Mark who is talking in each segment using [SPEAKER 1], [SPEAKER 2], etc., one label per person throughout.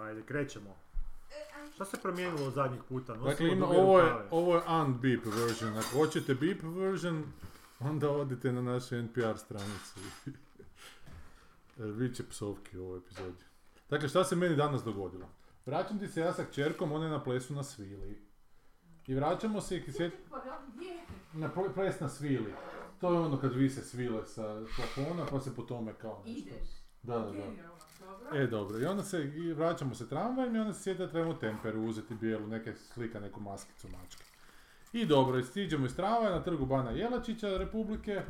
[SPEAKER 1] ajde, krećemo. Šta se promijenilo od zadnjeg puta? Nosimo
[SPEAKER 2] Dakle, ima,
[SPEAKER 1] duge
[SPEAKER 2] ovo je,
[SPEAKER 1] rukave.
[SPEAKER 2] ovo je unbeep version. Ako hoćete beep version, onda odite na našu NPR stranicu. Jer E, Bit će psovki u ovoj epizodi. Dakle, šta se meni danas dogodilo? Vraćam ti se ja sa kćerkom, ona je na plesu na svili. I vraćamo se i sjet- na ple- ples na svili. To je ono kad vi se svile sa plafona pa se po tome kao nešto.
[SPEAKER 3] Ideš.
[SPEAKER 2] Da, da, da.
[SPEAKER 3] Genijalno, dobro.
[SPEAKER 2] E, dobro, i onda se, i vraćamo se tramvajem i onda se sjeti da trebamo temperu uzeti bijelu, neke slika, neku maskicu mačke. I dobro, i stiđemo iz tramvaja na trgu Bana Jelačića Republike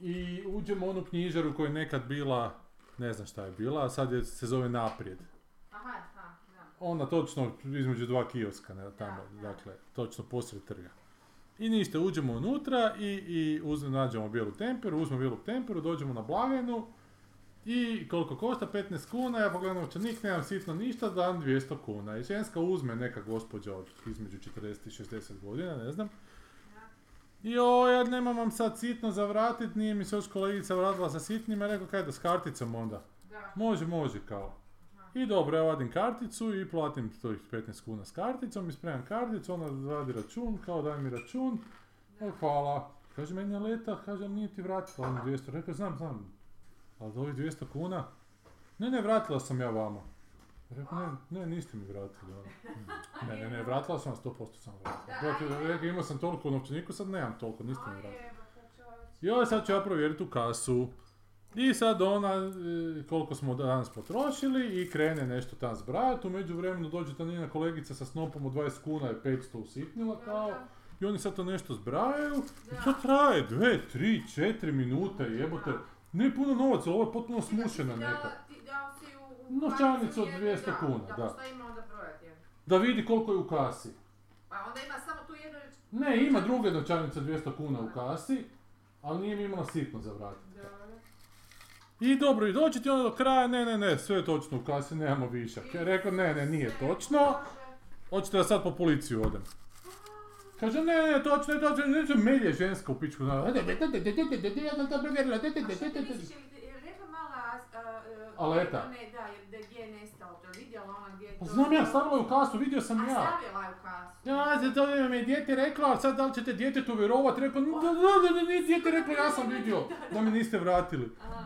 [SPEAKER 2] i uđemo u onu knjižaru koja je nekad bila, ne znam šta je bila, a sad je, se zove Naprijed.
[SPEAKER 3] Aha, aha, da.
[SPEAKER 2] Ona točno između dva kioska, ne, tamo,
[SPEAKER 3] Da, da.
[SPEAKER 2] dakle, točno posred trga. I ništa, uđemo unutra i, i uzme, nađemo bijelu temperu, uzmemo bijelu temperu, dođemo na blagajnu i koliko košta, 15 kuna, ja pogledam novčanik, nemam sitno ništa, dam 200 kuna. I ženska uzme neka gospođa od između 40 i 60 godina, ne znam. I o, ja nemam vam sad sitno za vratit, nije mi se još kolegica vratila sa sitnima, rekao kaj da s karticom onda.
[SPEAKER 3] Da.
[SPEAKER 2] Može, može kao. I dobro, ja vadim karticu i platim to ih 15 kuna s karticom, ispremam karticu, ona radi račun, kao daj mi račun, e, hvala. Kaže, meni je leta, kaže, ali nije ti vratila onih 200. Rekao, znam, znam, ali ovih 200 kuna? Ne, ne, vratila sam ja vama. Rekao, ne, ne, niste mi vratili. ono. Ne, ne, ne, vratila sam vam 100% sam vratila. Rekao, Rekao, imao sam toliko u novčaniku, sad nemam toliko, niste mi vratili.
[SPEAKER 3] Ajde, pa čovječe.
[SPEAKER 2] Joj, sad ću ja provjeriti u kasu. I sad ona, e, koliko smo danas potrošili i krene nešto tam zbrajati. U međuvremenu dođe ta njena kolegica sa snopom od 20 kuna je 500 usitnila kao. I oni sad to nešto zbrajaju. I to traje 2, 3, 4 minute jebote. Nije puno novaca, ovo je potpuno smušena neka.
[SPEAKER 3] Ti dao si u... u
[SPEAKER 4] Ну,
[SPEAKER 2] Novčanicu od
[SPEAKER 3] banci
[SPEAKER 2] 200
[SPEAKER 3] jednu,
[SPEAKER 2] kuna, da.
[SPEAKER 3] Da, šta ima onda brojati? je?
[SPEAKER 2] Da vidi koliko je u kasi.
[SPEAKER 3] Pa onda ima samo tu jednu...
[SPEAKER 2] Ne, ima druge novčanice 200 kuna u kasi, ali nije mi imala sitno za vratiti.
[SPEAKER 3] Dobro.
[SPEAKER 2] I dobro, i dođe ti onda do kraja, ne, ne, ne, sve je točno u kasi, nemamo višak. Ja rekao, ne, ne, nije točno, hoćete da sad po policiju odem. Kaže, ne, ne, točno je, točno je, neće melje ženska u pičku, znaš, "E, de, de, de, de, de, de, de, de, ja sam to provjerila, de, de,
[SPEAKER 3] A
[SPEAKER 2] de,
[SPEAKER 3] šta
[SPEAKER 2] de,
[SPEAKER 3] ti
[SPEAKER 2] de, de."
[SPEAKER 3] misliš, je li- je li rekla mala... a,
[SPEAKER 4] е,
[SPEAKER 3] e,
[SPEAKER 2] Aleta.
[SPEAKER 3] Ne, da, jer da gdje je nestalo to, vidjela ona gdje je
[SPEAKER 2] Pa
[SPEAKER 3] to...
[SPEAKER 2] Znam ja, stavila je u kasu, vidio sam
[SPEAKER 3] A
[SPEAKER 2] ja.
[SPEAKER 3] stavila je u kasu.
[SPEAKER 2] Ja, za to mi je dijete rekla, a sad da li ćete djetetu vjerovat, rekao, "N- da, da, da, da, nije dijete reklo, ja sam vidio, da mi niste vratili.
[SPEAKER 3] Aha.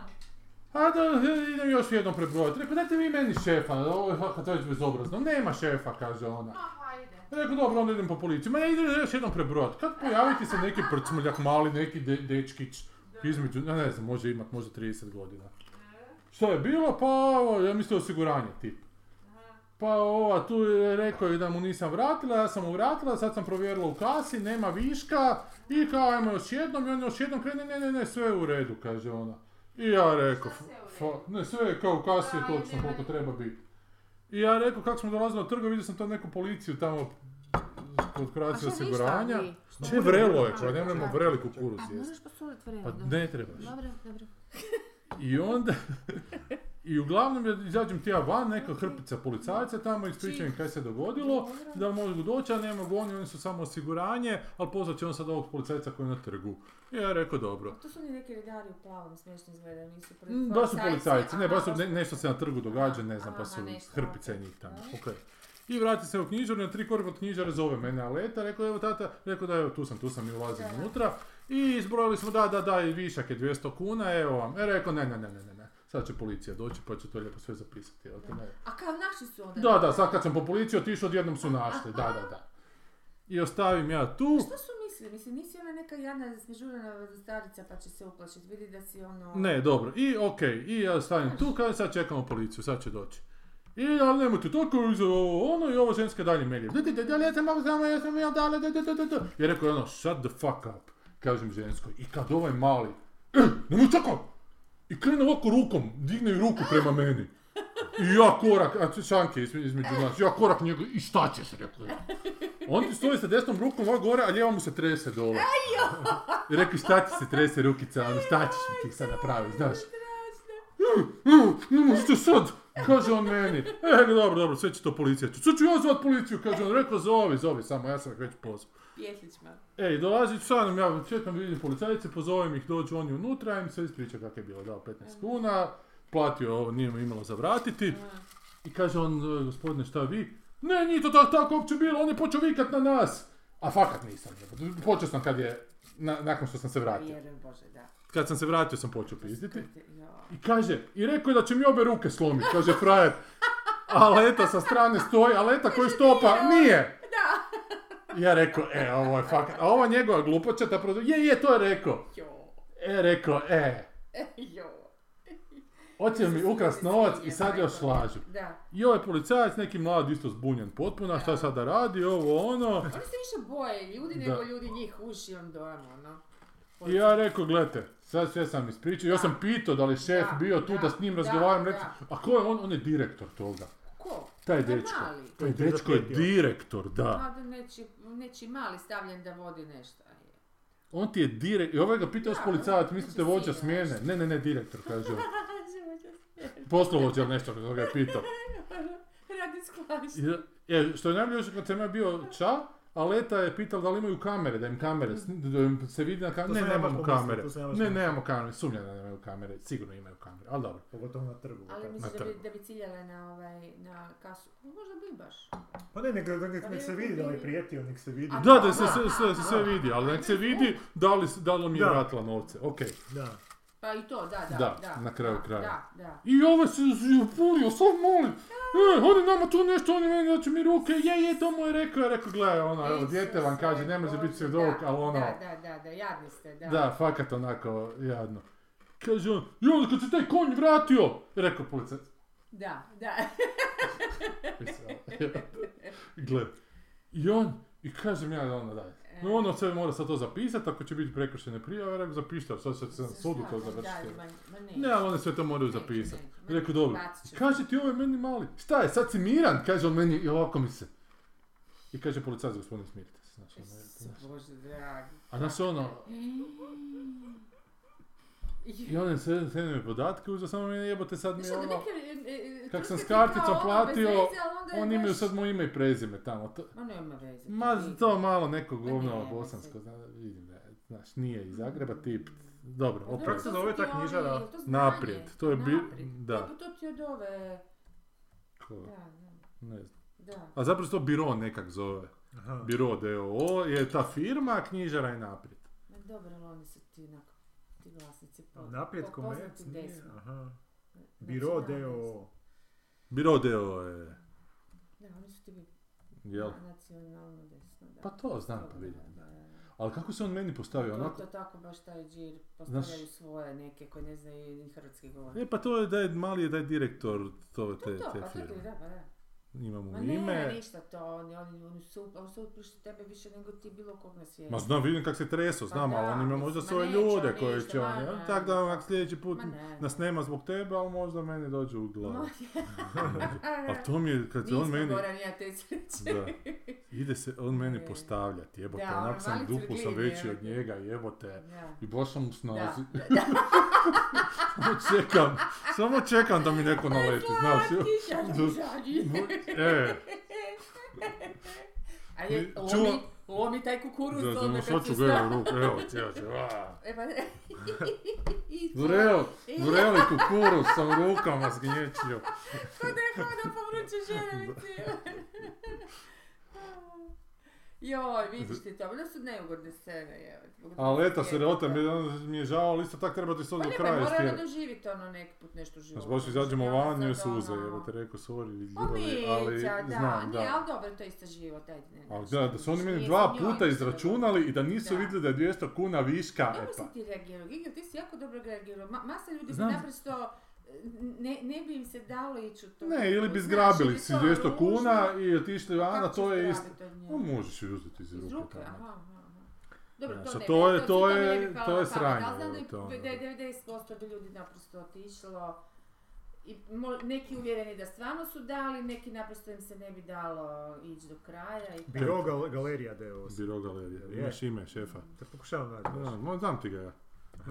[SPEAKER 2] A da, e, idem još jednom prebrojati, rekao, dajte vi meni šefa, ovo je fakat već bezobrazno, nema šefa, kaže ona.
[SPEAKER 4] ну,
[SPEAKER 3] Ma, hajde.
[SPEAKER 2] Rekao, dobro, onda idem po policiju. Ma ja idem još jednom prebrojat. Kad pojaviti se neki prcmuljak mali, neki de- dečkić, između, ne, ne znam, može imat možda 30 godina. Što je bilo? Pa, ovo, ja mislim osiguranje tip. Pa ova tu je rekao je da mu nisam vratila, ja sam mu vratila, sad sam provjerila u kasi, nema viška i kao ajmo još jednom i on još jednom krene, ne, ne, ne, sve je u redu, kaže ona. I ja rekao,
[SPEAKER 3] Šta sve je u
[SPEAKER 2] fa- ne, sve je kao u kasi je
[SPEAKER 3] Da, i
[SPEAKER 2] točno
[SPEAKER 3] nema
[SPEAKER 2] koliko
[SPEAKER 3] ni-
[SPEAKER 2] treba biti. I ja rekao, kako smo dolazili do trga, vidio sam to neku policiju tamo kod Croatia osiguranja. Če vrelo je, pa nemojmo vreli kukuruz jesti.
[SPEAKER 4] Možeš posuditi vrelo,
[SPEAKER 2] Pa
[SPEAKER 4] dobro.
[SPEAKER 2] ne trebaš.
[SPEAKER 4] Dobro, dobro.
[SPEAKER 2] I onda... I uglavnom ja izađem ti ja van, neka hrpica policajaca tamo, ispričam im kaj se dogodilo, da mogu doći, a ne mogu oni, oni su samo osiguranje, ali pozvat će on sad ovog policajca koji je na trgu. I ja rekao dobro.
[SPEAKER 4] To su oni neki redari u plavom smiješno izgledaju, nisu prvi
[SPEAKER 2] Mm, Baš su
[SPEAKER 4] policajci,
[SPEAKER 2] policajci, ne,
[SPEAKER 4] aha,
[SPEAKER 2] baš su, ne- nešto se na trgu događa, ne znam, pa
[SPEAKER 4] Aha,
[SPEAKER 2] su
[SPEAKER 4] nešto,
[SPEAKER 2] hrpice
[SPEAKER 4] ok.
[SPEAKER 2] njih tamo.
[SPEAKER 4] Da.
[SPEAKER 2] Ok. I vrati se u knjižaru, na tri koraka od knjižara zove mene Aleta, rekao evo tata, rekao da evo tu sam, tu sam i ulazim
[SPEAKER 4] Da.
[SPEAKER 2] unutra. I izbrojali smo da, da, da, i višak je 200 kuna, evo vam. E, rekao ne, ne, ne, ne, ne, ne, sad će policija doći pa će to lijepo sve zapisati, jel te ne.
[SPEAKER 4] A kao naši su onda.
[SPEAKER 2] Da, da, sad kad sam po policiju otišao, odjednom su našli, da, da, da. I ostavim ja tu.
[SPEAKER 4] Što su mislili? Mislim, nisi ona neka jadna smežurana starica pa će se uplašiti. Vidi da si ono...
[SPEAKER 2] Ne, dobro. I okej, i ja stavim tu, kažem sad čekamo policiju, sad će doći. I ali nemojte toliko uz ovo, ono i ovo ženska dalje melje. Da, da, da, da, ja sam malo sama, ja sam ja dale, da, da, da, da, da. I rekao je ono, shut the fuck up, kažem ženskoj. I kad ovaj mali, e, nemoj čekaj! I krene ovako rukom, digne i ruku prema meni. I ja korak, a šanke izme- između nas, ja korak njega, i šta ćeš, rekao je. On ti stoji sa desnom rukom ovako gore, a lijeva mu se trese dole. I rekao, šta ti se trese rukica, ono, šta ćeš mi ti sad napraviti, znaš. "Mm, Ne možete sad, kaže on meni. E, rekao, dobro, dobro, sve će to policija. ću- Sad ću ja zvat policiju, kaže on, rekao, zovi, zovi samo, ja sam ih već pozvao.
[SPEAKER 4] Pjesličma.
[SPEAKER 2] Ej, E, dolazi sam, ja čekam, vidim policajce, pozovem ih, dođu oni unutra, ja im se ispriča kako je bilo, dao 15 kuna, platio ovo, nije mu imalo za vratiti. I kaže on, e, gospodine, šta vi? Ne, nije to tako, tako uopće bilo, on je počeo vikat na nas. A fakat nisam, jebote. počeo sam kad je, na- nakon što sam se vratio.
[SPEAKER 4] Vjerujem Bože, da.
[SPEAKER 2] Kad sam se vratio sam počeo pizditi.
[SPEAKER 4] Ja.
[SPEAKER 2] I kaže, i rekao je da će mi obe ruke slomiti, kaže frajer. A leta sa strane stoji, a leta koji štopa, nije. Da. Ja rekao, e, ovo je fakat, a ova njegova glupoća, ta produ... je, je, to je rekao.
[SPEAKER 4] Jo,
[SPEAKER 2] E, rekao, e,
[SPEAKER 4] jo.
[SPEAKER 2] hoće mi ukras novac i sad još slažu.
[SPEAKER 4] Da.
[SPEAKER 2] I ovaj policajac, neki mlad, isto zbunjen potpuno, a šta sada radi, ovo ono.
[SPEAKER 4] Oni se više boje ljudi
[SPEAKER 2] Da.
[SPEAKER 4] nego ljudi njih uši on dojam, ono.
[SPEAKER 2] I ja rekao, gledajte, sad sve sam ispričao, ja sam pitao da li je šef
[SPEAKER 4] Da,
[SPEAKER 2] bio tu da,
[SPEAKER 4] da,
[SPEAKER 2] s njim
[SPEAKER 4] da,
[SPEAKER 2] razgovaram,
[SPEAKER 4] da.
[SPEAKER 2] rekao, sam, a ko je on, on je direktor toga.
[SPEAKER 4] Ko?
[SPEAKER 2] Taj Pa.
[SPEAKER 4] Da
[SPEAKER 2] dečko.
[SPEAKER 4] mali.
[SPEAKER 2] Taj
[SPEAKER 1] To je
[SPEAKER 2] dečko je
[SPEAKER 1] zapretio.
[SPEAKER 2] direktor, da.
[SPEAKER 4] Mlado neči, neči mali stavljen da vodi nešto.
[SPEAKER 2] On ti je direktor, i ovaj ga pitao
[SPEAKER 4] Da,
[SPEAKER 2] s policajac,
[SPEAKER 4] da,
[SPEAKER 2] mislite
[SPEAKER 4] znači,
[SPEAKER 2] vođa
[SPEAKER 4] sine.
[SPEAKER 2] smjene? Ne, ne, ne, direktor, kaže on. Poslovođa ili nešto, kako ga je pitao.
[SPEAKER 4] Radi sklašće.
[SPEAKER 2] I- E, što je najbolje još kad sam ja bio ča, a Leta je pitala da li imaju kamere, da im kamere, sn- da im se vidi na
[SPEAKER 1] To
[SPEAKER 2] kamere. Ne,
[SPEAKER 1] sam ja baš
[SPEAKER 2] nemamo
[SPEAKER 1] pomislio,
[SPEAKER 2] kamere.
[SPEAKER 1] to sam ja baš
[SPEAKER 2] Ne,
[SPEAKER 1] pomislio.
[SPEAKER 2] nemamo kamere, sumnja da nemaju kamere, sigurno imaju kamere, ali dobro.
[SPEAKER 1] Pogotovo na trgu.
[SPEAKER 4] Ali
[SPEAKER 1] tako.
[SPEAKER 4] misliš da bi,
[SPEAKER 2] trgu.
[SPEAKER 4] da bi ciljala na, ovaj, na kasu? Pa Možda bi baš.
[SPEAKER 1] Pa ne, nek, nek,
[SPEAKER 4] Pa
[SPEAKER 1] nek se
[SPEAKER 4] ne,
[SPEAKER 1] vidi da li
[SPEAKER 4] vidi.
[SPEAKER 1] prijetio, nek se vidi.
[SPEAKER 4] A
[SPEAKER 2] Da, da se, se, se, se sve vidi, ali nek se vidi da li, s- da li mi je
[SPEAKER 1] Da.
[SPEAKER 2] vratila novce, okej.
[SPEAKER 1] Da.
[SPEAKER 4] Pa i to, da, da.
[SPEAKER 2] Da,
[SPEAKER 4] Da,
[SPEAKER 2] na kraju
[SPEAKER 4] da,
[SPEAKER 2] krajeva.
[SPEAKER 4] Da, da.
[SPEAKER 2] I ovaj se zjupulio, sad molim. E, oni nama tu nešto, oni meni znači mi ruke, je, je, to mu je rekao, ja rekao, gledaj, ono, evo, dijete vam kaže, ne može biti svjedok,
[SPEAKER 4] Da,
[SPEAKER 2] ali ono,
[SPEAKER 4] Da, da, da, da, jadni ste, da.
[SPEAKER 2] da, fakat onako, jadno. Kaže on, i onda kad se taj konj vratio, rekao policajac,
[SPEAKER 4] Da, da.
[SPEAKER 2] pisao. Gle. ono, I on, i kažem ja da ono dalje.
[SPEAKER 4] E.
[SPEAKER 2] No ono sve mora sad to zapisati, ako će biti prekršene prijave, rekao zapišite, ali sad će se na sudu to
[SPEAKER 4] Šta,
[SPEAKER 2] završiti.
[SPEAKER 4] da, ma- ma
[SPEAKER 2] Ne, ali ono one sve to moraju
[SPEAKER 4] Neće,
[SPEAKER 2] zapisati.
[SPEAKER 4] neće.
[SPEAKER 2] Rekao, dobro.
[SPEAKER 4] Bacit ću.
[SPEAKER 2] Kaže ti ovo je meni mali. Šta je, sad si miran? Kaže on meni i ovako mi se. I kaže policajac, gospodine, smirite se. Znači, ono,
[SPEAKER 4] Isuse
[SPEAKER 2] znaš.
[SPEAKER 4] Bože dragi.
[SPEAKER 2] a znaš ono, i on je sve sve mi podatke uzeo, samo meni jebote sad mi je
[SPEAKER 4] Znaš, onda
[SPEAKER 2] ono,
[SPEAKER 4] neke, e, e,
[SPEAKER 2] kak sam s
[SPEAKER 4] tvrtke tipa
[SPEAKER 2] karticom
[SPEAKER 4] ono, bez
[SPEAKER 2] platio,
[SPEAKER 4] veze, ali onda je
[SPEAKER 2] on imaju
[SPEAKER 4] baš-
[SPEAKER 2] sad moje ime i prezime tamo. To,
[SPEAKER 4] Ma nema veze.
[SPEAKER 2] ma
[SPEAKER 4] vidi.
[SPEAKER 2] to malo neko
[SPEAKER 4] Ma
[SPEAKER 2] govno
[SPEAKER 4] nema
[SPEAKER 2] bosansko,
[SPEAKER 4] se.
[SPEAKER 2] zna, vidim da je, znaš, nije iz
[SPEAKER 4] Mhm.
[SPEAKER 2] Zagreba tip. Dobro,
[SPEAKER 4] Pa
[SPEAKER 2] opet.
[SPEAKER 1] se
[SPEAKER 4] to
[SPEAKER 1] zove
[SPEAKER 4] su
[SPEAKER 1] ta
[SPEAKER 4] ti oni,
[SPEAKER 1] knjižara?
[SPEAKER 4] jel to znanje?
[SPEAKER 2] Naprijed, to je bi-
[SPEAKER 4] Naprijed.
[SPEAKER 2] da.
[SPEAKER 4] Pa To ti od ove,
[SPEAKER 2] ko-
[SPEAKER 4] da,
[SPEAKER 2] Ne znam.
[SPEAKER 4] da, da.
[SPEAKER 2] A zapravo se to Biro nekak zove.
[SPEAKER 1] Aha.
[SPEAKER 2] Biro DOO je ta firma, a knjižara je naprijed.
[SPEAKER 4] Ma dobro, ali oni su ti onako, ti vlasnici po,
[SPEAKER 1] Naprijed
[SPEAKER 4] po-
[SPEAKER 1] komerc,
[SPEAKER 4] poznati
[SPEAKER 1] nije,
[SPEAKER 4] desno.
[SPEAKER 1] aha.
[SPEAKER 4] Znači,
[SPEAKER 1] Biro
[SPEAKER 4] da, oni
[SPEAKER 1] deo.
[SPEAKER 4] su-
[SPEAKER 2] Biro DOO je,
[SPEAKER 4] Da, oni su ti bi-
[SPEAKER 2] jel?
[SPEAKER 4] na- nacionalno desno, da.
[SPEAKER 2] Pa to znam,
[SPEAKER 4] Dobro,
[SPEAKER 2] pa vidim,
[SPEAKER 4] da,
[SPEAKER 2] da.
[SPEAKER 4] da, da.
[SPEAKER 2] Ali kako se on meni postavio,
[SPEAKER 4] To-
[SPEAKER 2] onako?
[SPEAKER 4] To tako baš taj džir, postavljaju svoje neke koje ne znaju ni hrvatski govor.
[SPEAKER 2] E pa to je da je mali je da je direktor to,
[SPEAKER 4] To,
[SPEAKER 2] te,
[SPEAKER 4] to,
[SPEAKER 2] te
[SPEAKER 4] pa to ti,
[SPEAKER 2] firme.
[SPEAKER 4] da, pa da.
[SPEAKER 2] Imamo
[SPEAKER 4] Ma
[SPEAKER 2] mu
[SPEAKER 4] ne,
[SPEAKER 2] ime.
[SPEAKER 4] ništa to, oni, oni, oni su, oni su uprišli tebe više nego ti bilo kog na svijetu.
[SPEAKER 2] Ma znam, vidim kak se treso,
[SPEAKER 4] Pa
[SPEAKER 2] znam, ali
[SPEAKER 4] da,
[SPEAKER 2] on ima možda
[SPEAKER 4] ma
[SPEAKER 2] svoje
[SPEAKER 4] neće on
[SPEAKER 2] ljude koje
[SPEAKER 4] ništa,
[SPEAKER 2] će on,
[SPEAKER 4] ma
[SPEAKER 2] jel?
[SPEAKER 4] ne.
[SPEAKER 2] Tako da onak sljedeći put
[SPEAKER 4] Ma ne.
[SPEAKER 2] nas nema zbog tebe, ali možda meni dođe u glavu.
[SPEAKER 4] Ma,
[SPEAKER 2] Ali Pa to mi je, kad se on
[SPEAKER 4] nismo,
[SPEAKER 2] meni...
[SPEAKER 4] Goran, ja te sreće.
[SPEAKER 2] Da. Ide se on meni
[SPEAKER 4] Ne.
[SPEAKER 2] postavljati, jebote,
[SPEAKER 4] Da, ono,
[SPEAKER 2] onak sam
[SPEAKER 4] mali
[SPEAKER 2] dupu sam
[SPEAKER 4] crglin,
[SPEAKER 2] veći od
[SPEAKER 4] jebote.
[SPEAKER 2] njega, jebote.
[SPEAKER 4] Da.
[SPEAKER 2] I baš sam u snazi.
[SPEAKER 4] Da.
[SPEAKER 2] Samo čekam, samo čekam da mi neko naleti, znaš.
[SPEAKER 4] Slatki,
[SPEAKER 2] Da.
[SPEAKER 4] E, žalji, žalji.
[SPEAKER 2] E,
[SPEAKER 4] A je,
[SPEAKER 2] Čula-
[SPEAKER 4] lomi, lomi taj kukuruz
[SPEAKER 2] da, da
[SPEAKER 4] onda
[SPEAKER 2] mu
[SPEAKER 4] kad
[SPEAKER 2] sad
[SPEAKER 4] se
[SPEAKER 2] ću
[SPEAKER 4] sta-
[SPEAKER 2] gledati ruku, evo ti, evo ti, a.
[SPEAKER 4] E, pa ne. E,
[SPEAKER 2] Vreo, vreli kukuruz sam rukama zgnječio.
[SPEAKER 4] Ko da je hodao po vrućoj željenici. Joj, vidiš ti to, bilo su neugodne scene, jevo. zbog
[SPEAKER 2] A leta
[SPEAKER 4] drugih
[SPEAKER 2] se rota, mi,
[SPEAKER 4] djeteta.
[SPEAKER 2] je- on- mi je žao, ali isto tako treba ti sad
[SPEAKER 4] Pa
[SPEAKER 2] do
[SPEAKER 4] ne,
[SPEAKER 2] kraja
[SPEAKER 4] morala
[SPEAKER 2] istjerati.
[SPEAKER 4] doživjeti ono neki put nešto u
[SPEAKER 2] Znaš,
[SPEAKER 4] životu. ono
[SPEAKER 2] baš izađemo
[SPEAKER 4] Mislim, ja
[SPEAKER 2] van, njoj
[SPEAKER 4] sad,
[SPEAKER 2] suze,
[SPEAKER 4] ono,
[SPEAKER 2] evo te rekao, sorry, ljubavi, ali
[SPEAKER 4] Pomića, da,
[SPEAKER 2] znam,
[SPEAKER 4] nije,
[SPEAKER 2] da.
[SPEAKER 4] ali dobro, to je isto život, ajde. ne,
[SPEAKER 2] Ali
[SPEAKER 4] znaš,
[SPEAKER 2] da, da su oni meni
[SPEAKER 4] nije
[SPEAKER 2] dva
[SPEAKER 4] za njoj
[SPEAKER 2] puta
[SPEAKER 4] ništa.
[SPEAKER 2] izračunali i da nisu
[SPEAKER 4] Da.
[SPEAKER 2] vidjeli da je 200 kuna viška, e
[SPEAKER 4] Dobro
[SPEAKER 2] pa.
[SPEAKER 4] si ti reagirao, Gigel, ti si jako dobro reagirao. Ma, masa ljudi
[SPEAKER 2] Znam.
[SPEAKER 4] bi naprosto, ne, ne bi im se dalo ići u to.
[SPEAKER 2] Ne, ili bi
[SPEAKER 4] Znaš,
[SPEAKER 2] zgrabili
[SPEAKER 4] ili
[SPEAKER 2] si
[SPEAKER 4] to
[SPEAKER 2] 200 kuna
[SPEAKER 4] ružno,
[SPEAKER 2] i otišli van, a
[SPEAKER 4] kako
[SPEAKER 2] to
[SPEAKER 4] ćeš
[SPEAKER 2] je isto. Pa
[SPEAKER 4] zgrabit od nje?
[SPEAKER 2] No, možeš ju uzeti iz
[SPEAKER 4] Iz
[SPEAKER 2] ruke
[SPEAKER 4] ruke,
[SPEAKER 2] tamo.
[SPEAKER 4] aha, aha. Dobro,
[SPEAKER 2] Ja,
[SPEAKER 4] to,
[SPEAKER 2] sad
[SPEAKER 4] ne,
[SPEAKER 2] to je-
[SPEAKER 4] bi-
[SPEAKER 2] to
[SPEAKER 4] mi ne
[SPEAKER 2] je-
[SPEAKER 4] bi palo
[SPEAKER 2] to je
[SPEAKER 4] na pamet, ali
[SPEAKER 2] sranje,
[SPEAKER 4] znam da
[SPEAKER 2] evo,
[SPEAKER 4] je
[SPEAKER 2] to ono.
[SPEAKER 4] da je 90% bi ljudi naprosto otišlo i mo- neki uvjereni da stvarno su dali, neki naprosto im se ne bi dalo ići do kraja. I...
[SPEAKER 1] Biro gal- galerija deo.
[SPEAKER 2] Biro galerija,
[SPEAKER 1] Je.
[SPEAKER 2] imaš ime šefa.
[SPEAKER 1] Te pokušavam naći.
[SPEAKER 2] Da, mo- znam ti ga ja.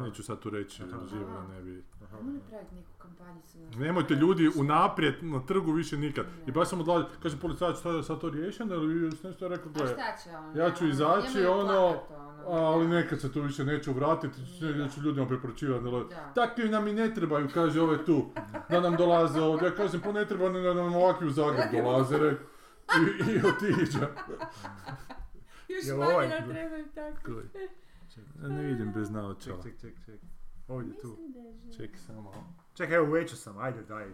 [SPEAKER 2] Neću sad tu reći,
[SPEAKER 1] Aha.
[SPEAKER 2] živno ne bi...
[SPEAKER 1] Aha.
[SPEAKER 4] Ajmo napraviti neku kampanju sa nama.
[SPEAKER 2] Nemojte ljudi unaprijed na trgu više nikad. I baš sam odlazio, kaže policajac, šta je sad to riješeno ili jeste nešto rekao,
[SPEAKER 4] A
[SPEAKER 2] gle,
[SPEAKER 4] šta će ono?
[SPEAKER 2] ja ću
[SPEAKER 4] ono,
[SPEAKER 2] izaći,
[SPEAKER 4] njemu je
[SPEAKER 2] ono,
[SPEAKER 4] plakat, ono,
[SPEAKER 2] ali
[SPEAKER 4] da.
[SPEAKER 2] nekad se tu više neću vratiti,
[SPEAKER 4] Da.
[SPEAKER 2] ja ću ljudima preporučivati.
[SPEAKER 4] Da.
[SPEAKER 2] Takvi nam i ne trebaju, kaže ove tu, da nam dolaze ovdje. Ja kažem, pa ne treba ni da nam ovakvi u Zagreb dolaze, re- i, i otiđa.
[SPEAKER 4] Još
[SPEAKER 1] Jel
[SPEAKER 4] manje
[SPEAKER 1] ovaj-
[SPEAKER 4] nam trebaju tako.
[SPEAKER 2] Gle, ček, Ne vidim bez naočala.
[SPEAKER 1] Ček, ček, ček, ček. Ovdje
[SPEAKER 2] ovaj-
[SPEAKER 1] tu.
[SPEAKER 4] Mislim da je živ.
[SPEAKER 2] Ček samo.
[SPEAKER 1] Čekaj, evo veću sam, ajde daj,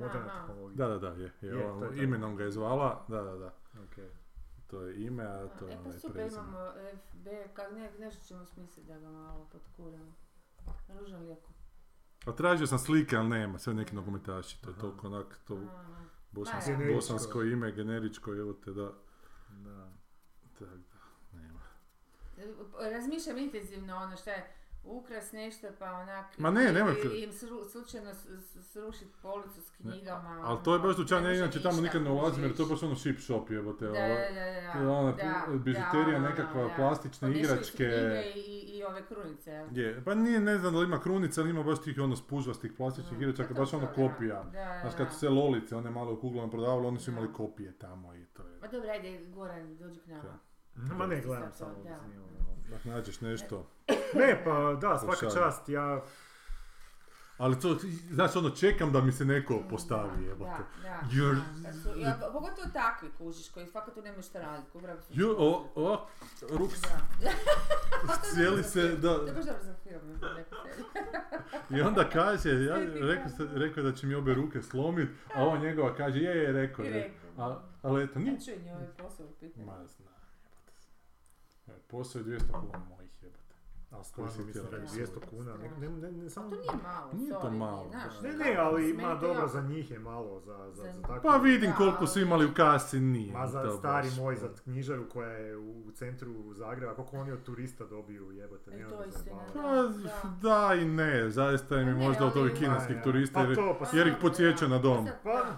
[SPEAKER 1] moderna
[SPEAKER 4] Aha.
[SPEAKER 1] tehnologija.
[SPEAKER 2] Da, da, da, je. je,
[SPEAKER 1] Je,
[SPEAKER 2] ovo,
[SPEAKER 1] to je to.
[SPEAKER 2] imenom ga je zvala, da, da, da.
[SPEAKER 1] Okej.
[SPEAKER 2] To je ime, a to je
[SPEAKER 4] E pa
[SPEAKER 2] onaj
[SPEAKER 4] super,
[SPEAKER 2] prezime.
[SPEAKER 4] imamo FB, kak ne, nešto ćemo smisliti da ga malo potkuramo. Ružan lijeko.
[SPEAKER 2] A tražio sam slike, ali nema, sve neki nogometaši, to je
[SPEAKER 1] Aha.
[SPEAKER 2] toliko onak, to
[SPEAKER 4] Aha.
[SPEAKER 2] bosansko,
[SPEAKER 4] Generičko.
[SPEAKER 2] bosansko ime, generičko, evo te da,
[SPEAKER 1] Da.
[SPEAKER 2] tak da, nema.
[SPEAKER 4] E, Razmišljam intenzivno ono šta je ukras nešto pa onak
[SPEAKER 2] Ma ne,
[SPEAKER 4] ili-
[SPEAKER 2] nemojte.
[SPEAKER 4] ili im sru, slučajno s- s- srušiti policu s knjigama.
[SPEAKER 2] Ali to je baš dućan, ja
[SPEAKER 4] ne može
[SPEAKER 2] inače tamo
[SPEAKER 4] ništa,
[SPEAKER 2] nikad ne ulazim jer to je
[SPEAKER 4] kužiš.
[SPEAKER 2] baš ono ship shop jebote,
[SPEAKER 4] da,
[SPEAKER 2] ovo.
[SPEAKER 4] da, da, da,
[SPEAKER 2] ona
[SPEAKER 4] da,
[SPEAKER 2] bižuterija
[SPEAKER 4] da,
[SPEAKER 2] nekakva,
[SPEAKER 4] ono, da.
[SPEAKER 2] plastične
[SPEAKER 4] Pomiješali
[SPEAKER 2] igračke.
[SPEAKER 4] su knjige i, i ove krunice, jel?
[SPEAKER 2] Je, pa nije, ne znam da li ima krunica, ali ima baš tih ono spužvastih plastičnih
[SPEAKER 4] Mm.
[SPEAKER 2] igračaka,
[SPEAKER 4] Pa to
[SPEAKER 2] baš
[SPEAKER 4] su,
[SPEAKER 2] ono
[SPEAKER 4] da,
[SPEAKER 2] kopija.
[SPEAKER 4] Da, da,
[SPEAKER 2] Znaš, kad
[SPEAKER 4] da.
[SPEAKER 2] su se lolice, one male u kuglama prodavale, oni su
[SPEAKER 4] Da.
[SPEAKER 2] imali kopije tamo i to je.
[SPEAKER 4] Ma dobro, ajde, Goran, dođi k nama.
[SPEAKER 1] Ma ne, gledam
[SPEAKER 4] Sad to,
[SPEAKER 1] samo
[SPEAKER 4] da.
[SPEAKER 1] da se nije ono-
[SPEAKER 2] Dak nađeš nešto.
[SPEAKER 1] Ne, pa da, svaka
[SPEAKER 2] Slušaj.
[SPEAKER 1] čast, ja...
[SPEAKER 2] Ali to, znaš, ono, čekam da mi se neko postavi,
[SPEAKER 4] Da,
[SPEAKER 2] jebote.
[SPEAKER 4] Da, da,
[SPEAKER 2] Jer-
[SPEAKER 4] da, kad su- ja, pogotovo takvi kužiš koji fakat tu nemaju šta raditi. ko vrag su-
[SPEAKER 2] Ju, o, o, ruk
[SPEAKER 4] Da.
[SPEAKER 2] cijeli se, da,
[SPEAKER 4] To je baš dobro za film, neko seriju.
[SPEAKER 2] i onda kaže, ja, rekao, sam- rekao je da će mi obe ruke slomit, a ova njegova kaže, je, je, rekao
[SPEAKER 4] I
[SPEAKER 2] je.
[SPEAKER 4] rekao.
[SPEAKER 2] A, ali eto, nije.
[SPEAKER 4] Ja čujem i ovaj posao u pitanju.
[SPEAKER 2] Ma, znam, jebote. E, Posao je 200 kuna mojih, jebote.
[SPEAKER 1] A stvarno
[SPEAKER 2] si
[SPEAKER 1] mislim
[SPEAKER 2] htjela
[SPEAKER 1] da je
[SPEAKER 4] reći?
[SPEAKER 1] 200 kuna, ne, ne, ne, ne,
[SPEAKER 4] A
[SPEAKER 1] samo...
[SPEAKER 4] to nije malo,
[SPEAKER 2] Nije to
[SPEAKER 4] sorry,
[SPEAKER 2] malo,
[SPEAKER 4] znaš,
[SPEAKER 2] da.
[SPEAKER 1] Ne, ne,
[SPEAKER 4] kako,
[SPEAKER 1] ali
[SPEAKER 4] mislim,
[SPEAKER 1] ima
[SPEAKER 4] meni to
[SPEAKER 1] dobro,
[SPEAKER 4] jako-
[SPEAKER 1] za njih je malo, za, za, za
[SPEAKER 4] Za-
[SPEAKER 1] tako...
[SPEAKER 2] Pa vidim
[SPEAKER 4] Da,
[SPEAKER 2] koliko
[SPEAKER 4] ali-
[SPEAKER 2] su imali u kasi, nije.
[SPEAKER 1] Ma za
[SPEAKER 2] to
[SPEAKER 1] stari
[SPEAKER 2] baš,
[SPEAKER 1] moj,
[SPEAKER 2] ono.
[SPEAKER 1] za knjižaru koja je u, u centru Zagreba, koliko oni od turista dobiju, jebote,
[SPEAKER 4] E,
[SPEAKER 1] nema
[SPEAKER 4] to
[SPEAKER 1] da
[SPEAKER 4] je istina,
[SPEAKER 1] zajebavaju.
[SPEAKER 4] da.
[SPEAKER 2] Pa, da i ne, zaista je mi
[SPEAKER 4] Ne,
[SPEAKER 2] možda od
[SPEAKER 4] ali-
[SPEAKER 2] ovih kineskih
[SPEAKER 1] Ma, ja.
[SPEAKER 2] turista,
[SPEAKER 1] Pa
[SPEAKER 2] jer,
[SPEAKER 1] to, pa
[SPEAKER 2] jer ih
[SPEAKER 4] sad-
[SPEAKER 2] podsjeća na dom.
[SPEAKER 4] Sad-
[SPEAKER 1] Pa,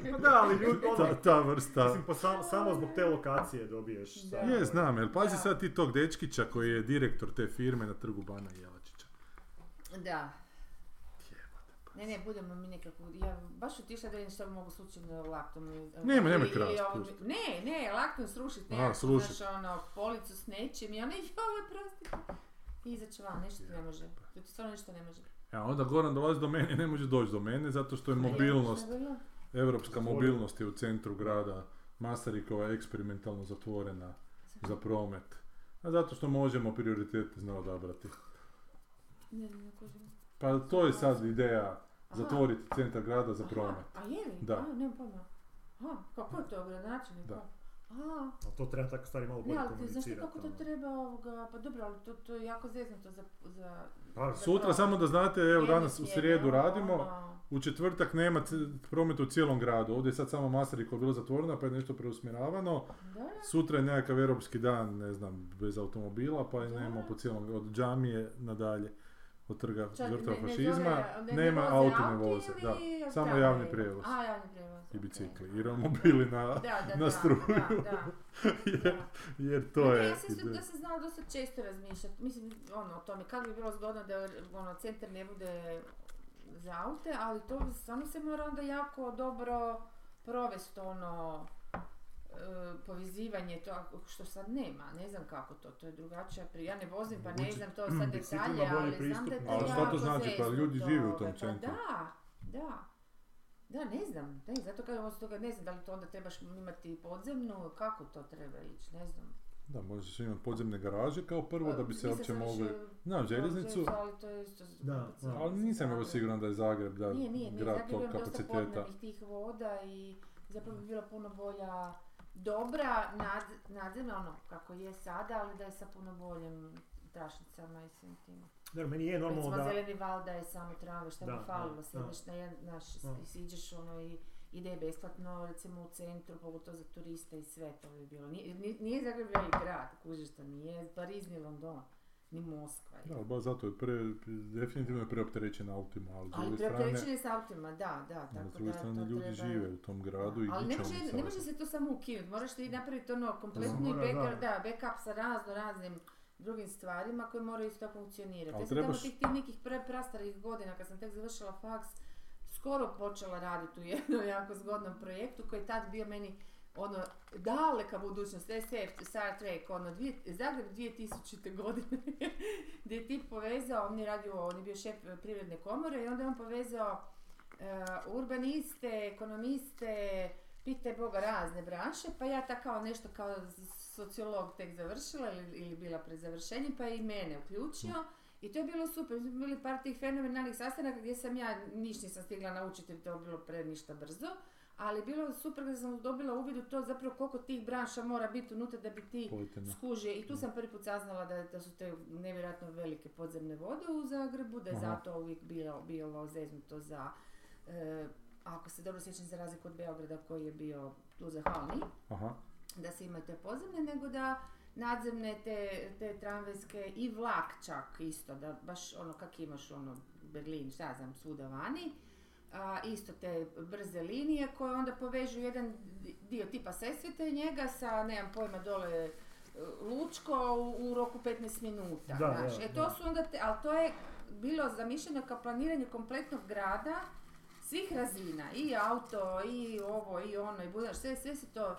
[SPEAKER 1] pa da, ali ljudi, ono,
[SPEAKER 2] Ta, ta vrsta.
[SPEAKER 1] mislim, po sam- samo zbog te lokacije dobiješ.
[SPEAKER 4] Da.
[SPEAKER 1] sad,
[SPEAKER 2] Je,
[SPEAKER 1] ono,
[SPEAKER 2] znam, jer pazi
[SPEAKER 4] Da.
[SPEAKER 2] sad ti tog dečkića koji je direktor te firme na trgu Bana Jelačića.
[SPEAKER 4] Da.
[SPEAKER 2] pa
[SPEAKER 4] Ne, ne, budemo mi nekako, ja baš otišla da vidim što mogu slučajno laktom. e, ovaj, ili-
[SPEAKER 2] Nema, nemoj
[SPEAKER 4] ili-
[SPEAKER 2] krast,
[SPEAKER 4] ili ovom-
[SPEAKER 2] pusti.
[SPEAKER 4] Ne, ne, laktom srušit
[SPEAKER 2] A,
[SPEAKER 4] nekako,
[SPEAKER 2] srušit.
[SPEAKER 4] znaš, ono, policu s nečim i ona, joj, prosti. I izaći van, nešto ti ne može, to ti stvarno ništa ne može.
[SPEAKER 2] E, A onda Goran dolazi do mene, ne može doći do mene zato što je mobilnost,
[SPEAKER 4] Šta je bilo?
[SPEAKER 2] evropska mobilnost je u centru grada Masarikova eksperimentalno zatvorena za promet. A zato što možemo prioritete zna odabrati.
[SPEAKER 4] Ne, ne, ne, kužim.
[SPEAKER 2] Pa to je sad ideja,
[SPEAKER 4] Aha.
[SPEAKER 2] zatvoriti centar grada za
[SPEAKER 4] Aha,
[SPEAKER 2] promet.
[SPEAKER 4] A je li?
[SPEAKER 2] Da.
[SPEAKER 4] A, nemam pojma. Aha, kako je to, gradonačelnik?
[SPEAKER 2] Da.
[SPEAKER 4] A,
[SPEAKER 1] Ali to treba tako stvari malo
[SPEAKER 4] ne,
[SPEAKER 1] bolje
[SPEAKER 4] ali ti znaš ti
[SPEAKER 1] komunicirati.
[SPEAKER 4] kako to
[SPEAKER 1] ono.
[SPEAKER 4] treba ovoga, pa dobro, ali to, to je jako zeznuto za, za
[SPEAKER 1] Pa,
[SPEAKER 2] Sutra samo da znate, evo
[SPEAKER 4] jednu
[SPEAKER 2] danas u
[SPEAKER 4] smjenu,
[SPEAKER 2] srijedu radimo,
[SPEAKER 4] ono.
[SPEAKER 2] u četvrtak nema c- prometa u cijelom gradu. Ovdje je sad samo Masarikova bila zatvorena pa je nešto preusmjeravano.
[SPEAKER 4] Da,
[SPEAKER 2] Sutra je nekakav europski dan, ne znam, bez automobila, pa je
[SPEAKER 4] Da.
[SPEAKER 2] nema po cijelom, od džamije nadalje, od trga
[SPEAKER 4] Čak
[SPEAKER 2] žrtva
[SPEAKER 4] ne- ne
[SPEAKER 2] fašizma,
[SPEAKER 4] zove- ne- ne
[SPEAKER 2] nema
[SPEAKER 4] voze
[SPEAKER 2] auti, ne
[SPEAKER 4] auti
[SPEAKER 2] voze, da.
[SPEAKER 4] ili
[SPEAKER 2] Samo
[SPEAKER 4] tramvaji?
[SPEAKER 2] javni prijevoz.
[SPEAKER 4] A, javni prijevoz.
[SPEAKER 2] I
[SPEAKER 4] ok.
[SPEAKER 2] bicikli, i romobili na,
[SPEAKER 4] Da, da,
[SPEAKER 2] na
[SPEAKER 4] da,
[SPEAKER 2] struju.
[SPEAKER 4] Da, da,
[SPEAKER 2] jer,
[SPEAKER 4] da.
[SPEAKER 2] jer to je...
[SPEAKER 4] Ja sam
[SPEAKER 2] ideja.
[SPEAKER 4] da sam znala dosta često razmišljati, mislim, ono, o tome, kako bi bilo zgodno da ono, centar ne bude za aute, ali to stvarno se mora onda jako dobro provesti ono e, povezivanje to što sad nema, ne znam kako to, to je drugačija pri... Ja ne vozim pa ne
[SPEAKER 1] Vuči-
[SPEAKER 4] znam
[SPEAKER 2] Mm,
[SPEAKER 4] to sad
[SPEAKER 1] bi sigurno
[SPEAKER 4] detalje,
[SPEAKER 1] bolji
[SPEAKER 4] ali znam da je to
[SPEAKER 1] pristup.
[SPEAKER 2] Ali šta to
[SPEAKER 4] jako
[SPEAKER 2] znači? Pa
[SPEAKER 4] zeznuto,
[SPEAKER 2] ljudi žive u tom
[SPEAKER 4] ovaj,
[SPEAKER 2] centru.
[SPEAKER 4] Pa da, da. Da, ne znam, ne, zato kažem osim toga, ne znam da li to onda trebaš imati podzemnu, kako to treba ići, ne znam.
[SPEAKER 2] Da, možeš imati podzemne garaže kao prvo da bi se
[SPEAKER 4] Nisam
[SPEAKER 2] uopće
[SPEAKER 4] sam
[SPEAKER 2] mogli...
[SPEAKER 4] išla
[SPEAKER 2] Na željeznicu,
[SPEAKER 4] ali to je isto
[SPEAKER 1] Da,
[SPEAKER 4] komplicirano.
[SPEAKER 1] da.
[SPEAKER 2] ali nisam evo siguran da je Zagreb da
[SPEAKER 4] Nije, nije, nije.
[SPEAKER 2] grad
[SPEAKER 4] Zagreb
[SPEAKER 2] tog
[SPEAKER 4] imam dosta
[SPEAKER 2] kapaciteta.
[SPEAKER 4] podnebnih tih voda i zapravo bi bila puno bolja dobra nad- nadzemna, ono kako je sada, ali da je sa puno boljim trašnicama i svim tim.
[SPEAKER 1] Dobro, meni je normalno
[SPEAKER 4] Recimo
[SPEAKER 1] da...
[SPEAKER 4] zeleni val da je samo trave, šta
[SPEAKER 1] Da,
[SPEAKER 4] bi
[SPEAKER 1] da,
[SPEAKER 4] falilo, sjedneš
[SPEAKER 1] da.
[SPEAKER 4] na jedan, znaš,
[SPEAKER 1] Da.
[SPEAKER 4] i siđeš ono i ide besplatno recimo u centru, pogotovo za turiste i sve to bi bilo. Nije, ni- nije Zagreb veliki grad, kužiš to, nije Pariz ni London, ni Moskva. je.
[SPEAKER 2] Da, ali baš zato je pre, definitivno je preopterećen autima, ali s druge
[SPEAKER 4] Ali
[SPEAKER 2] strane,
[SPEAKER 4] preopterećen je s autima, da, da, tako
[SPEAKER 2] ali s
[SPEAKER 4] da
[SPEAKER 2] druge strane
[SPEAKER 4] to
[SPEAKER 2] ljudi
[SPEAKER 4] treba-
[SPEAKER 2] žive u tom gradu i
[SPEAKER 4] Ali ne
[SPEAKER 2] ničemu
[SPEAKER 4] može,
[SPEAKER 2] sad.
[SPEAKER 4] ne može se to samo ukinuti, moraš ti napraviti ono kompletno i
[SPEAKER 1] mora, da.
[SPEAKER 4] backup, da, backup sa razno raznim drugim stvarima koje moraju isto funkcionirati.
[SPEAKER 2] Ali
[SPEAKER 4] Ja sam tamo
[SPEAKER 2] trebaš-
[SPEAKER 4] tih, tih nekih pre, prastarih godina kad sam tek završila faks, skoro počela raditi u jednom jako zgodnom projektu koji je tad bio meni ono, daleka budućnost, SF, Star Trek, ono, dvije, Zagreb 2000. godine, gdje je tip povezao, on je radio, on je bio šef eh, privredne komore i onda je on povezao eh, urbaniste, ekonomiste, pitaj Boga razne branše, pa ja ta kao nešto kao sociolog tek završila ili, ili bila pred završenjem, pa je i mene uključio. I to je bilo super, mi smo bili par tih fenomenalnih sastanaka gdje sam ja niš nisam stigla naučiti, jer to je bilo pre ništa brzo. Ali bilo je super da sam dobila uvid u to zapravo koliko tih branša mora biti unutra da bi ti
[SPEAKER 2] Poletena.
[SPEAKER 4] skužio. I tu sam prvi put saznala da, da su te nevjerojatno velike podzemne vode u Zagrebu, da je
[SPEAKER 2] Aha.
[SPEAKER 4] zato uvijek bilo, bilo zeznuto za, e, ako se dobro sjećam, za razliku od Beograda koji je bio pluzahalni
[SPEAKER 2] Aha.
[SPEAKER 4] da se imaju te podzemne, nego da nadzemne te, te tramvajske i vlak čak isto, da baš ono kak imaš ono Berlin, šta ja znam, svuda vani, a, isto te brze linije koje onda povežu jedan di- dio tipa Sesvete i njega sa, nemam pojma, dole e, Lučko u, u roku 15 minuta,
[SPEAKER 1] Da,
[SPEAKER 4] znaš.
[SPEAKER 1] da,
[SPEAKER 4] e
[SPEAKER 1] da.
[SPEAKER 4] to su onda, te, ali to je bilo zamišljeno kao planiranje kompletnog grada, svih razina, i auto, i ovo, i ono, i budaš, sve, sve se to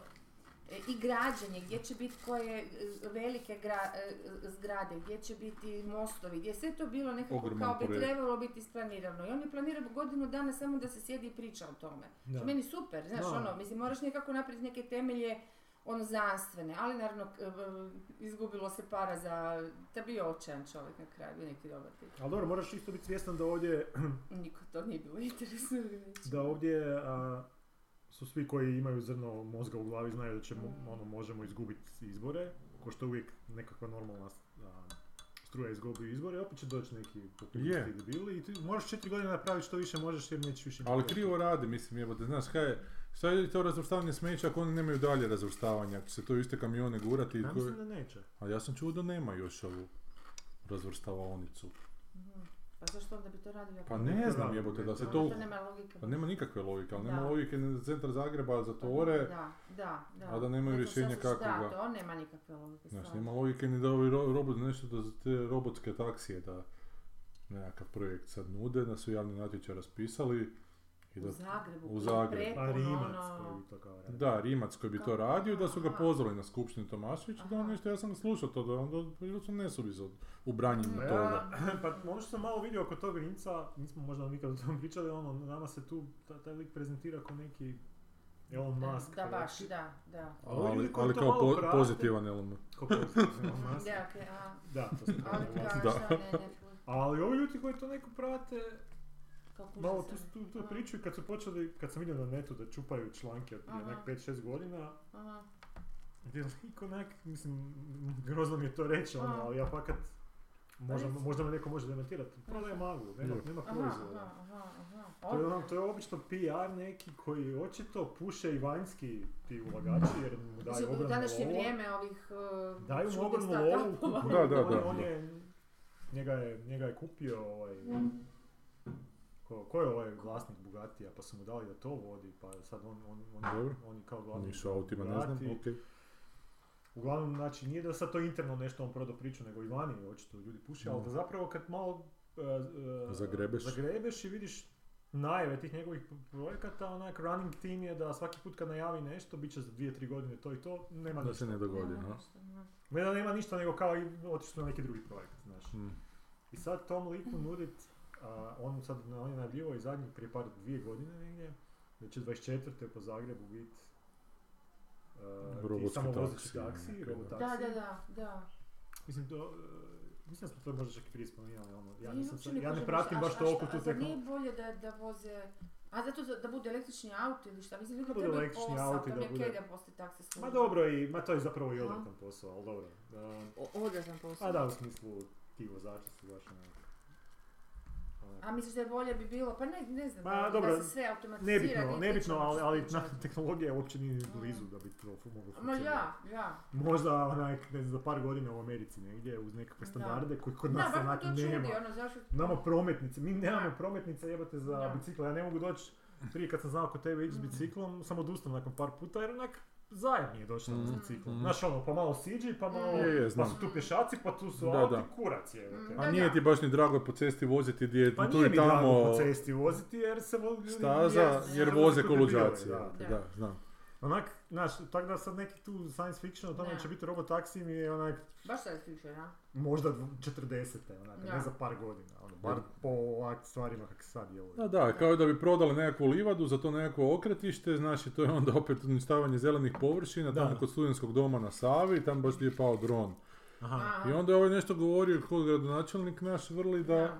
[SPEAKER 4] E, i građenje, gdje će biti koje e, velike gra- e, zgrade, gdje će biti mostovi, gdje je sve to bilo nekako
[SPEAKER 2] Ogroman
[SPEAKER 4] kao bi
[SPEAKER 2] projekt.
[SPEAKER 4] trebalo biti isplanirano. I on je planirao godinu dana samo da se sjedi i priča o tome.
[SPEAKER 1] Da.
[SPEAKER 4] Što je meni super, znaš,
[SPEAKER 1] Da.
[SPEAKER 4] ono, mislim, moraš nekako napraviti neke temelje ono znanstvene, ali naravno k- v- izgubilo se para za, da bio očajan čovjek na kraju, bio neki dobar tip.
[SPEAKER 1] Ali dobro, moraš isto biti svjestan da ovdje,
[SPEAKER 4] Niko to nije bilo interesno. reći.
[SPEAKER 1] da ovdje a, su svi koji imaju zrno mozga u glavi znaju da ćemo,
[SPEAKER 4] Mm.
[SPEAKER 1] ono, možemo izgubiti izbore, ko što uvijek nekakva normalna a, struja izgubi izbore, opet će doći neki populisti
[SPEAKER 2] Je.
[SPEAKER 1] debili i ti moraš četiri godine napraviti što više možeš jer nećeš više
[SPEAKER 2] Ali
[SPEAKER 1] biti
[SPEAKER 2] krivo rade, mislim, jebote, znaš, kaj je, šta je to razvrstavanje smeća ako oni nemaju dalje razvrstavanja, ako se to u iste kamione gurati,
[SPEAKER 1] Ja
[SPEAKER 2] koje-
[SPEAKER 1] mislim da neće.
[SPEAKER 2] a ja sam čuo da nema još ovu razvrstavaonicu.
[SPEAKER 4] Mhm. Pa zašto onda bi to radio?
[SPEAKER 2] Pa ne znam, jebote, da se to...
[SPEAKER 4] To nema logike.
[SPEAKER 2] Pa nema nikakve logike, ali nema
[SPEAKER 4] Da. Pa
[SPEAKER 2] logike ni za centar Zagreba zatvore,
[SPEAKER 4] Da, da, da.
[SPEAKER 2] a da nemaju
[SPEAKER 4] Zato što
[SPEAKER 2] rješenja
[SPEAKER 4] su-
[SPEAKER 2] kako
[SPEAKER 4] Da,
[SPEAKER 2] ga-
[SPEAKER 4] to nema nikakve logike.
[SPEAKER 2] znaš,
[SPEAKER 4] stvarno.
[SPEAKER 2] nema logike ni da ovi ro- robot, nešto da za te robotske taksije, da nekakav projekt sad nude, da su javni natječaj raspisali i da...
[SPEAKER 4] U Zagrebu.
[SPEAKER 2] u Zagrebu.
[SPEAKER 4] preko,
[SPEAKER 1] Pa Rimac
[SPEAKER 4] ono-
[SPEAKER 1] koji bi to kao radio.
[SPEAKER 2] Da, Rimac koji bi to
[SPEAKER 4] Kako?
[SPEAKER 2] radio, da su ga
[SPEAKER 4] Aha.
[SPEAKER 2] pozvali na skupštinu Tomaševića, da on
[SPEAKER 4] Aha.
[SPEAKER 2] nešto, ja sam slušao to, da on bili su nesuvisod u branjenju
[SPEAKER 1] Pa
[SPEAKER 2] toga.
[SPEAKER 1] ja, pa ono što sam malo vidio oko tog Rimca, nismo možda nikad o tom pričali, ono, nama se tu, ta, taj lik prezentira kao neki Elon Musk.
[SPEAKER 4] Da, baš,
[SPEAKER 1] hrvatski.
[SPEAKER 4] da, da.
[SPEAKER 1] Ali ovi
[SPEAKER 2] Ali,
[SPEAKER 1] ljudi koji
[SPEAKER 2] ali
[SPEAKER 1] to
[SPEAKER 2] kao
[SPEAKER 1] malo
[SPEAKER 2] po-
[SPEAKER 1] prate-
[SPEAKER 2] pozitivan element.
[SPEAKER 1] Kao pozitivan Elon Musk.
[SPEAKER 4] Da, okej, a,
[SPEAKER 1] Da, to sam
[SPEAKER 4] ali
[SPEAKER 1] rekao,
[SPEAKER 4] kažeš,
[SPEAKER 1] vlasnik.
[SPEAKER 2] Da.
[SPEAKER 4] da, ne, ne,
[SPEAKER 1] Ali ovi ljudi koji to neko prate,
[SPEAKER 4] kao kužim
[SPEAKER 1] malo
[SPEAKER 4] se.
[SPEAKER 1] tu, tu, tu
[SPEAKER 4] Aha.
[SPEAKER 1] priču i kad su počeli, kad sam vidio na netu da čupaju članke od prije
[SPEAKER 4] Aha.
[SPEAKER 1] onak 5-6 godina,
[SPEAKER 4] Aha.
[SPEAKER 1] gdje lik onak, mislim, grozno mi je to reći, ono,
[SPEAKER 4] Aha.
[SPEAKER 1] ali ja fakat, možda,
[SPEAKER 4] Reci.
[SPEAKER 1] možda me neko može demantirati, prodaje maglu, nema,
[SPEAKER 2] Je.
[SPEAKER 1] nema
[SPEAKER 4] Aha,
[SPEAKER 1] proizvoda.
[SPEAKER 4] aha, aha, aha.
[SPEAKER 1] To je, ono,
[SPEAKER 4] Odlično.
[SPEAKER 1] to je obično PR neki koji očito puše i vanjski ti ulagači jer mu
[SPEAKER 4] Znači,
[SPEAKER 1] daju
[SPEAKER 4] u
[SPEAKER 1] ogromnu
[SPEAKER 4] današnje
[SPEAKER 1] lovu.
[SPEAKER 4] vrijeme ovih... uh,
[SPEAKER 1] Daju mu
[SPEAKER 4] čudnih
[SPEAKER 1] ogromnu
[SPEAKER 4] startupova.
[SPEAKER 1] lovu, kupuju,
[SPEAKER 2] Da, da,
[SPEAKER 1] on,
[SPEAKER 2] da,
[SPEAKER 1] je- on
[SPEAKER 2] da.
[SPEAKER 1] je, njega je, njega je kupio ovaj, ko, ko je ovaj vlasnik Bugatija pa su mu dali da to vodi pa sad on, on, on,
[SPEAKER 2] Dobro.
[SPEAKER 1] on je kao glavni
[SPEAKER 2] Niš o autima, ne znam,
[SPEAKER 1] Bugatti.
[SPEAKER 2] okej.
[SPEAKER 1] Uglavnom, znači, nije da sad to interno nešto on prodao priču, nego i vani očito ljudi puše, ali da zapravo kad malo e, e,
[SPEAKER 2] Zagrebeš.
[SPEAKER 1] zagrebeš i vidiš najave tih njegovih projekata, onak running team je da svaki put kad najavi nešto, bit će za dvije, tri godine to i to, nema
[SPEAKER 2] Da
[SPEAKER 1] ništa.
[SPEAKER 2] se ne dogodi,
[SPEAKER 4] Aha,
[SPEAKER 2] no.
[SPEAKER 4] ništa, aha.
[SPEAKER 1] Ne da nema ništa, nego kao i otišli su na neki drugi projekt, znaš.
[SPEAKER 2] Mm.
[SPEAKER 1] I sad tom liku nudit, a, on mu sad, on je najavljivao i zadnji prije par dvije godine negdje, da će 24. po Zagrebu biti
[SPEAKER 2] Robotski
[SPEAKER 1] samovozeći
[SPEAKER 2] taksi,
[SPEAKER 1] taksi,
[SPEAKER 2] neki,
[SPEAKER 1] robotaksi.
[SPEAKER 4] Da, da, da, da.
[SPEAKER 1] Mislim, to, e, mislim da smo to možda čak i prije spominjali, ono, ja,
[SPEAKER 4] I
[SPEAKER 1] nisam
[SPEAKER 4] uopće
[SPEAKER 1] sad- ja ne
[SPEAKER 4] kužim
[SPEAKER 1] pratim
[SPEAKER 4] ništa. A
[SPEAKER 1] baš
[SPEAKER 4] šta-
[SPEAKER 1] toliko
[SPEAKER 4] šta-
[SPEAKER 1] tu
[SPEAKER 4] a zar nije
[SPEAKER 1] tehnologiju.
[SPEAKER 4] bolje da, da voze... A zato da- da bude električni auto ili šta? Mislim, ljudi
[SPEAKER 1] Bude
[SPEAKER 4] trebaju
[SPEAKER 1] električni
[SPEAKER 4] posao,
[SPEAKER 1] auti,
[SPEAKER 4] to
[SPEAKER 1] da
[SPEAKER 4] mi je
[SPEAKER 1] bude-
[SPEAKER 4] okej da postoji taksi služba.
[SPEAKER 1] Ma dobro, i, ma to je zapravo i
[SPEAKER 4] Aha.
[SPEAKER 1] odvratan posao, ali dobro. Da,
[SPEAKER 4] Odrazan posao.
[SPEAKER 1] a da, u smislu ti vozači su baš ono- onak. onak-
[SPEAKER 4] A misliš da je bolje bi bilo, pa ne, ne znam,
[SPEAKER 1] Ma,
[SPEAKER 4] da,
[SPEAKER 1] dobro,
[SPEAKER 4] da se sve automatizira.
[SPEAKER 1] Nebitno,
[SPEAKER 4] i
[SPEAKER 1] nebitno,
[SPEAKER 4] pričamo
[SPEAKER 1] ali,
[SPEAKER 4] što
[SPEAKER 1] ali
[SPEAKER 4] pričamo.
[SPEAKER 1] na, tehnologija uopće nije ni
[SPEAKER 4] Mhm.
[SPEAKER 1] blizu da bi to fu- moglo
[SPEAKER 4] Ma
[SPEAKER 1] funkcionirati.
[SPEAKER 4] ja, ja.
[SPEAKER 1] Možda onak, ne znam, za par godina u Americi negdje, uz nekakve standarde koji kod nas
[SPEAKER 4] Da, baš
[SPEAKER 1] onak
[SPEAKER 4] me to
[SPEAKER 1] nema.
[SPEAKER 4] čudi, ono, zašto...
[SPEAKER 1] Nama prometnice, mi nemamo
[SPEAKER 4] Da.
[SPEAKER 1] prometnice jebate za
[SPEAKER 4] Da.
[SPEAKER 1] bicikla, ja ne mogu doći prije kad sam znao kod tebe ići s
[SPEAKER 4] Mhm.
[SPEAKER 1] biciklom, sam odustao nakon par puta jer onak zajedno je došla
[SPEAKER 2] Mhm.
[SPEAKER 1] mm. biciklom.
[SPEAKER 2] Mhm.
[SPEAKER 1] Znaš ono, pa malo siđi, pa malo...
[SPEAKER 2] Je, je,
[SPEAKER 1] Pa
[SPEAKER 2] znam.
[SPEAKER 1] su tu pješaci, pa tu su
[SPEAKER 2] Da,
[SPEAKER 1] auti,
[SPEAKER 2] da.
[SPEAKER 1] kurac je.
[SPEAKER 3] Mm.
[SPEAKER 2] A nije ti baš ni drago po cesti voziti gdje je
[SPEAKER 1] Pa
[SPEAKER 2] tu
[SPEAKER 1] nije
[SPEAKER 2] i
[SPEAKER 1] mi drago
[SPEAKER 2] tamo
[SPEAKER 1] po cesti voziti jer se vo- ljudi...
[SPEAKER 2] staza
[SPEAKER 1] jesu-
[SPEAKER 2] jer
[SPEAKER 1] jesu
[SPEAKER 2] voze
[SPEAKER 1] debili,
[SPEAKER 2] koluđaci.
[SPEAKER 1] da.
[SPEAKER 2] Da,
[SPEAKER 4] Da.
[SPEAKER 2] da, znam.
[SPEAKER 1] Onak, znaš, tako da sad neki tu science fiction o tome
[SPEAKER 4] Da.
[SPEAKER 1] će biti robotaksi mi je onak
[SPEAKER 4] Baš sad isključuje, a?
[SPEAKER 1] možda 40. onak,
[SPEAKER 4] Da.
[SPEAKER 1] ne za par godina. Ono, bar
[SPEAKER 2] Da.
[SPEAKER 1] po ovak stvarima kako sad djeluju.
[SPEAKER 2] Da, da, kao da bi prodali nekakvu livadu za to nekakvo okretište, znači to je onda opet uništavanje zelenih površina,
[SPEAKER 1] Da.
[SPEAKER 2] tamo kod studentskog doma na Savi, tam baš gdje je pao dron.
[SPEAKER 1] Aha.
[SPEAKER 4] Aha.
[SPEAKER 2] I onda je ovaj nešto govorio kod gradonačelnik naš vrli da,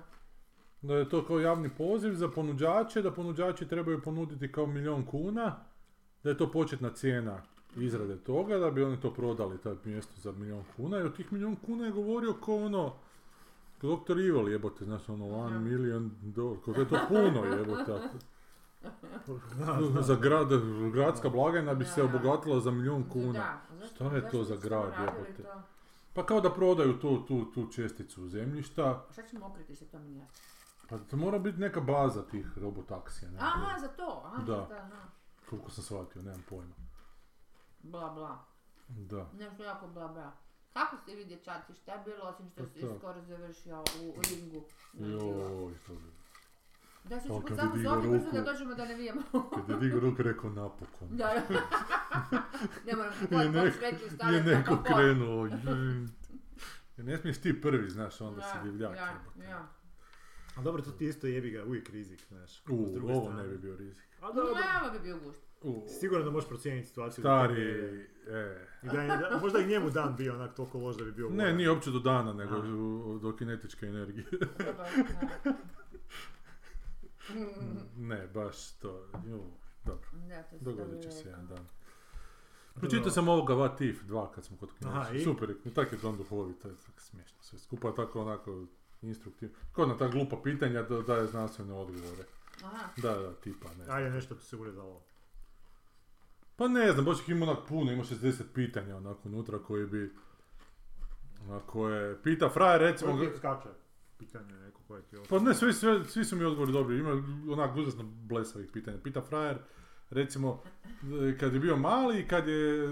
[SPEAKER 2] da je to kao javni poziv za ponuđače, da ponuđači trebaju ponuditi kao milijun kuna, da je to početna cijena izrade toga, da bi oni to prodali, taj mjesto za milijun kuna. I od tih milijun kuna je govorio ko ono, ko Dr. Evil jebote, znaš ono, one
[SPEAKER 4] Ja.
[SPEAKER 2] million dollar, kako je to puno jebote.
[SPEAKER 1] Da, da.
[SPEAKER 2] za grad, gradska blagajna bi se
[SPEAKER 4] Da.
[SPEAKER 2] obogatila za milijun kuna.
[SPEAKER 4] Da, zašto-
[SPEAKER 2] Šta je
[SPEAKER 4] zašto
[SPEAKER 2] to za
[SPEAKER 4] nisu
[SPEAKER 2] grad,
[SPEAKER 4] radili
[SPEAKER 2] jebote?
[SPEAKER 4] to?
[SPEAKER 2] Pa kao da prodaju tu, tu, tu česticu zemljišta,
[SPEAKER 4] Šta ćemo okriti se to mi nije jasno.
[SPEAKER 2] pa to mora biti neka baza tih robotaksija, ne?
[SPEAKER 4] Aha, za to, aha,
[SPEAKER 2] Da.
[SPEAKER 4] da. aha.
[SPEAKER 2] koliko sam shvatio, nemam pojma.
[SPEAKER 4] Bla, bla.
[SPEAKER 2] Da.
[SPEAKER 4] Nešto jako bla, bla. Kako ste vi dječaci, šta je bilo osim što
[SPEAKER 2] Pa
[SPEAKER 4] si
[SPEAKER 2] to.
[SPEAKER 4] skoro završio u, u ringu? Znači,
[SPEAKER 2] Joj, to bi-
[SPEAKER 4] Da se
[SPEAKER 2] Pa
[SPEAKER 4] ću
[SPEAKER 2] kad
[SPEAKER 4] samo
[SPEAKER 2] bi digao
[SPEAKER 4] zovni brzo
[SPEAKER 2] ruku.
[SPEAKER 4] da dođemo da ne vijemo.
[SPEAKER 2] kad je digao ruku rekao napokon.
[SPEAKER 4] da, da. ne moram
[SPEAKER 2] Je
[SPEAKER 4] kupovati
[SPEAKER 2] neko-
[SPEAKER 4] poč reći
[SPEAKER 2] je
[SPEAKER 4] stavljati
[SPEAKER 2] neko
[SPEAKER 4] kako hoćeš.
[SPEAKER 2] krenuo. joj. Jer ne smiješ ti prvi, znaš, onda si divljak.
[SPEAKER 4] Ja,
[SPEAKER 2] jebote.
[SPEAKER 4] ja.
[SPEAKER 1] Ali dobro, to ti isto jebi ga, uvijek rizik, znaš.
[SPEAKER 2] U,
[SPEAKER 1] s druge
[SPEAKER 2] ovo
[SPEAKER 1] strane.
[SPEAKER 2] ne bi bio rizik.
[SPEAKER 1] A Pa dobro,
[SPEAKER 4] Ovo bi bio gušt.
[SPEAKER 2] U,
[SPEAKER 1] sigurno da možeš procijeniti situaciju.
[SPEAKER 2] stari,
[SPEAKER 1] da je-
[SPEAKER 2] e.
[SPEAKER 1] I da je, da- možda i njemu dan bio onak toliko loš da bi bio
[SPEAKER 2] Ne,
[SPEAKER 1] voljan.
[SPEAKER 2] nije uopće do dana, nego
[SPEAKER 1] Aha.
[SPEAKER 2] u- do kinetičke energije.
[SPEAKER 4] Dobar, da. Mm,
[SPEAKER 2] ne, baš to. ju, Dobro,
[SPEAKER 4] Da, to si dobro
[SPEAKER 2] dogodit će se
[SPEAKER 4] rekao.
[SPEAKER 2] jedan
[SPEAKER 4] Da,
[SPEAKER 2] dan. Pročitao sam ovoga What If 2 kad smo kod
[SPEAKER 1] Aha,
[SPEAKER 2] kinetičke.
[SPEAKER 1] i?
[SPEAKER 2] Super, je, tak je Don Duhovi, to je tako smiješno sve skupa, tako onako instruktivno. Kao na ta glupa pitanja da daje znanstvene odgovore.
[SPEAKER 4] Aha.
[SPEAKER 2] Da, da, tipa, ne znam.
[SPEAKER 1] Ajde, nešto ti se urezalo.
[SPEAKER 2] Pa ne znam, baš ih ima onak puno, ima 60 pitanja onako unutra koji bi... Na koje pita frajer recimo...
[SPEAKER 1] Koji ti
[SPEAKER 2] ga-
[SPEAKER 1] skače? Pitanje je neko koje ti je
[SPEAKER 2] Pa
[SPEAKER 1] ostalo.
[SPEAKER 2] ne, svi, sve, svi su mi odgovori dobri, ima onak užasno blesavih pitanja. Pita frajer, recimo, e, kad je bio mali, i kad je e,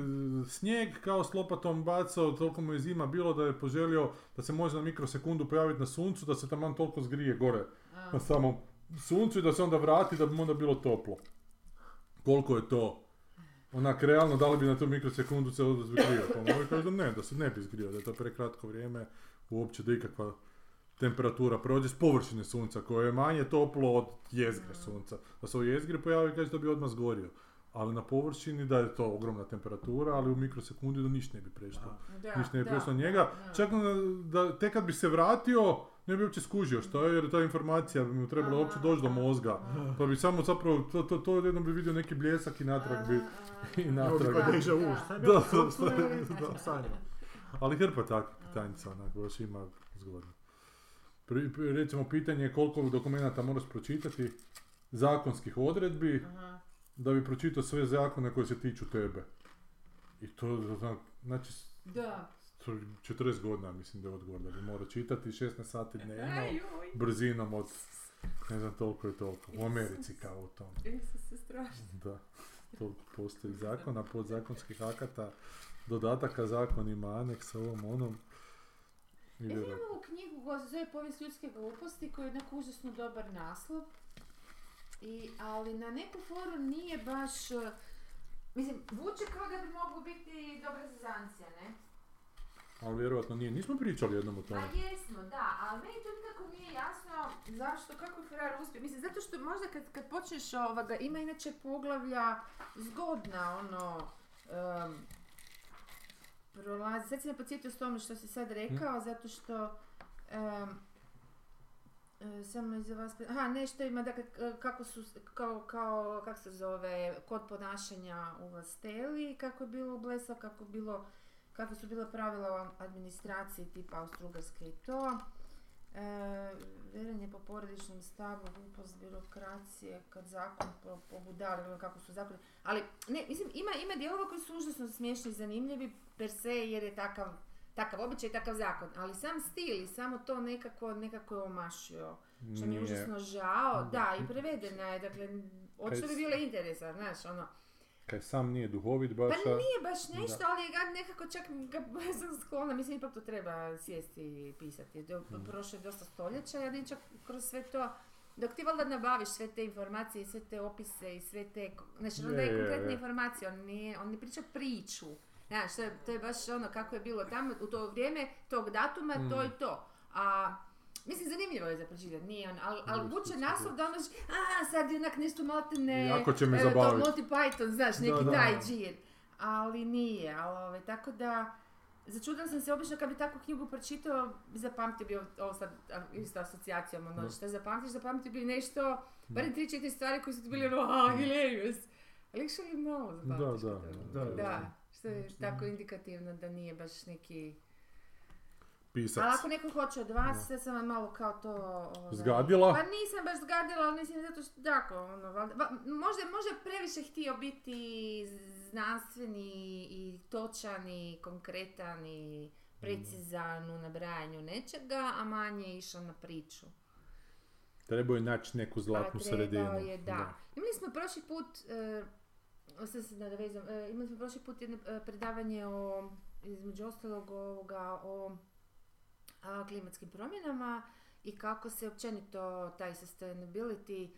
[SPEAKER 2] snijeg kao s lopatom bacao, toliko mu je zima bilo da je poželio da se može na mikrosekundu pojaviti na suncu, da se taman toliko zgrije gore
[SPEAKER 4] A,
[SPEAKER 2] na samom suncu i da se onda vrati da bi mu onda bilo toplo. Koliko je to onak realno, da li bi na tu mikrosekundu se odmah zgrio? Pa mu ovaj kaže da ne, da se ne bi zgrio, da je to prekratko vrijeme uopće da ikakva temperatura prođe s površine sunca koje je manje toplo od jezgre sunca. Da se u jezgri pojavi kaže da bi odmah zgorio. Ali na površini da je to ogromna temperatura, ali u mikrosekundi da ništa ne bi prešlo
[SPEAKER 4] da,
[SPEAKER 2] ništa ne bi
[SPEAKER 4] da,
[SPEAKER 2] prešlo njega.
[SPEAKER 4] da.
[SPEAKER 2] Čak na- da, tek kad bi se vratio, ne bi uopće skužio što je, jer ta informacija bi mu trebala
[SPEAKER 4] Aha,
[SPEAKER 2] uopće doći do
[SPEAKER 4] aha,
[SPEAKER 2] mozga.
[SPEAKER 4] aha.
[SPEAKER 2] Pa bi samo zapravo, to, to, to jednom bi vidio neki bljesak i natrag bi.
[SPEAKER 4] Aha,
[SPEAKER 2] i
[SPEAKER 4] aha.
[SPEAKER 2] natrag.
[SPEAKER 1] Ovdje kod
[SPEAKER 4] Da,
[SPEAKER 1] deja vu,
[SPEAKER 4] da.
[SPEAKER 1] šta je
[SPEAKER 2] Da,
[SPEAKER 1] bilo?
[SPEAKER 2] da,
[SPEAKER 1] Što je bilo?
[SPEAKER 2] da.
[SPEAKER 1] Što sam sanjao?
[SPEAKER 2] Ali hrpa takvih pitanjica, onako, baš ima zgodno. Pri- pri- recimo, pitanje je koliko dokumenata moraš pročitati, zakonskih odredbi,
[SPEAKER 4] Aha.
[SPEAKER 2] da bi pročitao sve zakone koji se tiču tebe. I to, znači,
[SPEAKER 4] Da.
[SPEAKER 2] to je 40 godina mislim da je odgovor da bi morao čitati 16 sati dnevno
[SPEAKER 3] Ej, joj,
[SPEAKER 2] brzinom od ne znam toliko i toliko u Americi kao u tom
[SPEAKER 3] Isuse, strašno.
[SPEAKER 2] da toliko postoji zakona podzakonskih akata dodataka zakonima aneksa ovom onom i
[SPEAKER 4] Ja imam
[SPEAKER 2] vjerojatno.
[SPEAKER 4] ovu E, knjigu koja se zove Povijest ljudske gluposti koji je onako užasno dobar naslov. I, ali na neku foru nije baš... eh, Mislim,
[SPEAKER 3] Vuče kao da bi moglo biti dobra zezancija, ne?
[SPEAKER 2] ali vjerojatno nije nismo pričali jednom o
[SPEAKER 3] Pa
[SPEAKER 2] tome
[SPEAKER 3] jesmo, da, ali meni to nikako nije jasno zašto, kako je Ferrari uspio.
[SPEAKER 4] mislim, zato što možda kad, kad počneš ovoga, ima inače poglavlja zgodna, ono, em, prolazi. Sad si me podsjetio s tom što si sad
[SPEAKER 2] Hm?
[SPEAKER 4] rekao, zato što em, e, samo iza vas... pre- Aha, nešto ima, dakle, k- kako su, s- kao, kao, kak se zove, kod ponašanja u Vasteli, kako je bilo u Blesa, kako je bilo, kakve su bila pravila u administraciji tipa Austrougarske i to. E, verenje po porodičnom stavu, glupost birokracije, kad zakon po, pobudali, ono kako su zakoni. Ali, ne, mislim, ima, ima dijelova koji su užasno smiješni i zanimljivi per se, jer je takav, takav običaj, takav zakon. Ali sam stil i samo to nekako, nekako je omašio. Što mi je užasno žao. Da, i prevedena je, dakle, očito bi bilo interesa, znaš, ono.
[SPEAKER 2] Kaj sam nije duhovit baš,
[SPEAKER 4] Pa nije baš nešto,
[SPEAKER 2] Da.
[SPEAKER 4] ali ja nekako čak ga sam sklona, mislim ipak to treba sjesti i pisati. Do-
[SPEAKER 2] Mhm.
[SPEAKER 4] Prošlo je dosta stoljeća, ja vidim čak kroz sve to, dok ti valjda nabaviš sve te informacije i sve te opise i sve te, ko- znači on
[SPEAKER 2] Je,
[SPEAKER 4] daje
[SPEAKER 2] je,
[SPEAKER 4] konkretne
[SPEAKER 2] je.
[SPEAKER 4] informacije, on, nije, on ne priča priču. Znaš, to je, to je baš ono kako je bilo tamo u to vrijeme, tog datuma,
[SPEAKER 2] Mhm.
[SPEAKER 4] to i to. A Mislim, zanimljivo je za pročitati, nije on, ali al
[SPEAKER 2] Nije
[SPEAKER 4] vuče
[SPEAKER 2] sudski
[SPEAKER 4] naslov da ono, a sad je onak nešto malte ne,
[SPEAKER 2] Jako će me
[SPEAKER 4] e, to
[SPEAKER 2] zabaviti.
[SPEAKER 4] Monty Python, znaš,
[SPEAKER 1] Da,
[SPEAKER 4] neki
[SPEAKER 1] da.
[SPEAKER 4] taj džir. Ali nije, ali ove, tako da... Začudila sam se obično kad bi takvu knjigu pročitao, zapamtio bi ovo- ovo sad a, isto asocijacijom, ono,
[SPEAKER 2] Da.
[SPEAKER 4] šta zapamtiš, zapamtio bi nešto, barem tri, četiri stvari koje su ti bili ono, a, hilarious. Ali actually malo zapamtiš.
[SPEAKER 2] Da, da,
[SPEAKER 4] kad to-
[SPEAKER 1] da, da, Znači,
[SPEAKER 4] Da,
[SPEAKER 1] da.
[SPEAKER 4] što je tako indikativno da nije baš neki...
[SPEAKER 2] pisac.
[SPEAKER 4] Ali ako neko hoće od vas, sad sam vam malo kao to... ovaj,
[SPEAKER 2] Zgadila?
[SPEAKER 4] Pa nisam baš zgadila, ali mislim zato što tako, ono, valjda, va- možda, možda je previše htio biti znanstveni i točan i konkretan i
[SPEAKER 2] Mm.
[SPEAKER 4] precizan u nabrajanju nečega, a manje je išao na priču.
[SPEAKER 2] Trebao je naći neku
[SPEAKER 4] Pa
[SPEAKER 2] zlatnu
[SPEAKER 4] trebao
[SPEAKER 2] sredinu.
[SPEAKER 4] je, da. Imali smo prošli put, e, sad se nadovezam, e, imali smo prošli put jedno e, predavanje o, između ostalog ovoga, o a, klimatskim promjenama i kako se općenito taj sustainability,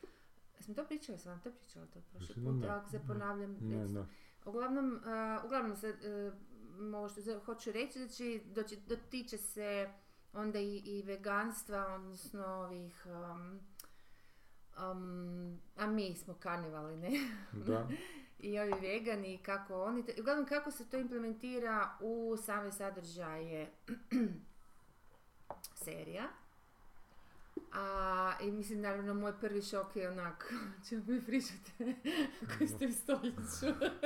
[SPEAKER 4] smo to pričali sam, to pričala to prošli
[SPEAKER 2] Mislim da
[SPEAKER 4] put,
[SPEAKER 2] ne.
[SPEAKER 4] ako se
[SPEAKER 2] Ne.
[SPEAKER 4] ponavljam,
[SPEAKER 2] Ne,
[SPEAKER 4] recite.
[SPEAKER 2] da.
[SPEAKER 4] Uglavnom, e, uglavnom se, e, m, ovo što za- hoću reći, znači doći- dotiče se onda i, i veganstva, odnosno ovih, um, um, a mi smo karnivali, ne?
[SPEAKER 2] da.
[SPEAKER 4] I ovi vegani, kako oni, to- uglavnom kako se to implementira u same sadržaje serija. A, i mislim, naravno, moj prvi šok je onak, "O čemu mi pričate, koji ste u stoljeću.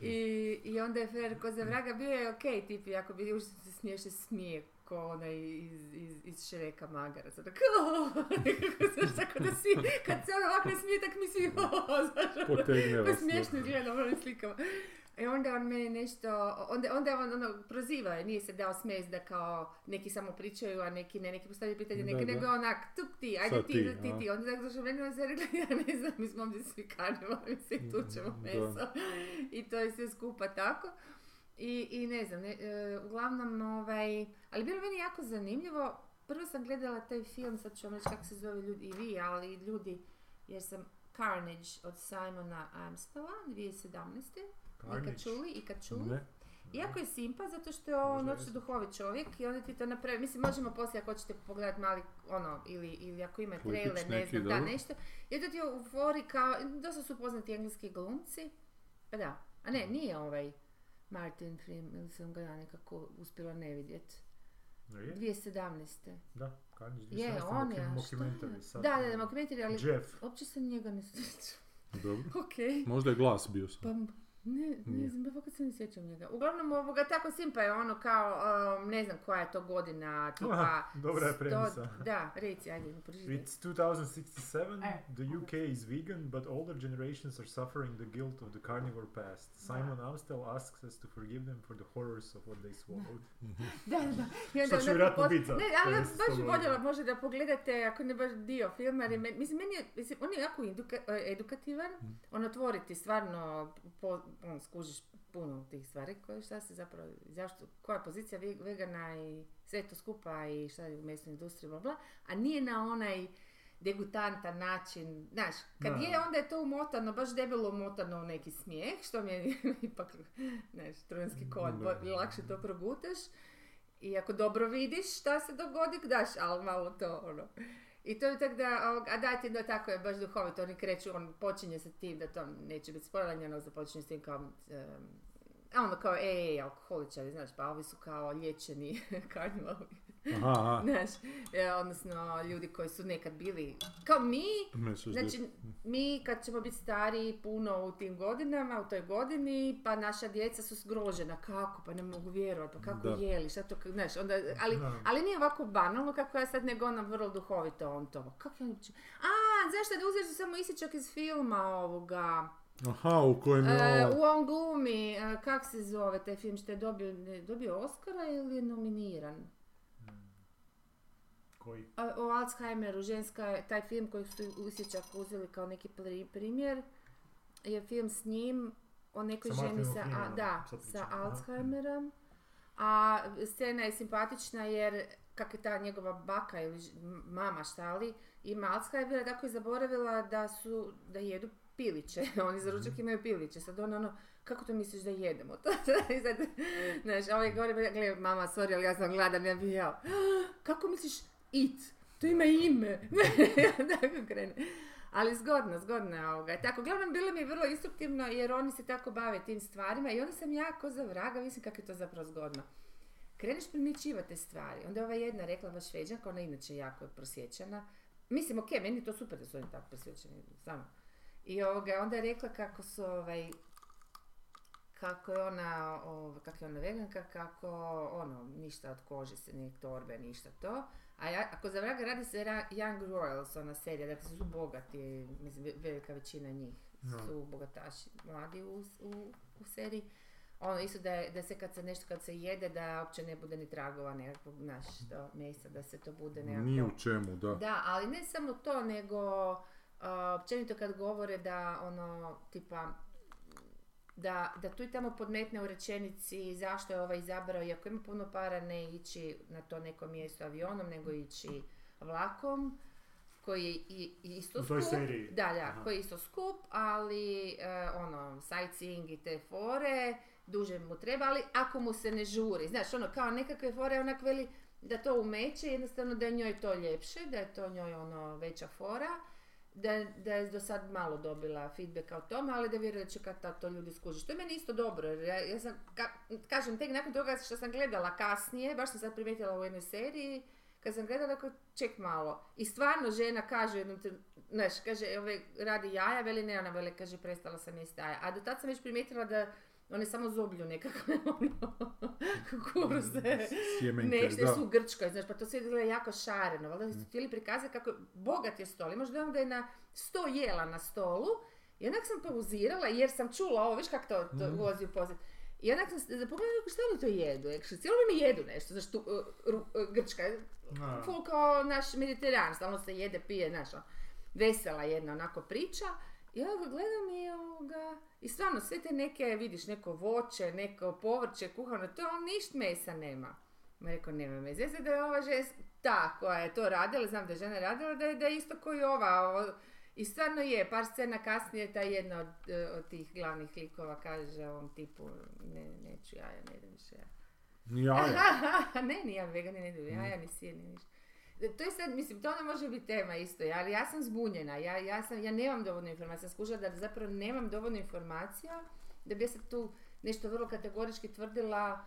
[SPEAKER 4] I, I onda je Fer ko za vraga bio je okej tipi, ako bi ušto se smiješ, se smije ko onaj iz, iz, iz Šreka Magara. Sad tako, znaš, tako da svi, kad se on ovako smije, tak mi svi, znaš, ono.
[SPEAKER 2] Potegne
[SPEAKER 4] Pa
[SPEAKER 2] vas.
[SPEAKER 4] smiješno
[SPEAKER 2] da.
[SPEAKER 4] izgleda na ovim slikama. I onda on meni nešto, onda, onda je on ono, proziva, je, nije se dao smest da kao neki samo pričaju, a neki ne, neki postavljaju pitanje,
[SPEAKER 2] Da,
[SPEAKER 4] neki
[SPEAKER 2] da.
[SPEAKER 4] nego je onak, tuk ti, ajde
[SPEAKER 2] Sad
[SPEAKER 4] ti,
[SPEAKER 2] ti,
[SPEAKER 4] ti, ti,
[SPEAKER 2] a?
[SPEAKER 4] ti. Onda je tako došao meni on se rekla, ja ne znam, mi smo ovdje svi karnevali, mi se i tučemo
[SPEAKER 2] Da.
[SPEAKER 4] meso. I to je sve skupa tako. I, i ne znam, ne, e, uglavnom, ovaj, ali bilo je meni jako zanimljivo, prvo sam gledala taj film, sad ću vam reći kako se zove ljudi i vi, ali i ljudi, jer sam Carnage od Simona Amstela, 2017. Nikad čuli, ikad čuli.
[SPEAKER 2] Ne.
[SPEAKER 4] Iako je simpa, zato što je on
[SPEAKER 1] Možda
[SPEAKER 4] očito
[SPEAKER 1] jesam.
[SPEAKER 4] duhovit čovjek i onda ti to napravi. Mislim, možemo poslije ako hoćete pogledati mali, ono, ili, ili ako ima
[SPEAKER 2] Klipčić
[SPEAKER 4] trailer, ne
[SPEAKER 2] neki,
[SPEAKER 4] znam, da,
[SPEAKER 2] dobro.
[SPEAKER 4] nešto. I onda ti uvori kao, dosta su poznati engleski glumci. Pa da, a ne, nije ovaj Martin Prim, ili sam ga ja nekako uspjela ne vidjeti.
[SPEAKER 1] No je,
[SPEAKER 4] 2017.
[SPEAKER 1] da, Carnage
[SPEAKER 4] Je,
[SPEAKER 1] Disney,
[SPEAKER 4] on je, a šta
[SPEAKER 1] mockumentary
[SPEAKER 4] je?
[SPEAKER 1] sad.
[SPEAKER 4] Da, da, da, mockumentary, ali
[SPEAKER 1] Jeff.
[SPEAKER 4] uopće se njega ne sjećam.
[SPEAKER 2] Dobro.
[SPEAKER 4] Okej.
[SPEAKER 2] Možda je glas bio sam.
[SPEAKER 4] Pa m- ne, ne
[SPEAKER 2] Nije.
[SPEAKER 4] znam, pa fakat se ne sjećam njega. Uglavnom, ovoga, tako simpa je ono kao, um, ne znam koja je to godina, tipa...
[SPEAKER 1] Aha, dobra je
[SPEAKER 4] sto-
[SPEAKER 1] premisa.
[SPEAKER 4] Da, reci, ajde, ne pročitaj.
[SPEAKER 1] It's 2067.
[SPEAKER 3] E.
[SPEAKER 1] The UK is vegan, but older generations are suffering the guilt of the carnivore past. Simon Amstel asks us to forgive them for the horrors of what they swallowed.
[SPEAKER 4] Da, da. I
[SPEAKER 1] Što će
[SPEAKER 4] onako
[SPEAKER 1] vjerojatno
[SPEAKER 4] pos-
[SPEAKER 1] biti za-
[SPEAKER 4] Ne,
[SPEAKER 1] to
[SPEAKER 4] ali
[SPEAKER 1] je
[SPEAKER 4] ja
[SPEAKER 1] isto
[SPEAKER 4] baš bi
[SPEAKER 1] slobodno.
[SPEAKER 4] voljela možda da pogledate, ako ne baš dio filma, jer je men- mislim, meni je, mislim, on je jako eduka- e, edukativan,
[SPEAKER 1] Mhm.
[SPEAKER 4] on otvori ti stvarno, po, on skužiš puno tih stvari, koje, šta se zapravo, zašto, koja je pozicija ve- vegana i sve to skupa i šta je u mesnoj industriji, bla, bla, a nije na onaj degutantan način, znaš, kad
[SPEAKER 1] Da.
[SPEAKER 4] je onda je to umotano, baš debelo umotano u neki smijeh, što mi je ipak, znaš, trojanski konj,
[SPEAKER 2] Da.
[SPEAKER 4] bolje- lakše to progutaš. I ako dobro vidiš šta se dogodi, daš, ali malo to ono. I to je tak da, ovog- a dajte da tako je baš duhovito, oni kreću, on počinje sa tim da to neće biti sporavanje, ono započinje s tim kao, em, a ono kao, ej, alkoholičari, znaš, pa ovi su kao liječeni karnivali,
[SPEAKER 2] Aha, aha.
[SPEAKER 4] znaš, e, odnosno ljudi koji su nekad bili, kao mi,
[SPEAKER 2] Meso znači,
[SPEAKER 4] Znači, mi kad ćemo biti stariji puno u tim godinama, u toj godini, pa naša djeca su zgrožena, kako, pa ne mogu vjerovati, pa kako
[SPEAKER 2] Da.
[SPEAKER 4] jeli, šta to, k- znaš, onda, ali,
[SPEAKER 1] Da.
[SPEAKER 4] ali nije ovako banalno kako ja sad, nego ono vrlo duhovito on to, kako je uopće, a, zašto da uzeš samo isječak iz filma ovoga,
[SPEAKER 2] Aha, u kojem
[SPEAKER 4] E,
[SPEAKER 2] je ovo...
[SPEAKER 4] u on glumi, e, kak se zove taj film, što je dobio, ne, dobio Oscara ili je nominiran?
[SPEAKER 1] Koji?
[SPEAKER 4] A, o Alzheimeru, ženska, je- taj film koji su Usjećak uzeli kao neki pri- primjer, je film s njim o nekoj
[SPEAKER 1] Sa
[SPEAKER 4] ženi
[SPEAKER 1] Martinom
[SPEAKER 4] sa, a,
[SPEAKER 1] Freemanom
[SPEAKER 4] da,
[SPEAKER 1] sad
[SPEAKER 4] sa
[SPEAKER 1] pričamo, aha.
[SPEAKER 4] Alzheimerom. A scena je simpatična jer kak je ta njegova baka ili ž- m- mama šta li ima Alzheimera, tako je zaboravila da su, da jedu piliće. Oni za
[SPEAKER 1] Mhm.
[SPEAKER 4] ručak imaju piliće. Sad ona ono, kako to misliš da jedemo? To, I sad, znaš, a ovaj govori, gle, mama, sorry, ali ja sam gladan, ja bih jeo. Kako misliš it? To ima ime. tako krene. Ali zgodno, zgodno je ovoga. Tako, uglavnom bilo mi je vrlo instruktivno jer oni se tako bave tim stvarima i onda sam ja ko za vraga, mislim kako je to zapravo zgodno. Kreneš primjećivati te stvari. Onda je ova jedna rekla, ova šveđanka, ona je inače jako je prosjećana. Mislim, ok, meni je to super da su oni tako prosjećani, samo. I ovoga, onda je rekla kako su ovaj, kako je ona, ovaj, kako je ona veganka, kako ono, ništa od kože se, ni torbe, ništa to. A ja, ako za vraga radi se ra- Young Royals, ona serija, dakle su bogati, mislim, ve- velika većina njih
[SPEAKER 1] Da.
[SPEAKER 4] su bogataši, mladi u, u, u seriji. Ono, isto da, je- da se kad se nešto kad se jede, da uopće ne bude ni tragova nekakvog, znaš, to, mesa, da se to bude nekako...
[SPEAKER 2] Ni u čemu, da.
[SPEAKER 4] Da, ali ne samo to, nego a, općenito kad govore da ono, tipa, da, da tu i tamo podmetne u rečenici zašto je ovaj izabrao, iako ima puno para, ne ići na to neko mjesto avionom, nego ići vlakom, koji je i, i isto
[SPEAKER 1] U toj
[SPEAKER 4] skup.
[SPEAKER 1] seriji?
[SPEAKER 4] Da, da,
[SPEAKER 1] Aha.
[SPEAKER 4] koji je isto skup, ali e, ono, sightseeing i te fore, duže mu treba, ali ako mu se ne žuri, znaš, ono, kao nekakve fore, onak veli da to umeće, jednostavno da je njoj to ljepše, da je to njoj ono veća fora, da, da je do sad malo dobila feedbacka o tome, ali da vjeruje da će kad tad to ljudi skuži. Što je meni isto dobro, jer ja, ja sam, ka- kažem, tek nakon toga što sam gledala kasnije, baš sam sad primijetila u jednoj seriji, kad sam gledala, ako ček malo. I stvarno žena kaže, u jednom tren- znaš, kaže, ove, radi jaja, veli ne, ona veli, kaže, prestala sam jesti jaja. A do tad sam već primijetila da one samo zoblju nekakve, ono, kukuruze.
[SPEAKER 2] Sjemenke,
[SPEAKER 4] Nešto
[SPEAKER 2] Mm. da.
[SPEAKER 4] su u Grčkoj, znaš, pa to sve izgleda jako šareno. Valjda su htjeli prikazati kako je bogat je stol. I možda onda je na sto jela na stolu. I onak sam pauzirala jer sam čula ovo, viš kako to, to
[SPEAKER 2] Mhm.
[SPEAKER 4] vozi u pozad. I onak sam pogledala šta oni to jedu, actually. cijelo vrijeme jedu nešto, znaš, tu, uh, ru- uh, Grčka,
[SPEAKER 1] Da.
[SPEAKER 4] full kao naš mediteran, stalno se jede, pije, znaš, ono, vesela jedna onako priča. I ja ga gledam i ovoga, i stvarno sve te neke, vidiš, neko voće, neko povrće kuhano, to on ništa mesa nema. Ma rekao, nema me zezati da je ova žena ta koja je to radila, znam da je žena radila, da je, da je isto koji ova. ovo- I stvarno je, par scena kasnije ta jedna od, e, od tih glavnih likova kaže ovom tipu, ne, neću jaja, ne idem više jaja.
[SPEAKER 2] Ni jaja.
[SPEAKER 4] ne, ni ja vegan, ne idem
[SPEAKER 1] Mm.
[SPEAKER 4] jaja, ni sir, ni ništa. To je sad, mislim, to ona može biti tema isto, ja- ali ja sam zbunjena, ja, ja, sam, ja nemam dovoljno informacija, skužila da zapravo nemam dovoljno informacija da bi ja sad tu nešto vrlo kategorički tvrdila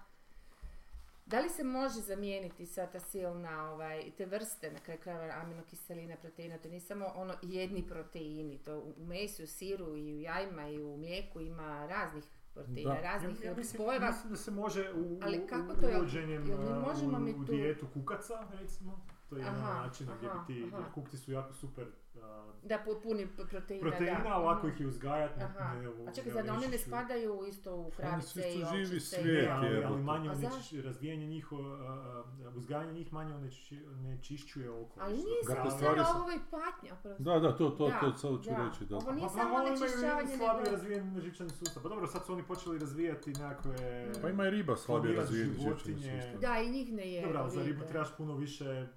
[SPEAKER 4] da li se može zamijeniti sva ta silna ovaj, te vrste, na kraju krajeva aminokiselina, proteina, to nije samo ono jedni proteini, to u u mesu, u siru i u jajima i u mlijeku ima raznih proteina,
[SPEAKER 2] Da.
[SPEAKER 1] Ja,
[SPEAKER 4] raznih
[SPEAKER 1] ja mislim,
[SPEAKER 4] spojeva.
[SPEAKER 1] mislim da se može u,
[SPEAKER 4] Ali
[SPEAKER 1] u-
[SPEAKER 4] kako to je-
[SPEAKER 1] uvođenjem
[SPEAKER 4] jel mi
[SPEAKER 1] a,
[SPEAKER 4] možemo
[SPEAKER 1] u,
[SPEAKER 4] mi
[SPEAKER 1] u
[SPEAKER 4] tu-
[SPEAKER 1] dijetu kukaca, recimo. To je jedan
[SPEAKER 4] Aha,
[SPEAKER 1] način gdje
[SPEAKER 4] aha,
[SPEAKER 1] bi ti,
[SPEAKER 4] aha.
[SPEAKER 1] jer kukci su jako super a,
[SPEAKER 4] Da, pu- puni p- proteina,
[SPEAKER 1] proteina,
[SPEAKER 4] da.
[SPEAKER 1] a lako
[SPEAKER 4] Mhm.
[SPEAKER 1] ih i uzgajati.
[SPEAKER 4] Aha. A čekaj, sad one ne spadaju isto u kravice
[SPEAKER 2] isto
[SPEAKER 4] i
[SPEAKER 2] živi
[SPEAKER 4] ovčice i-
[SPEAKER 2] svijet,
[SPEAKER 1] Ne, ali, ali
[SPEAKER 2] jebote.
[SPEAKER 1] manje
[SPEAKER 4] A
[SPEAKER 1] onečiš,
[SPEAKER 4] Pa zašto?
[SPEAKER 1] razvijanje njih, o, a, a, uzgajanje njih manje onečišći- onečišćuje okoliš.
[SPEAKER 4] Ali nije
[SPEAKER 2] Dakle,
[SPEAKER 4] samo
[SPEAKER 2] stvari
[SPEAKER 4] stvar
[SPEAKER 2] su-
[SPEAKER 4] ovo je patnja, oprosti.
[SPEAKER 2] Da, da, to, to,
[SPEAKER 4] Da,
[SPEAKER 2] to sad ću
[SPEAKER 4] da.
[SPEAKER 2] reći, da.
[SPEAKER 4] Ovo nije
[SPEAKER 1] Pa, pa,
[SPEAKER 4] samo
[SPEAKER 1] oni imaju
[SPEAKER 4] onečišćavanje,
[SPEAKER 1] slabije
[SPEAKER 4] nego-
[SPEAKER 1] razvijen živčani sustav. Pa dobro, sad su oni počeli razvijati nekakve...
[SPEAKER 4] Mm.
[SPEAKER 2] Pa ima i riba slabije
[SPEAKER 1] Klonirati
[SPEAKER 2] razvijeni živčani
[SPEAKER 1] životinje.
[SPEAKER 2] sustav.
[SPEAKER 4] Da, i njih ne je.
[SPEAKER 1] Dobro, ali za ribu trebaš puno više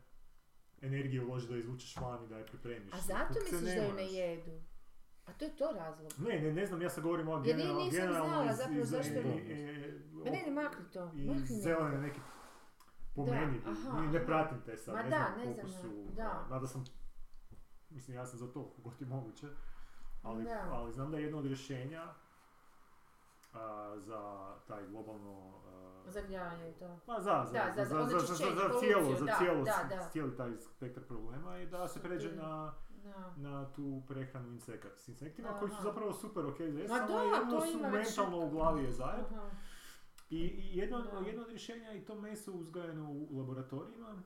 [SPEAKER 1] energije uložiti da izvučeš van i da je pripremiš.
[SPEAKER 4] A zato
[SPEAKER 1] Kukce
[SPEAKER 4] misliš da ju ne
[SPEAKER 1] nemaš.
[SPEAKER 4] jedu? A to je to razlog.
[SPEAKER 1] Ne, ne, ne znam, ja sam govorim o
[SPEAKER 4] Jer ja
[SPEAKER 1] generalno,
[SPEAKER 4] nisam
[SPEAKER 1] generalno
[SPEAKER 4] znala
[SPEAKER 1] iz,
[SPEAKER 4] zapravo
[SPEAKER 1] iz,
[SPEAKER 4] zašto
[SPEAKER 2] je-
[SPEAKER 1] i- i-
[SPEAKER 4] Ma Pa ne, ne, makni to.
[SPEAKER 1] i
[SPEAKER 4] Makni ne.
[SPEAKER 1] zelene neke po
[SPEAKER 4] Da,
[SPEAKER 1] meni,
[SPEAKER 4] aha,
[SPEAKER 1] ni- ne
[SPEAKER 4] aha.
[SPEAKER 1] pratim te sad,
[SPEAKER 4] Ma
[SPEAKER 1] ne
[SPEAKER 4] da,
[SPEAKER 1] znam
[SPEAKER 4] ne
[SPEAKER 1] koliko
[SPEAKER 4] znam,
[SPEAKER 1] su,
[SPEAKER 4] da.
[SPEAKER 1] mada sam, mislim ja sam za to koliko god je moguće, ali,
[SPEAKER 4] Da.
[SPEAKER 1] ali znam da je jedno od rješenja a, za taj globalno... a,
[SPEAKER 4] Zagljavanje i to.
[SPEAKER 1] Pa za, za,
[SPEAKER 4] Da,
[SPEAKER 1] za, za,
[SPEAKER 4] za-
[SPEAKER 1] za, za,
[SPEAKER 4] onečišćenje,
[SPEAKER 1] za cijelu, za
[SPEAKER 4] poluciju, da,
[SPEAKER 1] cijelu,
[SPEAKER 4] da, da.
[SPEAKER 1] cijeli taj spektar problema je da se pređe na,
[SPEAKER 4] Da.
[SPEAKER 1] na tu prehranu insekata s insektima koji su
[SPEAKER 4] Aha.
[SPEAKER 1] zapravo super ok za jest,
[SPEAKER 4] Ma
[SPEAKER 1] samo
[SPEAKER 4] da,
[SPEAKER 1] jedno
[SPEAKER 4] to
[SPEAKER 1] su
[SPEAKER 4] ima već-
[SPEAKER 1] mentalno u glavi je zajeb.
[SPEAKER 4] Aha.
[SPEAKER 1] I, i jedno,
[SPEAKER 4] Da.
[SPEAKER 1] jedno od rješenja je i to meso uzgajano u laboratorijima,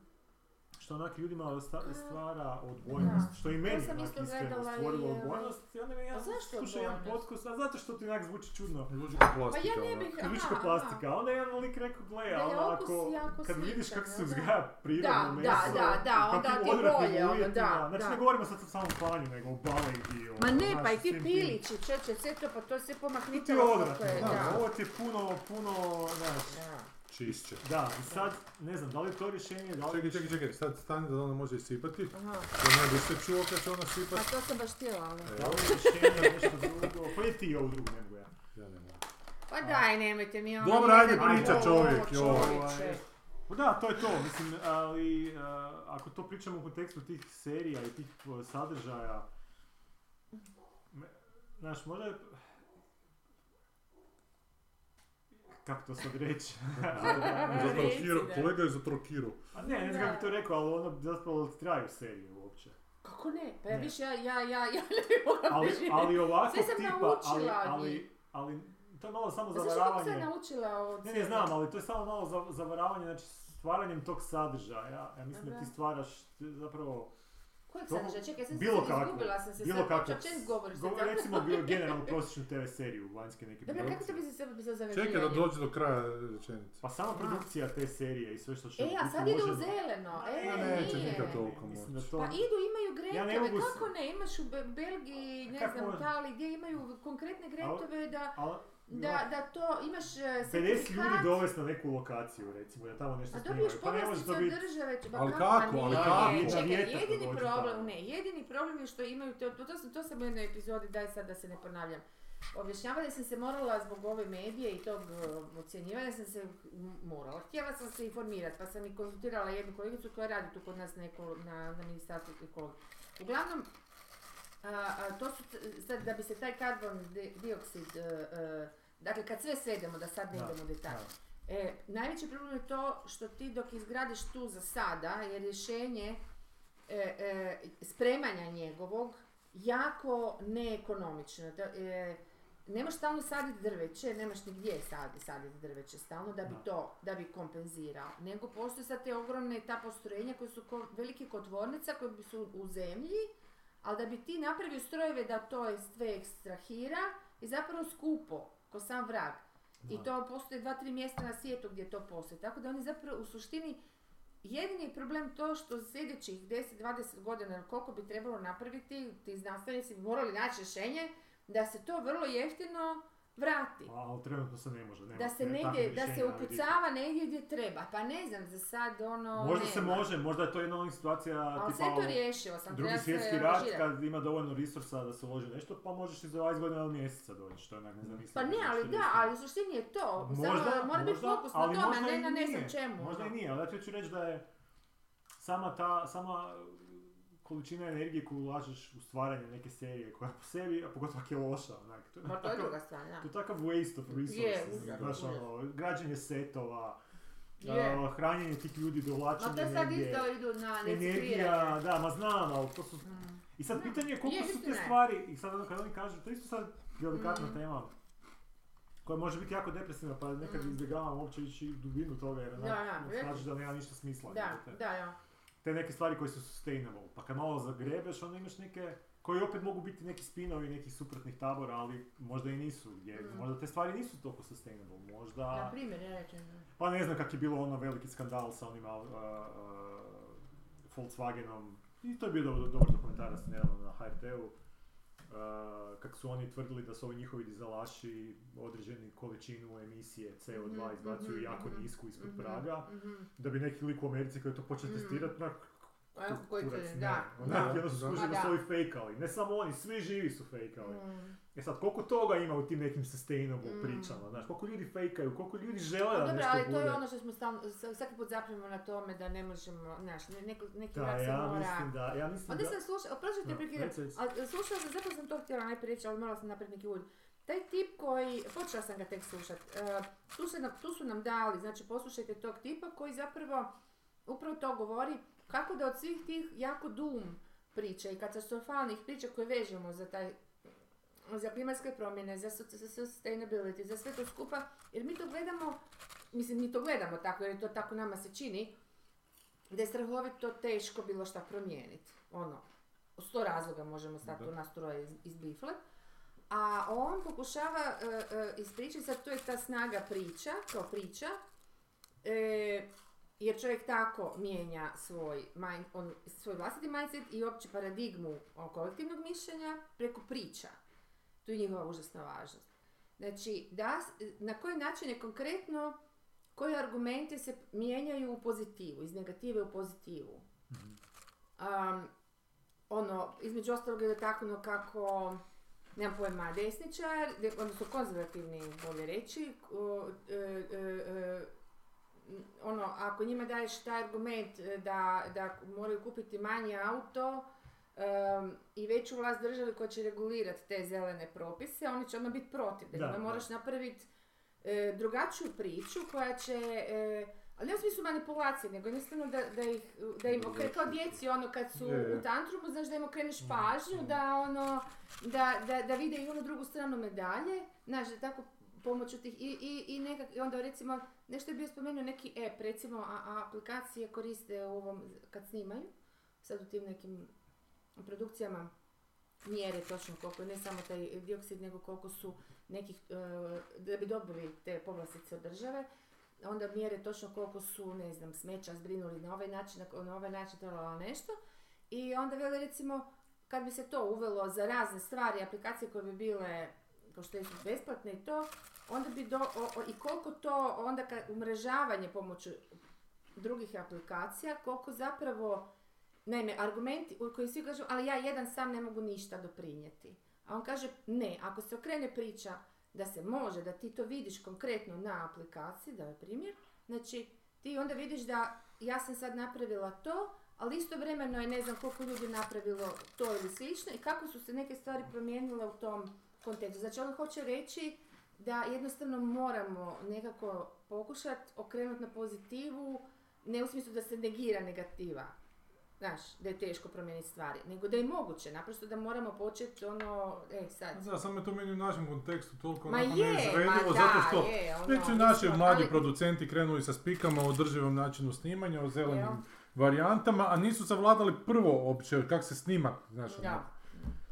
[SPEAKER 1] što onak ljudima osta- stvara odbojnost,
[SPEAKER 4] Da.
[SPEAKER 1] što i meni
[SPEAKER 4] sam
[SPEAKER 1] onak
[SPEAKER 4] isto
[SPEAKER 1] iskreno
[SPEAKER 4] gledala i,
[SPEAKER 1] stvorilo
[SPEAKER 4] ovaj,
[SPEAKER 1] odbojnost, i onda mi ja
[SPEAKER 4] a zašto
[SPEAKER 1] slušaj jedan
[SPEAKER 4] odbojnost?
[SPEAKER 1] podcast, a zato što ti onak zvuči čudno.
[SPEAKER 2] Zvuči kao
[SPEAKER 4] Pa
[SPEAKER 2] plastika.
[SPEAKER 4] ja ne
[SPEAKER 2] ono.
[SPEAKER 4] bih...
[SPEAKER 1] Ključka
[SPEAKER 4] aha,
[SPEAKER 1] plastika, a onda je jedan lik rekao, gle,
[SPEAKER 4] Da je
[SPEAKER 1] ali
[SPEAKER 4] okus
[SPEAKER 1] ako,
[SPEAKER 4] jako
[SPEAKER 1] kad vidiš
[SPEAKER 4] sličan,
[SPEAKER 1] kako se
[SPEAKER 4] jel da?
[SPEAKER 1] uzgaja prirodno
[SPEAKER 4] Da,
[SPEAKER 1] meso,
[SPEAKER 4] da, da, da,
[SPEAKER 1] u
[SPEAKER 4] onda
[SPEAKER 1] kakvim
[SPEAKER 4] ti
[SPEAKER 1] odvratnim
[SPEAKER 4] bolje, ono,
[SPEAKER 1] uvjetima,
[SPEAKER 4] da,
[SPEAKER 1] znači
[SPEAKER 4] da.
[SPEAKER 1] ne govorimo sad o samom klanju, nego o balegi, o
[SPEAKER 4] Ma ne,
[SPEAKER 1] znaš,
[SPEAKER 4] pa i
[SPEAKER 1] o
[SPEAKER 4] ti
[SPEAKER 1] svim tim.
[SPEAKER 4] pilići, čeče, sve to, pa to se
[SPEAKER 1] Ti je
[SPEAKER 4] pomahnitalo kako
[SPEAKER 1] odvratno,
[SPEAKER 4] je,
[SPEAKER 1] da,
[SPEAKER 4] da.
[SPEAKER 1] ovo ti je puno, puno, znaš,
[SPEAKER 4] Da.
[SPEAKER 2] Čišće.
[SPEAKER 1] da, i sad, ne znam, da li je to rješenje, da li...
[SPEAKER 2] Čekaj, čekaj, čekaj, sad stani da ona može isipati.
[SPEAKER 4] Aha,
[SPEAKER 2] Da ne bi se čuo kad će ona
[SPEAKER 4] pa
[SPEAKER 2] sipati.
[SPEAKER 4] to sam baš htjela, ali...
[SPEAKER 1] Da li je rješenje nešto drugo? Pa je ti ovo drugo nego ja.
[SPEAKER 2] Ja ne mogu.
[SPEAKER 4] Pa daj, nemojte mi ono...
[SPEAKER 2] Dobro, ajde,
[SPEAKER 4] jedan-
[SPEAKER 1] priča
[SPEAKER 4] ovo,
[SPEAKER 2] čovjek,
[SPEAKER 4] čovječe.
[SPEAKER 1] joj. Pa Da, to je to, mislim, ali eh, ako to pričamo u kontekstu tih serija i tih eh, sadržaja, me- znaš, možda je... Kako to sad reći?
[SPEAKER 2] Zatrokirao,
[SPEAKER 4] Reci, da.
[SPEAKER 2] kolega je zatrokirao.
[SPEAKER 1] A Pa ne, ne znam
[SPEAKER 4] Da.
[SPEAKER 1] kako bi to rekao, ali ono zapravo traju serije uopće.
[SPEAKER 4] Kako ne? Pa ja
[SPEAKER 1] Ne.
[SPEAKER 4] više, ja, ja, ja, ja ne bi mogla
[SPEAKER 1] Ali,
[SPEAKER 4] preživjeti.
[SPEAKER 1] ali ovakvog
[SPEAKER 4] Sve sam
[SPEAKER 1] tipa, ali,
[SPEAKER 4] naučila od
[SPEAKER 1] ali,
[SPEAKER 4] njih.
[SPEAKER 1] ali, to je malo samo
[SPEAKER 4] Pa Zašto kako se
[SPEAKER 1] zavaravanje.
[SPEAKER 4] naučila od...
[SPEAKER 1] Ne, ne znam, ali to je samo malo za- zavaravanje, znači stvaranjem tog sadržaja, ja mislim da
[SPEAKER 4] Da.
[SPEAKER 1] ti stvaraš ti zapravo,
[SPEAKER 4] Kojeg
[SPEAKER 1] Dobro,
[SPEAKER 4] sadržaja? Čekaj, sam se
[SPEAKER 1] bilo
[SPEAKER 4] sad
[SPEAKER 1] kako,
[SPEAKER 4] izgubila sam se
[SPEAKER 1] bilo
[SPEAKER 4] sad.
[SPEAKER 1] kako.
[SPEAKER 4] Čak čem govoriš
[SPEAKER 1] Govo-
[SPEAKER 4] sad?
[SPEAKER 1] recimo bio generalno prosječnu TV seriju, vanjske neke
[SPEAKER 4] Dobro, kako to
[SPEAKER 1] produkcije.
[SPEAKER 4] bi se sad za završivanje?
[SPEAKER 2] Čekaj da dođe do kraja rečenice.
[SPEAKER 1] Pa sama produkcija te serije i sve što će
[SPEAKER 4] E, a
[SPEAKER 1] biti
[SPEAKER 4] sad idu u
[SPEAKER 1] uloženo-
[SPEAKER 4] zeleno.
[SPEAKER 1] Ma
[SPEAKER 4] E,
[SPEAKER 1] ne,
[SPEAKER 2] neće
[SPEAKER 4] nije.
[SPEAKER 2] nikad toliko
[SPEAKER 1] Mislim da
[SPEAKER 2] moći.
[SPEAKER 1] to...
[SPEAKER 4] Pa idu, imaju grentove,
[SPEAKER 1] ne mogu s-
[SPEAKER 4] kako ne, imaš u Be- Belgiji, ne
[SPEAKER 1] Kako
[SPEAKER 4] znam,
[SPEAKER 1] može?
[SPEAKER 4] Italiji, gdje imaju konkretne grentove da,
[SPEAKER 1] ali,
[SPEAKER 4] da, da to, imaš e,
[SPEAKER 1] 50 ljudi
[SPEAKER 4] sertifikat,
[SPEAKER 1] dovesti na neku lokaciju, recimo, da tamo nešto
[SPEAKER 4] a dobiješ
[SPEAKER 1] snimaju, pa ne može
[SPEAKER 4] povlasticu
[SPEAKER 1] to
[SPEAKER 4] od
[SPEAKER 1] biti...
[SPEAKER 4] države, ba
[SPEAKER 2] Ali
[SPEAKER 4] pa
[SPEAKER 2] kako, ali
[SPEAKER 4] nije.
[SPEAKER 2] kako?
[SPEAKER 1] Na
[SPEAKER 4] Čekaj,
[SPEAKER 1] vjetar
[SPEAKER 4] jedini
[SPEAKER 1] dođe tamo.
[SPEAKER 4] problem, ne, jedini problem je što imaju, to, to, to, sam, to sam u jednoj epizodi, daj sad da se ne ponavljam, objašnjavala sam se morala zbog ove medije i tog e, ocjenjivanja sam se m- morala. Htjela sam se informirati, pa sam i konzultirala jednu kolegicu koja radi tu kod nas na, ekolo- na, na ministarstvu ekologije. Uglavnom, a, a, to su, t- sad da bi se taj karbon di- dioksid, e, e, dakle kad sve svedemo, da sad ne
[SPEAKER 1] Da,
[SPEAKER 4] idemo u detalje,
[SPEAKER 1] da.
[SPEAKER 4] E, najveći problem je to što ti dok izgradiš tu za sada je rješenje e, e, spremanja njegovog jako neekonomično. Da, e, nemaš stalno saditi drveće, nemaš ni gdje sad- saditi drveće stalno da bi
[SPEAKER 1] Da.
[SPEAKER 4] to, da bi kompenzirao. Nego postoje sad te ogromne ta postrojenja koji su ko, veliki kotvornica koji bi su u zemlji, ali da bi ti napravio strojeve da to je sve ekstrahira je zapravo skupo, ko sam vrag. I
[SPEAKER 1] Da.
[SPEAKER 4] to postoje dva, tri mjesta na svijetu gdje to postoji. Tako da oni zapravo u suštini jedini je problem to što sljedećih 10-20 godina ili koliko bi trebalo napraviti, ti znanstvenici bi morali naći rješenje da se to vrlo jeftino vrati.
[SPEAKER 1] A, ali trenutno se ne može, Pa, nema
[SPEAKER 4] Da se
[SPEAKER 1] ne-
[SPEAKER 4] negdje,
[SPEAKER 1] takvih
[SPEAKER 4] da se
[SPEAKER 1] rješenja na vidiku.
[SPEAKER 4] upucava negdje gdje treba. Pa ne znam, za sad ono...
[SPEAKER 1] Možda se
[SPEAKER 4] nema.
[SPEAKER 1] može, možda je to jedna od onih situacija
[SPEAKER 4] Ali
[SPEAKER 1] tipa...
[SPEAKER 4] sve to
[SPEAKER 1] ono,
[SPEAKER 4] riješila sam,
[SPEAKER 1] Drugi
[SPEAKER 4] treba se
[SPEAKER 1] svjetski rat,
[SPEAKER 4] angažirat.
[SPEAKER 1] kad ima dovoljno resursa da se uloži u nešto, pa možeš i za 20 godina ili mjeseca doći, što je onak nezamislivo.
[SPEAKER 4] Pa ne, ali da, ali u suštini je to. Samo mora biti fokus na
[SPEAKER 1] ali
[SPEAKER 4] tome, a
[SPEAKER 1] Znači, možda
[SPEAKER 4] ne
[SPEAKER 1] i
[SPEAKER 4] na ne znam
[SPEAKER 1] nije.
[SPEAKER 4] čemu.
[SPEAKER 1] Možda i
[SPEAKER 4] ono.
[SPEAKER 1] nije, ali ja ti hoću reći da je sama ta, sama e, količina energije koju ulažeš u stvaranje neke serije koja po sebi, a pogotovo ako je loša, onak, to je,
[SPEAKER 4] Ma Pa to je
[SPEAKER 1] takav-
[SPEAKER 4] druga stvar, da.
[SPEAKER 1] to je takav така waste of resources,
[SPEAKER 4] užasno,
[SPEAKER 1] znaš, ono, građenje setova,
[SPEAKER 4] Je.
[SPEAKER 1] a, hranjenje tih ljudi, dovlačenje
[SPEAKER 4] Ma to sad
[SPEAKER 1] energije,
[SPEAKER 4] isto idu na
[SPEAKER 1] energija,
[SPEAKER 4] reciklirat.
[SPEAKER 1] da, ma znam, ali to su
[SPEAKER 4] Mm.
[SPEAKER 1] i sad
[SPEAKER 4] Znam.
[SPEAKER 1] pitanje je koliko
[SPEAKER 4] Je,
[SPEAKER 1] su te
[SPEAKER 4] istina je.
[SPEAKER 1] stvari, i sad ono kad oni kažu, to je isto sad delikatna
[SPEAKER 4] Mm.
[SPEAKER 1] tema, koja može biti jako depresivna, pa nekad
[SPEAKER 4] Mm.
[SPEAKER 1] izbjegavam uopće ići u dubinu toga, jer
[SPEAKER 4] Da,
[SPEAKER 1] onak,
[SPEAKER 4] da,
[SPEAKER 1] ono,
[SPEAKER 4] je.
[SPEAKER 1] znaš da nema ništa smisla.
[SPEAKER 4] Da,
[SPEAKER 1] jebote.
[SPEAKER 4] da, ja.
[SPEAKER 1] Te neke stvari koje su sustainable, pa kad malo zagrebeš, onda imaš neke, koji opet mogu biti neki spinovi nekih suprotnih tabora, ali možda i nisu, gdje
[SPEAKER 4] Mm.
[SPEAKER 1] možda te stvari nisu toliko sustainable,
[SPEAKER 4] Na
[SPEAKER 1] možda,
[SPEAKER 4] primjer, ja rečem. da.
[SPEAKER 1] pa ne znam kak je bilo ono veliki skandal sa onim uh, uh, Volkswagenom, i to je bio dobar, dobar dokumentarac nedavno na HRT-u, uh, kak su oni tvrdili da su ovi njihovi dizelaši određenu količinu emisije CO2
[SPEAKER 4] Mhm,
[SPEAKER 1] izbacuju
[SPEAKER 4] mhm,
[SPEAKER 1] jako
[SPEAKER 4] mhm,
[SPEAKER 1] nisku ispod
[SPEAKER 4] mhm,
[SPEAKER 1] praga,
[SPEAKER 4] mhm.
[SPEAKER 1] da bi neki lik u Americi koji je to počeo
[SPEAKER 4] Mhm.
[SPEAKER 1] testirati, onak,
[SPEAKER 4] A Pa evo koji
[SPEAKER 1] kurac,
[SPEAKER 4] to je,
[SPEAKER 1] ne.
[SPEAKER 4] da.
[SPEAKER 1] Onak,
[SPEAKER 2] Da,
[SPEAKER 1] jedno su
[SPEAKER 2] da.
[SPEAKER 1] skužili
[SPEAKER 4] Ma
[SPEAKER 1] da su
[SPEAKER 4] da.
[SPEAKER 1] ovi fejkali, ne samo oni, svi živi su fejkali.
[SPEAKER 4] Mm.
[SPEAKER 1] E sad, koliko toga ima u tim nekim sustainable
[SPEAKER 4] Mm.
[SPEAKER 1] pričama, znaš, koliko ljudi fejkaju, koliko ljudi žele
[SPEAKER 4] Pa
[SPEAKER 1] da
[SPEAKER 4] Dobro,
[SPEAKER 1] nešto
[SPEAKER 4] ali
[SPEAKER 1] bude.
[SPEAKER 4] to je ono što smo stalno, s- svaki put zaprimimo na tome da ne možemo, znaš, ne- neko- neki
[SPEAKER 1] Da,
[SPEAKER 4] vrak se
[SPEAKER 1] ja
[SPEAKER 4] mora.
[SPEAKER 1] mislim da, ja mislim
[SPEAKER 4] Onda
[SPEAKER 1] da...
[SPEAKER 4] sam slušala, oprosti što te
[SPEAKER 1] No,
[SPEAKER 4] prekidam,
[SPEAKER 1] reci, reci.
[SPEAKER 4] ali slušala sam, zapravo sam to htjela najprije reći, ali morala sam napraviti neki uvod. Taj tip koji, počela sam ga tek slušat, e, tu, se nam- tu su nam dali, znači poslušajte tog tipa koji zapravo upravo to govori kako da od svih tih jako dum priča i katastrofalnih priča koje vežemo za taj za klimatske promjene, za su- za sustainability, za sve to skupa, jer mi to gledamo, mislim mi to gledamo tako jer to tako nama se čini, da je strahovito teško bilo šta promijeniti. Ono, sto razloga možemo sad tu nas troje iz- izbiflat. A on pokušava e, e, ispričati, sad to je ta snaga priča, kao priča, e, jer čovjek tako mijenja svoj, mind, on, svoj vlastiti mindset i opće paradigmu o, kolektivnog mišljenja preko priča. Tu je njihova užasna važnost. Znači, da, s- na koji način je konkretno koji argumenti se mijenjaju u pozitivu, iz negative u pozitivu. Am, ono, između ostalog je dotaknuo kako, nemam pojma, desničar, de- odnosno konzervativni, bolje reći, ko- e, e, e, m, ono, ako njima daješ taj argument e, da, da moraju kupiti manji auto em, i veću vlast države koja će regulirati te zelene propise, oni će odmah biti protiv.
[SPEAKER 1] Da,
[SPEAKER 4] Dakle,
[SPEAKER 1] da.
[SPEAKER 4] moraš napraviti e, drugačiju priču koja će, e, ali ne u smislu manipulacije, nego jednostavno da, da, ih, da im okre, kao djeci, ono kad su
[SPEAKER 2] Je, Mm. je.
[SPEAKER 4] u tantrumu, znaš da im okreneš pažnju, da ono, da, da, da vide i onu drugu stranu medalje, znaš, da tako pomoću tih, i, i, i, nekak, i onda recimo, nešto je bio spomenuo neki app, recimo, a, a aplikacije koriste u ovom, kad snimaju, sad u tim nekim produkcijama mjere točno koliko, ne samo taj dioksid, nego koliko su nekih, e, da bi dobili te povlastice od države, onda mjere točno koliko su, ne znam, smeća zbrinuli na ovaj način, na- na ovaj način, to nešto. I onda vele recimo, kad bi se to uvelo za razne stvari, aplikacije koje bi bile, kao što su besplatne i to, onda bi do, o- o- i koliko to onda kad umrežavanje pomoću drugih aplikacija, koliko zapravo, naime, argumenti u koji svi kažu, ali ja jedan sam ne mogu ništa doprinijeti. A on kaže, ne, ako se okrene priča da se može, da ti to vidiš konkretno na aplikaciji, da je primjer, znači ti onda vidiš da ja sam sad napravila to, ali istovremeno je ne znam koliko ljudi napravilo to ili slično i kako su se neke stvari promijenile u tom kontekstu. Znači on hoće reći da jednostavno moramo nekako pokušati okrenuti na pozitivu, ne u smislu da se negira negativa, znaš, da je teško promijeniti stvari, nego da je moguće, naprosto da moramo početi ono, e sad,
[SPEAKER 2] Da, samo je to meni u našem kontekstu toliko
[SPEAKER 4] Ma
[SPEAKER 2] onako
[SPEAKER 4] je,
[SPEAKER 2] neizvedivo,
[SPEAKER 4] ma da,
[SPEAKER 2] zato što
[SPEAKER 4] je, ono,
[SPEAKER 2] već su
[SPEAKER 4] mi
[SPEAKER 2] naši
[SPEAKER 4] smo-
[SPEAKER 2] mladi
[SPEAKER 4] ali-
[SPEAKER 2] producenti krenuli sa spikama o održivom načinu snimanja, o zelenim
[SPEAKER 4] Jel?
[SPEAKER 2] varijantama, a nisu savladali prvo uopće kako se snimak, znaš, ono,
[SPEAKER 4] da.
[SPEAKER 2] onako.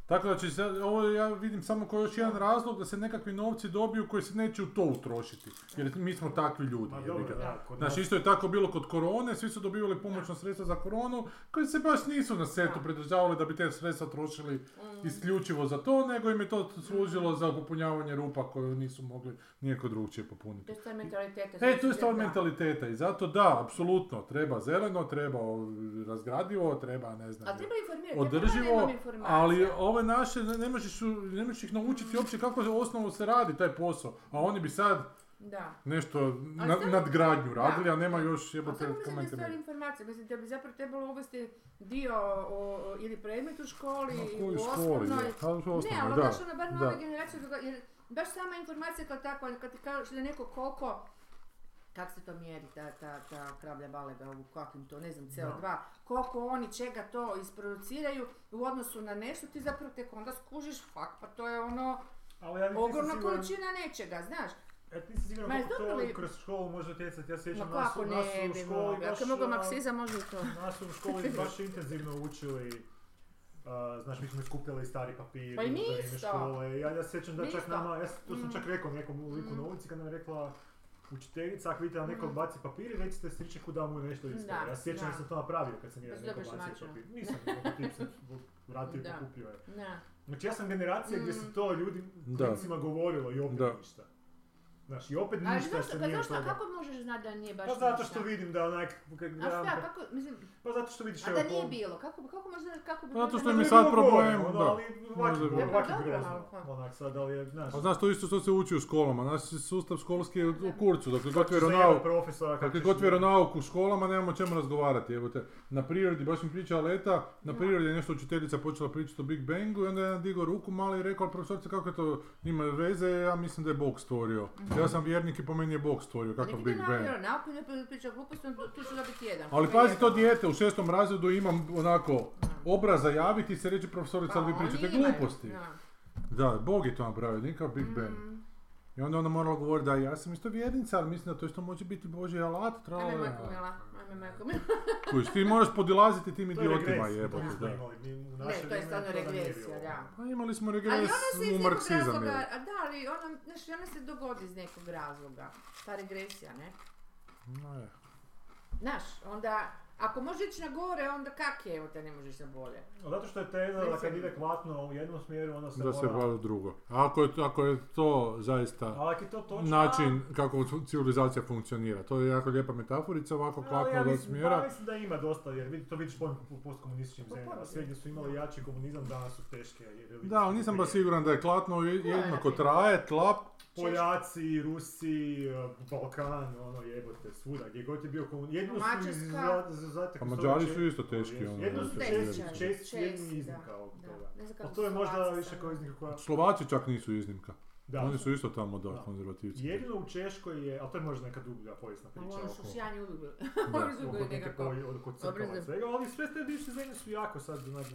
[SPEAKER 2] Tako da će se, ovo ja vidim samo kao još jedan razlog da se nekakvi novci dobiju koji se neće u to utrošiti. Jer mi smo takvi ljudi.
[SPEAKER 1] Ma
[SPEAKER 2] jebi
[SPEAKER 1] dobro,
[SPEAKER 2] ga.
[SPEAKER 1] da, kod
[SPEAKER 2] Znači
[SPEAKER 1] nas-
[SPEAKER 2] isto je tako bilo kod korone, svi su dobivali pomoćno sredstva za koronu, koji se baš nisu na setu
[SPEAKER 4] Da.
[SPEAKER 2] pridržavali da bi te sredstva trošili
[SPEAKER 4] mm,
[SPEAKER 2] isključivo za to, nego im je to služilo za popunjavanje rupa koju nisu mogli nijeko drugčije
[SPEAKER 4] To
[SPEAKER 2] popuniti.
[SPEAKER 4] je stvar mentaliteta.
[SPEAKER 2] E,
[SPEAKER 4] znači
[SPEAKER 2] to je stvar
[SPEAKER 4] da-
[SPEAKER 2] mentaliteta i zato da, apsolutno, treba zeleno, treba razgradivo, treba ne znam...
[SPEAKER 4] Ali treba informirati, ja
[SPEAKER 2] održivo,
[SPEAKER 4] nemam informacija.
[SPEAKER 2] ali ove naše, ne ne možeš, su- ne možeš ih naučiti uopće kako osnovu se radi taj posao, a oni bi sad
[SPEAKER 4] Da.
[SPEAKER 2] nešto na,
[SPEAKER 4] samo-
[SPEAKER 2] nadgradnju
[SPEAKER 4] da.
[SPEAKER 2] radili, a nema još
[SPEAKER 4] A
[SPEAKER 2] jebote
[SPEAKER 4] samo mislim da je stvar
[SPEAKER 2] komentara.
[SPEAKER 4] informacija, mislim da bi zapravo trebalo uvesti dio o, o, ili predmet u školi,
[SPEAKER 2] Ma,
[SPEAKER 4] u
[SPEAKER 2] koju školi,
[SPEAKER 4] osnovnoj.
[SPEAKER 2] je? Pa, u
[SPEAKER 4] ne, ali
[SPEAKER 2] osnovnoj, da.
[SPEAKER 4] baš ono, bar
[SPEAKER 2] da.
[SPEAKER 4] nove generacije, doga- jer baš sama informacija kao takva, kad ti kažeš da je neko koliko, kak se to mjeri, ta, ta, ta kravlja balega, u kakvim to, ne znam, CO2, koliko oni čega to isproduciraju u odnosu na nešto, ti zapravo tek onda skužiš, fak, pa to je ono,
[SPEAKER 1] Ali ja nisam
[SPEAKER 4] ogromna
[SPEAKER 1] siguran-
[SPEAKER 4] količina nečega, znaš.
[SPEAKER 1] E, nisam siguran
[SPEAKER 4] Ma,
[SPEAKER 1] koliko to
[SPEAKER 4] dobro li-
[SPEAKER 1] kroz školu može utjecati. Ja se sjećam,
[SPEAKER 4] Ma
[SPEAKER 1] nas,
[SPEAKER 4] kako
[SPEAKER 1] nas
[SPEAKER 4] ne
[SPEAKER 1] u
[SPEAKER 4] bi
[SPEAKER 1] školi
[SPEAKER 4] mogla,
[SPEAKER 1] baš...
[SPEAKER 4] ako je
[SPEAKER 2] ono-
[SPEAKER 4] mogao
[SPEAKER 1] a,
[SPEAKER 4] maksizam može i to.
[SPEAKER 1] Nas su u školi baš intenzivno učili, a, znaš, mi smo skupljali stari papir,
[SPEAKER 4] Pa i mi
[SPEAKER 1] za
[SPEAKER 4] isto.
[SPEAKER 1] škole. Ja, ja se sjećam da
[SPEAKER 4] Mi
[SPEAKER 1] čak
[SPEAKER 4] isto. Mm.
[SPEAKER 1] nama, ja sam- to sam čak rekao nekom liku na ulici kad nam je rekla učiteljica, ako vidite da neko baci papir, recite stričeku da mu je nešto ispred.
[SPEAKER 4] Mm. Da,
[SPEAKER 1] Ja se sjećam
[SPEAKER 4] da.
[SPEAKER 1] da. sam to napravio kad sam
[SPEAKER 4] Da
[SPEAKER 1] jedan
[SPEAKER 4] si
[SPEAKER 1] neko
[SPEAKER 4] dobro
[SPEAKER 1] bacio
[SPEAKER 4] šmačo.
[SPEAKER 1] papir. Nisam, nego tip sam vratio i
[SPEAKER 4] Da. Mm.
[SPEAKER 1] pokupio je.
[SPEAKER 4] Na.
[SPEAKER 1] Znači ja sam generacija gdje se to ljudi
[SPEAKER 2] Da.
[SPEAKER 1] klincima govorilo i opet
[SPEAKER 2] Da.
[SPEAKER 1] ništa. Znaš, i opet
[SPEAKER 4] Ali
[SPEAKER 1] ništa se
[SPEAKER 4] zašto, pa
[SPEAKER 1] nije od
[SPEAKER 4] zašto,
[SPEAKER 1] toga.
[SPEAKER 4] kako možeš znati da nije baš
[SPEAKER 1] Pa zato
[SPEAKER 4] ništa?
[SPEAKER 1] što vidim da onak, kak,
[SPEAKER 4] A
[SPEAKER 1] da,
[SPEAKER 4] šta, kako, mislim,
[SPEAKER 1] pa zato što vidiš
[SPEAKER 4] a da
[SPEAKER 1] evo,
[SPEAKER 4] nije
[SPEAKER 1] pol-
[SPEAKER 4] bilo, kako, kako možeš znati kako bi...
[SPEAKER 2] Zato
[SPEAKER 4] bilo
[SPEAKER 2] što
[SPEAKER 4] da
[SPEAKER 2] im je
[SPEAKER 4] nije
[SPEAKER 2] sad
[SPEAKER 1] Bilo gore,
[SPEAKER 2] problem,
[SPEAKER 1] ono,
[SPEAKER 2] da.
[SPEAKER 1] ali ovak
[SPEAKER 2] Možda je Pa
[SPEAKER 1] je bilo,
[SPEAKER 2] bilo.
[SPEAKER 1] ovak
[SPEAKER 4] Pa
[SPEAKER 1] je
[SPEAKER 4] dobro,
[SPEAKER 1] grozno.
[SPEAKER 4] ali-
[SPEAKER 1] Onak sad, ali je, znaš,
[SPEAKER 2] A znaš, to isto što se uči u školama, naš sustav školski je u kurcu, dakle god
[SPEAKER 1] ćeš zajebat
[SPEAKER 2] vjeronauk,
[SPEAKER 1] profesora, kako
[SPEAKER 2] dakle
[SPEAKER 1] ćeš-
[SPEAKER 2] god vjeronauk u školama nemamo o čemu razgovarati, evo te. Na prirodi, baš mi priča Leta, na prirodi je nešto učiteljica počela pričati o Big Bangu i onda je jedan digao ruku malo i rekao, "Ali profesorice kako je to ima veze, ja mislim da je Bog stvorio.
[SPEAKER 4] Mhm.
[SPEAKER 2] Ja sam vjernik i po meni je Bog stvorio,
[SPEAKER 4] Pa
[SPEAKER 2] kakav
[SPEAKER 4] nek
[SPEAKER 2] Big
[SPEAKER 4] ide na
[SPEAKER 2] Bang.
[SPEAKER 4] vjeronauk i ne priča gluposti, on tu- tu će dobiti jedan.
[SPEAKER 2] Ali
[SPEAKER 4] je
[SPEAKER 2] pazi, to
[SPEAKER 4] jedan.
[SPEAKER 2] dijete u šestom razredu imam onako obraza javiti i se reći profesorica,
[SPEAKER 4] Pa
[SPEAKER 2] ali vi
[SPEAKER 4] oni
[SPEAKER 2] pričate
[SPEAKER 4] imaju,
[SPEAKER 2] gluposti.
[SPEAKER 4] da. Mhm.
[SPEAKER 2] Da, Bog je to napravio, nikakav Big Bang. I onda ona morala govoriti da ja sam isto vjernica, ali mislim da to isto može biti Božji alat,
[SPEAKER 4] Ajme,
[SPEAKER 2] tralala.
[SPEAKER 4] majko mila, nam je majko mila.
[SPEAKER 2] Kužiš, ti moraš podilaziti tim
[SPEAKER 1] To je
[SPEAKER 2] idiotima
[SPEAKER 1] regres,
[SPEAKER 2] jebote,
[SPEAKER 1] nismo
[SPEAKER 2] da.
[SPEAKER 1] imali ni u naše
[SPEAKER 4] Ne, to je
[SPEAKER 1] vrijeme,
[SPEAKER 4] stvarno
[SPEAKER 1] to nam nije
[SPEAKER 4] regresija,
[SPEAKER 1] bilo.
[SPEAKER 4] da.
[SPEAKER 2] Pa imali smo
[SPEAKER 4] Ali
[SPEAKER 2] regres
[SPEAKER 4] ona se iz
[SPEAKER 2] u
[SPEAKER 4] nekog
[SPEAKER 2] marksizam,
[SPEAKER 4] razloga,
[SPEAKER 2] jebote.
[SPEAKER 4] a da, ali ona, znaš, ona se dogodi iz nekog razloga, ta regresija, ne?
[SPEAKER 2] No je.
[SPEAKER 4] Znaš, onda, ako možeš ići na gore, onda kak je, evo te ne možeš na bolje.
[SPEAKER 1] Zato što je teza da kad
[SPEAKER 4] Mislim.
[SPEAKER 1] ide klatno u jednom smjeru, onda se
[SPEAKER 2] Da se
[SPEAKER 1] mora...
[SPEAKER 2] hvala drugo. A ako je, ako je to zaista
[SPEAKER 1] Ali ako je to točno...
[SPEAKER 2] način kako civilizacija funkcionira, to je jako lijepa metaforica, ovako
[SPEAKER 1] Ali ja
[SPEAKER 2] klapno do
[SPEAKER 1] mislim- pa
[SPEAKER 2] smjera.
[SPEAKER 1] mislim da ima dosta, jer vidi, to vidiš po ovim po- postkomunističkim
[SPEAKER 4] Pa
[SPEAKER 1] zemljama.
[SPEAKER 4] ponovno.
[SPEAKER 1] Sve gdje su imali jači komunizam, danas su teške religije.
[SPEAKER 2] Da, ali nisam baš siguran da je klatno jednako
[SPEAKER 4] npr.
[SPEAKER 2] traje, tlap,
[SPEAKER 1] Poljaci, Rusi, eh, Balkan, ono jebote, svuda, gdje god je bio komunizam. Jedno su iz
[SPEAKER 4] Pa Mađarska.
[SPEAKER 1] zatek.
[SPEAKER 2] A Pa Mađari su isto teški, ono,
[SPEAKER 1] Jedno su
[SPEAKER 2] znači,
[SPEAKER 1] česi,
[SPEAKER 2] Česi,
[SPEAKER 1] česi, su jedni
[SPEAKER 4] Česi,
[SPEAKER 1] iznimka
[SPEAKER 4] da,
[SPEAKER 1] od
[SPEAKER 4] da.
[SPEAKER 1] toga.
[SPEAKER 4] Ne znam
[SPEAKER 1] A
[SPEAKER 4] kako
[SPEAKER 1] to je
[SPEAKER 4] su
[SPEAKER 1] možda
[SPEAKER 4] Slovaci
[SPEAKER 1] više
[SPEAKER 4] sad.
[SPEAKER 1] kao iznimka koja...
[SPEAKER 2] Slovaci čak nisu iznimka.
[SPEAKER 1] Da.
[SPEAKER 2] Oni su isto tamo da,
[SPEAKER 1] Da.
[SPEAKER 2] konzervativci.
[SPEAKER 1] Jedino u Češkoj je, ali to je možda neka dublja povijesna
[SPEAKER 4] Ali
[SPEAKER 1] priča.
[SPEAKER 4] ono
[SPEAKER 1] oko-
[SPEAKER 4] šušljanje uvijek bilo.
[SPEAKER 2] Da.
[SPEAKER 4] Oni su bili
[SPEAKER 1] oko neke
[SPEAKER 4] nekako
[SPEAKER 1] povi- oko crkava i
[SPEAKER 4] obrazne-
[SPEAKER 1] svega, ali sve te bivše zemlje su jako sad, znači,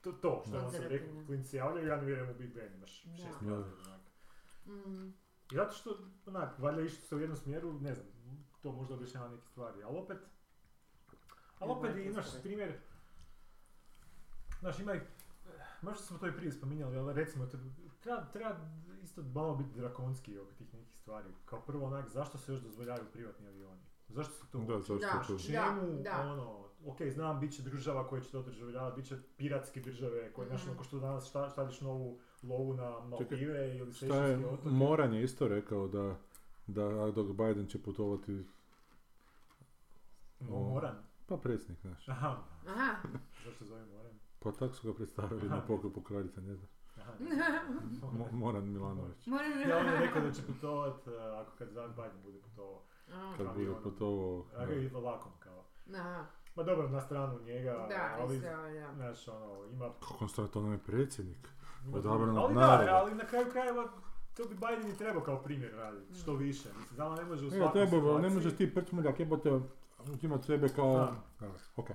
[SPEAKER 1] to, to što
[SPEAKER 4] Da.
[SPEAKER 1] vam sam rekao,
[SPEAKER 4] Konzervativne.
[SPEAKER 1] klinci javljaju, ja ne vjerujem u Big Bang, imaš
[SPEAKER 4] Da.
[SPEAKER 1] šest znači.
[SPEAKER 2] Da.
[SPEAKER 1] razloga, onak.
[SPEAKER 4] Mm,
[SPEAKER 1] I zato što, onak, valjda išli se u jednom smjeru, ne znam, to možda objašnjava neke stvari, ali opet, ali
[SPEAKER 4] Ne
[SPEAKER 1] opet
[SPEAKER 4] bojim se
[SPEAKER 1] imaš
[SPEAKER 4] usporediti.
[SPEAKER 1] primjer, znaš, ima, i- možda smo to i prije spominjali, ali recimo, te- treba, treba isto malo biti drakonski oko tih nekih stvari. Kao prvo, onak, zašto se još dozvoljavaju privatni avioni? Zašto se to
[SPEAKER 2] Da, zašto
[SPEAKER 4] Da.
[SPEAKER 2] to?
[SPEAKER 1] čemu,
[SPEAKER 4] da.
[SPEAKER 1] ono, ok, znam, bit će država koja će to održavljavati, bit će piratske države koje, znaš,
[SPEAKER 4] Mhm.
[SPEAKER 1] ono, ko što danas šta, šaljiš novu lovu na Maldive ili
[SPEAKER 2] Šta je,
[SPEAKER 1] Sejšelske otoke.
[SPEAKER 2] Moran je isto rekao da, da dok Biden će putovati,
[SPEAKER 1] No, Moran.
[SPEAKER 2] pa predsjednik naš.
[SPEAKER 1] Aha,
[SPEAKER 4] Aha,
[SPEAKER 1] zašto zove Moran?
[SPEAKER 2] Pa tako su ga predstavili na pokopu kraljica, ne znam.
[SPEAKER 1] Aha.
[SPEAKER 2] Mo- Moran Milanović.
[SPEAKER 4] moram...
[SPEAKER 1] Ja on je rekao da će putovat, e, ako kad Zan Biden bude putovao,
[SPEAKER 4] A,
[SPEAKER 2] Kad bude
[SPEAKER 1] Avionom.
[SPEAKER 2] putovao...
[SPEAKER 1] a ga ide lakom kao.
[SPEAKER 4] Aha,
[SPEAKER 1] Ma dobro, na stranu njega,
[SPEAKER 4] da,
[SPEAKER 1] ali,
[SPEAKER 4] isto, ja.
[SPEAKER 1] znaš, ono, ima...
[SPEAKER 2] Kako on stvar, to nam je predsjednik.
[SPEAKER 1] ima
[SPEAKER 2] Odabran od
[SPEAKER 1] ali da,
[SPEAKER 2] naroda.
[SPEAKER 1] ali na kraju krajeva, to bi Biden i trebao kao primjer
[SPEAKER 4] Mm.
[SPEAKER 1] raditi, što više. Mislim, znamo ne može u
[SPEAKER 2] Ja,
[SPEAKER 1] svakoj
[SPEAKER 2] E, treba,
[SPEAKER 1] situaciji.
[SPEAKER 2] ne možeš ti prcmuljak jebote imat sebe kao... Ok.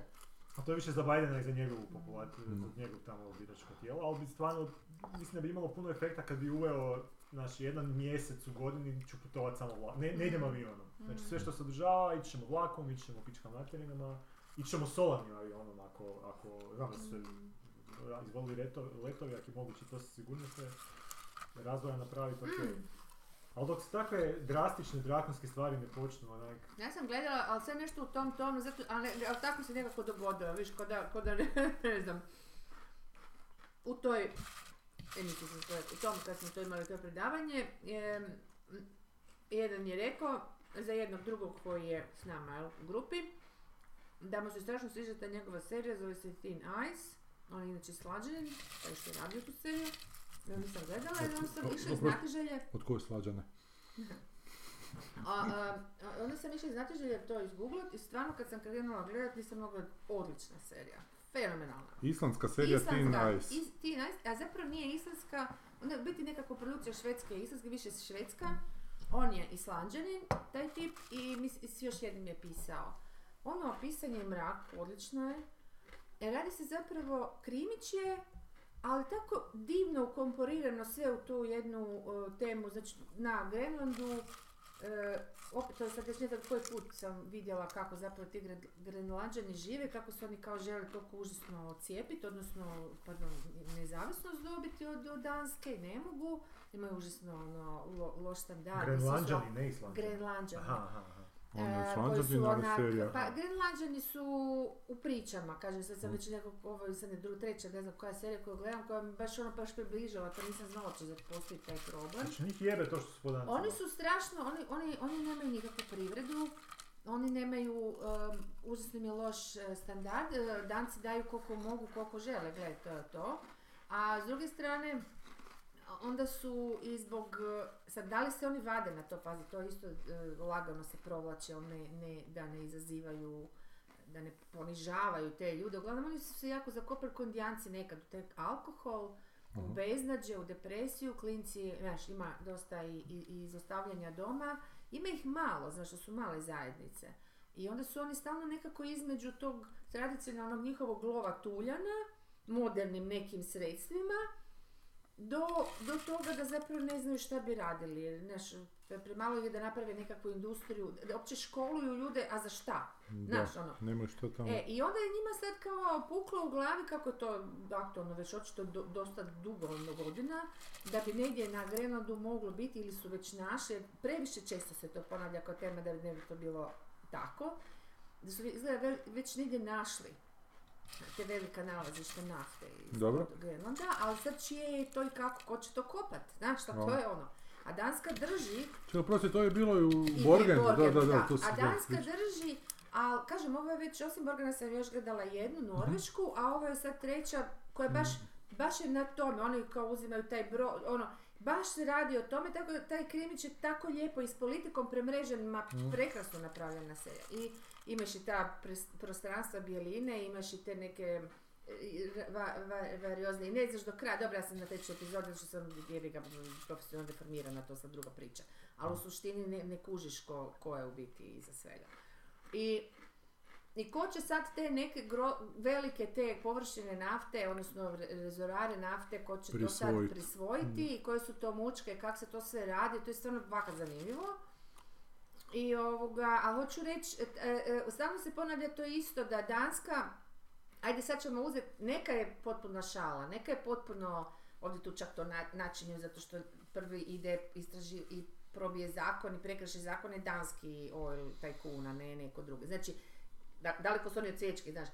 [SPEAKER 1] A to je više za Bidena i za njegovu populaciju,
[SPEAKER 2] Mm.
[SPEAKER 1] za njegov tamo biračko tijelo, ali bi stvarno, mislim da bi imalo puno efekta kad bi uveo, znači, jedan mjesec u godini ću putovat samo vlakom, ne, ne idem avionom.
[SPEAKER 4] Mm.
[SPEAKER 1] Znači, sve što se održava, ići ćemo vlakom, ići ćemo pička materinama, ići ćemo solarnim avionom ako, ako znam da su se
[SPEAKER 4] Mm.
[SPEAKER 1] ra- izvolili reto- letovi, ako je moguće to sa sigurnosti razvoja napraviti, ok.
[SPEAKER 4] Mm.
[SPEAKER 1] Ali dok se takve drastične, drakonske stvari ne počnu, onak,
[SPEAKER 4] Ja sam gledala, ali sve nešto u tom tonu, zato, ali, ne- ali tako se nekako dogodilo, viš, ko da, ko da ne, ne znam, u toj e, emisiji sam to, u tom kad smo to imali to predavanje, je, m, jedan je rekao za jednog drugog koji je s nama jel, u grupi, da mu se strašno sviđa ta njegova serija, zove se Thin Ice, on je inače slađen, taj što je radio tu seriju, ja nisam gledala, jer on sam išla iz
[SPEAKER 2] Dobro.
[SPEAKER 4] znatiželje,
[SPEAKER 2] Od koje slađane?
[SPEAKER 4] a, a, a onda sam išla znate želje to izgooglat i stvarno kad sam krenula gledat nisam mogla odlična serija. Fenomenalna.
[SPEAKER 2] Islandska serija Teen Ice.
[SPEAKER 4] Is, Teen Ice, a zapravo nije islandska, onda je u biti nekako produkcija švedske i islandske, više švedska. On je islanđanin, taj tip, i mis, i s još jednim je pisao. Ono, pisanje i mrak, odlično je. E, Radi se zapravo, krimić je, ali tako divno ukomporirano sve u tu jednu e, temu, znači na Grenlandu, e, opet to je sad već ne znam koji put sam vidjela kako zapravo ti Gren- Grenlanđani žive, kako su oni kao žele to užasno cijepiti, odnosno pardon, nezavisnost dobiti od, od Danske i ne mogu, imaju užasno ono, lo- loš standard. mislim, su-
[SPEAKER 1] Grenlanđani, ne Islanđani.
[SPEAKER 4] Grenlanđani.
[SPEAKER 1] Aha, aha, aha.
[SPEAKER 2] On je
[SPEAKER 4] E, koji su
[SPEAKER 2] slađanin, ali
[SPEAKER 4] onak-
[SPEAKER 2] serija.
[SPEAKER 4] Pa Grenlanđani su u pričama, kažem sad sam već nekog, ovo je sad ne druga, treća, ne znam koja serija koju gledam, koja mi baš ono baš približava, to nisam znala uopće da postoji taj problem.
[SPEAKER 1] Znači, njih jebe to što su podanci.
[SPEAKER 4] Oni su strašno, oni, oni, oni nemaju nikakvu privredu, oni nemaju, um, užasno im je loš eh, standard, eh, danci daju koliko mogu, koliko žele, gledaj, to je to. A s druge strane, a onda su i zbog, eh, sad da li se oni vade na to, pazi, to isto eh, lagano se provlače, ali ne, ne, da ne izazivaju da ne ponižavaju te ljude. Uglavnom oni su se jako zakopali ko indijanci nekad u taj alkohol, u
[SPEAKER 2] Mhm.
[SPEAKER 4] beznađe, u depresiju, klinci, znaš, ima dosta i, i, i izostavljanja doma, ima ih malo, znaš, to su male zajednice. I onda su oni stalno nekako između tog tradicionalnog njihovog lova tuljana, modernim nekim sredstvima, do, do toga da zapravo ne znaju šta bi radili. Jer, znaš, premalo je da naprave nekakvu industriju, da uopće školuju ljude, a za šta?
[SPEAKER 2] Da,
[SPEAKER 4] Znaš, ono,
[SPEAKER 2] nema što tamo.
[SPEAKER 4] E, i onda je njima sad kao puklo u glavi kako je to aktualno već očito do- dosta dugo ono godina, da bi negdje na Grenlandu moglo biti ili su već naše, previše često se to ponavlja kao tema da bi ne bi to bilo tako, da su izgleda ve- već negdje našli te velika nalazišta nafte iz
[SPEAKER 2] Dobro.
[SPEAKER 4] Grenlanda, ali sad čije je to i kako, ko će to kopat, znaš šta, to
[SPEAKER 2] Ono.
[SPEAKER 4] je ono. A Danska drži
[SPEAKER 2] Čekaj, prosti, to je bilo i u
[SPEAKER 4] i
[SPEAKER 2] Borgen, da,
[SPEAKER 4] Borgen,
[SPEAKER 2] da, da, to
[SPEAKER 4] A
[SPEAKER 2] se
[SPEAKER 4] Danska drži, ali kažem, ovo je već, osim Borgana sam još gledala jednu,
[SPEAKER 2] Mhm.
[SPEAKER 4] Norvešku, a ovo je sad treća koja je baš, baš je na tome, oni kao uzimaju taj brod, ono, baš se radi o tome, tako da taj krimić je tako lijepo i s politikom premrežen, ma
[SPEAKER 2] Mhm.
[SPEAKER 4] prekrasno napravljena serija. I imaš i ta pres- prostranstva bijeline, imaš i te neke i va, va, variozne i ne znaš do kraja, dobro ja sam na trećoj epizodi što sam jebi ga profesionalno deformirana, to sad druga priča, ali u suštini ne, ne kužiš ko, ko je u biti iza svega. I, I ko će sad te neke gro, velike te površine nafte, odnosno re- rezorare nafte, ko će to sad
[SPEAKER 2] Prisvojit.
[SPEAKER 4] prisvojiti i koje su to mučke, kako se to sve radi, to je stvarno vaka zanimljivo. I ovoga, ali hoću reći, e, e, e, stalno se ponavlja to isto da Danska, ajde sad ćemo uzeti, neka je potpuna šala, neka je potpuno, ovdje tu čak to na, načinju zato što prvi ide istraži i probije zakon i prekrši zakon je danski oil tajkuna, ne neko drugi. Znači, da, daleko su oni od cvječke, znaš.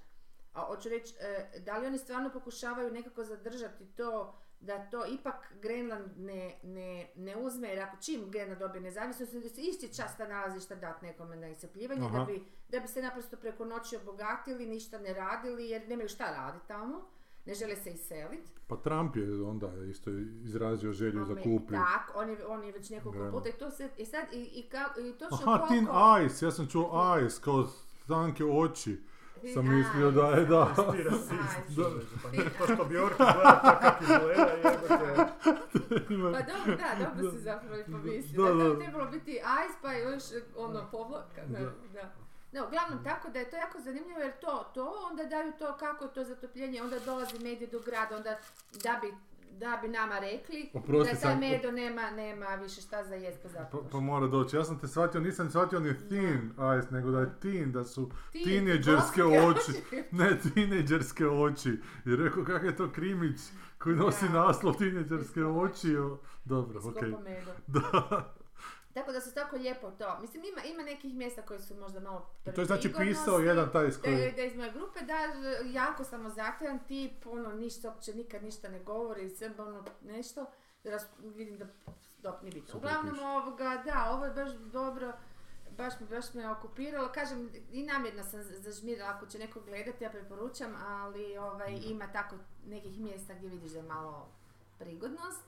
[SPEAKER 4] A hoću reći, e, da li oni stvarno pokušavaju nekako zadržati to da to ipak Grenland ne, ne, ne uzme, jer ako čim Grenland dobije nezavisnost, onda se isti čas ta nalazišta dat nekome na iscrpljivanje, da
[SPEAKER 2] Aha.
[SPEAKER 4] bi, da bi se naprosto preko noći obogatili, ništa ne radili, jer nemaju šta raditi tamo, ne žele se iseliti.
[SPEAKER 2] Pa Trump je onda isto izrazio želju za
[SPEAKER 4] Ome-
[SPEAKER 2] kupnju.
[SPEAKER 4] Tak, on je, on je već nekoliko
[SPEAKER 2] Grenland.
[SPEAKER 4] puta i to se, i sad, i, i, ka- i točno
[SPEAKER 2] Aha, Tin
[SPEAKER 4] koliko...
[SPEAKER 2] Ice, ja sam čuo Ice, kao tanke oči.
[SPEAKER 4] Tin
[SPEAKER 2] Sam mislio
[SPEAKER 4] Ice,
[SPEAKER 2] da je, da.
[SPEAKER 1] Ti rasist.
[SPEAKER 4] Da.
[SPEAKER 1] Pa nije to što Bjork gleda to kako izgleda, jebote.
[SPEAKER 4] Pa dobro, da, dobro si zapravo i pomislio.
[SPEAKER 2] Da,
[SPEAKER 4] Da, to je
[SPEAKER 2] da.
[SPEAKER 4] trebalo biti ice, pa je još ono povlaka. Da. da. No, uglavnom tako da je to jako zanimljivo jer to, to, onda daju to kako je to zatopljenje, onda dolazi medvjed do grada, onda da bi, da bi nama rekli
[SPEAKER 2] Oprosti,
[SPEAKER 4] da taj
[SPEAKER 2] sam-
[SPEAKER 4] medo nema, nema više šta za jest pa
[SPEAKER 2] Pa,
[SPEAKER 4] zato.
[SPEAKER 2] pa mora doći. Ja sam te shvatio, nisam shvatio ni Thin Ice, nego da je Tin, da su
[SPEAKER 4] Teen,
[SPEAKER 2] tineđerske
[SPEAKER 4] bosanske
[SPEAKER 2] oči. Ne, tineđerske oči. I rekao, kak je to krimić koji nosi
[SPEAKER 4] Da.
[SPEAKER 2] naslov tineđerske
[SPEAKER 4] Iskopao.
[SPEAKER 2] oči. o- Dobro, okej.
[SPEAKER 4] Skopo medo. Tako da su tako lijepo to. Mislim, ima, ima nekih mjesta koji su možda malo
[SPEAKER 2] To je znači pisao
[SPEAKER 4] prigonosni.
[SPEAKER 2] jedan taj s
[SPEAKER 4] Da,
[SPEAKER 2] koji...
[SPEAKER 4] da iz moje grupe, da, jako samozatajan tip, ono, ništa, uopće nikad ništa ne govori, sve ono, nešto, ras- vidim da, dobro, nije bitno.
[SPEAKER 2] Super
[SPEAKER 4] Uglavnom,
[SPEAKER 2] piše.
[SPEAKER 4] ovoga, da, ovo je baš dobro, baš, me- baš me okupiralo, kažem, i namjerno sam z- zažmirila, ako će neko gledati, ja preporučam, ali, ovaj, ima tako nekih mjesta gdje vidiš da je malo prigodnost.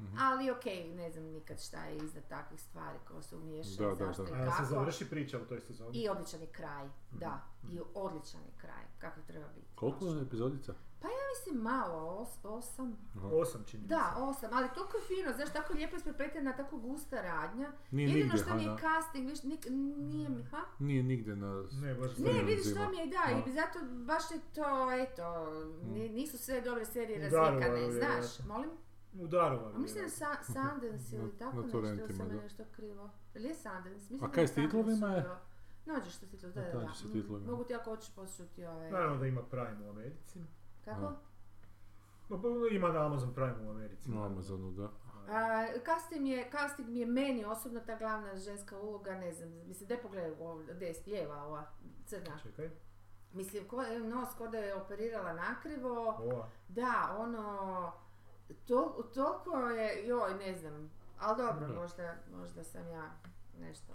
[SPEAKER 2] Mhm.
[SPEAKER 4] Ali okej, ne znam nikad šta je iza takvih stvari ko se umiješa,
[SPEAKER 2] Da, da,
[SPEAKER 4] zašto
[SPEAKER 2] da.
[SPEAKER 4] i
[SPEAKER 1] A jel se
[SPEAKER 4] kako.
[SPEAKER 1] završi priča u toj sezoni?
[SPEAKER 4] I odličan je kraj, da. I odličan je kraj, kako treba biti.
[SPEAKER 2] Mhm. Koliko
[SPEAKER 4] Baš.
[SPEAKER 2] je epizodica?
[SPEAKER 4] Mislim malo, os, osam.
[SPEAKER 1] Osam čini mi se.
[SPEAKER 4] Da, osam, ali toliko je fino, znaš, tako lijepo isprepletena, tako gusta radnja.
[SPEAKER 2] Nije
[SPEAKER 4] Jedino
[SPEAKER 2] nigdje,
[SPEAKER 4] što mi je
[SPEAKER 2] ha, da.
[SPEAKER 4] casting, viš, nik, nije mi, ha?
[SPEAKER 2] Nije nigdje na...
[SPEAKER 1] Ne, baš
[SPEAKER 4] Ne,
[SPEAKER 1] zanimljivo.
[SPEAKER 4] vidiš što
[SPEAKER 2] zima.
[SPEAKER 4] mi je, da, i
[SPEAKER 2] Da. Mhm.
[SPEAKER 4] zato baš je to, eto, ni- nisu sve dobre serije
[SPEAKER 1] U
[SPEAKER 4] razlikane,
[SPEAKER 1] Daruvaru je,
[SPEAKER 4] znaš, molim?
[SPEAKER 1] U Daruvaru.
[SPEAKER 4] A mislim da Sa- Sundance
[SPEAKER 2] Na-
[SPEAKER 4] ili
[SPEAKER 2] na
[SPEAKER 4] tako nešto, ili
[SPEAKER 2] torrentima,
[SPEAKER 4] sam
[SPEAKER 2] da.
[SPEAKER 4] nešto krivo. Ili je Sundance? Mislim
[SPEAKER 2] A
[SPEAKER 4] da
[SPEAKER 2] kaj
[SPEAKER 4] je
[SPEAKER 2] s
[SPEAKER 4] Sundance
[SPEAKER 2] titlovima je?
[SPEAKER 4] bilo. Nađeš što titlov, da, da,
[SPEAKER 2] Da,
[SPEAKER 4] da.
[SPEAKER 2] nađeš sa
[SPEAKER 4] Mm,
[SPEAKER 2] titlovima.
[SPEAKER 4] Mogu ti ako hoćeš poslušati ove...
[SPEAKER 1] Naravno da ima Prime u Americi.
[SPEAKER 4] Kako?
[SPEAKER 1] No, pa ima na Amazon Prime u Americi.
[SPEAKER 2] Na Amazonu, da.
[SPEAKER 4] A, casting je, casting mi je meni osobno ta glavna ženska uloga, ne znam, mislim, da pogledaj ovo, gdje lijeva ova, crna.
[SPEAKER 1] Čekaj,
[SPEAKER 4] Mislim, ko, nos ko da je operirala nakrivo,
[SPEAKER 1] ova.
[SPEAKER 4] da, ono, to, toliko je, joj, ne znam, ali dobro,
[SPEAKER 2] Da.
[SPEAKER 4] možda, možda sam ja nešto.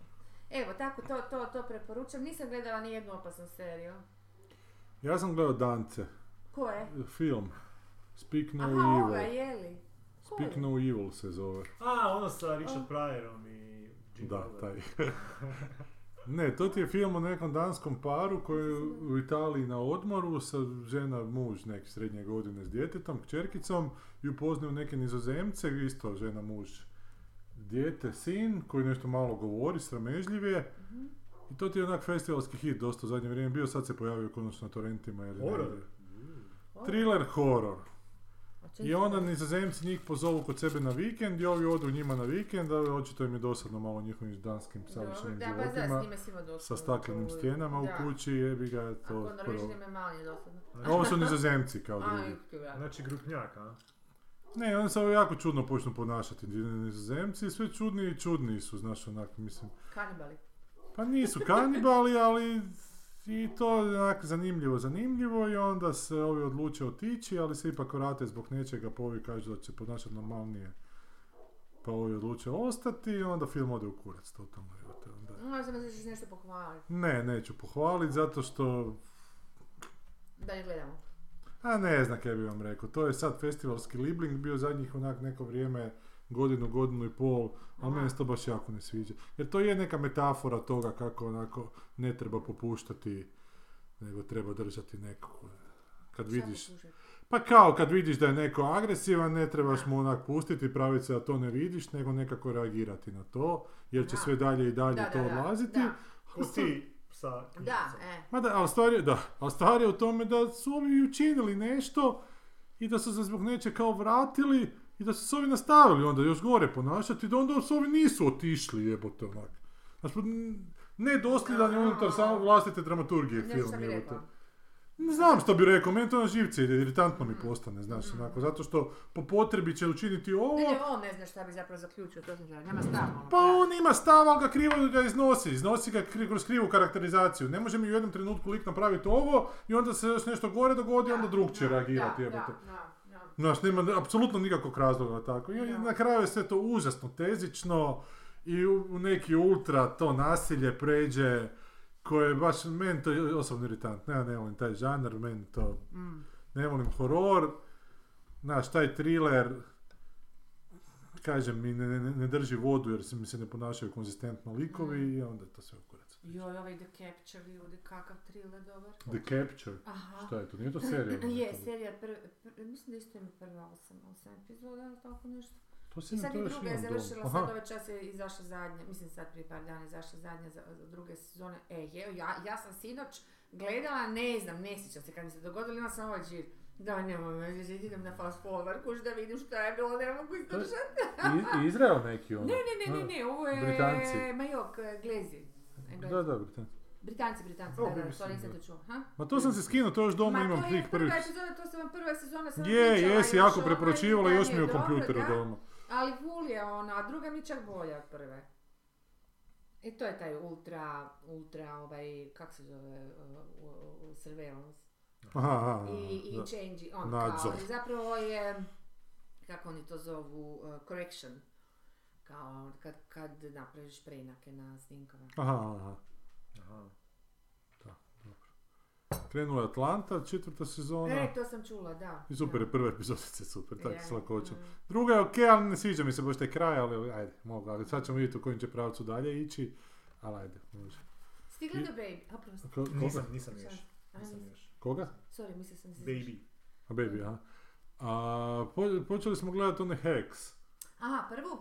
[SPEAKER 4] Evo, tako, to, to, to preporučam, nisam gledala ni jednu opasnu seriju.
[SPEAKER 2] Ja sam gledao Dance,
[SPEAKER 4] Ko je?
[SPEAKER 2] film. Speak No
[SPEAKER 4] Aha, ovaj, ova,
[SPEAKER 2] Evil.
[SPEAKER 4] je li? Ko je?
[SPEAKER 2] Speak No Evil se zove.
[SPEAKER 1] A, ono sa Richard Pryorom i Jim
[SPEAKER 2] Da,
[SPEAKER 1] Caviezelom.
[SPEAKER 2] taj. Ne, to ti je film o nekom danskom paru koji je u Italiji na odmoru sa žena, muž neki srednje godine s djetetom, kćerkicom i upoznaju neke nizozemce, isto žena, muž, dijete, sin koji nešto malo govori, sramežljiv je. I to ti je onak festivalski hit dosta u zadnje vrijeme bio, sad se pojavio konačno na torrentima. Jer je
[SPEAKER 1] Horor?
[SPEAKER 2] negdje. Thriller horror.
[SPEAKER 4] O
[SPEAKER 2] I onda nizozemci njih pozovu kod sebe na vikend i ovi odu njima na vikend, ali očito im je dosadno malo njihovim danskim savršenim
[SPEAKER 4] Da, pa da, s
[SPEAKER 2] životima.
[SPEAKER 4] njima svima dosadno.
[SPEAKER 2] Sa staklenim
[SPEAKER 4] To-
[SPEAKER 2] stijenama u
[SPEAKER 4] da.
[SPEAKER 2] kući, jebi ga,
[SPEAKER 4] A
[SPEAKER 2] to prvo.
[SPEAKER 4] kod
[SPEAKER 2] Pa
[SPEAKER 4] Norvežanima je manje dosadno.
[SPEAKER 2] Ovo su nizozemci kao
[SPEAKER 4] Aj,
[SPEAKER 2] drugi.
[SPEAKER 4] ti vrat.
[SPEAKER 1] Znači grupnjak, a?
[SPEAKER 2] Ne, oni se ovo jako čudno počnu ponašati nizozemci, sve čudniji i čudniji su, znaš, onak, mislim.
[SPEAKER 4] Kanibali.
[SPEAKER 2] Pa nisu kanibali, ali i to je onak zanimljivo, zanimljivo i onda se ovi odluče otići, ali se ipak vrate zbog nečega, pa ovi kažu da će ponašati normalnije. Pa ovi odluče ostati i onda film ode u kurac totalno. evo te, onda.
[SPEAKER 4] Možda me ćeš nešto pohvaliti.
[SPEAKER 2] Ne, neću pohvaliti zato što...
[SPEAKER 4] Da ne gledamo.
[SPEAKER 2] A ne znam kaj bi vam rekao, to je sad festivalski libling bio zadnjih onak neko vrijeme, godinu, godinu i pol, ali
[SPEAKER 4] Aha.
[SPEAKER 2] meni se to baš jako ne sviđa. Jer to je neka metafora toga kako onako ne treba popuštati, nego treba držati nekog. Kad vidiš,
[SPEAKER 4] Šta poslušati?
[SPEAKER 2] pa kao kad vidiš da je neko agresivan, ne trebaš mu onak pustiti, praviti se da to ne vidiš, nego nekako reagirati na to, jer će
[SPEAKER 4] Da.
[SPEAKER 2] sve dalje i dalje
[SPEAKER 4] Da,
[SPEAKER 2] to
[SPEAKER 4] da, da,
[SPEAKER 2] odlaziti.
[SPEAKER 4] da.
[SPEAKER 1] Ko ti sa
[SPEAKER 4] Pa Da,
[SPEAKER 1] knjižicom.
[SPEAKER 4] e.
[SPEAKER 2] Ma da, ali stvar je, da, ali stvar je u tome da su ovi i učinili nešto i da su se zbog nečeg kao vratili i da su se ovi nastavili onda još gore ponašati, da onda su ovi nisu otišli jebote onak. Znači, n- nedosljedan je unutar samo vlastite dramaturgije
[SPEAKER 4] Ne znam šta
[SPEAKER 2] film
[SPEAKER 4] bi
[SPEAKER 2] jebote.
[SPEAKER 4] rekla.
[SPEAKER 2] Ne znam što bi rekao, meni to na živce ide, iritantno mi
[SPEAKER 4] Mm.
[SPEAKER 2] postane, znaš,
[SPEAKER 4] Mm.
[SPEAKER 2] onako, zato što po potrebi će učiniti ovo,
[SPEAKER 4] Ne, ne, on ne zna šta bi zapravo zaključio, to sam žela. Nema ono, stavno.
[SPEAKER 2] pa on ima stav, ali ga krivo ga iznosi. Iznosi ga kri- kroz krivu karakterizaciju. Ne može mi u jednom trenutku lik napraviti ovo i onda se još nešto gore dogodi, onda drug će reagirati. jebote. Znaš, nema apsolutno nikakvog razloga tako. I
[SPEAKER 4] Da.
[SPEAKER 2] na kraju je sve to užasno tezično i u u neki ultra to nasilje pređe koje je baš, meni to je osobno iritant. Ne, ne volim taj žanar, meni to ne volim horor, znaš, taj thriller, kažem mi, ne, ne, ne drži vodu jer se mi se ne ponašaju konzistentno
[SPEAKER 4] Mm.
[SPEAKER 2] likovi i onda je to sve u kurac.
[SPEAKER 4] Joj, ovaj The Capture, ljudi, kakav thriller dobar.
[SPEAKER 2] The Capture,
[SPEAKER 4] Aha.
[SPEAKER 2] šta je to, nije to serija?
[SPEAKER 4] Je, serija prve, pr- mislim da isto ima prva osam, osam epizoda ili tako nešto.
[SPEAKER 2] To si
[SPEAKER 4] I
[SPEAKER 2] mi
[SPEAKER 4] sad
[SPEAKER 2] to
[SPEAKER 4] i
[SPEAKER 2] još
[SPEAKER 4] druga je
[SPEAKER 2] imam doma.
[SPEAKER 4] završila, sad ovaj čas je izašla zadnja, mislim sad prije par dana je izašla zadnja za, za druge sezone. E, je, ja, ja sam sinoć gledala, ne znam, ne sjećam se kad mi se dogodilo, imala sam ovaj žir. Da, nemoj me, idem na fast forward, kuš da vidim šta je bilo, ne mogu
[SPEAKER 2] To je-
[SPEAKER 4] izdržati.
[SPEAKER 2] I, Izrael neki ono.
[SPEAKER 4] Ne, ne, ne, ne, ovo je
[SPEAKER 2] Britanci.
[SPEAKER 4] Majok, eh, Englezi. Englezi.
[SPEAKER 2] Da, da, Britanci.
[SPEAKER 4] Britanci, Britanci,
[SPEAKER 2] O,
[SPEAKER 4] da, da,
[SPEAKER 2] BBC,
[SPEAKER 4] to nisam
[SPEAKER 2] da.
[SPEAKER 4] to čuo. Ha?
[SPEAKER 2] Ma to sam se skinuo, to još doma
[SPEAKER 4] Mm. Ma,
[SPEAKER 2] imam
[SPEAKER 4] to je
[SPEAKER 2] tih prvih.
[SPEAKER 4] Prva sezona, to sam vam prva sezona sam
[SPEAKER 2] Je,
[SPEAKER 4] pričala,
[SPEAKER 2] jesi,
[SPEAKER 4] još ono
[SPEAKER 2] jako
[SPEAKER 4] ona
[SPEAKER 2] preporučivala,
[SPEAKER 4] i
[SPEAKER 2] još
[SPEAKER 4] da
[SPEAKER 2] mi je u
[SPEAKER 4] dobro,
[SPEAKER 2] kompjuteru
[SPEAKER 4] da,
[SPEAKER 2] doma.
[SPEAKER 4] Ali Vul je ona, a druga mi je čak bolja od prve. I to je taj ultra, ultra, ovaj, kak se zove, uh, uh, uh, surveillance.
[SPEAKER 2] Aha, aha,
[SPEAKER 4] I, i
[SPEAKER 2] da.
[SPEAKER 4] change, on
[SPEAKER 2] Nadzor.
[SPEAKER 4] kao, ali zapravo je, kako oni to zovu, uh, correction. Kao kad, kad napraviš preinake na snimkama.
[SPEAKER 2] Aha, aha.
[SPEAKER 1] Aha.
[SPEAKER 2] Krenula je Atlanta, četvrta sezona.
[SPEAKER 4] E, to sam čula, da.
[SPEAKER 2] Ono, I super
[SPEAKER 4] da.
[SPEAKER 2] je prva epizodica, super, tako
[SPEAKER 4] Je,
[SPEAKER 2] s lakoćom.
[SPEAKER 4] mm.
[SPEAKER 2] Druga je okej, ali ne sviđa mi se baš taj kraj, ali ajde, mogu, ali sad ćemo vidjeti u kojem će pravcu dalje ići, ali ajde, može.
[SPEAKER 4] Stigla
[SPEAKER 2] I-
[SPEAKER 4] do baby, a prosto.
[SPEAKER 2] Ko- koga?
[SPEAKER 1] Nisam, nisam još.
[SPEAKER 4] A,
[SPEAKER 1] Nisam
[SPEAKER 4] nisam.
[SPEAKER 1] još.
[SPEAKER 2] koga?
[SPEAKER 4] Sorry, mislila sam da si-
[SPEAKER 1] Baby.
[SPEAKER 2] A baby, aha. A, po- počeli smo gledati one Hex,
[SPEAKER 4] Aha, prvu?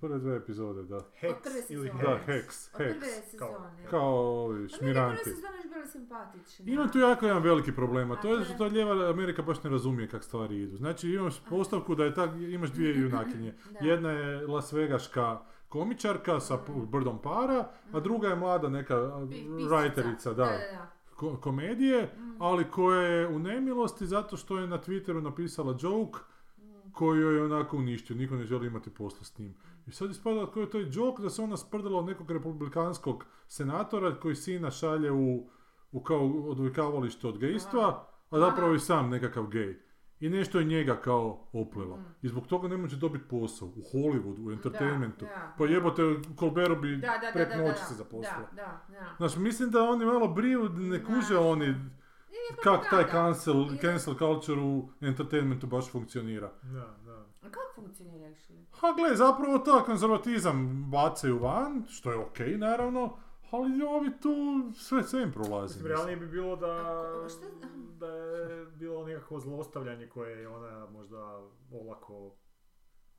[SPEAKER 2] prve dve epizode, da.
[SPEAKER 4] prve
[SPEAKER 1] Hex ili
[SPEAKER 4] sezone.
[SPEAKER 2] Da,
[SPEAKER 1] Hex.
[SPEAKER 2] Hex,
[SPEAKER 4] Od prve
[SPEAKER 2] Hex,
[SPEAKER 4] sezone.
[SPEAKER 2] kao ovi
[SPEAKER 4] Pa meni je prva
[SPEAKER 2] šmiranti.
[SPEAKER 4] sezona još bila simpatična.
[SPEAKER 2] Ima tu jako jedan veliki problem, a
[SPEAKER 4] A
[SPEAKER 2] to je
[SPEAKER 4] to je-
[SPEAKER 2] što lijeva Amerika baš ne razumije kak stvari idu. Znači imaš postavku da je tak, imaš dvije junakinje.
[SPEAKER 4] Da.
[SPEAKER 2] Jedna je lasvegaška komičarka sa p- brdom para, a druga je mlada neka a,
[SPEAKER 4] Pi- pisnica.
[SPEAKER 2] writerica, Mhm. da,
[SPEAKER 4] da.
[SPEAKER 2] ko- komedije,
[SPEAKER 4] Mm.
[SPEAKER 2] ali koja je u nemilosti zato što je na Twitteru napisala joke
[SPEAKER 4] Mm.
[SPEAKER 2] koju je onako uništio, niko ne želi imati posla s njim. I sad ispada koji je to joke da se ona sprdala od nekog republikanskog senatora koji sina šalje u, u kao odvikavalište od gejstva, a zapravo i sam nekakav gej. I nešto je njega kao oplela.
[SPEAKER 4] Mhm.
[SPEAKER 2] I zbog toga ne može dobiti posao u Hollywoodu, u entertainmentu.
[SPEAKER 4] da.
[SPEAKER 2] Pa jebote, Colberu bi
[SPEAKER 4] Da, da, da,
[SPEAKER 2] prek
[SPEAKER 4] da, da,
[SPEAKER 2] noći
[SPEAKER 4] da.
[SPEAKER 2] se zaposlila.
[SPEAKER 4] Da, da, da.
[SPEAKER 2] Znaš, mislim da oni malo briju, ne
[SPEAKER 4] Da.
[SPEAKER 2] kuže oni
[SPEAKER 4] E, pa
[SPEAKER 2] kak taj
[SPEAKER 4] da.
[SPEAKER 2] cancel,
[SPEAKER 4] Je.
[SPEAKER 2] cancel culture u entertainmentu baš funkcionira.
[SPEAKER 1] Da, da.
[SPEAKER 4] A kako funkcionira actually?
[SPEAKER 2] Ha, gle, zapravo to konzervatizam bacaju van, što je okej, naravno, ali ovi tu sve sve im prolazi.
[SPEAKER 1] Mislim,
[SPEAKER 2] mislim.
[SPEAKER 1] realnije bi bilo da,
[SPEAKER 4] A ko- šta znam?
[SPEAKER 1] da je bilo nekakvo zlostavljanje koje je ona možda olako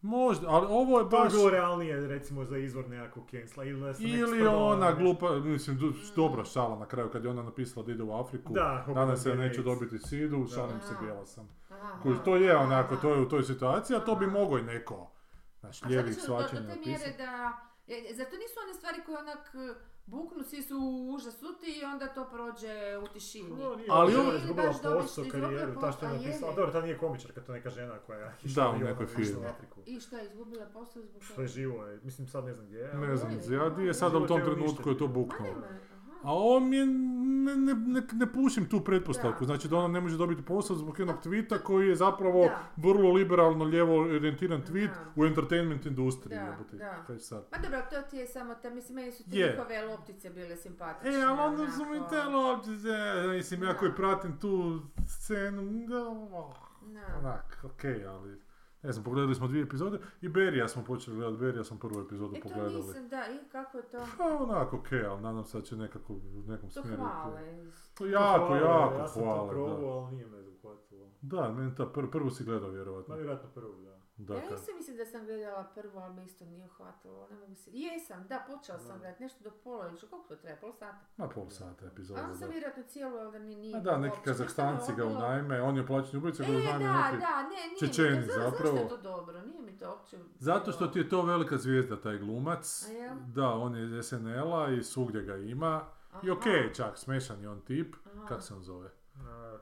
[SPEAKER 2] Možda, ali ovo je
[SPEAKER 1] To je
[SPEAKER 2] baš...
[SPEAKER 1] bilo realnije recimo za izvor nekakvog kensla ili da se nek
[SPEAKER 2] Ili
[SPEAKER 1] strla,
[SPEAKER 2] ona
[SPEAKER 1] ne-
[SPEAKER 2] glupa, mislim, du- dobra šala na kraju kad je ona napisala da ide u Afriku.
[SPEAKER 1] Da,
[SPEAKER 2] Nadam se da
[SPEAKER 1] Hope
[SPEAKER 2] neću
[SPEAKER 1] Gates.
[SPEAKER 2] dobiti sidu, šalim se,
[SPEAKER 4] Aha.
[SPEAKER 2] bijela sam.
[SPEAKER 4] Aha,
[SPEAKER 2] Koji, to je
[SPEAKER 4] aha,
[SPEAKER 2] onako,
[SPEAKER 4] aha.
[SPEAKER 2] to je u toj situaciji, a to bi
[SPEAKER 4] Aha.
[SPEAKER 2] mogao i neko, znaš,
[SPEAKER 4] A
[SPEAKER 2] ljevih
[SPEAKER 4] zato što do-
[SPEAKER 2] svačanja
[SPEAKER 4] Do te mjere
[SPEAKER 2] napisati.
[SPEAKER 4] da... e, Zar to nisu one stvari koje onak e, buknu, svi su u užasuti i onda to prođe u tišini?
[SPEAKER 1] No, nije,
[SPEAKER 2] Ali
[SPEAKER 1] ali
[SPEAKER 2] ovo-
[SPEAKER 1] ona je izgubila
[SPEAKER 4] Ili baš dobro što
[SPEAKER 1] posao,
[SPEAKER 4] je izgubila
[SPEAKER 1] karijeru, ta što je
[SPEAKER 4] posao, a je
[SPEAKER 1] napisala,
[SPEAKER 4] li?
[SPEAKER 1] a dobro, ta nije komičarka, to je neka žena koja je
[SPEAKER 2] Da,
[SPEAKER 1] išla
[SPEAKER 2] u
[SPEAKER 1] i ona
[SPEAKER 2] nekoj
[SPEAKER 1] išla
[SPEAKER 2] firmi.
[SPEAKER 1] u Afriku.
[SPEAKER 4] I što je izgubila posao zbog toga?
[SPEAKER 1] Što je živo je, mislim sad ne znam gdje je.
[SPEAKER 2] Ne
[SPEAKER 1] ali-
[SPEAKER 2] znam,
[SPEAKER 4] Ili-
[SPEAKER 2] ja di je sada u tom
[SPEAKER 1] Život je
[SPEAKER 2] trenutku je to
[SPEAKER 1] uništen.
[SPEAKER 4] Ma
[SPEAKER 2] buknulo.
[SPEAKER 4] nema, aha.
[SPEAKER 2] A ovo mi je, ne, ne, ne, ne pušim tu pretpostavku,
[SPEAKER 4] Da.
[SPEAKER 2] znači da ona ne može dobiti posao zbog jednog tvita koji je zapravo
[SPEAKER 4] Da.
[SPEAKER 2] vrlo liberalno lijevo orijentiran tvit
[SPEAKER 4] Da.
[SPEAKER 2] u entertainment industriji,
[SPEAKER 4] Da,
[SPEAKER 2] jebote,
[SPEAKER 4] da.
[SPEAKER 2] kaj sad.
[SPEAKER 4] Ma dobro, to ti je samo, ta, mislim, meni su ti
[SPEAKER 2] Je.
[SPEAKER 4] njihove loptice bile simpatične.
[SPEAKER 2] E, ali onda
[SPEAKER 4] Znači, onako.
[SPEAKER 2] su mi te loptice, e, mislim, ja koji
[SPEAKER 4] Da.
[SPEAKER 2] pratim tu scenu, da, oh,
[SPEAKER 4] Da.
[SPEAKER 2] onak, okej, ali... Ne znam, pogledali smo dvije epizode i Berija smo počeli gledati, Berija smo prvu epizodu
[SPEAKER 4] E, to
[SPEAKER 2] pogledali.
[SPEAKER 4] nisam, da, i kako je to?
[SPEAKER 2] Pa onako, okej, ali nadam se da će nekako u nekom
[SPEAKER 4] To
[SPEAKER 2] smjeru...
[SPEAKER 4] hvale.
[SPEAKER 2] To jako,
[SPEAKER 1] Hvala,
[SPEAKER 2] jako
[SPEAKER 1] Ja sam to
[SPEAKER 2] hvale, da.
[SPEAKER 1] probao, ali nije me zahvatilo.
[SPEAKER 2] Da, meni ta pr- prvu si gledao
[SPEAKER 1] Ma
[SPEAKER 2] vjerovatno.
[SPEAKER 1] vjerojatno prvu, da.
[SPEAKER 2] Da,
[SPEAKER 4] ja
[SPEAKER 2] kad-
[SPEAKER 4] nisam mislim da sam gledala prvu, ali me isto nije uhvatilo. Ne mogu se... Jesam, da, počela sam
[SPEAKER 1] Da.
[SPEAKER 4] gledati nešto do pola, ili što- koliko to treba, pola sata.
[SPEAKER 2] na pol sata epizoda,
[SPEAKER 4] Ali sam
[SPEAKER 2] da.
[SPEAKER 4] vjerojatno cijelu, ali da mi nije...
[SPEAKER 2] A da, neki
[SPEAKER 4] uopće.
[SPEAKER 2] kazahstanci ga
[SPEAKER 4] Samo je ono-
[SPEAKER 2] unajme, on je plaćen ubojica,
[SPEAKER 4] E,
[SPEAKER 2] ga unajme
[SPEAKER 4] da,
[SPEAKER 2] neki...
[SPEAKER 4] da, ne, nije
[SPEAKER 2] Čečeni
[SPEAKER 4] mi to, za-
[SPEAKER 2] zapravo.
[SPEAKER 4] Zašto je to dobro? Nije mi to uopće...
[SPEAKER 2] Zato što ti je to velika zvijezda, taj glumac.
[SPEAKER 4] A jel?
[SPEAKER 2] Da, on je iz SNL-a i svugdje ga ima. I
[SPEAKER 4] Aha,
[SPEAKER 2] okej, je čak, smešan je on tip.
[SPEAKER 4] aha.
[SPEAKER 2] Kak se on zove?
[SPEAKER 1] A,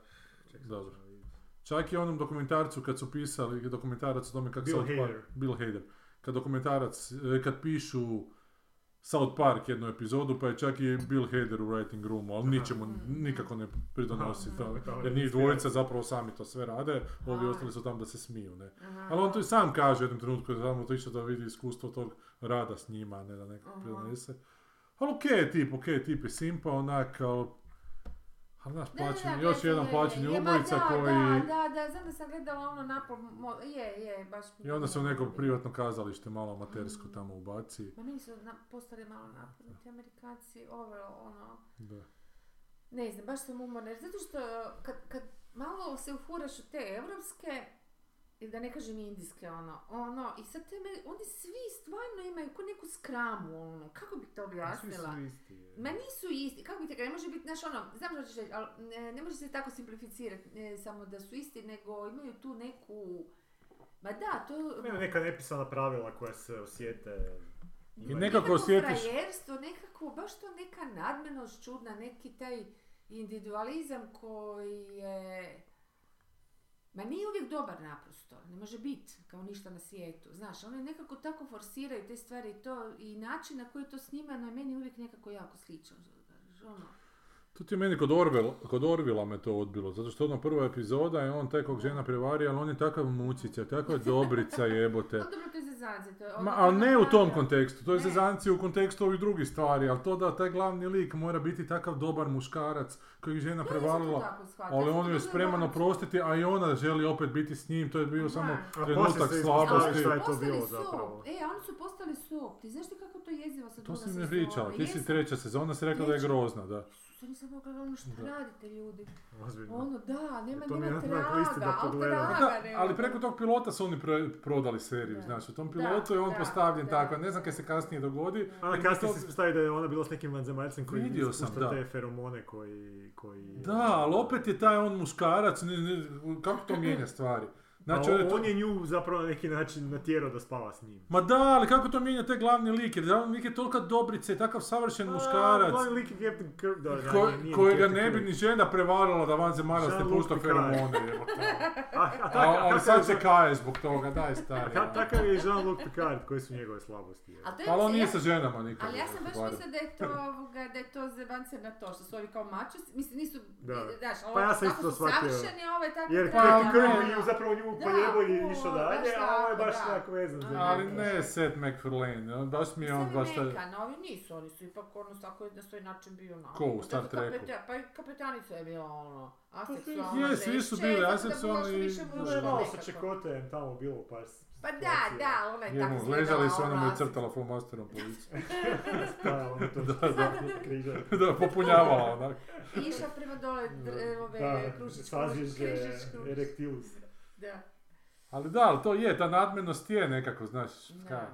[SPEAKER 1] ček, sad
[SPEAKER 2] Dobro.
[SPEAKER 1] ćemo vidjeti.
[SPEAKER 2] Čak i onom dokumentarcu kad su pisali, dokumentarac o tome kako
[SPEAKER 1] Bill
[SPEAKER 2] South Park...
[SPEAKER 1] Hader.
[SPEAKER 2] Bill Hader. Kad dokumentarac, e, kad pišu South Park jednu epizodu, pa je čak i Bill Hader u writing roomu, ali ničemu
[SPEAKER 4] Mhm.
[SPEAKER 2] nikako ne pridonosi
[SPEAKER 1] Aha.
[SPEAKER 2] to.
[SPEAKER 1] Kao
[SPEAKER 2] Jer njih
[SPEAKER 1] inspiracija.
[SPEAKER 2] dvojica zapravo sami to sve rade, ovi
[SPEAKER 4] Aha.
[SPEAKER 2] ostali su tam da se smiju, ne.
[SPEAKER 4] Aha.
[SPEAKER 2] Ali on to i sam kaže u jednom trenutku, da je tamo otišao da vidi iskustvo tog rada s njima, a ne da neko
[SPEAKER 4] Aha.
[SPEAKER 2] prenese. Ali okej je tip, okej je tip je simpa, onak, ali... Ali znaš,
[SPEAKER 4] Da, da,
[SPEAKER 2] plaćen,
[SPEAKER 4] da,
[SPEAKER 2] još
[SPEAKER 4] gledala
[SPEAKER 2] jedan
[SPEAKER 4] je.
[SPEAKER 2] plaćeni
[SPEAKER 4] Je, ma
[SPEAKER 2] ubojica
[SPEAKER 4] da,
[SPEAKER 2] koji...
[SPEAKER 4] Da, da, da, znam da sam gledala ono napol, mo- je, je, baš...
[SPEAKER 2] I onda se u neko privatno kazalište malo amatersko
[SPEAKER 4] Mm.
[SPEAKER 2] tamo ubaci.
[SPEAKER 4] Ma nisu na, postali malo napadnuti Amerikanci, ovo, ono,
[SPEAKER 2] Da.
[SPEAKER 4] ne znam, baš sam umorna, jer zato što e, kad, kad malo se ufuraš u te evropske, ili da ne kažem indijske, ono, ono, i sad te, me- oni svi stvarno imaju ko neku skramu, ono, kako bi to
[SPEAKER 1] Pa Svi
[SPEAKER 4] objasnila?
[SPEAKER 1] su isti. je.
[SPEAKER 4] Ma nisu isti, kako bi te rekla, ne može biti, znaš ono, znam što ćeš reći, ali ne, ne može se tako simplificirati, ne samo da su isti, nego imaju tu neku, ma da, to
[SPEAKER 1] Imaju neka nepisana pravila koja se osjete.
[SPEAKER 2] I nekako osjetiš...
[SPEAKER 4] frajerstvo, nekako, baš to neka nadmenost čudna, neki taj individualizam koji je, ma nije uvijek dobar naprosto, ne može biti kao ništa na svijetu, znaš, oni nekako tako forsiraju te stvari i to, i način na koji je to snimano je meni uvijek nekako jako sličan, ono,
[SPEAKER 2] Tu ti je meni kod Orvela, kod Orvila me to odbilo, zato što ona prva epizoda je on taj kog žena prevari, ali on je takav mucica, takva dobrica jebote.
[SPEAKER 4] Pa dobro, to je za zance, to je ono
[SPEAKER 2] Ma,
[SPEAKER 4] odlična
[SPEAKER 2] ali ne u tom
[SPEAKER 4] nagrada.
[SPEAKER 2] kontekstu, to je
[SPEAKER 4] Ne.
[SPEAKER 2] zezanci u kontekstu ovih drugih stvari, ali to da taj glavni lik mora biti takav dobar muškarac koji je žena
[SPEAKER 4] Ja nisam to
[SPEAKER 2] prevalila,
[SPEAKER 4] tako shvatila,
[SPEAKER 2] ali
[SPEAKER 4] ja sam
[SPEAKER 2] on
[SPEAKER 4] to
[SPEAKER 2] je
[SPEAKER 4] gledala
[SPEAKER 2] spreman
[SPEAKER 4] kao-
[SPEAKER 2] oprostiti, a i ona želi opet biti s njim, to je bio
[SPEAKER 4] Da.
[SPEAKER 2] samo
[SPEAKER 1] A poslije
[SPEAKER 2] trenutak
[SPEAKER 1] se
[SPEAKER 4] Ali
[SPEAKER 1] ispostavi
[SPEAKER 2] slabosti.
[SPEAKER 1] šta je to
[SPEAKER 4] postali
[SPEAKER 1] bilo
[SPEAKER 4] su op.
[SPEAKER 1] zapravo.
[SPEAKER 4] E, oni su postali sop. Ti znaš ti kako to jezivo sa
[SPEAKER 2] To
[SPEAKER 4] druga
[SPEAKER 2] si mi
[SPEAKER 4] sezona?
[SPEAKER 2] pričala, ti si
[SPEAKER 4] Jesam.
[SPEAKER 2] treća sezona, si rekla da je
[SPEAKER 4] Treća.
[SPEAKER 2] grozna, da.
[SPEAKER 4] Isuse, nisam mogla ono što
[SPEAKER 2] Da.
[SPEAKER 4] radite ljudi.
[SPEAKER 1] Ozbiljno.
[SPEAKER 4] Ono, da, nema,
[SPEAKER 1] E, To mi je
[SPEAKER 4] nema
[SPEAKER 1] onako
[SPEAKER 4] traga,
[SPEAKER 1] isto da
[SPEAKER 4] ali
[SPEAKER 1] pogledam.
[SPEAKER 4] traga
[SPEAKER 2] Da,
[SPEAKER 4] nema.
[SPEAKER 2] ali preko tog pilota su oni pro- prodali seriju,
[SPEAKER 4] Da.
[SPEAKER 2] znači u tom
[SPEAKER 4] Da,
[SPEAKER 2] pilotu je on
[SPEAKER 4] da,
[SPEAKER 2] postavljen
[SPEAKER 4] da.
[SPEAKER 2] tako, ne znam kaj se kasnije dogodi.
[SPEAKER 1] A na
[SPEAKER 2] I
[SPEAKER 1] kasnije
[SPEAKER 2] to-
[SPEAKER 1] se stavi da je ona bila s nekim vanzemaljcem koji
[SPEAKER 2] Vidio sam,
[SPEAKER 1] ispušta
[SPEAKER 2] da.
[SPEAKER 1] te feromone koji... koji
[SPEAKER 2] Da, ali opet je taj on muškarac, ne- ne- kako to mijenja stvari? Znači,
[SPEAKER 1] A
[SPEAKER 2] on je to-
[SPEAKER 1] on je nju zapravo na neki način natjerao da spava s njim.
[SPEAKER 2] Ma da, ali kako to mijenja taj glavni lik, jer glavni lik je tolika dobrica i takav savršen muškarac,
[SPEAKER 1] Glavni lik je Captain Kirk, da, da,
[SPEAKER 2] ko-
[SPEAKER 1] Pa, nije- nije ni
[SPEAKER 2] kojega
[SPEAKER 1] Captain
[SPEAKER 2] ne bi
[SPEAKER 1] Kirk.
[SPEAKER 2] ni žena prevarala da van zemalja ste
[SPEAKER 1] Jean-Luc
[SPEAKER 2] pušta
[SPEAKER 1] Picard.
[SPEAKER 2] feromone, jebote.
[SPEAKER 1] A, a,
[SPEAKER 2] A-
[SPEAKER 1] taka,
[SPEAKER 2] Ali
[SPEAKER 1] kakav
[SPEAKER 2] sad se
[SPEAKER 1] je-
[SPEAKER 2] kaje zbog toga, daj
[SPEAKER 1] a
[SPEAKER 2] stari.
[SPEAKER 1] ka- Takav je Jean-Luc Picard, koje su njegove slabosti. je?
[SPEAKER 4] A to je,
[SPEAKER 2] Pa ali on
[SPEAKER 4] mislim,
[SPEAKER 2] nije
[SPEAKER 4] ja-
[SPEAKER 2] sa ženama nikad.
[SPEAKER 4] Ali ja sam baš
[SPEAKER 2] barem.
[SPEAKER 4] mislila da je to, ovoga, da je to zebance na to, što su ovi kao mačosi, mislim nisu,
[SPEAKER 1] Da. Pa
[SPEAKER 4] znaš, ovo,
[SPEAKER 1] ja sam
[SPEAKER 4] tako
[SPEAKER 1] isto
[SPEAKER 4] su
[SPEAKER 1] shvatio.
[SPEAKER 4] savršeni, a ovo je tako
[SPEAKER 1] Jer
[SPEAKER 2] Pa,
[SPEAKER 1] Captain Kirk
[SPEAKER 2] ono.
[SPEAKER 1] je nju zapravo nju
[SPEAKER 4] Da,
[SPEAKER 1] pojebo
[SPEAKER 4] ono,
[SPEAKER 1] i išao dalje,
[SPEAKER 4] baš
[SPEAKER 1] a ovo je
[SPEAKER 4] tako,
[SPEAKER 1] baš
[SPEAKER 4] da.
[SPEAKER 1] tako vezan za
[SPEAKER 4] Ali
[SPEAKER 2] Ali
[SPEAKER 1] njega.
[SPEAKER 2] ne Seth MacFarlane, on- baš mi je on baš taj...
[SPEAKER 4] neka, no, ovi nisu, oni su ipak ono svako je na svoj način bio na...
[SPEAKER 2] Ko u Star Treku?
[SPEAKER 4] Pa i kapetanica je bila ono,
[SPEAKER 2] Pa
[SPEAKER 4] aseksualna
[SPEAKER 2] je, svi su bili aseksualni i-
[SPEAKER 1] Ono je malo sa
[SPEAKER 4] čekot.
[SPEAKER 1] čekotajem tamo bilo par s-
[SPEAKER 4] Pa da,
[SPEAKER 1] situacija.
[SPEAKER 4] da, ona je tako
[SPEAKER 2] Jemu,
[SPEAKER 4] izgledala.
[SPEAKER 2] ležali su, ona mu je
[SPEAKER 4] ono,
[SPEAKER 2] crtala flomasterom po licu.
[SPEAKER 1] Da, ono to
[SPEAKER 2] Da, da.
[SPEAKER 1] križa.
[SPEAKER 2] da, popunjavala onak.
[SPEAKER 4] I išla prema dole dr- ove
[SPEAKER 1] Da,
[SPEAKER 4] kružičku,
[SPEAKER 1] saziš je
[SPEAKER 4] križičku.
[SPEAKER 1] erektilus.
[SPEAKER 4] Da.
[SPEAKER 2] Ali da, ali to je, ta nadmenost je nekako, znaš,
[SPEAKER 4] Da.
[SPEAKER 2] kaj,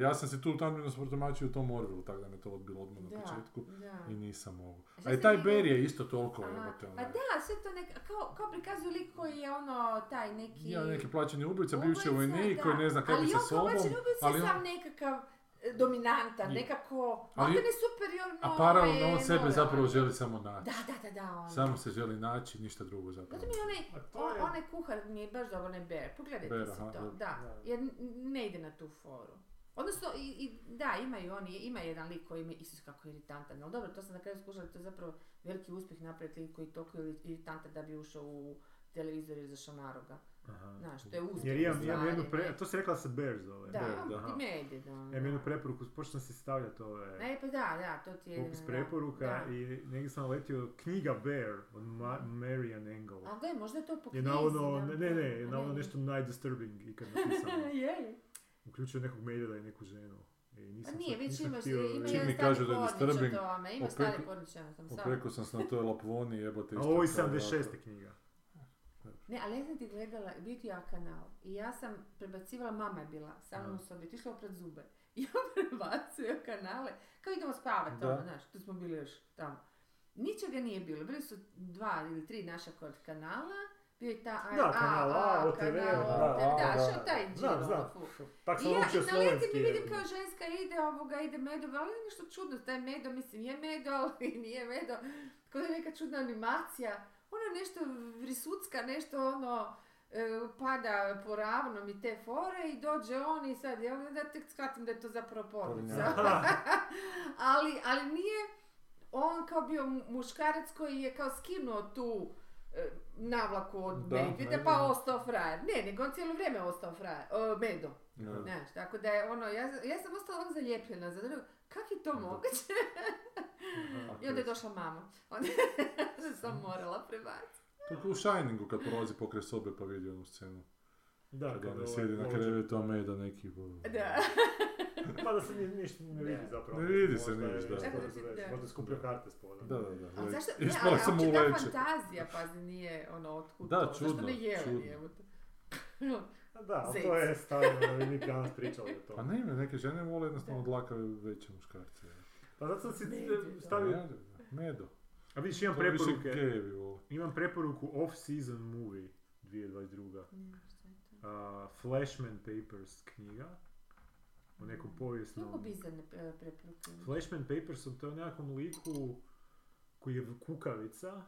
[SPEAKER 2] ja sam se tu nadmenost protumačio u tom Orville, tako da me to odbilo odmah na
[SPEAKER 4] Da,
[SPEAKER 2] početku
[SPEAKER 4] da.
[SPEAKER 2] i nisam mogu.
[SPEAKER 4] A šta
[SPEAKER 2] A i
[SPEAKER 4] se
[SPEAKER 2] taj
[SPEAKER 4] vi-
[SPEAKER 2] Barry je isto toliko,
[SPEAKER 4] Aha,
[SPEAKER 2] jebote,
[SPEAKER 4] Pa
[SPEAKER 2] ono.
[SPEAKER 4] da, sve to nek, kao, kao prikazuju lik koji je ono, taj neki...
[SPEAKER 2] Ja, neki plaćeni ubica, bivši vojnik
[SPEAKER 4] Ovaj da.
[SPEAKER 2] koji ne zna kaj bi sa sobom.
[SPEAKER 4] Ali on kao plaćeni ubica
[SPEAKER 2] ali
[SPEAKER 4] je
[SPEAKER 2] on-
[SPEAKER 4] sam nekakav e, dominantan,
[SPEAKER 2] Je.
[SPEAKER 4] nekako,
[SPEAKER 2] Ali-
[SPEAKER 4] ali, ne superiorno...
[SPEAKER 2] A paralelno on
[SPEAKER 4] ovaj,
[SPEAKER 2] sebe
[SPEAKER 4] moralan.
[SPEAKER 2] zapravo želi samo naći.
[SPEAKER 4] Da, da, da, da, ono.
[SPEAKER 2] Samo se želi naći, ništa drugo zapravo.
[SPEAKER 4] Zato mi je
[SPEAKER 1] A
[SPEAKER 4] onaj,
[SPEAKER 1] to
[SPEAKER 4] on,
[SPEAKER 1] je-
[SPEAKER 4] onaj kuhar mi je baš dobar, onaj Bear, pogledajte
[SPEAKER 2] Bear,
[SPEAKER 4] si
[SPEAKER 2] aha,
[SPEAKER 4] to,
[SPEAKER 2] da.
[SPEAKER 4] da, jer n- ne ide na tu foru. Odnosno, i, i- da, imaju oni, ima jedan lik koji mi je, isus kako je iritantan, ali dobro, to sam na kraju skužila, to je zapravo veliki uspjeh napraviti lik koji je toliko iri- iritantan da bi ušao u televizor i zašao naroga.
[SPEAKER 1] Aha.
[SPEAKER 4] Znaš, to je uspjeh.
[SPEAKER 1] Jer imam, imam
[SPEAKER 4] znanje,
[SPEAKER 1] jednu
[SPEAKER 4] ne?
[SPEAKER 1] pre... To si rekla da se Bear zove.
[SPEAKER 4] Pa, Da,
[SPEAKER 2] Bear, da,
[SPEAKER 4] da,
[SPEAKER 1] aha.
[SPEAKER 4] ti ne ide, da.
[SPEAKER 1] Ja imam jednu preporuku, počeo sam si stavljati ove
[SPEAKER 4] E, pa da, da, to ti je...
[SPEAKER 1] popis
[SPEAKER 4] da,
[SPEAKER 1] preporuka
[SPEAKER 4] da. Mm.
[SPEAKER 1] i negdje sam letio knjiga Bear od Ma- Marian Engel.
[SPEAKER 4] A gle, možda je to po
[SPEAKER 1] Je
[SPEAKER 4] knjizi.
[SPEAKER 1] navodno,
[SPEAKER 4] da.
[SPEAKER 1] ne, ne, ne, je
[SPEAKER 4] A
[SPEAKER 1] navodno nešto najdisturbing ikad napisano.
[SPEAKER 4] Je, je.
[SPEAKER 1] Uključio nekog medvjeda i neku ženu. I
[SPEAKER 4] Pa
[SPEAKER 1] nisam
[SPEAKER 4] nije,
[SPEAKER 1] sad-
[SPEAKER 4] već
[SPEAKER 1] nisam
[SPEAKER 4] imaš, e,
[SPEAKER 1] htio-
[SPEAKER 4] ima
[SPEAKER 2] Čim mi
[SPEAKER 4] jedan
[SPEAKER 2] kažu
[SPEAKER 4] stari
[SPEAKER 2] da je
[SPEAKER 4] pornič
[SPEAKER 2] disturbing,
[SPEAKER 4] o tome,
[SPEAKER 2] opet-
[SPEAKER 4] ima stari pornič, ja sam sam.
[SPEAKER 2] Preko sam se na toj Lapvoni, jebote
[SPEAKER 1] A
[SPEAKER 2] isto.
[SPEAKER 1] ovo je
[SPEAKER 2] kao
[SPEAKER 1] 76. knjiga.
[SPEAKER 4] Ne, ali ja sam ti gledala Beauty A kanal i ja sam prebacivala, mama je bila sa mnom u sobi, ti šla pred zube. I ja prebacujem kanale, kao idemo spavat,
[SPEAKER 2] Da.
[SPEAKER 4] ono, znaš, tu smo bili još tamo. Ničega nije bilo, bili su dva ili tri naša kod kanala, bio je ta
[SPEAKER 1] Da, kanal A, OTV,
[SPEAKER 4] kanal
[SPEAKER 2] da,
[SPEAKER 4] OTV,
[SPEAKER 2] A,
[SPEAKER 4] da,
[SPEAKER 2] da.
[SPEAKER 4] što je taj
[SPEAKER 1] Znam,
[SPEAKER 4] džil,
[SPEAKER 1] znam.
[SPEAKER 4] ono, fu.
[SPEAKER 1] Tak Pa
[SPEAKER 4] I
[SPEAKER 1] sam
[SPEAKER 4] ja
[SPEAKER 1] naučio
[SPEAKER 4] i naletim
[SPEAKER 1] slovenski.
[SPEAKER 4] i vidim
[SPEAKER 1] jer-
[SPEAKER 4] kao ženska ide ovoga, ide medo, ali je nešto čudno, taj medo, mislim, je medo, ali nije medo, kao da je neka čudna animacija, ono nešto vrisucka, nešto ono, e, pada po ravnom i te fore i dođe on i sad, ja onda tek shvatim da je to zapravo pornica. ali, ali nije on kao bio mu- muškarac koji je kao skinuo tu e, navlaku od
[SPEAKER 2] Da,
[SPEAKER 4] medvjeda
[SPEAKER 2] ne,
[SPEAKER 4] pa
[SPEAKER 2] ne.
[SPEAKER 4] ostao frajer. Ne, nego on cijelo vrijeme ostao frajer, e, medo.
[SPEAKER 2] Da.
[SPEAKER 4] Znaš, tako da je ono, ja, ja sam ostala ovako zalijepljena za drugo, kak je to
[SPEAKER 2] Da.
[SPEAKER 4] moguće?
[SPEAKER 1] Aha.
[SPEAKER 4] I onda je došla mama. Onda
[SPEAKER 2] Mm.
[SPEAKER 4] sam morala prebaciti.
[SPEAKER 2] To je u Shiningu kad prolazi pokraj sobe pa vidi onu scenu.
[SPEAKER 1] Da,
[SPEAKER 2] Kad
[SPEAKER 1] kad
[SPEAKER 2] ona
[SPEAKER 1] ovaj
[SPEAKER 2] sjedi na
[SPEAKER 1] ploče.
[SPEAKER 2] krevetu, a meda neki...
[SPEAKER 4] Da.
[SPEAKER 1] Pa da se ni- ništa ne vidi
[SPEAKER 4] Ne.
[SPEAKER 1] zapravo.
[SPEAKER 2] Ne vidi se,
[SPEAKER 1] Možda
[SPEAKER 2] ne
[SPEAKER 1] je-
[SPEAKER 2] vidiš, da.
[SPEAKER 1] možda je-
[SPEAKER 4] Tako da ti- da.
[SPEAKER 1] Možda je skupljao karte spoda.
[SPEAKER 2] Da, da, da.
[SPEAKER 4] Ali zašto, ne,
[SPEAKER 2] Ispala
[SPEAKER 4] ali
[SPEAKER 2] sam u
[SPEAKER 4] uopće ta
[SPEAKER 2] leće.
[SPEAKER 4] fantazija, pazi, nije ono otkud
[SPEAKER 2] Da,
[SPEAKER 4] to.
[SPEAKER 2] čudno,
[SPEAKER 4] Zašto ne jeli,
[SPEAKER 2] čudno.
[SPEAKER 4] evo te.
[SPEAKER 1] A Da, ali to je stavljeno, da bi mi danas pričali o
[SPEAKER 2] Pa
[SPEAKER 1] tome.
[SPEAKER 2] ne, neke žene vole jednostavno odlakave veće muškarce.
[SPEAKER 1] Pa zato sam si
[SPEAKER 4] Ne,
[SPEAKER 1] e,
[SPEAKER 4] da.
[SPEAKER 1] stavio...
[SPEAKER 2] Medo, Medo.
[SPEAKER 1] A vidiš, imam
[SPEAKER 2] To više
[SPEAKER 1] preporuke.
[SPEAKER 2] gejevi vole.
[SPEAKER 1] Imam preporuku off-season movie 2022.
[SPEAKER 4] Ne, šta je to?
[SPEAKER 1] A, Flashman Papers knjiga. O nekom
[SPEAKER 4] Mnogo
[SPEAKER 1] povijesnom...
[SPEAKER 4] bizarne e, preporuke.
[SPEAKER 1] Flashman Papers, to je o nekakvom liku koji je kukavica,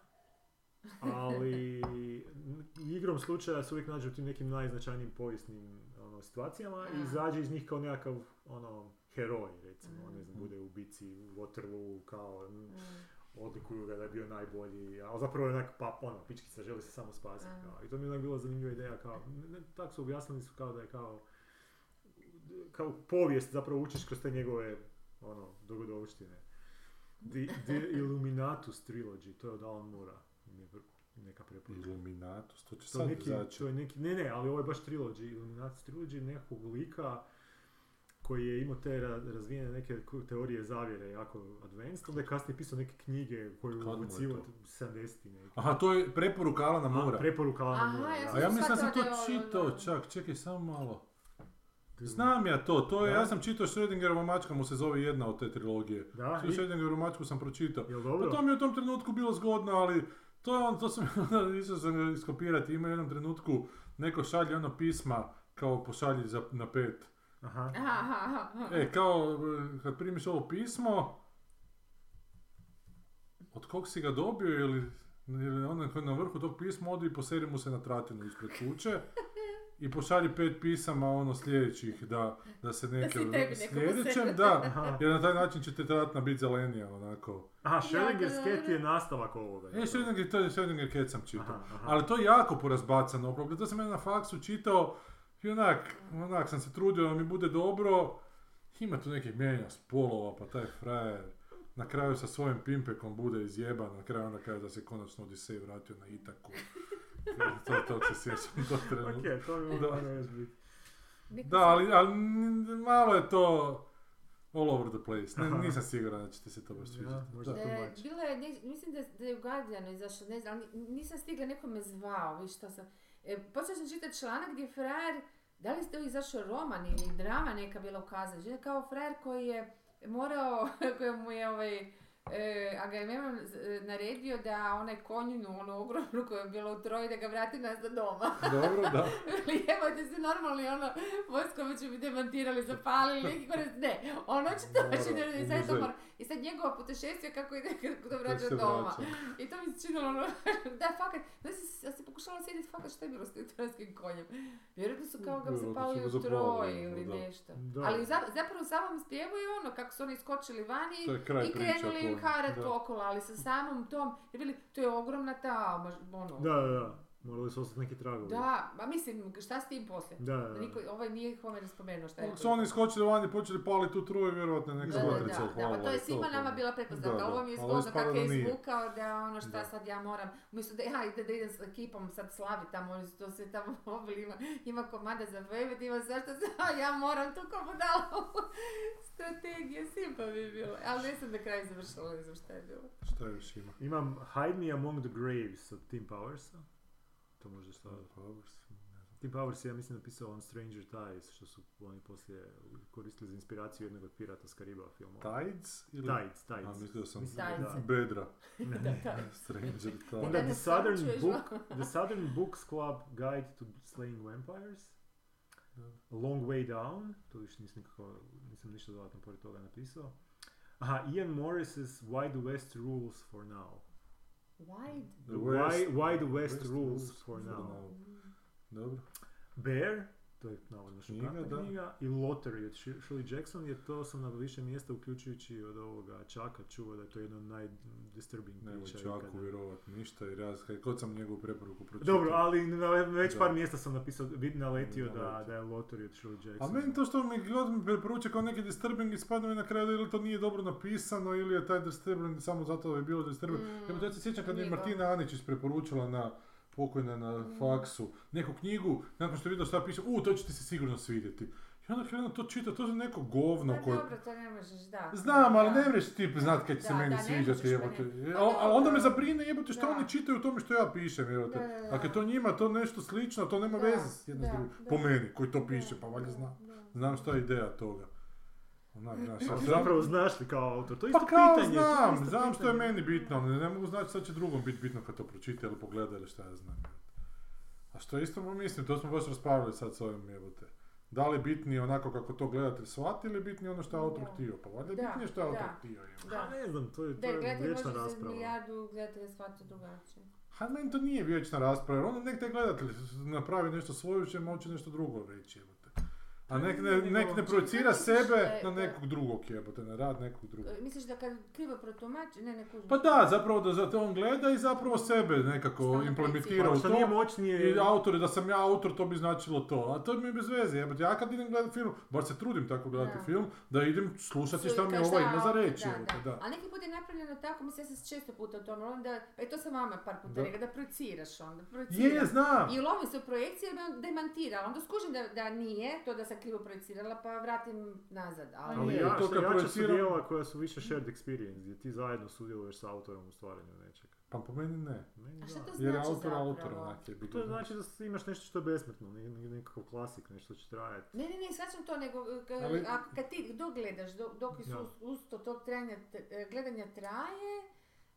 [SPEAKER 1] ali igrom slučaja se uvijek nađe u tim nekim najznačajnijim povijesnim ono, situacijama i
[SPEAKER 4] A.
[SPEAKER 1] izađe iz njih kao nekakav ono, heroj, recimo,
[SPEAKER 4] Mm.
[SPEAKER 1] ne znam, bude u ubici u Waterloo, kao mm,
[SPEAKER 4] Mm.
[SPEAKER 1] odlikuju ga da je bio najbolji, ali zapravo je onak pap, ono, pičkica želi se samo spasiti,
[SPEAKER 4] A.
[SPEAKER 1] kao. I to mi je onak bila zanimljiva ideja, kao, ne, ne, tak su objasnili su kao da je kao, kao povijest zapravo učiš kroz te njegove, ono, dogodovštine. The, the Illuminatus Trilogy, to je od Alan Moora, mi je pr- neka preporuka.
[SPEAKER 2] Illuminatus, to će
[SPEAKER 1] To je,
[SPEAKER 2] sad
[SPEAKER 1] neki,
[SPEAKER 2] izaći.
[SPEAKER 1] to je neki, ne ne, ali ovo je baš trilogy, Illuminatus trilogy nekakvog lika koji je imao te ra- razvijene neke ku- teorije zavjere jako advanced, onda je kasnije pisao neke knjige koje
[SPEAKER 2] Kad mu je to?
[SPEAKER 1] ubacivo 70-ti neke.
[SPEAKER 2] Aha, to je preporuka Alana
[SPEAKER 1] A,
[SPEAKER 2] Mura.
[SPEAKER 1] preporuka Alana
[SPEAKER 4] Aha,
[SPEAKER 1] Moora,
[SPEAKER 4] ja
[SPEAKER 1] da.
[SPEAKER 2] A ja mislim da sam to
[SPEAKER 4] Shvatila da je ono-
[SPEAKER 2] čitao, čak, čekaj samo malo.
[SPEAKER 1] Ti-
[SPEAKER 2] Znam ja to, to je,
[SPEAKER 1] Da.
[SPEAKER 2] ja sam čitao Schrödingerova mačka, mu se zove jedna od te trilogije.
[SPEAKER 1] Da,
[SPEAKER 2] Svi
[SPEAKER 1] i-
[SPEAKER 2] Schrödingerovu mačku sam pročitao.
[SPEAKER 1] jel
[SPEAKER 2] Pa
[SPEAKER 1] dobro?
[SPEAKER 2] to mi je u tom trenutku bilo zgodno, ali to je on, to sam, ono, išao sam ga iskopirati, ima u jednom trenutku neko šalje ono pisma, kao pošalji za, na pet.
[SPEAKER 1] Aha.
[SPEAKER 4] Aha, aha, aha.
[SPEAKER 2] E, kao, e, kad primiš ovo pismo, od kog si ga dobio ili, ili onaj koji je na vrhu tog pisma odi i poseri mu se na tratinu ispred kuće i pošalji pet pisama ono sljedećih da, da se neke
[SPEAKER 4] si tebi neko
[SPEAKER 2] sljedećem,
[SPEAKER 4] poseri.
[SPEAKER 2] da,
[SPEAKER 1] Aha,
[SPEAKER 2] jer na taj način će te tratna biti zelenija onako.
[SPEAKER 1] Aha
[SPEAKER 4] Ja,
[SPEAKER 1] Schrödinger's
[SPEAKER 4] da,
[SPEAKER 1] Cat
[SPEAKER 4] da.
[SPEAKER 1] je nastavak ovoga.
[SPEAKER 2] E, Schrödinger, to je Schrödinger Cat sam čitao.
[SPEAKER 1] Aha, aha.
[SPEAKER 2] Ali to je jako porazbacano, oprobe. To sam ja na faksu čitao i onak, onak sam se trudio da mi bude dobro. Ima tu nekih mijenja spolova, pa taj frajer na kraju sa svojim pimpekom bude izjeban, na kraju onda kaže da se konačno Odisej vratio na Itaku. to, to se sjećam tog trenutka.
[SPEAKER 1] Ok, to bi
[SPEAKER 2] Da.
[SPEAKER 1] moglo ne još biti.
[SPEAKER 4] Neko
[SPEAKER 2] Da,
[SPEAKER 4] se-
[SPEAKER 2] ali, ali n- malo je to all over the place. Ne, nisam siguran da ćete se to baš
[SPEAKER 1] Da,
[SPEAKER 2] sviđati.
[SPEAKER 1] možda
[SPEAKER 2] Da.
[SPEAKER 4] Da je,
[SPEAKER 1] tumači.
[SPEAKER 4] bilo je, ne- mislim da, da je u Guardianu izašlo, ne znam, ali nisam stigla, neko me zvao, viš što sam. E, počela sam čitati članak gdje je frajer, da li ste izašao roman ili drama neka bila ukazana, žena kao frajer koji je morao, koji mu je ovaj, e, Agamemnon z- e, naredio da onaj konjinu, onu ogromnu koja je bila u troji, da ga vrati nas do doma.
[SPEAKER 2] Dobro, da.
[SPEAKER 4] Jebate se normalni, ono, vojskovi će bi demantirali, zapalili, neki kurac, ne, ono će
[SPEAKER 2] Mora
[SPEAKER 4] to činiti, i sad je to
[SPEAKER 2] uzeti.
[SPEAKER 4] mora- I sad njegova putešestvija kako ide, kako to
[SPEAKER 2] Kako
[SPEAKER 4] vraća
[SPEAKER 2] se
[SPEAKER 4] doma.
[SPEAKER 2] vraća.
[SPEAKER 4] I to mi se činilo ono, da fakat, da si, ja se pokušala sjetiti fakat što je bilo s tim trojanskim konjem. Vjerojatno su kao ga
[SPEAKER 2] Vjerojatno su
[SPEAKER 4] zapalili
[SPEAKER 2] ga
[SPEAKER 4] u
[SPEAKER 2] zapalili,
[SPEAKER 4] troj ili
[SPEAKER 2] da.
[SPEAKER 4] nešto.
[SPEAKER 1] Da.
[SPEAKER 4] Ali za- zapravo u samom spjevu je ono, kako su oni skočili vani
[SPEAKER 2] To je kraj
[SPEAKER 4] i
[SPEAKER 2] priče.
[SPEAKER 4] krenuli im
[SPEAKER 2] to-
[SPEAKER 4] harat
[SPEAKER 2] da.
[SPEAKER 4] okolo, ali sa samom tom, jer bili, to je ogromna ta, ma- ono,
[SPEAKER 1] Da, da, da. Morali su ostati neki tragovi.
[SPEAKER 4] da, ma mislim, šta s tim poslije?
[SPEAKER 1] Da, da,
[SPEAKER 4] Da
[SPEAKER 1] da.
[SPEAKER 4] Niko, ovaj nije Homer spomenuo šta je
[SPEAKER 2] Dok
[SPEAKER 4] to.
[SPEAKER 2] su oni skočili van i počeli paliti tu truje, vjerojatno je neka
[SPEAKER 4] Da, da, da,
[SPEAKER 2] vatrica
[SPEAKER 4] da, pa to je svima nama bila
[SPEAKER 2] Da,
[SPEAKER 4] pretpostavka,
[SPEAKER 2] da,
[SPEAKER 4] ovo mi je
[SPEAKER 2] ali
[SPEAKER 4] zgodno
[SPEAKER 2] ispada
[SPEAKER 4] kako
[SPEAKER 2] da
[SPEAKER 4] je
[SPEAKER 2] nije.
[SPEAKER 4] izvukao da ono šta
[SPEAKER 2] Da.
[SPEAKER 4] sad ja moram, umjesto da ja ide da idem s ekipom sad slavi tamo, oni su to sve tamo mobili, ima, ima komada za vebet, ima zašto se, ja moram tu kao budala strategija, simpa bi je bilo, ali nisam na kraju završila, ne znam šta je bilo.
[SPEAKER 2] Šta još ima?
[SPEAKER 1] Imam Hide Me Among the Graves od Tim Powersa. To pa možda
[SPEAKER 2] Šta
[SPEAKER 1] što...
[SPEAKER 2] je Powers? Ne znam.
[SPEAKER 1] Tim Powers je, ja mislim, napisao on Stranger Tides, što su oni poslije koristili za inspiraciju jednog od Pirata s Kariba filmova.
[SPEAKER 2] Tides? Ili...
[SPEAKER 1] Tides,
[SPEAKER 2] A,
[SPEAKER 1] Tides.
[SPEAKER 2] mislio sam
[SPEAKER 1] Mislim da-
[SPEAKER 4] Tides.
[SPEAKER 2] bedra.
[SPEAKER 4] Da, da.
[SPEAKER 2] Stranger
[SPEAKER 1] Onda
[SPEAKER 2] Tides.
[SPEAKER 1] The
[SPEAKER 4] Danas sam
[SPEAKER 1] Southern
[SPEAKER 4] čuješ,
[SPEAKER 1] Book, The Southern Books Club Guide to Slaying Vampires. A Long Way Down, to još nisam, nikako, nisam ništa dodatno pored toga napisao. Aha, Ian Morris's Why the West Rules for Now.
[SPEAKER 4] Wide.
[SPEAKER 2] The
[SPEAKER 1] why,
[SPEAKER 2] West-
[SPEAKER 1] why the West, Rules, for Now. Mm.
[SPEAKER 2] Dobro.
[SPEAKER 1] Bear, to je navodno
[SPEAKER 2] Knjiga,
[SPEAKER 1] šokantna
[SPEAKER 2] da.
[SPEAKER 1] knjiga, i Lottery od Shir- Shirley Jackson, jer to sam na više mjesta, uključujući od ovoga Čaka, čuo da je to jedno od najdisturbing
[SPEAKER 2] Ne
[SPEAKER 1] priča
[SPEAKER 2] moći jako
[SPEAKER 1] ikada.
[SPEAKER 2] vjerovat ništa jer ja kad god sam njegovu preporuku pročitao.
[SPEAKER 1] Dobro, ali na, već
[SPEAKER 2] Da.
[SPEAKER 1] par mjesta sam napisao, vid naletio da,
[SPEAKER 2] Naletio.
[SPEAKER 1] da je Lottery od Shirley Jackson.
[SPEAKER 2] A meni to što mi god mi preporuče kao neki disturbing ispadne mi na kraju da ili to nije dobro napisano ili je taj disturbing samo zato da je bilo disturbing.
[SPEAKER 4] Mm,
[SPEAKER 2] Evo, ja se sjećam kad mi je
[SPEAKER 4] nije dobro.
[SPEAKER 2] Martina Aničić preporučila na pokojna na
[SPEAKER 4] Mm.
[SPEAKER 2] faksu neku knjigu, nakon što je vidio šta piše, u, to će ti se sigurno svidjeti. I onda krenuo to čitati, to je neko govno
[SPEAKER 4] Pa
[SPEAKER 2] koje...
[SPEAKER 4] dobro, to ne možeš, da.
[SPEAKER 2] Znam, ali ne
[SPEAKER 4] Da.
[SPEAKER 2] vreš ti znat kad će se
[SPEAKER 4] Da,
[SPEAKER 2] meni
[SPEAKER 4] da, ne
[SPEAKER 2] sviđati,
[SPEAKER 4] možeš
[SPEAKER 2] jebote.
[SPEAKER 4] meni.
[SPEAKER 2] E,
[SPEAKER 4] Pa
[SPEAKER 2] al- Ali onda me
[SPEAKER 4] dobro.
[SPEAKER 2] zabrine, jebote, što
[SPEAKER 4] Da.
[SPEAKER 2] oni čitaju o tome što ja pišem, jebote.
[SPEAKER 4] Da, da, da.
[SPEAKER 2] A kad to njima to nešto slično, to nema
[SPEAKER 4] Da,
[SPEAKER 2] veze s jedno s
[SPEAKER 4] da,
[SPEAKER 2] drugim.
[SPEAKER 4] da.
[SPEAKER 2] Po meni, koji to
[SPEAKER 4] Da,
[SPEAKER 2] piše, pa valjda
[SPEAKER 4] da,
[SPEAKER 2] znam.
[SPEAKER 4] da.
[SPEAKER 2] Znam što je ideja toga. Onak, znaš,
[SPEAKER 1] Što
[SPEAKER 2] ali
[SPEAKER 1] si
[SPEAKER 2] znam-
[SPEAKER 1] zapravo znaš li kao autor? To je isto
[SPEAKER 2] pa kao
[SPEAKER 1] pitanje. to je
[SPEAKER 2] znam,
[SPEAKER 1] isto
[SPEAKER 2] znam što je
[SPEAKER 1] pitanje.
[SPEAKER 2] meni bitno, ali ne mogu znati šta će drugom biti bitno kad to pročita ili pogleda ili šta ja znam. A što isto mislim, to smo baš raspravili sad s ovim jebote. Da li je bitnije onako kako to gledatelj shvati ili bitnije ono što je autor
[SPEAKER 4] Da.
[SPEAKER 2] htio? Pa valjda je
[SPEAKER 4] Da,
[SPEAKER 2] bitnije što je autor
[SPEAKER 4] da.
[SPEAKER 2] htio. jebote.
[SPEAKER 4] Da.
[SPEAKER 1] Ha, ne znam, to je, to
[SPEAKER 4] Da,
[SPEAKER 1] je
[SPEAKER 4] gledatelj
[SPEAKER 1] vječna
[SPEAKER 4] može se
[SPEAKER 1] rasprava.
[SPEAKER 4] milijardu gledatelja shvatiti drugačije.
[SPEAKER 2] Ha, meni to nije vječna rasprava, jer onda nek taj gledatelj napravi nešto svoje, će moći nešto drugo reći, jebote. A nek ne,
[SPEAKER 1] Nego-
[SPEAKER 2] nek ne projecira
[SPEAKER 4] Čekaj, misliš da
[SPEAKER 2] sebe
[SPEAKER 4] je-
[SPEAKER 2] na
[SPEAKER 4] da-
[SPEAKER 2] nekog drugog jebote, na rad nekog drugog.
[SPEAKER 4] E, Misliš da kad krivo protumači, ne, ne kužim.
[SPEAKER 2] Pa da, zapravo da zato on gleda i zapravo sebe nekako
[SPEAKER 4] Stalno
[SPEAKER 2] implementira
[SPEAKER 4] projicira.
[SPEAKER 1] Pa
[SPEAKER 2] u
[SPEAKER 1] što nije
[SPEAKER 2] to.
[SPEAKER 1] moćnije...
[SPEAKER 2] I autor, da sam ja autor, to bi značilo to. A to mi je bez veze, jebote. Ja kad idem gledati film, bar se trudim tako gledati
[SPEAKER 4] Da.
[SPEAKER 2] film, da idem slušati šta mi
[SPEAKER 4] Slika,
[SPEAKER 2] ovaj
[SPEAKER 4] šta,
[SPEAKER 2] ima za reći,
[SPEAKER 4] da,
[SPEAKER 2] jebote,
[SPEAKER 4] da.
[SPEAKER 2] da.
[SPEAKER 4] A neki put je napravljeno tako, mislim, ja sam se često puta o tome, onda, pa i to sam vama par puta
[SPEAKER 2] Da.
[SPEAKER 4] rekla, da projiciraš onda, projiciraš.
[SPEAKER 2] Je, znam.
[SPEAKER 4] I ulovim se u projekciji jer me on demantira, onda skužim da, da nije, to da sam krivo projicirala, pa vratim nazad, ali...
[SPEAKER 1] Ali
[SPEAKER 2] je,
[SPEAKER 1] Pa ja,
[SPEAKER 2] to
[SPEAKER 1] to
[SPEAKER 2] kad
[SPEAKER 1] jača su
[SPEAKER 2] projiciram-
[SPEAKER 1] djela koja su više shared experience, gdje ti zajedno sudjeluješ s autorom u stvaranju nečeg.
[SPEAKER 2] Pa po meni ne.
[SPEAKER 1] Meni
[SPEAKER 4] A
[SPEAKER 1] da.
[SPEAKER 4] šta to
[SPEAKER 2] Jer je
[SPEAKER 4] znači
[SPEAKER 2] autor
[SPEAKER 4] zapravo?
[SPEAKER 2] autor, onak je. bi-
[SPEAKER 1] To znači da s- imaš nešto što je besmrtno, ne- ne- nekakav klasik, nešto što će trajati.
[SPEAKER 4] Ne, ne, ne, shvaćam to, nego e, k-
[SPEAKER 2] Ali-
[SPEAKER 4] a kad ti dok gledaš, dok, dok su
[SPEAKER 1] Da.
[SPEAKER 4] uz- uz to tog trajanja, t- e, gledanja traje,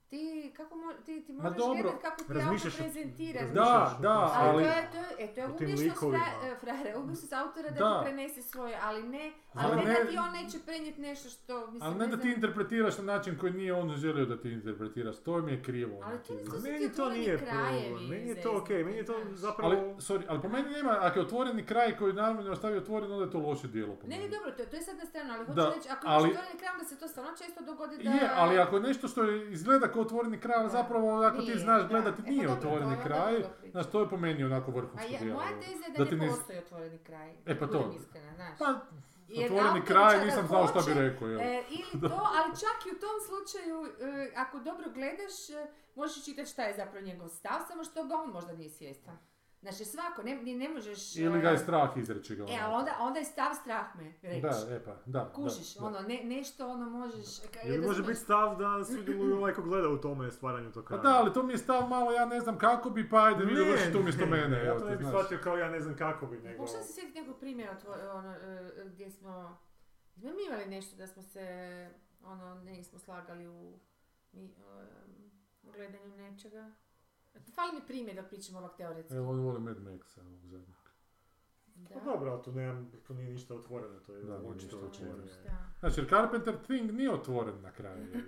[SPEAKER 4] ti, kako mo, ti, ti
[SPEAKER 2] Ma
[SPEAKER 4] moraš
[SPEAKER 2] dobro,
[SPEAKER 4] gledat kako ti autor
[SPEAKER 1] Razmišljaš o-
[SPEAKER 4] prezentira.
[SPEAKER 1] razmišljaš
[SPEAKER 2] Da,
[SPEAKER 1] o-
[SPEAKER 2] da,
[SPEAKER 4] Ali,
[SPEAKER 2] ali-
[SPEAKER 4] to je, to je, e, to je
[SPEAKER 1] O tim
[SPEAKER 4] umješnost
[SPEAKER 1] likovima.
[SPEAKER 4] fra- e, frajera, umješnost autora da,
[SPEAKER 2] Da.
[SPEAKER 4] ti prenese svoje, ali ne,
[SPEAKER 2] Ali
[SPEAKER 4] ali, ne,
[SPEAKER 2] ne-
[SPEAKER 4] da ti on neće prenijeti nešto što, mislim,
[SPEAKER 2] Ali ne da
[SPEAKER 4] znam-
[SPEAKER 2] ti interpretiraš na način koji nije on želio da ti interpretiraš, to mi je krivo.
[SPEAKER 4] Ali
[SPEAKER 2] onak
[SPEAKER 4] to
[SPEAKER 2] je.
[SPEAKER 4] nisu
[SPEAKER 1] A
[SPEAKER 4] su
[SPEAKER 1] meni
[SPEAKER 4] ti
[SPEAKER 1] to
[SPEAKER 4] otvoreni
[SPEAKER 1] nije
[SPEAKER 4] krajevi
[SPEAKER 1] problem, meni je to
[SPEAKER 4] zeznuti,
[SPEAKER 1] okej, meni je to
[SPEAKER 4] znaš.
[SPEAKER 1] zapravo...
[SPEAKER 2] Ali, sorry, ali po meni nema, ako je otvoreni kraj koji namjerno ostavi otvoren, onda je to loše djelo po
[SPEAKER 4] Ne,
[SPEAKER 2] meni.
[SPEAKER 4] ne, dobro, to, je- to je sad na stranu, ali
[SPEAKER 2] Da,
[SPEAKER 4] hoću reći, ako
[SPEAKER 2] ali-
[SPEAKER 4] imaš otvoreni kraj, onda se to stvarno često dogodi da...
[SPEAKER 2] Je, ali ako je nešto što je- izgleda kao otvoreni kraj, ali
[SPEAKER 4] Da.
[SPEAKER 2] zapravo ako ti
[SPEAKER 4] Nije,
[SPEAKER 2] znaš
[SPEAKER 4] da.
[SPEAKER 2] gledati
[SPEAKER 4] E, pa
[SPEAKER 2] nije
[SPEAKER 4] dobro, to je
[SPEAKER 2] otvoreni
[SPEAKER 4] onda
[SPEAKER 2] kraj,
[SPEAKER 4] druga priča.
[SPEAKER 2] znaš, to je po meni onako
[SPEAKER 4] A
[SPEAKER 2] vrhunsko
[SPEAKER 4] ja,
[SPEAKER 2] djelo.
[SPEAKER 4] moja
[SPEAKER 2] ono.
[SPEAKER 4] teza je da,
[SPEAKER 2] Da ti
[SPEAKER 4] ne
[SPEAKER 2] nis-
[SPEAKER 4] postoji otvoreni kraj.
[SPEAKER 2] E, pa
[SPEAKER 4] da
[SPEAKER 2] to.
[SPEAKER 4] budem Iskrena, znaš.
[SPEAKER 2] Pa,
[SPEAKER 4] Jer
[SPEAKER 2] otvoreni
[SPEAKER 4] autor
[SPEAKER 2] kraj,
[SPEAKER 4] čak
[SPEAKER 2] nisam
[SPEAKER 4] da
[SPEAKER 2] znao šta bi
[SPEAKER 4] hoće,
[SPEAKER 2] rekao, jel.
[SPEAKER 4] E, ili to, ali čak i u tom slučaju, e, ako dobro gledaš, e, možeš čitati šta je zapravo njegov stav, samo što ga on možda nije svjestan. Znači svako, ne, ni ne možeš...
[SPEAKER 2] Ili ga
[SPEAKER 4] e,
[SPEAKER 2] je strah izreći ga.
[SPEAKER 4] E,
[SPEAKER 2] ono.
[SPEAKER 4] ali onda, onda je stav strah me reći.
[SPEAKER 2] Da, e pa, da.
[SPEAKER 4] Kužiš,
[SPEAKER 2] da, da.
[SPEAKER 4] ono, ne, nešto ono možeš... ka-
[SPEAKER 1] Ili može
[SPEAKER 4] jednostavno-
[SPEAKER 1] biti stav da sudjeluje ovaj ko gleda u tome stvaranju tog
[SPEAKER 2] Pa
[SPEAKER 1] kanala.
[SPEAKER 2] da, ali to mi je stav malo, ja ne znam kako bi, pa ajde vi dovršite umjesto
[SPEAKER 1] ne,
[SPEAKER 2] mene.
[SPEAKER 1] ne,
[SPEAKER 2] evo,
[SPEAKER 1] Ja to
[SPEAKER 2] ti
[SPEAKER 1] ne bih
[SPEAKER 2] znaš.
[SPEAKER 1] shvatio kao ja ne znam kako bi, nego...
[SPEAKER 4] Pokušam se sjetiti nekog primjera tvoj, ono, e, gdje smo, smo mi imali nešto da smo se, ono, nismo slagali u, mi- o, u gledanju nečega. Fali mi primjer da pričamo ovak teoretski.
[SPEAKER 2] Evo, on voli Mad Maxa, ovog zadnjeg.
[SPEAKER 4] Da.
[SPEAKER 1] Pa dobro, ali tu, nemam, tu nije ništa otvoreno, to je
[SPEAKER 2] Da, nije
[SPEAKER 1] očito
[SPEAKER 2] ništa
[SPEAKER 1] otvoreno.
[SPEAKER 2] otvoreno.
[SPEAKER 4] Da.
[SPEAKER 2] Znači, jer Carpenter Thing nije otvoren na kraju.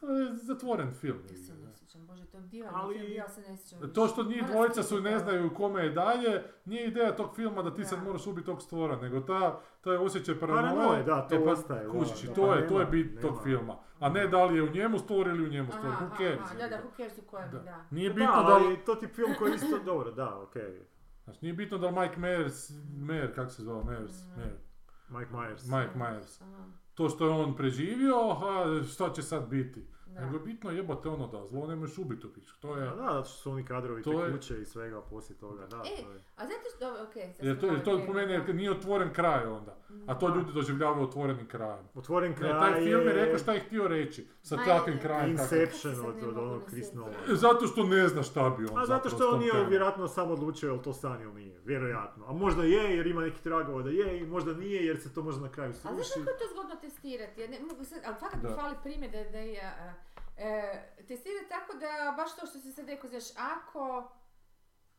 [SPEAKER 2] To je zatvoren film.
[SPEAKER 4] Ja se ne sjećam, bože, to je divan
[SPEAKER 1] Ali-
[SPEAKER 4] film, ja se ne sjećam.
[SPEAKER 2] To što njih
[SPEAKER 4] Moram
[SPEAKER 2] dvojica su i ne
[SPEAKER 4] skidati, da.
[SPEAKER 2] znaju kome je dalje, nije ideja tog filma da ti sad
[SPEAKER 4] Da.
[SPEAKER 2] moraš ubiti tog stvora, nego ta, taj osjećaj paranoje,
[SPEAKER 1] Paranoje, Pa da, to
[SPEAKER 2] e, pa,
[SPEAKER 1] ostaje, da,
[SPEAKER 2] kužiš, i
[SPEAKER 1] da,
[SPEAKER 2] to
[SPEAKER 1] pa
[SPEAKER 2] je, to je
[SPEAKER 1] nema-
[SPEAKER 2] bit tog
[SPEAKER 1] nema.
[SPEAKER 2] filma. A ne da li je u njemu stvor ili u njemu stvor,
[SPEAKER 4] Aha,
[SPEAKER 2] who cares.
[SPEAKER 4] aha, da, da, who cares u kojem,
[SPEAKER 2] Da.
[SPEAKER 4] da.
[SPEAKER 2] Nije
[SPEAKER 1] Pa Da,
[SPEAKER 2] bitno da, li-
[SPEAKER 1] ali to ti je film koji isto, dobro, da, okej.
[SPEAKER 2] znači, nije bitno da li Mike Myers, Mayer, kako se zvao, Myers,
[SPEAKER 4] Mm.
[SPEAKER 2] Mayer,
[SPEAKER 1] Mike Myers.
[SPEAKER 2] Mike Myers,
[SPEAKER 4] Aha,
[SPEAKER 2] to što je on preživio, aha, šta će sad biti.
[SPEAKER 4] da.
[SPEAKER 2] Nego je bitno jebote ono da zlo ne možeš ubiti u pičku, to je...
[SPEAKER 1] Pa Da, da, zato što su oni kadrovi
[SPEAKER 2] To je-
[SPEAKER 1] tekuće i svega poslije toga, da,
[SPEAKER 4] E,
[SPEAKER 1] to je.
[SPEAKER 4] A zato što, dobro, okej, sad
[SPEAKER 2] Jer
[SPEAKER 4] smo
[SPEAKER 2] to, jer to
[SPEAKER 4] malo krenuli,
[SPEAKER 2] po meni
[SPEAKER 4] da.
[SPEAKER 2] jer nije otvoren kraj onda. A to
[SPEAKER 1] Da.
[SPEAKER 2] ljudi doživljavaju otvorenim krajem.
[SPEAKER 1] Otvoren kraj
[SPEAKER 2] Ne, E, taj film je
[SPEAKER 1] je
[SPEAKER 2] rekao šta je htio reći. Sa
[SPEAKER 4] Ma,
[SPEAKER 2] takvim
[SPEAKER 4] je-
[SPEAKER 2] krajem. kakvim-
[SPEAKER 4] Insep-
[SPEAKER 1] Inception
[SPEAKER 4] Kako se
[SPEAKER 1] od,
[SPEAKER 4] ne
[SPEAKER 1] od
[SPEAKER 4] mogu
[SPEAKER 1] onog
[SPEAKER 4] na
[SPEAKER 1] Chris
[SPEAKER 4] sjetit.
[SPEAKER 1] Nolana.
[SPEAKER 2] Zato što ne zna šta bi on
[SPEAKER 1] A zato
[SPEAKER 2] zapravo s
[SPEAKER 1] što on
[SPEAKER 2] tom
[SPEAKER 1] nije
[SPEAKER 2] temom.
[SPEAKER 1] vjerojatno sam odlučio je li to san ili nije, vjerojatno. A možda je jer ima neki tragova da je i možda nije jer se to možda na kraju
[SPEAKER 4] Ali znaš
[SPEAKER 1] sruši.
[SPEAKER 4] kako je to zgodno testirati? Ja ne, mogu sad, ali fakat
[SPEAKER 2] Da.
[SPEAKER 4] mi fali primjer da, da je... a, E, testirati tako da baš to što si sad rekao, znaš, ako...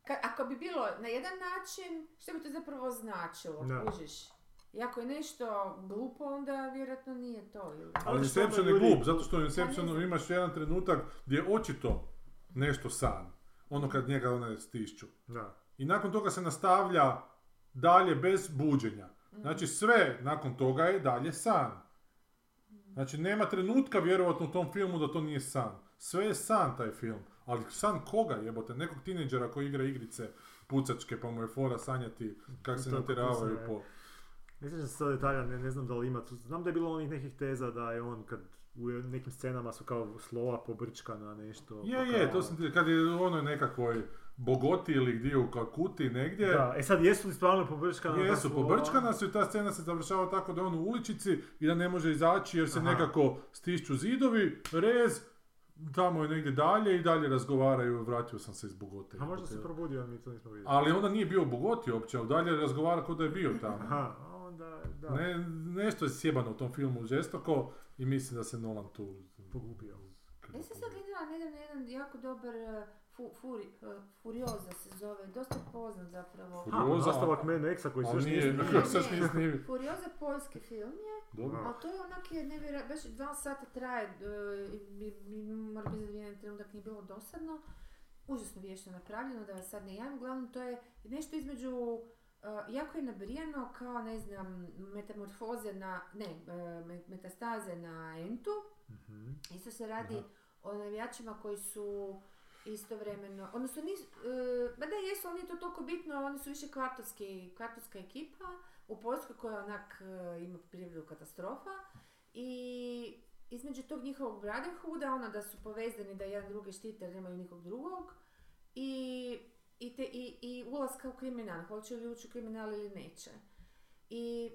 [SPEAKER 4] ka- ako bi bilo na jedan način, što bi to zapravo značilo,
[SPEAKER 1] Da.
[SPEAKER 4] kužiš? I ako je nešto glupo, onda vjerojatno nije to. Ili...
[SPEAKER 2] Ali
[SPEAKER 1] što onda
[SPEAKER 2] Inception je
[SPEAKER 1] ljudi-
[SPEAKER 2] glup, zato što u Inceptionu
[SPEAKER 4] znam.
[SPEAKER 2] imaš jedan trenutak gdje očito nešto san. Ono kad njega one stišću.
[SPEAKER 1] Da.
[SPEAKER 2] I nakon toga se nastavlja dalje bez buđenja. Znači sve nakon toga je dalje san. Znači nema trenutka vjerojatno u tom filmu da to nije san. Sve je san taj film. Ali san koga jebote? Nekog tineđera koji igra igrice pucačke pa mu je fora sanjati kak se
[SPEAKER 1] To je
[SPEAKER 2] natjeravaju
[SPEAKER 1] kucanje.
[SPEAKER 2] po...
[SPEAKER 1] Ne sjećam se sad detalja, ne, ne znam da li ima tu. Znam da je bilo onih nekih teza da je on kad u nekim scenama su kao slova pobrčkana nešto.
[SPEAKER 2] Je,
[SPEAKER 1] pa
[SPEAKER 2] je,
[SPEAKER 1] kao-
[SPEAKER 2] to sam ti... Kad je u onoj nekakvoj Bogoti ili gdje u Kalkuti negdje...
[SPEAKER 1] Da, e sad jesu li stvarno pobrčkana? ta
[SPEAKER 2] Jesu,
[SPEAKER 1] slova?
[SPEAKER 2] pobrčkana su i ta scena se završava tako da je on u uličici i da ne može izaći jer se
[SPEAKER 1] Aha.
[SPEAKER 2] nekako stišću zidovi, rez, tamo je negdje dalje i dalje razgovaraju, vratio sam se iz Bogote.
[SPEAKER 1] A možda se probudio, a mi to nismo vidjeli.
[SPEAKER 2] Ali onda nije bio u Bogoti uopće, ali dalje razgovara kao da je bio tamo.
[SPEAKER 1] Aha, a onda, da,
[SPEAKER 2] Ne, nešto je sjebano u tom filmu žestoko i mislim da se Nolan tu...
[SPEAKER 1] pogubio.
[SPEAKER 4] Ja sam sad gledala nedavno jedan jako dobar e, fu, furi, e, Furioza se zove, dosta poznat zapravo.
[SPEAKER 2] Furioza.
[SPEAKER 1] A,
[SPEAKER 2] Kurioza,
[SPEAKER 1] nastavak Mad Maxa koji se
[SPEAKER 2] Ali
[SPEAKER 1] još nije
[SPEAKER 2] nije,
[SPEAKER 1] snimio.
[SPEAKER 2] sad nije snimio.
[SPEAKER 4] Furioza poljski film je,
[SPEAKER 2] Dobro.
[SPEAKER 4] ali to je onak je nevjerojatno, baš dva sata traje, e, i, i, i mora biti za jedan trenutak, nije bilo dosadno. Užasno vješno napravljeno, da vas sad ne javim, uglavnom to je nešto između e, jako je nabrijano kao, ne znam, metamorfoze na, ne, e, me- metastaze na entu,
[SPEAKER 1] Mhm.
[SPEAKER 4] Isto se radi
[SPEAKER 2] Aha.
[SPEAKER 4] o navijačima koji su istovremeno, odnosno nisu, ba da jesu, ali nije to toliko bitno, oni su više kvartovski, kvartovska ekipa u Poljskoj koja onak e, ima privredu katastrofa i između tog njihovog brotherhooda, ono da su povezani da jedan drugi štite jer nemaju nikog drugog i, i, te, i, i ulaska u kriminal, hoće li ući u kriminal ili neće. I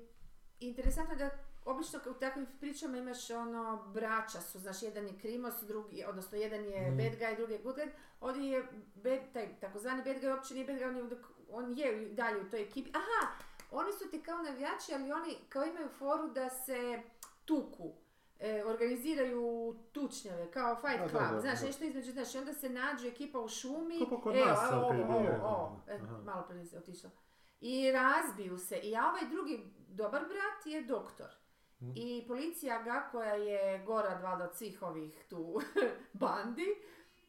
[SPEAKER 4] interesantno je da obično u takvim pričama imaš ono braća su, znaš, jedan je krimos, drugi, odnosno jedan je
[SPEAKER 2] Mm.
[SPEAKER 4] bad guy, drugi je good guy, ovdje je bad, taj takozvani bad guy uopće nije bad guy, on je, on je dalje u toj ekipi. Aha, oni su ti kao navijači, ali oni kao imaju foru da se tuku. E, organiziraju tučnjave, kao
[SPEAKER 2] A, da,
[SPEAKER 4] fight club,
[SPEAKER 2] da,
[SPEAKER 4] znaš,
[SPEAKER 2] da.
[SPEAKER 4] nešto između, znaš, i onda se nađu ekipa u šumi, e,
[SPEAKER 1] Kao pa kod
[SPEAKER 4] evo,
[SPEAKER 1] nas sad
[SPEAKER 4] evo,
[SPEAKER 1] kad je
[SPEAKER 4] ovo,
[SPEAKER 1] bio,
[SPEAKER 4] ovo, ovo,
[SPEAKER 1] da.
[SPEAKER 4] E,
[SPEAKER 1] Aha.
[SPEAKER 4] malo prije se otišla. I razbiju se, i a ovaj drugi dobar brat je doktor.
[SPEAKER 1] Mm.
[SPEAKER 2] Mhm.
[SPEAKER 4] I policija ga, koja je gora valjda od svih ovih tu bandi,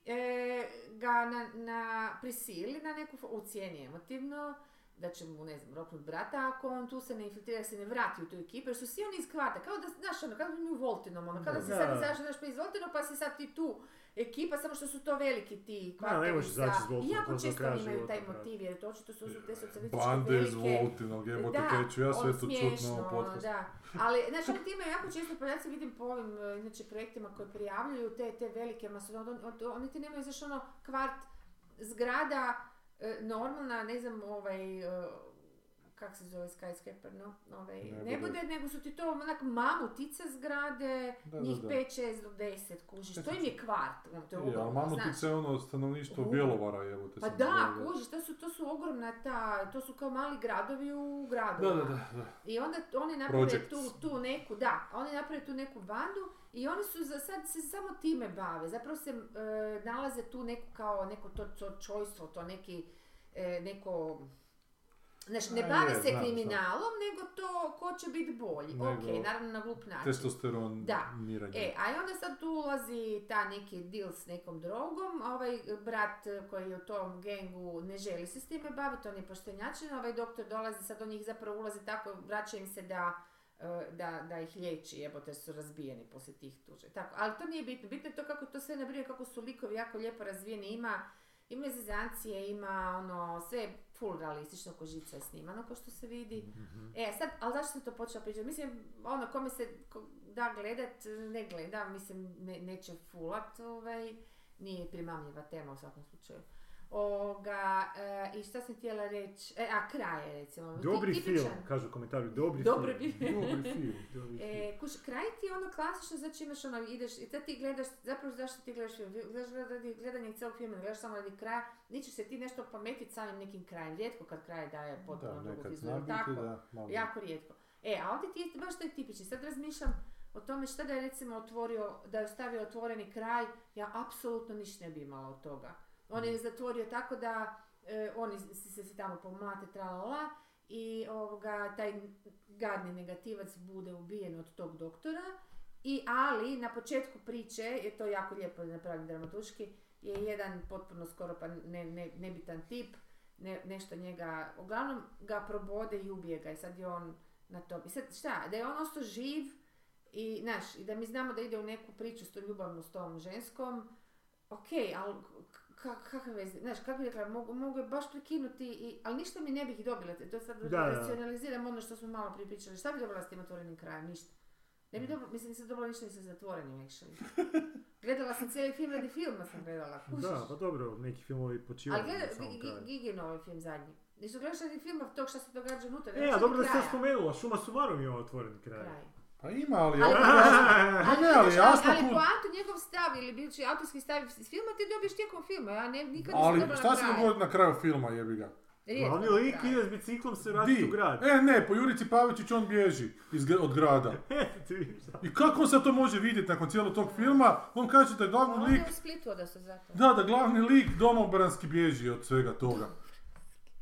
[SPEAKER 4] e, ga na, na prisili na neku, fo- ucijeni emotivno, da će mu, ne znam, roknut brata ako on tu se ne infiltrira, se ne vrati u tu ekipu, jer su svi oni iz kvarta, kao da, znaš, ono, kao da mi u Voltinom, ono, kao da si
[SPEAKER 1] Da.
[SPEAKER 4] sad izašao, znaš, pa iz Voltina, pa si sad ti tu ekipa, samo što su to veliki ti kvartovi
[SPEAKER 1] ne možeš
[SPEAKER 4] sa-
[SPEAKER 1] izaći iz Voltina, to
[SPEAKER 4] Iako
[SPEAKER 1] je do
[SPEAKER 4] često
[SPEAKER 1] kraja
[SPEAKER 4] oni imaju
[SPEAKER 1] života,
[SPEAKER 4] taj
[SPEAKER 1] da.
[SPEAKER 4] motiv, jer to očito su te socijalističke
[SPEAKER 2] Bande iz
[SPEAKER 4] velike-
[SPEAKER 2] Voltinog, jebote
[SPEAKER 4] da,
[SPEAKER 2] keću, ja sve
[SPEAKER 4] ono,
[SPEAKER 2] to čutno
[SPEAKER 4] smiješno,
[SPEAKER 2] u
[SPEAKER 4] ono,
[SPEAKER 2] podcastu.
[SPEAKER 4] Da, ali znači oni ti imaju jako često pa ja se vidim po ovim e, inače projektima koje prijavljuju te, te velike masodonte, oni ti nemaju znaš ono kvart zgrada e, normalna, ne znam, ovaj, e, kak se zove skyscraper, no, ovaj,
[SPEAKER 2] Ne bude.
[SPEAKER 4] ne, bude, nego su ti to onak mamutice zgrade,
[SPEAKER 2] Da, da,
[SPEAKER 4] njih
[SPEAKER 2] da.
[SPEAKER 4] 5, 6 do 10, kužiš, to im je kvart, ono, to je
[SPEAKER 2] Je, ali
[SPEAKER 4] ogromno, znaš.
[SPEAKER 2] mamutice je ono stanovništvo
[SPEAKER 4] U.
[SPEAKER 2] Bjelovara, jebote.
[SPEAKER 4] Pa
[SPEAKER 2] sam
[SPEAKER 4] da,
[SPEAKER 2] gledao.
[SPEAKER 4] kužiš, to su, to su ogromna ta, to su kao mali gradovi u gradu.
[SPEAKER 2] Da, da, da, da.
[SPEAKER 4] I onda t- oni naprave
[SPEAKER 2] Projects.
[SPEAKER 4] tu, tu neku, da, oni naprave tu neku bandu i oni su za sad se samo time bave. Zapravo se e, nalaze tu neku kao neko to, to čojstvo, to neki, e, neko... Znaš, ne
[SPEAKER 2] A
[SPEAKER 4] bave
[SPEAKER 2] je,
[SPEAKER 4] se
[SPEAKER 2] znam, znam.
[SPEAKER 4] kriminalom, nego to ko će biti bolji.
[SPEAKER 2] Nego-
[SPEAKER 4] ok, naravno na glup način.
[SPEAKER 2] Testosteron
[SPEAKER 4] Da.
[SPEAKER 2] miranje.
[SPEAKER 4] E, a i onda sad tu ulazi ta neki deal s nekom drogom, a ovaj brat koji je u tom gengu ne želi se s time baviti, on je poštenjačin, ovaj doktor dolazi, sad on njih zapravo ulazi tako, vraća im se da, e, da, da ih liječi, jebo te su razbijeni poslije tih tuže. Tako, ali to nije bitno, bitno je to kako to sve nabrije, kako su likovi jako lijepo razvijeni, ima ima zezancije, ima ono, sve je full realistično, ko žica je snimano, ko što se vidi.
[SPEAKER 1] Mhm.
[SPEAKER 4] E, sad, ali zašto sam to počela pričati? Mislim, ono, kome se ko- da gledat, ne gleda, mislim, ne, neće fulat, ovaj, nije primamljiva tema u svakom slučaju. Oga, e, I šta sam htjela reći, e, a kraj je recimo. ti-
[SPEAKER 1] Dobri
[SPEAKER 4] tipičan.
[SPEAKER 1] film, kažu u komentarju, dobri
[SPEAKER 4] Dobri
[SPEAKER 1] film.
[SPEAKER 4] film.
[SPEAKER 1] Dobri film. Dobri film.
[SPEAKER 4] E, kuš, kraj ti je ono klasično, znači imaš ono, ideš i sad ti gledaš, zapravo zašto ti gledaš film, gledaš radi gledanje cijelog filma, ne gledaš samo radi kraja, nećeš se ti nešto pametiti samim nekim krajem, rijetko kad kraj daje potpuno
[SPEAKER 2] da,
[SPEAKER 4] drugu
[SPEAKER 2] nekad
[SPEAKER 4] vizuru,
[SPEAKER 2] zna biti,
[SPEAKER 4] tako,
[SPEAKER 2] da, malo.
[SPEAKER 4] jako rijetko. E, a ovdje ti je baš taj tipični, sad razmišljam o tome šta da je recimo otvorio, da je ostavio otvoreni kraj, ja apsolutno ništa ne bi imala od toga. On je zatvorio tako da e, oni se, se, se tamo pomlate, tralala, i ovoga, taj gadni negativac bude ubijen od tog doktora. I ali na početku priče, je to jako lijepo napravljen dramaturški, je jedan potpuno skoro pa ne, ne- nebitan tip, ne, nešto njega, uglavnom ga probode i ubije ga i sad je on na tom. I sad šta, da je on ostao živ i, znaš, i da mi znamo da ide u neku priču s tom ljubavnu s tom ženskom, ok, ali k- kakve veze, znaš, kako bi rekla, mogu, mogu je baš prekinuti, i, ali ništa mi ne bih dobila, to sad
[SPEAKER 1] Da, da.
[SPEAKER 4] racionaliziram ono što smo malo prije pričali, šta bi dobila s tim otvorenim krajem, ništa. Ne bi
[SPEAKER 2] Mm.
[SPEAKER 4] dobro, mislim nisam dobila ništa ni sa zatvorenim actually. Gledala sam cijeli film radi filma sam gledala, kužiš.
[SPEAKER 1] Da, pa dobro, neki filmovi počivaju
[SPEAKER 4] Ali
[SPEAKER 1] na
[SPEAKER 4] gleda,
[SPEAKER 1] samom
[SPEAKER 4] Gi- Gi-
[SPEAKER 1] kraju.
[SPEAKER 4] Gigin ovaj film zadnji. Nisu gledaš radi filma tog šta se događa unutra.
[SPEAKER 1] E,
[SPEAKER 4] gledaš
[SPEAKER 1] a
[SPEAKER 4] radi
[SPEAKER 1] dobro da ste
[SPEAKER 4] kraja.
[SPEAKER 1] spomenula, Šuma Sumarom je otvoren kraj.
[SPEAKER 4] Kraj.
[SPEAKER 2] Pa ima, ali...
[SPEAKER 4] Ali-
[SPEAKER 2] E, Ne, ne, ali jasno
[SPEAKER 4] ali
[SPEAKER 2] kud-
[SPEAKER 4] poantu njegov stav ili bivši autorski stav iz filma ti dobiješ tijekom filma, ja ne, nikad nisam
[SPEAKER 2] Ali
[SPEAKER 4] dobila
[SPEAKER 2] šta se
[SPEAKER 4] kraj.
[SPEAKER 2] dogodi na kraju filma, jebi ga?
[SPEAKER 4] Rijetko
[SPEAKER 1] Glavni
[SPEAKER 4] na
[SPEAKER 1] Pa lik
[SPEAKER 4] kraj.
[SPEAKER 1] ide s biciklom se vrati u
[SPEAKER 2] Di?
[SPEAKER 1] grad.
[SPEAKER 2] E, ne, po Jurici Pavićić on bježi iz, gr- od grada.
[SPEAKER 1] E, Ti vidiš da.
[SPEAKER 2] I kako on sad to može vidjeti nakon cijelog tog filma? On kaže da je
[SPEAKER 4] A
[SPEAKER 2] glavni
[SPEAKER 4] On
[SPEAKER 2] lik
[SPEAKER 4] je u Splitu da se zato.
[SPEAKER 2] Da, da glavni lik domobranski bježi od svega toga.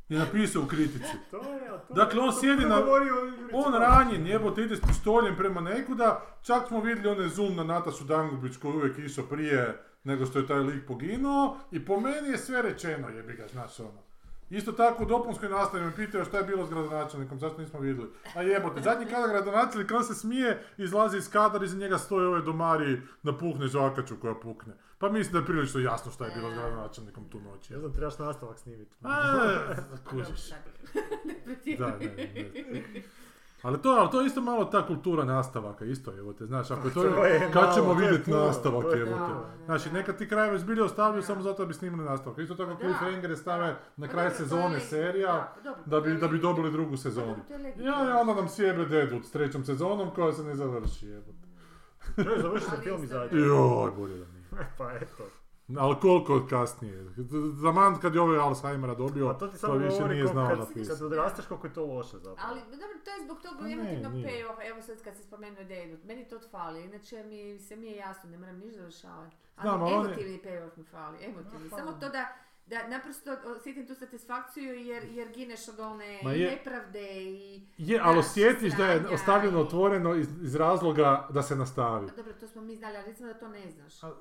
[SPEAKER 2] Je napisao u kritici.
[SPEAKER 1] To je, to je-
[SPEAKER 2] Dakle, on
[SPEAKER 1] to
[SPEAKER 2] sjedi
[SPEAKER 1] prvo
[SPEAKER 2] na-
[SPEAKER 1] govori o Jurici
[SPEAKER 2] On
[SPEAKER 1] Paviću.
[SPEAKER 2] ranjen, jebote, ide s pištoljem prema nekuda, čak smo vidjeli onaj zoom na Natašu Dangubić koji je uvijek išao prije nego što je taj lik poginuo i po meni je sve rečeno, jebi ga, znaš ono. Isto tako u dopunskoj nastavi me pitao šta je bilo s gradonačelnikom, zašto nismo vidjeli. A jebote, zadnji kada gradonačelnik on se smije, izlazi iz kadra, iza njega stoje ove domari, napuhne žakaču koja pukne. Pa mislim da je prilično jasno šta je bilo s gradonačelnikom tu noć.
[SPEAKER 1] Ne
[SPEAKER 2] jel?
[SPEAKER 1] znam, trebaš nastavak snimiti.
[SPEAKER 2] A, kužiš. Da, ne, ne. Ali to, ali to je isto malo ta kultura nastavaka, isto je, evo te, znaš, ako je to,
[SPEAKER 1] To je
[SPEAKER 2] kad
[SPEAKER 1] malo,
[SPEAKER 2] ćemo
[SPEAKER 1] to je
[SPEAKER 2] vidjeti
[SPEAKER 1] puno,
[SPEAKER 2] nastavak,
[SPEAKER 1] to je
[SPEAKER 2] evo
[SPEAKER 1] puno.
[SPEAKER 2] te. Znači, nekad ti krajeve zbilje ostavljaju
[SPEAKER 4] Da.
[SPEAKER 2] samo zato da bi snimili nastavak. Isto tako
[SPEAKER 4] Da.
[SPEAKER 2] cliffhangere stave na
[SPEAKER 4] Pa
[SPEAKER 2] kraj
[SPEAKER 4] dobro, to je
[SPEAKER 2] sezone
[SPEAKER 4] leg-
[SPEAKER 2] serija,
[SPEAKER 4] pa dobro,
[SPEAKER 2] da
[SPEAKER 4] to
[SPEAKER 2] bi,
[SPEAKER 4] je
[SPEAKER 2] da bi
[SPEAKER 4] legitimno.
[SPEAKER 2] dobili drugu
[SPEAKER 4] Pa
[SPEAKER 2] sezonu.
[SPEAKER 4] dobro, to je legitimno.
[SPEAKER 2] Ja, i onda nam sjebe Deadwood s trećom sezonom koja se ne završi, evo te.
[SPEAKER 1] Treba završiti
[SPEAKER 4] Ali
[SPEAKER 1] film i
[SPEAKER 4] isto
[SPEAKER 1] zađe.
[SPEAKER 4] je.
[SPEAKER 2] Joj, bolje da nije.
[SPEAKER 1] Pa eto.
[SPEAKER 2] Ali koliko kasnije, zaman kad je ovaj Alzheimera dobio,
[SPEAKER 1] Pa to ti
[SPEAKER 2] to
[SPEAKER 1] samo
[SPEAKER 2] više
[SPEAKER 1] govori
[SPEAKER 2] nije
[SPEAKER 1] koliko-
[SPEAKER 2] znao
[SPEAKER 1] kad,
[SPEAKER 2] napisati.
[SPEAKER 1] kad odrasteš koliko je to loše zapravo.
[SPEAKER 4] Ali dobro, to je zbog tog
[SPEAKER 2] Pa ne,
[SPEAKER 4] emotivnog
[SPEAKER 2] nije.
[SPEAKER 4] payoffa, evo sad kad se spomenuo Deadwood, meni to fali, inače mi se mi je jasno, ne moram ništa završavati. Ali
[SPEAKER 2] Znam, ali on je-
[SPEAKER 4] emotivni payoff mi fali, emotivni. Samo to da, da naprosto osjetim tu satisfakciju jer, jer gineš od one
[SPEAKER 2] Ma je-
[SPEAKER 4] nepravde i...
[SPEAKER 2] Je, ali
[SPEAKER 4] Naš
[SPEAKER 2] osjetiš da je
[SPEAKER 4] stanja
[SPEAKER 2] ostavljeno
[SPEAKER 4] i-
[SPEAKER 2] otvoreno iz, iz razloga da se nastavi.
[SPEAKER 4] Pa Dobro, to smo mi znali, ali recimo da to ne znaš.
[SPEAKER 2] A-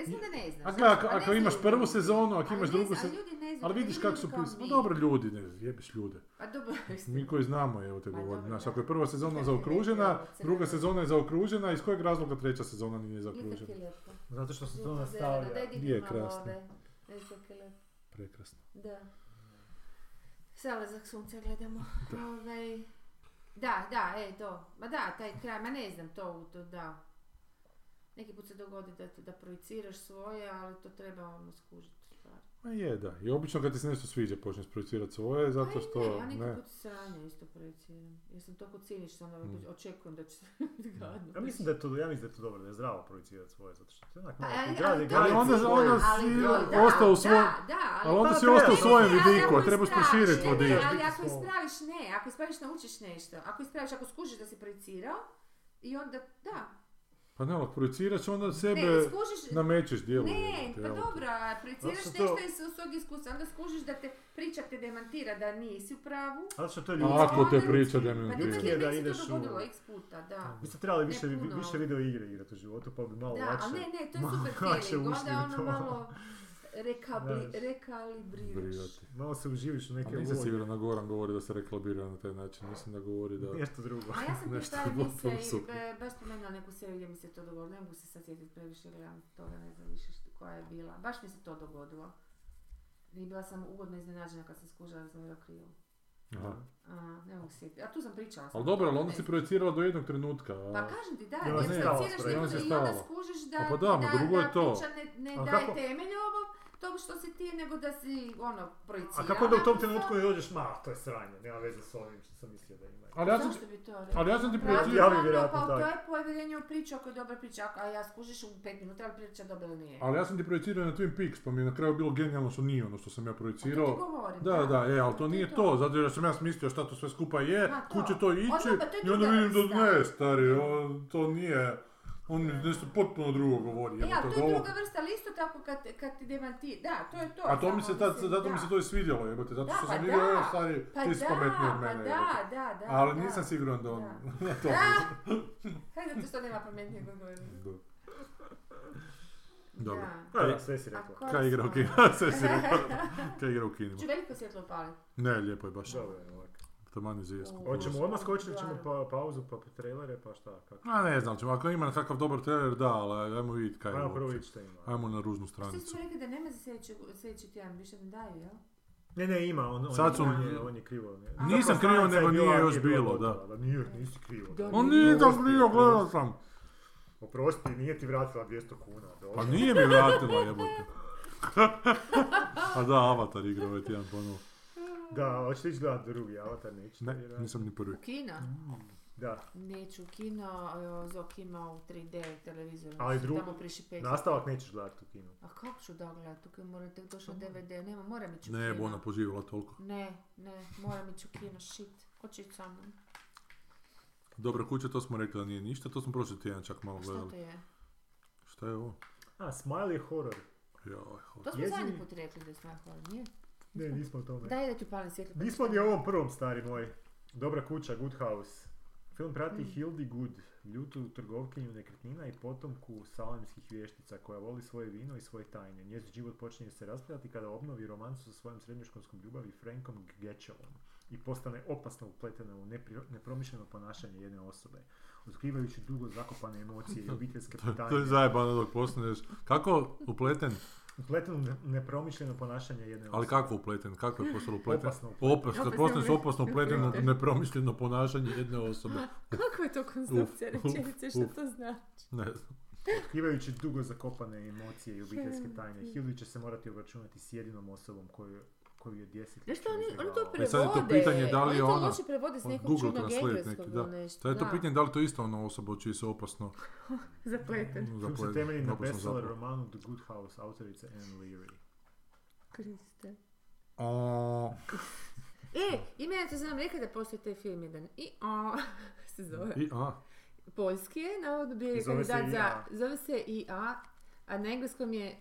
[SPEAKER 4] Recimo da ne znaš.
[SPEAKER 2] A gle, ako,
[SPEAKER 4] znaš, a ne
[SPEAKER 2] ako imaš
[SPEAKER 4] znaju
[SPEAKER 2] prvu
[SPEAKER 4] ljudi.
[SPEAKER 2] sezonu, ako
[SPEAKER 4] Ali
[SPEAKER 2] imaš
[SPEAKER 4] ne
[SPEAKER 2] drugu
[SPEAKER 4] zna- ali
[SPEAKER 2] sezonu...
[SPEAKER 4] ljudi ne znaju,
[SPEAKER 2] Ali
[SPEAKER 4] pa
[SPEAKER 2] vidiš
[SPEAKER 4] ljudi
[SPEAKER 2] kako su
[SPEAKER 4] kao
[SPEAKER 2] pisali. Pa
[SPEAKER 4] mi.
[SPEAKER 2] dobro, ljudi, ne jebiš ljude.
[SPEAKER 4] Pa dobro,
[SPEAKER 2] Mi koji znamo, evo te
[SPEAKER 4] Ma
[SPEAKER 2] govorim.
[SPEAKER 4] dobro,
[SPEAKER 2] Znaš,
[SPEAKER 4] da.
[SPEAKER 2] ako je prva sezona
[SPEAKER 4] Crveni
[SPEAKER 2] zaokružena,
[SPEAKER 4] lijep, crveni
[SPEAKER 2] druga
[SPEAKER 4] lijep.
[SPEAKER 2] sezona je zaokružena, iz kojeg razloga treća sezona nije
[SPEAKER 4] Gledaj kako
[SPEAKER 2] zaokružena?
[SPEAKER 4] je lijepo.
[SPEAKER 1] Zato što se to
[SPEAKER 4] Lijepo
[SPEAKER 1] nastavlja.
[SPEAKER 4] zeleno, pa. ono, daj dignemo
[SPEAKER 2] Nije
[SPEAKER 4] malo
[SPEAKER 2] krasno.
[SPEAKER 4] ove. Daj kako je lijepo.
[SPEAKER 2] Prekrasno.
[SPEAKER 4] Da. Zalazak sunca gledamo. Ovaj, da, da, e, to. Ma da, taj kraj, ma ne znam to, to da. Neki put se dogodi da, ti- da projiciraš svoje, ali to treba ono skužiti stvari.
[SPEAKER 2] Ma je, da. I obično kad ti se nešto sviđa počneš projicirati svoje, zato
[SPEAKER 4] Pa i
[SPEAKER 2] što...
[SPEAKER 4] Ne, ja
[SPEAKER 2] ne.
[SPEAKER 4] nekako kod sranja isto projiciram. Jer sam toliko cinična, ono,
[SPEAKER 2] Mm.
[SPEAKER 4] očekujem da će se gadno.
[SPEAKER 1] Ja mislim da je to, ja mislim da je to dobro, da je zdravo projicirati svoje, zato što ti onak
[SPEAKER 4] Pa,
[SPEAKER 1] malo
[SPEAKER 4] ali-
[SPEAKER 1] ti
[SPEAKER 4] ali
[SPEAKER 1] gradi,
[SPEAKER 4] to-
[SPEAKER 1] gradi
[SPEAKER 2] Ali onda-
[SPEAKER 1] se
[SPEAKER 2] onda
[SPEAKER 1] svoje.
[SPEAKER 2] s-
[SPEAKER 4] Ali
[SPEAKER 2] si
[SPEAKER 4] joj, da,
[SPEAKER 2] ostao u svom-
[SPEAKER 4] Da, da,
[SPEAKER 2] Ali
[SPEAKER 4] ali...
[SPEAKER 2] onda
[SPEAKER 1] Pa
[SPEAKER 2] si
[SPEAKER 1] treba,
[SPEAKER 2] ostao u
[SPEAKER 1] ali
[SPEAKER 2] svojem
[SPEAKER 4] ne, ali
[SPEAKER 2] vidiku, a
[SPEAKER 4] ako
[SPEAKER 2] trebaš
[SPEAKER 4] ispraviš,
[SPEAKER 2] proširiti
[SPEAKER 4] ne, ne,
[SPEAKER 2] vodič.
[SPEAKER 4] Ali
[SPEAKER 1] Biti
[SPEAKER 4] ako
[SPEAKER 1] svoj.
[SPEAKER 4] ispraviš, ne. Ako ispraviš, naučiš nešto. Ako ispraviš, ako skužiš da si projicirao, i onda, da.
[SPEAKER 2] Pa ne, ali projiciraš onda sebe
[SPEAKER 4] Ne, skužiš,
[SPEAKER 2] namećeš dijelu.
[SPEAKER 4] Ne,
[SPEAKER 2] jebote,
[SPEAKER 4] pa
[SPEAKER 2] evo ti.
[SPEAKER 4] dobro, a projiciraš
[SPEAKER 1] Zato što
[SPEAKER 4] nešto
[SPEAKER 1] to-
[SPEAKER 4] iz iz svog iskustva, onda skužiš da te priča te demantira da nisi u pravu.
[SPEAKER 1] Zato što to je
[SPEAKER 2] A
[SPEAKER 1] ljudski.
[SPEAKER 2] ako te
[SPEAKER 4] Onda
[SPEAKER 2] priča da
[SPEAKER 4] Pa
[SPEAKER 2] mi
[SPEAKER 4] ti
[SPEAKER 1] Ljudski
[SPEAKER 4] meni
[SPEAKER 1] je da
[SPEAKER 4] meni se
[SPEAKER 1] ideš
[SPEAKER 4] to
[SPEAKER 1] u-
[SPEAKER 4] dogodilo x puta, da.
[SPEAKER 1] Mi ste trebali više,
[SPEAKER 4] Ne, puno.
[SPEAKER 1] više video igre igrati u životu, pa bi malo
[SPEAKER 4] Da, ali
[SPEAKER 1] lakše.
[SPEAKER 4] ne, ne, to je
[SPEAKER 1] Malo
[SPEAKER 4] super
[SPEAKER 1] lakše
[SPEAKER 4] feeling,
[SPEAKER 1] ušli u
[SPEAKER 4] onda ono
[SPEAKER 1] to.
[SPEAKER 4] malo rekabli,
[SPEAKER 1] Znaš.
[SPEAKER 4] rekalibriraš.
[SPEAKER 2] Brigati.
[SPEAKER 1] Malo se uživiš u
[SPEAKER 2] A
[SPEAKER 1] neke
[SPEAKER 2] Pa nisam
[SPEAKER 1] uloge.
[SPEAKER 2] siguran da Goran govori da se reklamira na taj način, mislim da govori da...
[SPEAKER 1] Nešto drugo.
[SPEAKER 4] A ja sam ti
[SPEAKER 2] Pa Nešto
[SPEAKER 4] stvari
[SPEAKER 2] potpuno
[SPEAKER 4] mislila i
[SPEAKER 2] suprotno.
[SPEAKER 4] be- baš spomenula neku seriju gdje mi se to dogodilo, ne mogu se sad sjetiti previše, gledam toga, ne znam više što- koja je bila, baš mi se to dogodilo. I bila sam ugodno iznenađena kad sam skužila da sam bila u krivu.
[SPEAKER 2] Aha.
[SPEAKER 4] A, ne mogu se sjetiti. A tu sam pričala. sam
[SPEAKER 2] Ali
[SPEAKER 4] o
[SPEAKER 2] dobro, ali
[SPEAKER 4] tome,
[SPEAKER 2] onda
[SPEAKER 4] ne
[SPEAKER 2] si
[SPEAKER 4] znam.
[SPEAKER 2] projecirala do jednog trenutka. a-
[SPEAKER 4] Pa kažem ti, da,
[SPEAKER 1] I onda
[SPEAKER 4] jer
[SPEAKER 1] se
[SPEAKER 4] sad
[SPEAKER 1] stalo
[SPEAKER 4] sjedaš
[SPEAKER 1] spre- i
[SPEAKER 2] onda
[SPEAKER 4] nekog
[SPEAKER 2] se
[SPEAKER 4] i onda
[SPEAKER 2] stalo.
[SPEAKER 4] skužiš da,
[SPEAKER 2] A pa da, ma
[SPEAKER 4] da,
[SPEAKER 2] drugo
[SPEAKER 4] da
[SPEAKER 2] je to.
[SPEAKER 4] priča ne, ne
[SPEAKER 1] A
[SPEAKER 4] daje
[SPEAKER 1] kako-
[SPEAKER 4] temelj ovom tom što si ti, nego da si ono projicira.
[SPEAKER 1] A kako onda u tom trenutku ne dođeš, ma, to je sranje, nema veze s ovim što sam mislio da ima.
[SPEAKER 2] Ali ja sam ti...
[SPEAKER 4] Zašto bi to rekao?
[SPEAKER 2] Ali ja sam ti
[SPEAKER 1] Pravi-
[SPEAKER 2] projecirao...
[SPEAKER 1] Ja bi
[SPEAKER 4] ono,
[SPEAKER 1] vjerojatno
[SPEAKER 4] Pa to
[SPEAKER 1] tak.
[SPEAKER 4] je povjerenje u priču ako je dobra priča, a ja skužiš u pet minuta, ali priča dobra ili nije.
[SPEAKER 2] Ali ja sam ti projecirao na Twin Peaks, pa mi je na kraju bilo genijalno što nije ono što sam ja
[SPEAKER 4] To ti
[SPEAKER 2] projecirao.
[SPEAKER 4] govorim,
[SPEAKER 2] Da, da, e, ali to
[SPEAKER 4] je
[SPEAKER 2] nije to, zato jer sam ja smislio šta to sve skupa je,
[SPEAKER 4] Ma to.
[SPEAKER 2] kud će to ići,
[SPEAKER 4] Odmah, pa to je
[SPEAKER 2] i onda
[SPEAKER 4] druga
[SPEAKER 2] vidim da
[SPEAKER 4] vrsta.
[SPEAKER 2] ne, stari, o, to nije, on mi nešto potpuno drugo govori.
[SPEAKER 4] E,
[SPEAKER 2] jebote,
[SPEAKER 4] ali
[SPEAKER 2] od
[SPEAKER 4] to je
[SPEAKER 2] ovog-
[SPEAKER 4] druga vrsta, ali isto tako kad, kad ti demanti, da, to je to.
[SPEAKER 2] A to
[SPEAKER 4] samo
[SPEAKER 2] mi se tad,
[SPEAKER 4] mislim,
[SPEAKER 2] zato mi
[SPEAKER 4] da.
[SPEAKER 2] se to i svidjelo, jebote, zato
[SPEAKER 4] Da,
[SPEAKER 2] što
[SPEAKER 4] pa
[SPEAKER 2] sam vidio,
[SPEAKER 4] da,
[SPEAKER 2] "E, stari,
[SPEAKER 4] Pa
[SPEAKER 2] ti si
[SPEAKER 4] da,
[SPEAKER 2] pametniji od
[SPEAKER 4] pa
[SPEAKER 2] mene, jebote."
[SPEAKER 4] da, da, da.
[SPEAKER 2] Ali
[SPEAKER 4] da.
[SPEAKER 2] nisam siguran da on na to
[SPEAKER 4] Da. Kaj zato što nema pametnijeg odgovora.
[SPEAKER 2] misli. Dobro.
[SPEAKER 4] Da.
[SPEAKER 1] Pa, Da, da, sve si
[SPEAKER 4] A
[SPEAKER 1] rekla.
[SPEAKER 4] koja
[SPEAKER 2] Kaj igra u
[SPEAKER 4] stvar?
[SPEAKER 2] kinu, sve si rekao. Kaj igra u kinu.
[SPEAKER 4] Ću veliko svjetlo upaliti.
[SPEAKER 2] Ne, lijepo je baš.
[SPEAKER 1] Dobro je, ovaj. ovako.
[SPEAKER 2] Taman je za jest.
[SPEAKER 1] Hoćemo odmah skočiti, ili ćemo
[SPEAKER 4] Dobro.
[SPEAKER 1] pa, pauzu, pa trailere, pa šta, kako?
[SPEAKER 2] A ne znam, ćemo, ako ima nekakav dobar trailer, da, ali ajmo vidjeti kaj je
[SPEAKER 1] Ajmo prvo
[SPEAKER 2] uopće.
[SPEAKER 1] vidjeti šta ima.
[SPEAKER 2] Ajmo na ružnu
[SPEAKER 4] Što
[SPEAKER 2] stranicu.
[SPEAKER 4] smo rekli da nema za sljedeći, sljedeći tjedan, više ne daju, jel?
[SPEAKER 1] Ne, ne, ima, on, on,
[SPEAKER 2] Sad su-
[SPEAKER 1] on, je, on je krivo. Ne.
[SPEAKER 2] Nisam
[SPEAKER 1] Zapravo,
[SPEAKER 2] krivo,
[SPEAKER 1] stranica je
[SPEAKER 2] nego
[SPEAKER 1] bila,
[SPEAKER 2] nije
[SPEAKER 1] ali
[SPEAKER 2] još
[SPEAKER 1] bila
[SPEAKER 2] bilo, da.
[SPEAKER 1] gotova. Nije, nisi krivo.
[SPEAKER 4] Da,
[SPEAKER 2] On
[SPEAKER 4] nije
[SPEAKER 2] nije
[SPEAKER 1] Oprosti,
[SPEAKER 2] tam bio, gledao sam.
[SPEAKER 1] Oprosti, nije ti vratila 200 kuna. dobro.
[SPEAKER 2] Pa nije mi vratila jebote. A da, Avatar igra ovaj tjedan ponovo.
[SPEAKER 1] Da, hoćete ići gledat drugi avatar, nećete.
[SPEAKER 2] Ne,
[SPEAKER 1] vjerojatno.
[SPEAKER 2] nisam ni prvi.
[SPEAKER 4] U kino?
[SPEAKER 1] Da,
[SPEAKER 4] Neću u kino, e, Zok ima u 3D televizoru.
[SPEAKER 1] Ali drugo-
[SPEAKER 4] Tamo prišipeć.
[SPEAKER 1] nastavak nećeš gledat u kinu.
[SPEAKER 4] A kako ću da gledat, tu kad moram tek doći na DVD, nema, moram ići u
[SPEAKER 2] Ne,
[SPEAKER 4] kino.
[SPEAKER 2] bo ona poživjela toliko.
[SPEAKER 4] Ne, ne, moram ići u kino, shit. Ko će ići sa mnom?
[SPEAKER 2] Dobra kuća, to smo rekli da nije ništa, to smo prošli tjedan čak malo
[SPEAKER 4] A Šta
[SPEAKER 2] gledali.
[SPEAKER 4] to je?
[SPEAKER 2] Šta je ovo?
[SPEAKER 1] A, Smiley horror.
[SPEAKER 2] Joj, hvala.
[SPEAKER 4] To smo
[SPEAKER 1] Jezi-
[SPEAKER 4] zadnji put rekli da je smart horror, nije?
[SPEAKER 1] Ne, nismo o tome.
[SPEAKER 4] Daj da ti upalim svjetlo. pa
[SPEAKER 1] Nismo
[SPEAKER 4] ću-
[SPEAKER 1] ni o ovom prvom, stari moj. Dobra kuća, Good House. Film prati Hildy Good, ljutu trgovkinju nekretnina i potomku salemskih vještica koja voli svoje vino i svoje tajne. Njezin život počinje se raspljati kada obnovi romansu sa svojom srednjoškolskom ljubavi Frankom Getchellom i postane opasno upletena u nepri- nepromišljeno ponašanje jedne osobe, otkrivajući dugo zakopane emocije i obiteljske
[SPEAKER 2] To je
[SPEAKER 1] pitanje.
[SPEAKER 2] zajebano dok postaneš. Kako upleten?
[SPEAKER 1] Upleteno u ne- nepromišljeno ponašanje jedne osobe.
[SPEAKER 2] Ali kako upleten? Kako je postalo upleten?
[SPEAKER 1] Opasno upleten.
[SPEAKER 2] Opasno, kad postaneš opasno upleten u nepromišljeno ponašanje jedne osobe.
[SPEAKER 4] Kako je to
[SPEAKER 2] konstrukcija Uf, uf, rečenice, šta uf.
[SPEAKER 4] to znači?
[SPEAKER 2] Ne znam.
[SPEAKER 1] Otkrivajući dugo zakopane emocije i obiteljske tajne, Hildy će se morati obračunati s jedinom osobom koju, koju je desetljećima
[SPEAKER 4] Znaš što, oni, oni to
[SPEAKER 1] izbjegavao.
[SPEAKER 2] E,
[SPEAKER 4] prevode.
[SPEAKER 2] sad je to pitanje da li
[SPEAKER 4] oni
[SPEAKER 2] je
[SPEAKER 4] to
[SPEAKER 2] ona-
[SPEAKER 4] loše prevode s
[SPEAKER 2] on
[SPEAKER 4] nekog
[SPEAKER 2] Google
[SPEAKER 4] čudnog
[SPEAKER 2] Translate
[SPEAKER 4] engleskog
[SPEAKER 2] neki, da.
[SPEAKER 4] ili nešto.
[SPEAKER 2] To je to
[SPEAKER 4] da.
[SPEAKER 2] pitanje da li to isto ona osoba čiji se opasno
[SPEAKER 4] Zapleten.
[SPEAKER 1] Film se
[SPEAKER 2] zapleten-
[SPEAKER 1] temelji na
[SPEAKER 2] opasno
[SPEAKER 1] bestseller
[SPEAKER 2] zapleten.
[SPEAKER 1] romanu The Good House, autorice Anne Leary.
[SPEAKER 4] Kriste.
[SPEAKER 2] O,
[SPEAKER 4] E, i mene to znam rekli da postoji taj film jedan. I o, se zove.
[SPEAKER 2] I, a,
[SPEAKER 4] Poljski je, navodno bio
[SPEAKER 1] I
[SPEAKER 4] je
[SPEAKER 1] zove se
[SPEAKER 4] kandidat za...
[SPEAKER 1] IA.
[SPEAKER 4] Zove se IA, a na engleskom je... E,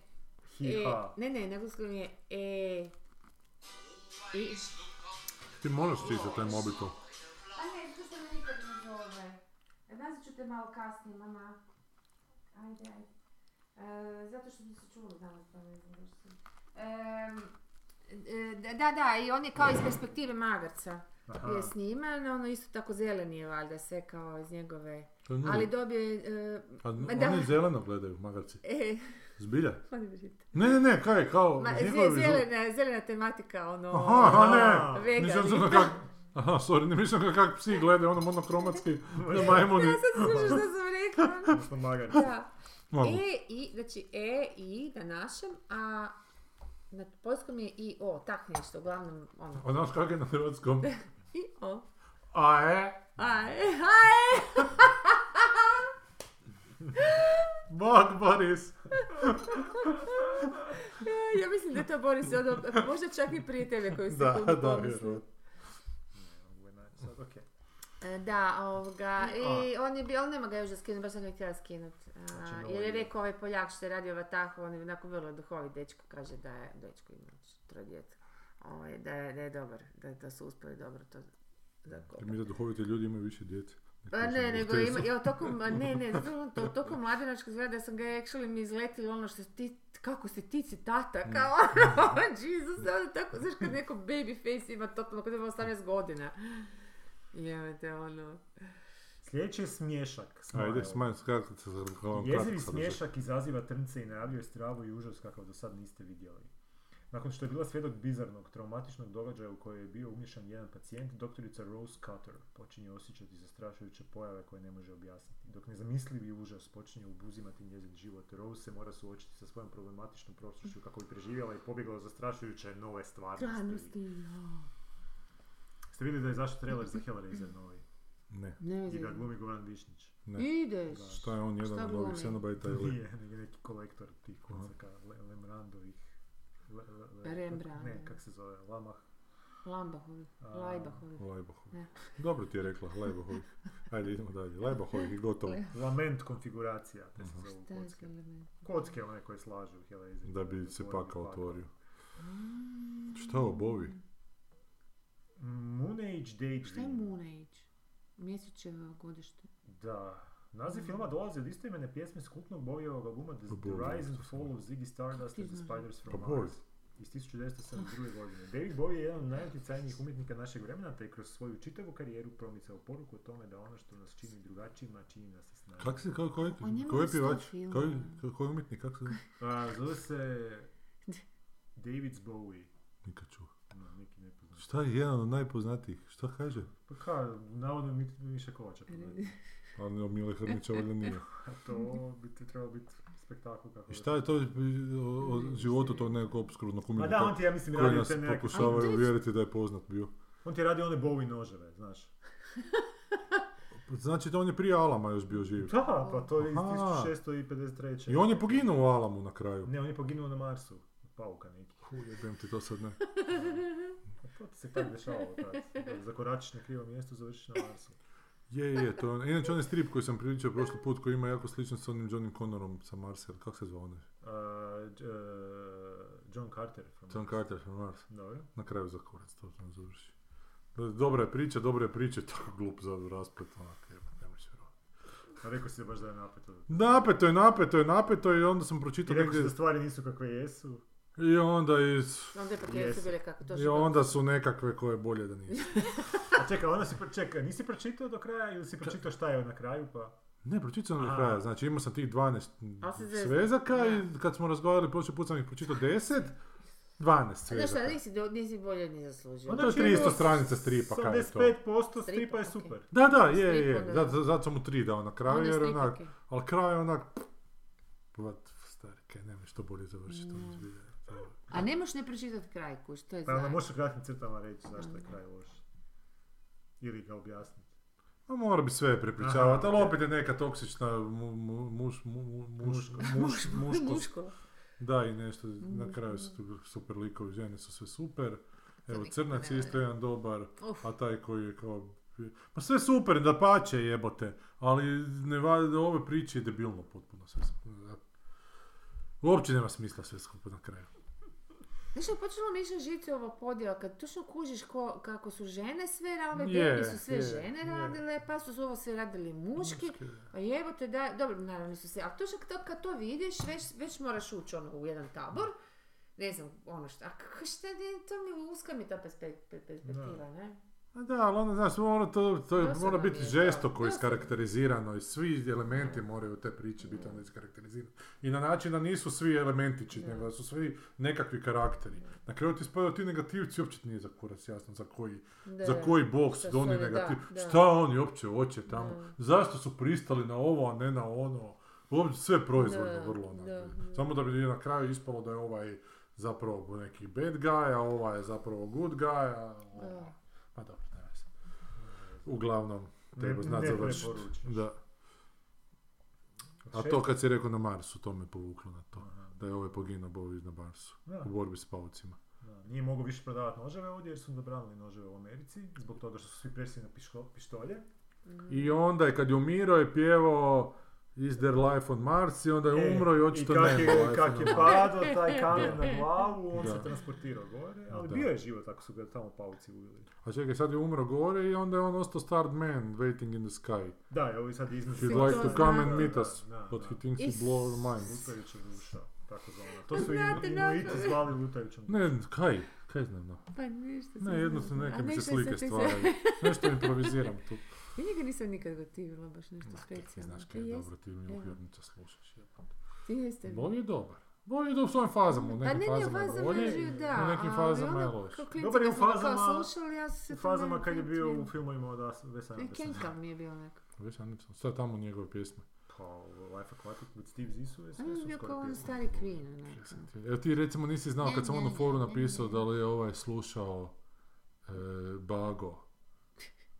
[SPEAKER 1] Hiha.
[SPEAKER 4] ne, ne, na engleskom je E... I...
[SPEAKER 2] ti moraš čitati taj mobitel.
[SPEAKER 4] A ne, to se me nikad ne zove. Nazvat ću te malo kasnije, mama. Ajde, ajde. E, zato što mi se čulo danas, pa ne znam zašto sam. Em, e, da, da, da, i on je kao iz perspektive magarca
[SPEAKER 1] Aha.
[SPEAKER 4] je sniman, ono isto tako zeleni je valjda sve kao iz njegove,
[SPEAKER 2] To je nula.
[SPEAKER 4] ali dobio je,
[SPEAKER 2] Pa n-
[SPEAKER 4] Ma da.
[SPEAKER 2] Oni zeleno gledaju, magarci.
[SPEAKER 4] e, e,
[SPEAKER 2] Zbilja?
[SPEAKER 4] ma ne brinite.
[SPEAKER 2] Ne, ne, ne, kaj je, kao...
[SPEAKER 4] Ma, ze-
[SPEAKER 2] njihovi žu-
[SPEAKER 4] zelena, zelena tematika, ono,
[SPEAKER 2] Aha, aha, ne.
[SPEAKER 1] A,
[SPEAKER 4] vegani.
[SPEAKER 2] Nisam sam kak... Aha, sorry, ne mislim kak, kak psi gledaju, ono monokromatski, na majmuni.
[SPEAKER 4] Sad slušaš što sam rekla, ono.
[SPEAKER 1] Odnosno magar.
[SPEAKER 4] Da.
[SPEAKER 2] Mogu.
[SPEAKER 4] E, i, znači E, I na našem, a na poljskom je I, O, tak nešto, uglavnom ono.
[SPEAKER 2] A znaš kako je na hrvatskom?
[SPEAKER 4] I, O.
[SPEAKER 2] A e?
[SPEAKER 4] A, E, A, E.
[SPEAKER 2] Bog, Boris!
[SPEAKER 4] e, Ja mislim da je to Boris ono, možda čak i prije tebe koji se
[SPEAKER 2] Da,
[SPEAKER 4] tu
[SPEAKER 2] da,
[SPEAKER 4] pomislio.
[SPEAKER 2] vjerovatno.
[SPEAKER 1] Sad, okej.
[SPEAKER 4] E, Da, ovoga,
[SPEAKER 2] I
[SPEAKER 4] i on je bio, ali nema ga još da skinu, baš sam ga htjela skinut. A,
[SPEAKER 1] Znači, novi
[SPEAKER 4] jer je
[SPEAKER 1] je.
[SPEAKER 4] rekao ovaj Poljak što je radio Vatahu, on je onako vrlo duhovit dečko, kaže da je, dečko ima znači, troje djece, ovaj, da, je, da je dobar, da, da su uspjeli dobro to
[SPEAKER 2] Jer
[SPEAKER 4] zakopati.
[SPEAKER 2] E, mi da duhovite ljudi imaju više djece.
[SPEAKER 4] Pa ne, nego ima, ja toliko, ma ne, ne, zato ono, to, toliko mladenačko zgleda da sam ga actually mi izletilo ono što ti, kako si ti si tata, kao ono, Jesus, ono tako, znaš kad neko baby face ima totalno, kad ima 18 godina. Jevete, ono,
[SPEAKER 1] Sljedeći je smiješak. smile.
[SPEAKER 2] Ajde, smanj skaklice za rukavom.
[SPEAKER 1] Jezivi smiješak izaziva trnce i najavljuje stravu i užas kakav do sad niste vidjeli. Nakon što je bila svjedok bizarnog, traumatičnog događaja u kojoj je bio umješan jedan pacijent, doktorica Rose Cutter počinje osjećati zastrašujuće pojave koje ne može objasniti. Dok nezamislivi užas počinje obuzimati njezin život, Rose se mora suočiti sa svojom problematičnom prošlošću kako bi preživjela i pobjegla od zastrašujuće nove stvarnosti.
[SPEAKER 4] stvarnosti, jo.
[SPEAKER 1] Ste vidjeli da je zašto trailer za Hellraiser novi?
[SPEAKER 2] Ne,
[SPEAKER 4] Ne
[SPEAKER 1] I ga
[SPEAKER 4] znam.
[SPEAKER 1] glumi Goran Višnić.
[SPEAKER 2] ne.
[SPEAKER 4] Ideš.
[SPEAKER 2] Šta je on jedan
[SPEAKER 4] Šta
[SPEAKER 2] od ovih
[SPEAKER 4] glumi?
[SPEAKER 2] Xenobajta ili...
[SPEAKER 1] Nije, nego neki kolektor tih konzaka, Le, Lemrandovih. Le, le, le-
[SPEAKER 4] Rembrandt.
[SPEAKER 1] Ne, kak se zove, Lamah.
[SPEAKER 4] Lambahovi,
[SPEAKER 1] A,
[SPEAKER 4] Lajbahovi.
[SPEAKER 2] Lajbohovi.
[SPEAKER 4] Ne.
[SPEAKER 2] Dobro ti je rekla, Lajbohovi. Ajde, idemo dalje. Lajbohovi i gotovo.
[SPEAKER 1] Lament konfiguracija, te se zovu
[SPEAKER 4] Šta je to
[SPEAKER 1] kocke.
[SPEAKER 4] element?
[SPEAKER 1] Kocke one koje slažu u Hellraiser.
[SPEAKER 2] Da bi se pakao
[SPEAKER 1] otvori.
[SPEAKER 2] otvorio.
[SPEAKER 4] Mm.
[SPEAKER 2] Šta obovi?
[SPEAKER 1] Moon Age Daydream.
[SPEAKER 4] Šta je Moon Age? Mjesečeva godište.
[SPEAKER 1] Da. Naziv
[SPEAKER 2] Mm.
[SPEAKER 1] filma dolazi od istoimene pjesme s kultnog Bowievog albuma The,
[SPEAKER 2] Pa Bowie,
[SPEAKER 1] The Rise and
[SPEAKER 2] to sam.
[SPEAKER 1] Fall of Ziggy Stardust
[SPEAKER 4] Ti
[SPEAKER 1] and the
[SPEAKER 4] znaš.
[SPEAKER 1] Spiders from
[SPEAKER 2] Pa Bowie.
[SPEAKER 1] Mars iz 1972. godine. David Bowie je jedan od najutjecajnijih umjetnika našeg vremena, te je kroz svoju čitavu karijeru promicao poruku o tome da ono što nas čini drugačijima čini nas i snažnijima.
[SPEAKER 2] Kak se, kako, koji,
[SPEAKER 4] O njemu
[SPEAKER 2] koji
[SPEAKER 4] je sto
[SPEAKER 2] pjevač,
[SPEAKER 4] filmova.
[SPEAKER 2] koji, koji umjetnik, kako se...
[SPEAKER 1] A, Pa, zove se David Bowie.
[SPEAKER 2] Nikad čuo.
[SPEAKER 1] No, neki nepoznat.
[SPEAKER 2] Šta je jedan od najpoznatijih? Šta kaže?
[SPEAKER 1] Pa kao, navodno mi, Miša Kovača poznaje.
[SPEAKER 2] Ali o Mile Hrnića valjda nije.
[SPEAKER 1] A to bi ti trebalo biti spektakl kako...
[SPEAKER 2] I šta je to o, o životu tog nekog obskurnog
[SPEAKER 1] Ma
[SPEAKER 2] umjetnika
[SPEAKER 1] Pa da, on ti, ja mislim,
[SPEAKER 2] koji
[SPEAKER 1] radio
[SPEAKER 2] nas
[SPEAKER 1] te nekakve...
[SPEAKER 4] Ali to
[SPEAKER 2] pokušavaju
[SPEAKER 4] je-
[SPEAKER 2] uvjeriti da je poznat bio?
[SPEAKER 1] On ti je radio one Bowie noževe, znaš.
[SPEAKER 2] Znači da on je prije Alama još bio živ.
[SPEAKER 1] Da, pa to je iz
[SPEAKER 2] Aha.
[SPEAKER 1] 1653.
[SPEAKER 2] I on je poginuo u Alamu na kraju.
[SPEAKER 1] Ne, on je poginuo na Marsu. od Pauka neki.
[SPEAKER 2] Hu, Jebem ti to sad ne.
[SPEAKER 1] Pa to ti se tak dešavalo tad. Da Zakoračiš na krivo mjesto, završiš na Marsu.
[SPEAKER 2] Je, je, to je on. Inače onaj strip koji sam priličio prošli put koji ima jako slično s onim Johnny Connorom sa Marsa, ili kako se zvao onaj?
[SPEAKER 1] A, J- e, Uh, John Carter. from
[SPEAKER 2] John
[SPEAKER 1] Mars.
[SPEAKER 2] Carter from Mars.
[SPEAKER 1] Dobro.
[SPEAKER 2] Na kraju za kurac, to sam završi. Da, Dobra je priča, dobra je priča, tako glup za rasplet, onak, jebe, ne možeš vjerovati.
[SPEAKER 1] A rekao si da baš da je napeto.
[SPEAKER 2] Napeto je, napeto je, napeto je i onda sam
[SPEAKER 1] I
[SPEAKER 2] pročitao
[SPEAKER 1] rekao si da
[SPEAKER 2] negdje
[SPEAKER 1] stvari nisu kakve jesu.
[SPEAKER 2] i onda iz...
[SPEAKER 4] Onda je pakete
[SPEAKER 1] Jes.
[SPEAKER 4] su bile kako to
[SPEAKER 2] I E, onda su nekakve koje bolje da nisu.
[SPEAKER 1] A čekaj, onda si, pro- čekaj, nisi pročitao do kraja ili si pročitao šta je na kraju pa...
[SPEAKER 2] Ne, pročitao sam do
[SPEAKER 1] A.
[SPEAKER 2] kraja, znači imao sam tih 12
[SPEAKER 4] Ali si zvezda.
[SPEAKER 2] svezaka
[SPEAKER 4] Da.
[SPEAKER 2] i kad smo razgovarali prošli put sam ih pročitao 10, 12
[SPEAKER 4] A Znaš šta,
[SPEAKER 2] svezaka.
[SPEAKER 4] nisi, do- nisi bolje ni zaslužio.
[SPEAKER 2] Onda- je 300 stranica stripa, kaj je to?
[SPEAKER 1] 75% stripa
[SPEAKER 4] Stripa,
[SPEAKER 1] je
[SPEAKER 4] ok.
[SPEAKER 1] super.
[SPEAKER 2] Da, da, je,
[SPEAKER 4] Strip
[SPEAKER 2] je,
[SPEAKER 4] onda-
[SPEAKER 2] zato, zato sam mu 3 dao na kraju,
[SPEAKER 4] Onda je
[SPEAKER 2] jer
[SPEAKER 4] strip
[SPEAKER 2] ono, onak,
[SPEAKER 4] okej.
[SPEAKER 2] ali kraj je onak, vat, stari, kaj, nemoj što bolje završiti, ono zbilja. to-
[SPEAKER 4] A ne možeš ne pročitati kraj kuš, to je
[SPEAKER 1] Pa onda
[SPEAKER 4] znači.
[SPEAKER 1] možeš u kratkim crtama reći zašto je kraj loš. Ili ga objasniti.
[SPEAKER 2] Pa mora bi sve prepričavati,
[SPEAKER 1] Aha,
[SPEAKER 2] ali
[SPEAKER 1] ok.
[SPEAKER 2] opet je neka toksična mu- mu- muš, mu- mu- muš, muš, muškost.
[SPEAKER 4] Muško.
[SPEAKER 2] Da, i nešto,
[SPEAKER 4] Mhm.
[SPEAKER 2] na kraju su tu super likovi, žene su sve super. Evo,
[SPEAKER 4] nikad
[SPEAKER 2] crnac je
[SPEAKER 4] ne
[SPEAKER 2] isto jedan dobar,
[SPEAKER 4] Uf.
[SPEAKER 2] a taj koji je kao... Pa sve super, da pače jebote, ali ne valja, ove priče je debilno potpuno sve skupa. Uopće nema smisla sve skupa na kraju.
[SPEAKER 4] Znaš, ali počelo mi išla žiti ova podjela, kad točno kužiš ko, kako su žene sve radile,
[SPEAKER 2] Je,
[SPEAKER 4] yeah, su sve
[SPEAKER 2] je,
[SPEAKER 4] žene
[SPEAKER 2] je.
[SPEAKER 4] radile, pa su ovo sve radili muški, a evo te da, dobro, naravno nisu sve, ali točno kad, kad to vidiš, već, već moraš ući ono, u jedan tabor, ne znam, ono šta, a k- šta, ne, to mi uska mi ta perspe- pe- perspektiva, ne?
[SPEAKER 2] A Pa Da, ali onda, znaš, mora to, to je-
[SPEAKER 4] Dosadno
[SPEAKER 2] mora
[SPEAKER 4] mi
[SPEAKER 2] biti
[SPEAKER 4] je to.
[SPEAKER 2] žestoko
[SPEAKER 4] Dosadno.
[SPEAKER 2] iskarakterizirano i svi elementi moraju u te priče biti onda iskarakterizirani. I na način da nisu svi elementići, nego da su svi nekakvi karakteri. Na kraju ti spada ti negativci, uopće ti nije za kurac jasno za koji,
[SPEAKER 4] Da,
[SPEAKER 2] za
[SPEAKER 4] da.
[SPEAKER 2] koji bog su
[SPEAKER 4] Šta su
[SPEAKER 2] oni
[SPEAKER 4] oni, da,
[SPEAKER 2] negativ.
[SPEAKER 4] da.
[SPEAKER 2] Šta oni uopće hoće tamo? Zašto su pristali na ovo, a ne na ono? uopće sve proizvodno
[SPEAKER 4] Da,
[SPEAKER 2] vrlo onako.
[SPEAKER 4] da, da.
[SPEAKER 2] Samo da bi na kraju ispalo da je ovaj zapravo neki bad guy, a ovaj je zapravo good guy, a ovaj-
[SPEAKER 4] Da.
[SPEAKER 2] Ma dobro, ne veze. Uglavnom, treba znat
[SPEAKER 1] Ne
[SPEAKER 2] završiti.
[SPEAKER 1] preporučaš.
[SPEAKER 2] Da. A to kad si rekao na Marsu, to me povuklo na to.
[SPEAKER 1] Aha.
[SPEAKER 2] Da je ovaj poginuo bovi na Marsu.
[SPEAKER 1] Da.
[SPEAKER 2] U borbi s paucima.
[SPEAKER 1] Da, nije mogao više prodavati noževe ovdje jer su zabranili noževe u Americi zbog toga što su svi prešli na piško- pištolje.
[SPEAKER 4] Mm.
[SPEAKER 2] I onda je kad je umirao je pjevao Is there life on Mars i onda je
[SPEAKER 1] E,
[SPEAKER 2] umro i očito
[SPEAKER 1] i kak
[SPEAKER 2] nema
[SPEAKER 1] je,
[SPEAKER 2] life
[SPEAKER 1] kak
[SPEAKER 2] on
[SPEAKER 1] je
[SPEAKER 2] Marsu.
[SPEAKER 1] padao taj kamen na glavu, on
[SPEAKER 2] Da.
[SPEAKER 1] se transportirao gore, ali
[SPEAKER 2] Da.
[SPEAKER 1] bio je život ako su ga tamo pauci uveli.
[SPEAKER 2] A čekaj, sad je umro gore i onda je on ostao starred man waiting in the sky.
[SPEAKER 1] Da, evo i sad
[SPEAKER 2] If
[SPEAKER 1] izmislio.
[SPEAKER 4] Svi
[SPEAKER 2] you'd like
[SPEAKER 4] to
[SPEAKER 2] to
[SPEAKER 4] znamo.
[SPEAKER 2] come and meet
[SPEAKER 1] Da,
[SPEAKER 2] us,
[SPEAKER 1] da, da.
[SPEAKER 2] but he thinks you
[SPEAKER 4] Is-
[SPEAKER 2] blow our minds.
[SPEAKER 1] Lutajuća duša, tako zvana. To su
[SPEAKER 4] Znate,
[SPEAKER 1] i- inuiti
[SPEAKER 4] nakon-
[SPEAKER 1] zvali lutajućom dušom.
[SPEAKER 2] Ne, kaj? Kaj znam no.
[SPEAKER 5] Pa ništa sam
[SPEAKER 2] Ne, jednostavno
[SPEAKER 5] znala.
[SPEAKER 2] neke
[SPEAKER 5] A
[SPEAKER 2] mi se
[SPEAKER 5] nešto
[SPEAKER 2] slike
[SPEAKER 5] sam ti se-
[SPEAKER 2] stvaraju. Nešto improviziram tu.
[SPEAKER 5] Ja njega nisam nikad gotivila, baš nešto
[SPEAKER 2] Ma, ti ti
[SPEAKER 5] specijalno.
[SPEAKER 2] znaš
[SPEAKER 5] Ti
[SPEAKER 4] Pa
[SPEAKER 2] kaj je
[SPEAKER 5] jes-
[SPEAKER 2] dobro, ti mi
[SPEAKER 5] Pa Evo.
[SPEAKER 2] uhljebnica slušaš. jebote.
[SPEAKER 5] Ti jeste.
[SPEAKER 2] Bov je dobar. Bov je dobar u svojim fazama, u
[SPEAKER 5] Pa
[SPEAKER 2] nekim
[SPEAKER 5] ne, ne, u
[SPEAKER 2] fazama je
[SPEAKER 5] fazama
[SPEAKER 2] bolji,
[SPEAKER 5] je živ, da.
[SPEAKER 2] u nekim
[SPEAKER 5] ali
[SPEAKER 2] fazama
[SPEAKER 5] ono,
[SPEAKER 2] je loš.
[SPEAKER 5] Kao klinci
[SPEAKER 1] Dobar je
[SPEAKER 5] kad
[SPEAKER 1] u
[SPEAKER 5] smo ga
[SPEAKER 1] fazama-
[SPEAKER 5] kao slušali, ja sam se
[SPEAKER 1] U
[SPEAKER 5] tu
[SPEAKER 1] fazama
[SPEAKER 5] malo
[SPEAKER 1] kad je bio u
[SPEAKER 5] krenula.
[SPEAKER 1] filmovima od As- Wes
[SPEAKER 5] I
[SPEAKER 1] Andersona.
[SPEAKER 5] Kenkal mi je bio onako.
[SPEAKER 2] Već Anderson, sve tamo njegove pjesme.
[SPEAKER 1] Pa ovo, Life Aquatic with Steve Zissou é je
[SPEAKER 5] On
[SPEAKER 4] Ah,
[SPEAKER 1] sve
[SPEAKER 5] je
[SPEAKER 1] su
[SPEAKER 5] bio
[SPEAKER 1] skoro
[SPEAKER 5] kao on
[SPEAKER 1] pjesme.
[SPEAKER 5] stari e Queen, onako.
[SPEAKER 2] Evo ti recimo nisi znao kad sam
[SPEAKER 5] Ne,
[SPEAKER 2] on u
[SPEAKER 5] ne,
[SPEAKER 2] foru
[SPEAKER 5] ne, ne,
[SPEAKER 2] napisao
[SPEAKER 5] ne.
[SPEAKER 2] da li je ovaj slušao e, Bago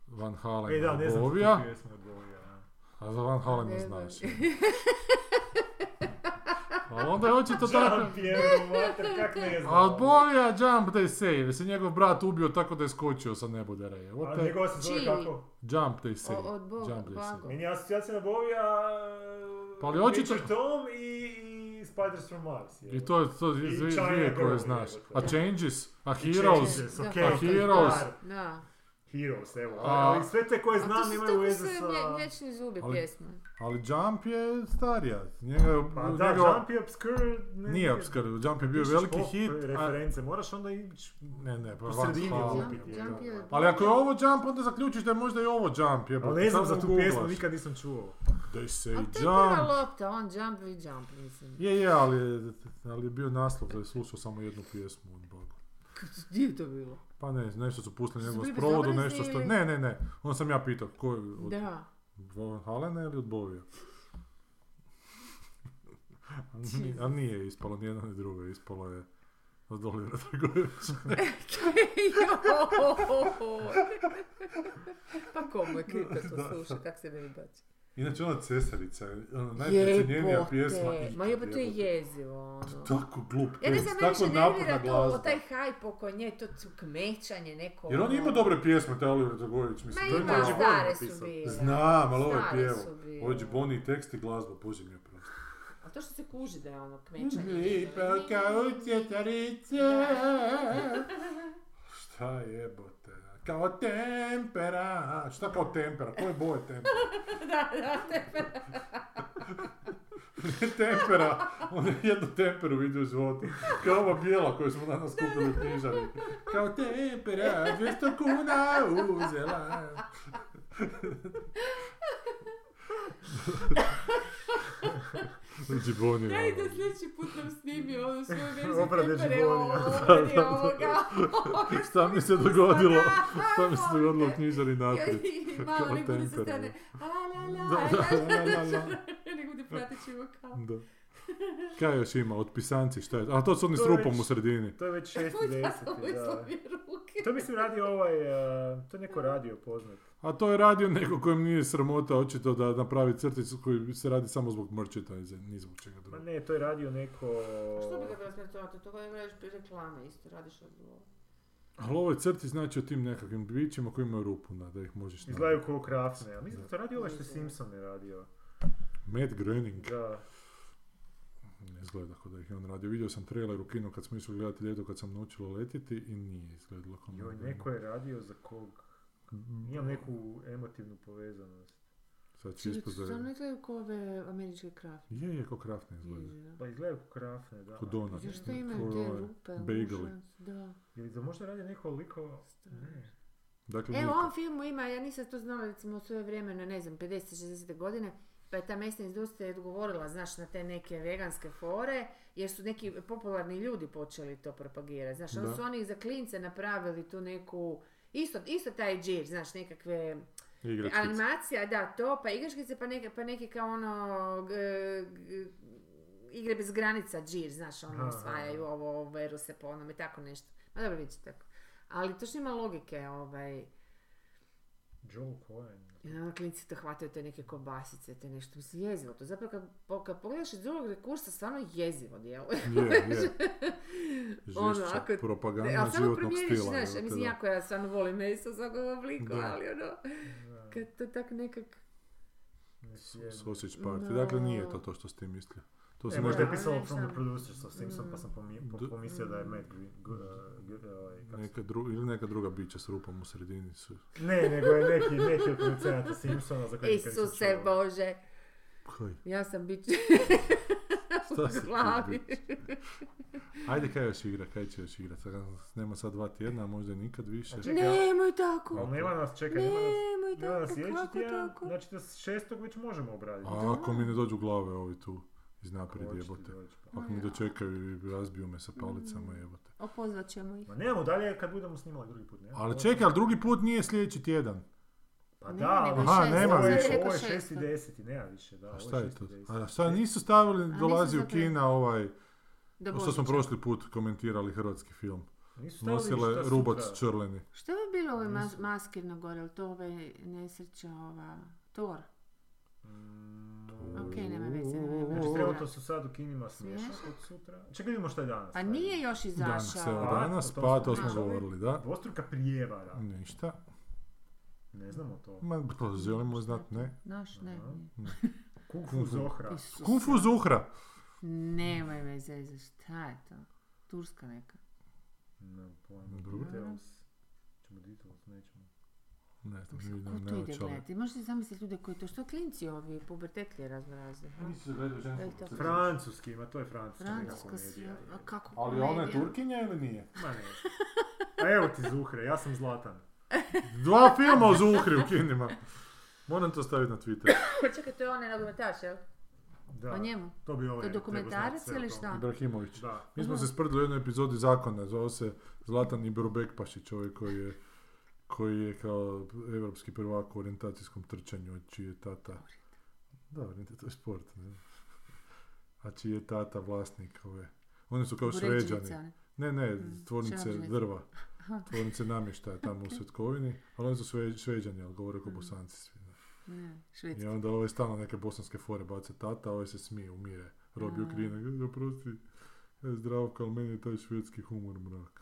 [SPEAKER 2] Van
[SPEAKER 1] E da,
[SPEAKER 2] Halen
[SPEAKER 1] ne znam tu
[SPEAKER 2] Bovija,
[SPEAKER 1] pjesmu od Bovija. da.
[SPEAKER 2] a za Van Halen ne
[SPEAKER 5] Ne
[SPEAKER 2] znaš.
[SPEAKER 5] znam.
[SPEAKER 2] A onda je očito tako...
[SPEAKER 1] Jean Pierre, mater, kak ne znam.
[SPEAKER 2] A od Bovija Jump They Save, jer se njegov brat ubio tako da je skočio sa nebodera. Evo
[SPEAKER 1] A
[SPEAKER 2] te
[SPEAKER 1] njegova se zove
[SPEAKER 5] Čiji?
[SPEAKER 1] kako?
[SPEAKER 2] Jump They Save.
[SPEAKER 5] O- od Bo-
[SPEAKER 2] Jump They
[SPEAKER 5] Bago.
[SPEAKER 2] Save.
[SPEAKER 1] Meni je asocijacija na Bovija...
[SPEAKER 2] Pa ali očito-
[SPEAKER 1] Major Tom i, i Spiders from Mars. je.
[SPEAKER 2] I to je to je
[SPEAKER 1] I
[SPEAKER 2] dvije-
[SPEAKER 1] China
[SPEAKER 2] dvije koje
[SPEAKER 1] Girl,
[SPEAKER 2] znaš.
[SPEAKER 1] jebote.
[SPEAKER 2] A
[SPEAKER 1] Da.
[SPEAKER 2] Changes, a
[SPEAKER 1] I
[SPEAKER 2] Heroes.
[SPEAKER 1] Changes,
[SPEAKER 5] Da.
[SPEAKER 1] ok,
[SPEAKER 5] A
[SPEAKER 1] ok,
[SPEAKER 2] Heroes?
[SPEAKER 1] da,
[SPEAKER 5] Da.
[SPEAKER 1] Heroes, é, evo.
[SPEAKER 2] A-
[SPEAKER 1] Ali sve te koje znam
[SPEAKER 4] tá
[SPEAKER 1] nemaju veze
[SPEAKER 5] A
[SPEAKER 1] sa...
[SPEAKER 5] to su tako sve mlječni zubi
[SPEAKER 2] Ali-
[SPEAKER 5] pjesme.
[SPEAKER 2] Ali Jump je starija. Njega,
[SPEAKER 1] Pa da,
[SPEAKER 2] njegova-
[SPEAKER 1] Ah, tá, Jump je obscure... né? ne-
[SPEAKER 2] Nije obskrb, Jump je bio
[SPEAKER 1] Pišeš
[SPEAKER 2] veliki
[SPEAKER 1] pop
[SPEAKER 2] hit. Né, A,
[SPEAKER 1] Reference, moraš onda ići...
[SPEAKER 2] ne, ne, pa
[SPEAKER 1] U
[SPEAKER 2] Van
[SPEAKER 1] sredini
[SPEAKER 2] Halen.
[SPEAKER 5] Jump-
[SPEAKER 1] lupiti,
[SPEAKER 5] Jump
[SPEAKER 1] je.
[SPEAKER 5] je-
[SPEAKER 2] Ali ako je ovo Jump, onda zaključiš da je možda i ovo Jump jebote.
[SPEAKER 1] Ali ne znam
[SPEAKER 2] samo
[SPEAKER 1] za tu
[SPEAKER 2] googlaš.
[SPEAKER 1] pjesmu, nikad nisam čuo.
[SPEAKER 2] They say
[SPEAKER 5] Ali to je bila
[SPEAKER 2] Jump.
[SPEAKER 5] lopta, on jump, vi jump, mislim.
[SPEAKER 2] Je, je, ali, je- ali je bio naslov da je slušao samo jednu pjesmu od Boga.
[SPEAKER 5] Gdje je to bilo?
[SPEAKER 2] Pa ne, nešto su pustili
[SPEAKER 5] Su
[SPEAKER 2] njegov
[SPEAKER 5] bili
[SPEAKER 2] sprovodu,
[SPEAKER 5] bezobrazni
[SPEAKER 2] nešto što...
[SPEAKER 5] ili-
[SPEAKER 2] Ne, ne, ne. Onda sam ja pitao, ko je od
[SPEAKER 5] Da.
[SPEAKER 2] Van Halena ili od Bovija? A ni- A nije ispalo, ni jedno ni drugo, ispalo je od Olivera Dragovića.
[SPEAKER 5] oh, Joj. pa komu je krivo
[SPEAKER 2] Da.
[SPEAKER 5] to sluša, kak se ne vibači.
[SPEAKER 2] Inače ona cesarica, je ona najprecenjenija pjesma. ikad,
[SPEAKER 5] Ma jebo, to je
[SPEAKER 2] jebote.
[SPEAKER 5] jezivo, ono.
[SPEAKER 2] Tako glup
[SPEAKER 5] Ja ne
[SPEAKER 2] tekst,
[SPEAKER 5] znam, meni
[SPEAKER 2] tako
[SPEAKER 5] više
[SPEAKER 2] naporna
[SPEAKER 5] nervira
[SPEAKER 2] glazba.
[SPEAKER 5] to, taj hype oko nje, to kmećanje neko...
[SPEAKER 2] Jer on
[SPEAKER 5] ono-
[SPEAKER 2] ima dobre pjesme, taj Oliver Dragović,
[SPEAKER 5] Ma
[SPEAKER 2] mislim, to je
[SPEAKER 5] ima,
[SPEAKER 1] Dođi
[SPEAKER 2] malo...
[SPEAKER 1] Boni
[SPEAKER 5] stare su
[SPEAKER 1] napisao.
[SPEAKER 5] bile.
[SPEAKER 2] Znam, ali ovo je
[SPEAKER 5] Stare
[SPEAKER 2] pjevo.
[SPEAKER 5] su bile.
[SPEAKER 2] Ovo je Boni tekst i glazba, bože mi je prosto.
[SPEAKER 4] A to što se kuži da je ono
[SPEAKER 2] Uhum.
[SPEAKER 4] kmećanje.
[SPEAKER 2] cjetarice, Šta jebote? Kao tempera. Šta kao tempera? Koje boje tempera?
[SPEAKER 4] da, da, te
[SPEAKER 2] tempera. On je jednu temperu vidio u životu. Kao ova bijela koju smo danas kupili u knjižari. Kao tempera, 200 kuna uzela. Džiboni.
[SPEAKER 4] Ja i da sljedeći put nam snimi ono svoju verziju
[SPEAKER 1] Obrade
[SPEAKER 4] pepere o
[SPEAKER 1] Gibonija.
[SPEAKER 4] obradi ovoga.
[SPEAKER 2] Šta mi se dogodilo?
[SPEAKER 4] Da,
[SPEAKER 2] Šta Pa mi se dogodilo u knjižari naprijed?
[SPEAKER 4] I
[SPEAKER 2] Kao
[SPEAKER 4] malo neko bude sa
[SPEAKER 2] tempera.
[SPEAKER 4] strane. A la la,
[SPEAKER 2] Da,
[SPEAKER 4] la,
[SPEAKER 2] da, la, la, la.
[SPEAKER 4] la. Nego bude prateći vokal.
[SPEAKER 2] Da. Kaj još ima? Otpisanci, šta je? A to su oni s
[SPEAKER 1] To je
[SPEAKER 2] rupom
[SPEAKER 1] već-
[SPEAKER 2] u sredini.
[SPEAKER 1] To je već
[SPEAKER 4] Ja
[SPEAKER 1] 60. da.
[SPEAKER 4] sam mi ruke.
[SPEAKER 1] To mislim radio ovaj, eh, to je neko radio poznat.
[SPEAKER 2] A to je radio neko kojem nije sramota očito da napravi crticu koji se radi samo zbog merchandise, ni zbog čega
[SPEAKER 1] Ma
[SPEAKER 2] drugog.
[SPEAKER 1] ne, to je radio neko...
[SPEAKER 4] Što bi ga bilo smetovati? To je gledaš reklame isto, radiš od ovo.
[SPEAKER 2] Ali ovo je crti znači o tim nekakvim bićima koji imaju rupu na, da ih možeš
[SPEAKER 1] Izgledaju
[SPEAKER 2] naći.
[SPEAKER 1] kao krafne, a mislim da to radio ovaj što je
[SPEAKER 4] Da.
[SPEAKER 1] Simpson je radio.
[SPEAKER 2] Matt Groening.
[SPEAKER 1] Da.
[SPEAKER 2] Ne izgleda kao da ih je on radio. Vidio sam trailer u kinu kad smo išli gledati ljeto kad sam naučila letiti i nije izgledalo kao
[SPEAKER 1] Joj,
[SPEAKER 2] Matt
[SPEAKER 1] neko
[SPEAKER 2] Groening.
[SPEAKER 1] je radio za kog... Imam neku emotivnu povezanost.
[SPEAKER 2] Sad će
[SPEAKER 5] Čili
[SPEAKER 2] ispast da
[SPEAKER 5] su
[SPEAKER 2] je...
[SPEAKER 5] ne gledaju kao ove američke krafte.
[SPEAKER 2] Je, je, kao krafne izgleda.
[SPEAKER 1] Pa izgledaju kao krafne, da.
[SPEAKER 2] Ko donut.
[SPEAKER 5] Zato što
[SPEAKER 2] Ko
[SPEAKER 5] imaju te
[SPEAKER 2] ovaj,
[SPEAKER 5] rupe,
[SPEAKER 2] bageli.
[SPEAKER 5] užas, da.
[SPEAKER 1] Ili da možda radi neko liko...
[SPEAKER 5] Strano.
[SPEAKER 4] E,
[SPEAKER 2] Dakle,
[SPEAKER 5] Evo, E, u
[SPEAKER 2] niko.
[SPEAKER 5] ovom filmu ima, ja nisam to znala recimo u svoje vrijeme, ne znam, 50-60 godine, pa je ta mesna industrija odgovorila, znaš, na te neke veganske fore, jer su neki popularni ljudi počeli to propagirati, znaš, onda
[SPEAKER 2] Da.
[SPEAKER 5] su oni za klince napravili tu neku, isto, isto taj džir, znaš, nekakve
[SPEAKER 2] Igračkice.
[SPEAKER 4] Animacija, da, to, pa igračkice, pa neke, pa neke kao ono, g- g- igre bez granica, džir, znaš, ono,
[SPEAKER 1] Aha.
[SPEAKER 4] osvajaju ovo, veru se po onome, tako nešto. Ma dobro, vidite tako. Ali točno ima logike, ovaj,
[SPEAKER 1] Joel Cohen.
[SPEAKER 4] i onda ono, klinci te hvataju te neke kobasice, te nešto, mislim, jezivo to. Zapravo, kad, po- kad pogledaš iz drugog rekursa, stvarno jezivo djeluje.
[SPEAKER 2] Je, je.
[SPEAKER 4] Ono,
[SPEAKER 2] Žešća
[SPEAKER 4] ako- e,
[SPEAKER 2] propaganda
[SPEAKER 4] Ali samo
[SPEAKER 2] ono životnog
[SPEAKER 4] promijeniš,
[SPEAKER 2] stila.
[SPEAKER 4] znaš,
[SPEAKER 2] evo te
[SPEAKER 4] mislim,
[SPEAKER 2] da.
[SPEAKER 4] jako ja stvarno volim meso u svakom obliku,
[SPEAKER 2] Da.
[SPEAKER 4] ali ono, kad to tak nekak...
[SPEAKER 1] Ne sjedim.
[SPEAKER 2] S- Sausage party.
[SPEAKER 4] Da.
[SPEAKER 2] Dakle, nije to to što ste mislili. To
[SPEAKER 1] E, možda
[SPEAKER 2] se možda
[SPEAKER 1] je pisalo
[SPEAKER 4] ne
[SPEAKER 1] From the
[SPEAKER 4] znam.
[SPEAKER 1] Producers of Simpson, pa sam pomi- po-
[SPEAKER 2] Da.
[SPEAKER 1] pomislio da je Matt Green, g- uh, g- ovaj, kako se-
[SPEAKER 2] neka dru- ili neka druga bića s rupom u sredini su.
[SPEAKER 1] Ne, nego je neki, neki od producenata Simpsona
[SPEAKER 4] E,
[SPEAKER 1] za koje nikad nisam
[SPEAKER 4] Isuse
[SPEAKER 1] čuo.
[SPEAKER 4] Bože,
[SPEAKER 2] Kaj,
[SPEAKER 4] ja sam bit
[SPEAKER 2] šta se
[SPEAKER 4] u
[SPEAKER 2] tu
[SPEAKER 4] glavi.
[SPEAKER 2] bić? Ajde, kaj još igra, kaj će još igrat? Sad, nema sad dva tjedna, a možda i nikad više.
[SPEAKER 1] A čekaj,
[SPEAKER 4] Nemoj tako,
[SPEAKER 1] Ali nema nas, čekaj, nema nas.
[SPEAKER 4] nemoj
[SPEAKER 1] Nema nas
[SPEAKER 4] tako,
[SPEAKER 1] sljedeći
[SPEAKER 4] kako
[SPEAKER 1] tjedan,
[SPEAKER 4] tako?
[SPEAKER 1] znači da šestog već možemo obraditi.
[SPEAKER 2] A ako mi ne dođu glave ovi tu iz naprijed
[SPEAKER 1] Hoće ti
[SPEAKER 2] jebote.
[SPEAKER 1] doći, pa.
[SPEAKER 2] Ako mi dočekaju i razbiju me sa palicama
[SPEAKER 4] Mm.
[SPEAKER 2] jebote.
[SPEAKER 4] Opozvat ćemo ih.
[SPEAKER 1] Ma nemamo dalje kad budemo snimali drugi put, ne?
[SPEAKER 2] Ali čekaj, ali drugi put nije sljedeći tjedan.
[SPEAKER 1] Pa
[SPEAKER 4] Ne,
[SPEAKER 1] da,
[SPEAKER 4] nego
[SPEAKER 1] ali-
[SPEAKER 2] Aha, nema
[SPEAKER 1] ovo je,
[SPEAKER 2] više.
[SPEAKER 1] ovo je
[SPEAKER 4] Rekao
[SPEAKER 1] 6 i
[SPEAKER 4] šesto.
[SPEAKER 1] 10 nema više, da.
[SPEAKER 2] A
[SPEAKER 1] Pa ovo
[SPEAKER 2] šta je
[SPEAKER 1] 6
[SPEAKER 2] to?
[SPEAKER 1] i 10.
[SPEAKER 2] A šta nisu stavili,
[SPEAKER 4] nisu
[SPEAKER 2] dolazi u
[SPEAKER 4] zato-
[SPEAKER 2] kina ovaj,
[SPEAKER 4] Do
[SPEAKER 2] što smo
[SPEAKER 4] Božića.
[SPEAKER 2] prošli put komentirali hrvatski film.
[SPEAKER 1] Nisu stavili ništa
[SPEAKER 2] Nosile
[SPEAKER 1] sutra.
[SPEAKER 2] rubac črleni.
[SPEAKER 4] Što bi bilo ove mas-
[SPEAKER 1] Nisu.
[SPEAKER 4] maske na gore, jel to ove nesreća, ova... Thor?
[SPEAKER 1] Mm,
[SPEAKER 4] Ok, nema veze, nema veze.
[SPEAKER 1] Znači,
[SPEAKER 4] Dobro.
[SPEAKER 1] trenutno su sad u kinima smiješno
[SPEAKER 4] Smiješno.
[SPEAKER 1] od sutra. Čekaj, vidimo šta je danas.
[SPEAKER 4] Pa
[SPEAKER 1] ajde.
[SPEAKER 4] nije još
[SPEAKER 2] Danas, evo,
[SPEAKER 4] izašao.
[SPEAKER 1] Da,
[SPEAKER 2] danas,
[SPEAKER 1] o tom
[SPEAKER 2] pa
[SPEAKER 1] smo
[SPEAKER 2] to smo
[SPEAKER 1] pričali.
[SPEAKER 2] govorili, da.
[SPEAKER 1] Dvostruka prijevara.
[SPEAKER 2] Ništa.
[SPEAKER 1] Ne znamo to.
[SPEAKER 4] Mm.
[SPEAKER 2] Ma, to želimo znat, ne.
[SPEAKER 4] Naš, ne.
[SPEAKER 1] Aha.
[SPEAKER 4] ne.
[SPEAKER 1] Kung
[SPEAKER 2] Kung
[SPEAKER 1] Fu
[SPEAKER 2] Fu.
[SPEAKER 1] Zohra.
[SPEAKER 4] Isuse.
[SPEAKER 2] Kung fu zuhra.
[SPEAKER 4] Nemoj me zezat, šta je to? Turska neka.
[SPEAKER 1] Ne, pojma.
[SPEAKER 2] Dobro.
[SPEAKER 1] Details. Ćemo details, nećemo.
[SPEAKER 2] Ne znam, ne
[SPEAKER 4] Mislim,
[SPEAKER 2] vidim,
[SPEAKER 4] ko
[SPEAKER 2] ne
[SPEAKER 4] to ide
[SPEAKER 2] očali.
[SPEAKER 4] gledati? Možete zamisliti ljude koji to, što klinci ovi pubertetlije raznorazne. a?
[SPEAKER 2] Nisi se gledao žensku
[SPEAKER 4] Da li to-
[SPEAKER 2] putu.
[SPEAKER 1] Francuski ima, to je francuska
[SPEAKER 4] Francuska
[SPEAKER 1] nekako
[SPEAKER 4] si,
[SPEAKER 1] medija.
[SPEAKER 4] a kako
[SPEAKER 2] Ali ona je
[SPEAKER 4] komedija?
[SPEAKER 2] Turkinja ili nije?
[SPEAKER 1] Ma ne. A evo ti Zuhre, ja sam Zlatan.
[SPEAKER 2] Dva filma o Zuhri u kinima. Moram to staviti na Twitter.
[SPEAKER 6] Pa čekaj, to je onaj nogometaš, jel?
[SPEAKER 1] Da,
[SPEAKER 4] O Pa njemu?
[SPEAKER 1] to bi ovaj
[SPEAKER 4] To je
[SPEAKER 1] trebao
[SPEAKER 4] dokumentarac
[SPEAKER 1] znati sve
[SPEAKER 4] ili
[SPEAKER 1] o tome.
[SPEAKER 4] šta?
[SPEAKER 2] Ibrahimović.
[SPEAKER 1] Da.
[SPEAKER 2] Mi smo se sprdili u jednoj epizodi zakona, zvao se Zlatan Iberobekpašić, čovjek koji je koji je kao evropski prvak u orijentacijskom trčanju, čiji je tata... Da, orijenta- to je sport. Ne? A čiji je tata vlasnik ove... Oni su kao šveđani.
[SPEAKER 4] Burećevica,
[SPEAKER 2] Ne,
[SPEAKER 4] ne?
[SPEAKER 2] ne,
[SPEAKER 4] šta
[SPEAKER 2] tvornice
[SPEAKER 4] vam želite?
[SPEAKER 2] drva. Tvornice namještaja tamo u Svetkovini. Ali oni su sve, šveđani, ali govore kao
[SPEAKER 4] Mhm.
[SPEAKER 2] bosanci svi. ne.
[SPEAKER 4] Ne,
[SPEAKER 2] I
[SPEAKER 4] švedski.
[SPEAKER 2] onda ovaj stalno neke bosanske fore baca tata, a ovaj se smije, umire. Robi
[SPEAKER 4] A.
[SPEAKER 2] okrine, kaže, oprosti, e, zdravka, ali meni je taj švedski humor mrak.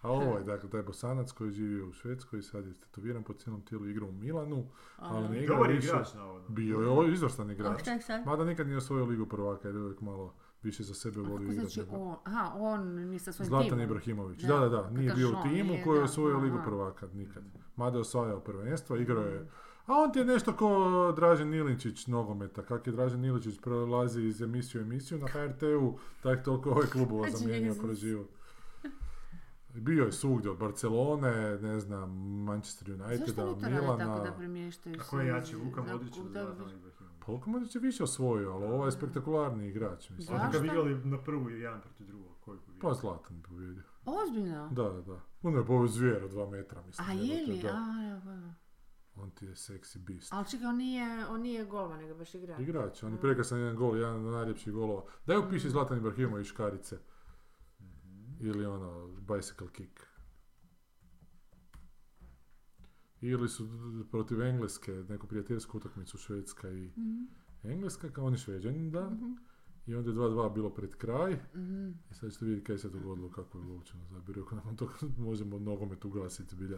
[SPEAKER 2] A ovo je, dakle, taj bosanac koji živi u Švedskoj i sad je tetoviran po cijelom tijelu, igra u Milanu, ali ne igra
[SPEAKER 1] Dobar je
[SPEAKER 2] više.
[SPEAKER 1] igrač na ovo.
[SPEAKER 2] Bio je ovo izvrstan
[SPEAKER 4] A
[SPEAKER 2] igrač.
[SPEAKER 4] šta je Ono. sad?
[SPEAKER 2] Mada nikad nije osvojio ligu prvaka, jer je uvijek malo više za sebe
[SPEAKER 4] A
[SPEAKER 2] volio
[SPEAKER 4] Kako
[SPEAKER 2] igrati.
[SPEAKER 4] znači
[SPEAKER 2] nego-
[SPEAKER 4] on? Aha, on nije sa svojim
[SPEAKER 2] Zlatan
[SPEAKER 4] timom.
[SPEAKER 2] Ibrahimović.
[SPEAKER 4] Da.
[SPEAKER 2] Da, da, da. Nije
[SPEAKER 4] Kakav
[SPEAKER 2] bio u
[SPEAKER 4] žon,
[SPEAKER 2] timu
[SPEAKER 4] nije,
[SPEAKER 2] koji je
[SPEAKER 4] da.
[SPEAKER 2] osvojio ligu
[SPEAKER 4] Aha. Mhm.
[SPEAKER 2] prvaka nikad. Mada je osvajao prvenstvo, igrao je. A on ti je nešto ko Dražen Iličić nogometa. Kak je Dražen Iličić prolazi iz emisiju u emisiju na HRT-u, tako toliko ovaj klubova zamijenio
[SPEAKER 4] Jesus.
[SPEAKER 2] kroz život. Bio je svugdje, od Barcelone, ne znam, Manchester
[SPEAKER 4] Zašto
[SPEAKER 2] Uniteda,
[SPEAKER 4] oni to rade
[SPEAKER 2] Milana.
[SPEAKER 4] tako da premještaju
[SPEAKER 1] Kako je
[SPEAKER 4] se
[SPEAKER 1] jači,
[SPEAKER 4] iz-
[SPEAKER 1] Luka
[SPEAKER 4] za-
[SPEAKER 1] Modrić ili
[SPEAKER 4] da bi-
[SPEAKER 1] Zlatan Ibrahimović?
[SPEAKER 2] Pa Lukomanić je više osvojio, ali ovo je spektakularni igrač. Mislim.
[SPEAKER 1] Ali smo
[SPEAKER 4] Zašto?
[SPEAKER 1] ga vidjeli na prvu i jedan protiv drugog, koji bi
[SPEAKER 2] Pa Zlatan je pobijedio.
[SPEAKER 4] Ozbiljno?
[SPEAKER 2] Da, da, da. Ono je poveo zvijer od dva metra, mislim.
[SPEAKER 4] A
[SPEAKER 2] jebote,
[SPEAKER 4] je li?
[SPEAKER 2] da.
[SPEAKER 4] A, evo, evo.
[SPEAKER 2] On ti je sexy beast.
[SPEAKER 4] Ali čekaj, on nije, on nije golman, nego baš igrač.
[SPEAKER 2] Igrač, on je prekrasan jedan gol, jedan od najljepših golova. Daj upiši Zlatan Ibrahimović škarice. Ili ono, bicycle kick. Ili su d- protiv Engleske, neku prijateljsku utakmicu Švedska i
[SPEAKER 4] Mhm.
[SPEAKER 2] Engleska, kao oni Šveđani, da. I onda je 2-2 bilo pred kraj.
[SPEAKER 4] Mhm.
[SPEAKER 2] I E, sad ćete vidjeti kaj se dogodilo, kako je Lovčano zabirio. Ako nakon toga možemo nogomet ugasiti bilja.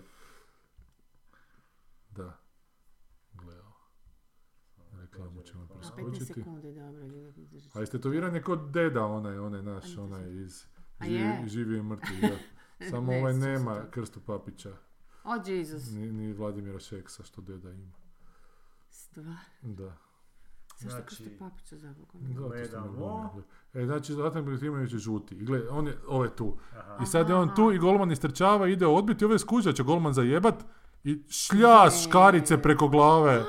[SPEAKER 2] Da. Gle, evo. Reklamu ćemo
[SPEAKER 4] A
[SPEAKER 2] preskočiti.
[SPEAKER 4] 15 sekundi, dobro, ljudi, držit ću.
[SPEAKER 2] Pa A istetoviran je kod deda onaj, onaj
[SPEAKER 4] A
[SPEAKER 2] naš,
[SPEAKER 4] nisam
[SPEAKER 2] onaj
[SPEAKER 4] sigurna.
[SPEAKER 2] iz
[SPEAKER 4] A
[SPEAKER 2] živi,
[SPEAKER 4] je?
[SPEAKER 2] živi i mrtvi, da. Samo
[SPEAKER 4] Ne,
[SPEAKER 2] ovaj
[SPEAKER 4] sjećam se
[SPEAKER 2] nema
[SPEAKER 4] toga.
[SPEAKER 2] Krstu Papića,
[SPEAKER 4] O, Jesus.
[SPEAKER 2] ni, ni Vladimira Šeksa što deda ima.
[SPEAKER 4] Stvar.
[SPEAKER 2] Da.
[SPEAKER 4] Zašto
[SPEAKER 1] Znači-
[SPEAKER 4] Krsto Papića za Bogom?
[SPEAKER 2] Zato što
[SPEAKER 1] Gledamo.
[SPEAKER 2] mi govorimo. E, znači, Zlatan Ibrahimović je žuti. I gle, on je, ovo je tu.
[SPEAKER 1] Aha.
[SPEAKER 2] I sad je on
[SPEAKER 4] Aha.
[SPEAKER 2] tu i golman istrčava, ide odbiti, ove skuđa će golman zajebat i šlja škarice preko glave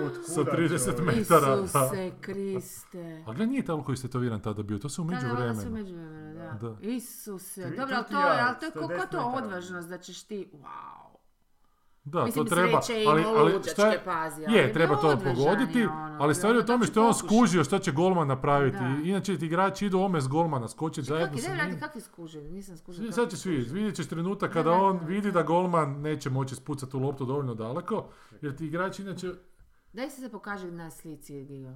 [SPEAKER 1] U, od
[SPEAKER 2] sa
[SPEAKER 1] kuda,
[SPEAKER 2] 30
[SPEAKER 1] čovječe?
[SPEAKER 2] metara. da.
[SPEAKER 4] Isuse Kriste.
[SPEAKER 2] A gle, nije tako koji istetoviran tada bio, to se u
[SPEAKER 4] Da, da,
[SPEAKER 2] međuvremenu.
[SPEAKER 4] među vremena, da.
[SPEAKER 2] Da.
[SPEAKER 4] Isuse.
[SPEAKER 1] Tri-
[SPEAKER 4] Dobro, ali
[SPEAKER 1] tri
[SPEAKER 4] to je,
[SPEAKER 1] tijara,
[SPEAKER 4] ali to je ko,
[SPEAKER 1] 110
[SPEAKER 4] ko to
[SPEAKER 1] metara.
[SPEAKER 4] odvažnost da ćeš ti, wow.
[SPEAKER 2] Da,
[SPEAKER 4] Mislim,
[SPEAKER 2] to treba,
[SPEAKER 4] sreće i
[SPEAKER 2] ali, ali
[SPEAKER 4] luđačke pa-
[SPEAKER 2] šta je,
[SPEAKER 4] pazi, ali
[SPEAKER 2] je, treba
[SPEAKER 4] bio
[SPEAKER 2] to
[SPEAKER 4] odvažan je
[SPEAKER 2] pogoditi,
[SPEAKER 4] ono,
[SPEAKER 2] ali stvar je u
[SPEAKER 4] da,
[SPEAKER 2] tome
[SPEAKER 4] znači
[SPEAKER 2] što je on
[SPEAKER 4] pokušao.
[SPEAKER 2] skužio što će golman napraviti.
[SPEAKER 4] Da.
[SPEAKER 2] I- Inače ti igrači idu ome s golmana, skočiti zajedno
[SPEAKER 4] Kaki,
[SPEAKER 2] sa
[SPEAKER 4] daj mi radi
[SPEAKER 2] njim.
[SPEAKER 4] kak je skužio, nisam skužio.
[SPEAKER 2] Svi-
[SPEAKER 4] kak
[SPEAKER 2] Sad
[SPEAKER 4] je
[SPEAKER 2] ćeš vidjeti, vidjet ćeš trenutak
[SPEAKER 4] Da,
[SPEAKER 2] kada
[SPEAKER 4] da,
[SPEAKER 2] on
[SPEAKER 4] da,
[SPEAKER 2] vidi
[SPEAKER 4] da.
[SPEAKER 2] da golman neće moći spucati tu loptu dovoljno daleko, jer ti igrači inače...
[SPEAKER 4] Daj se se pokaži na slici, Gigo.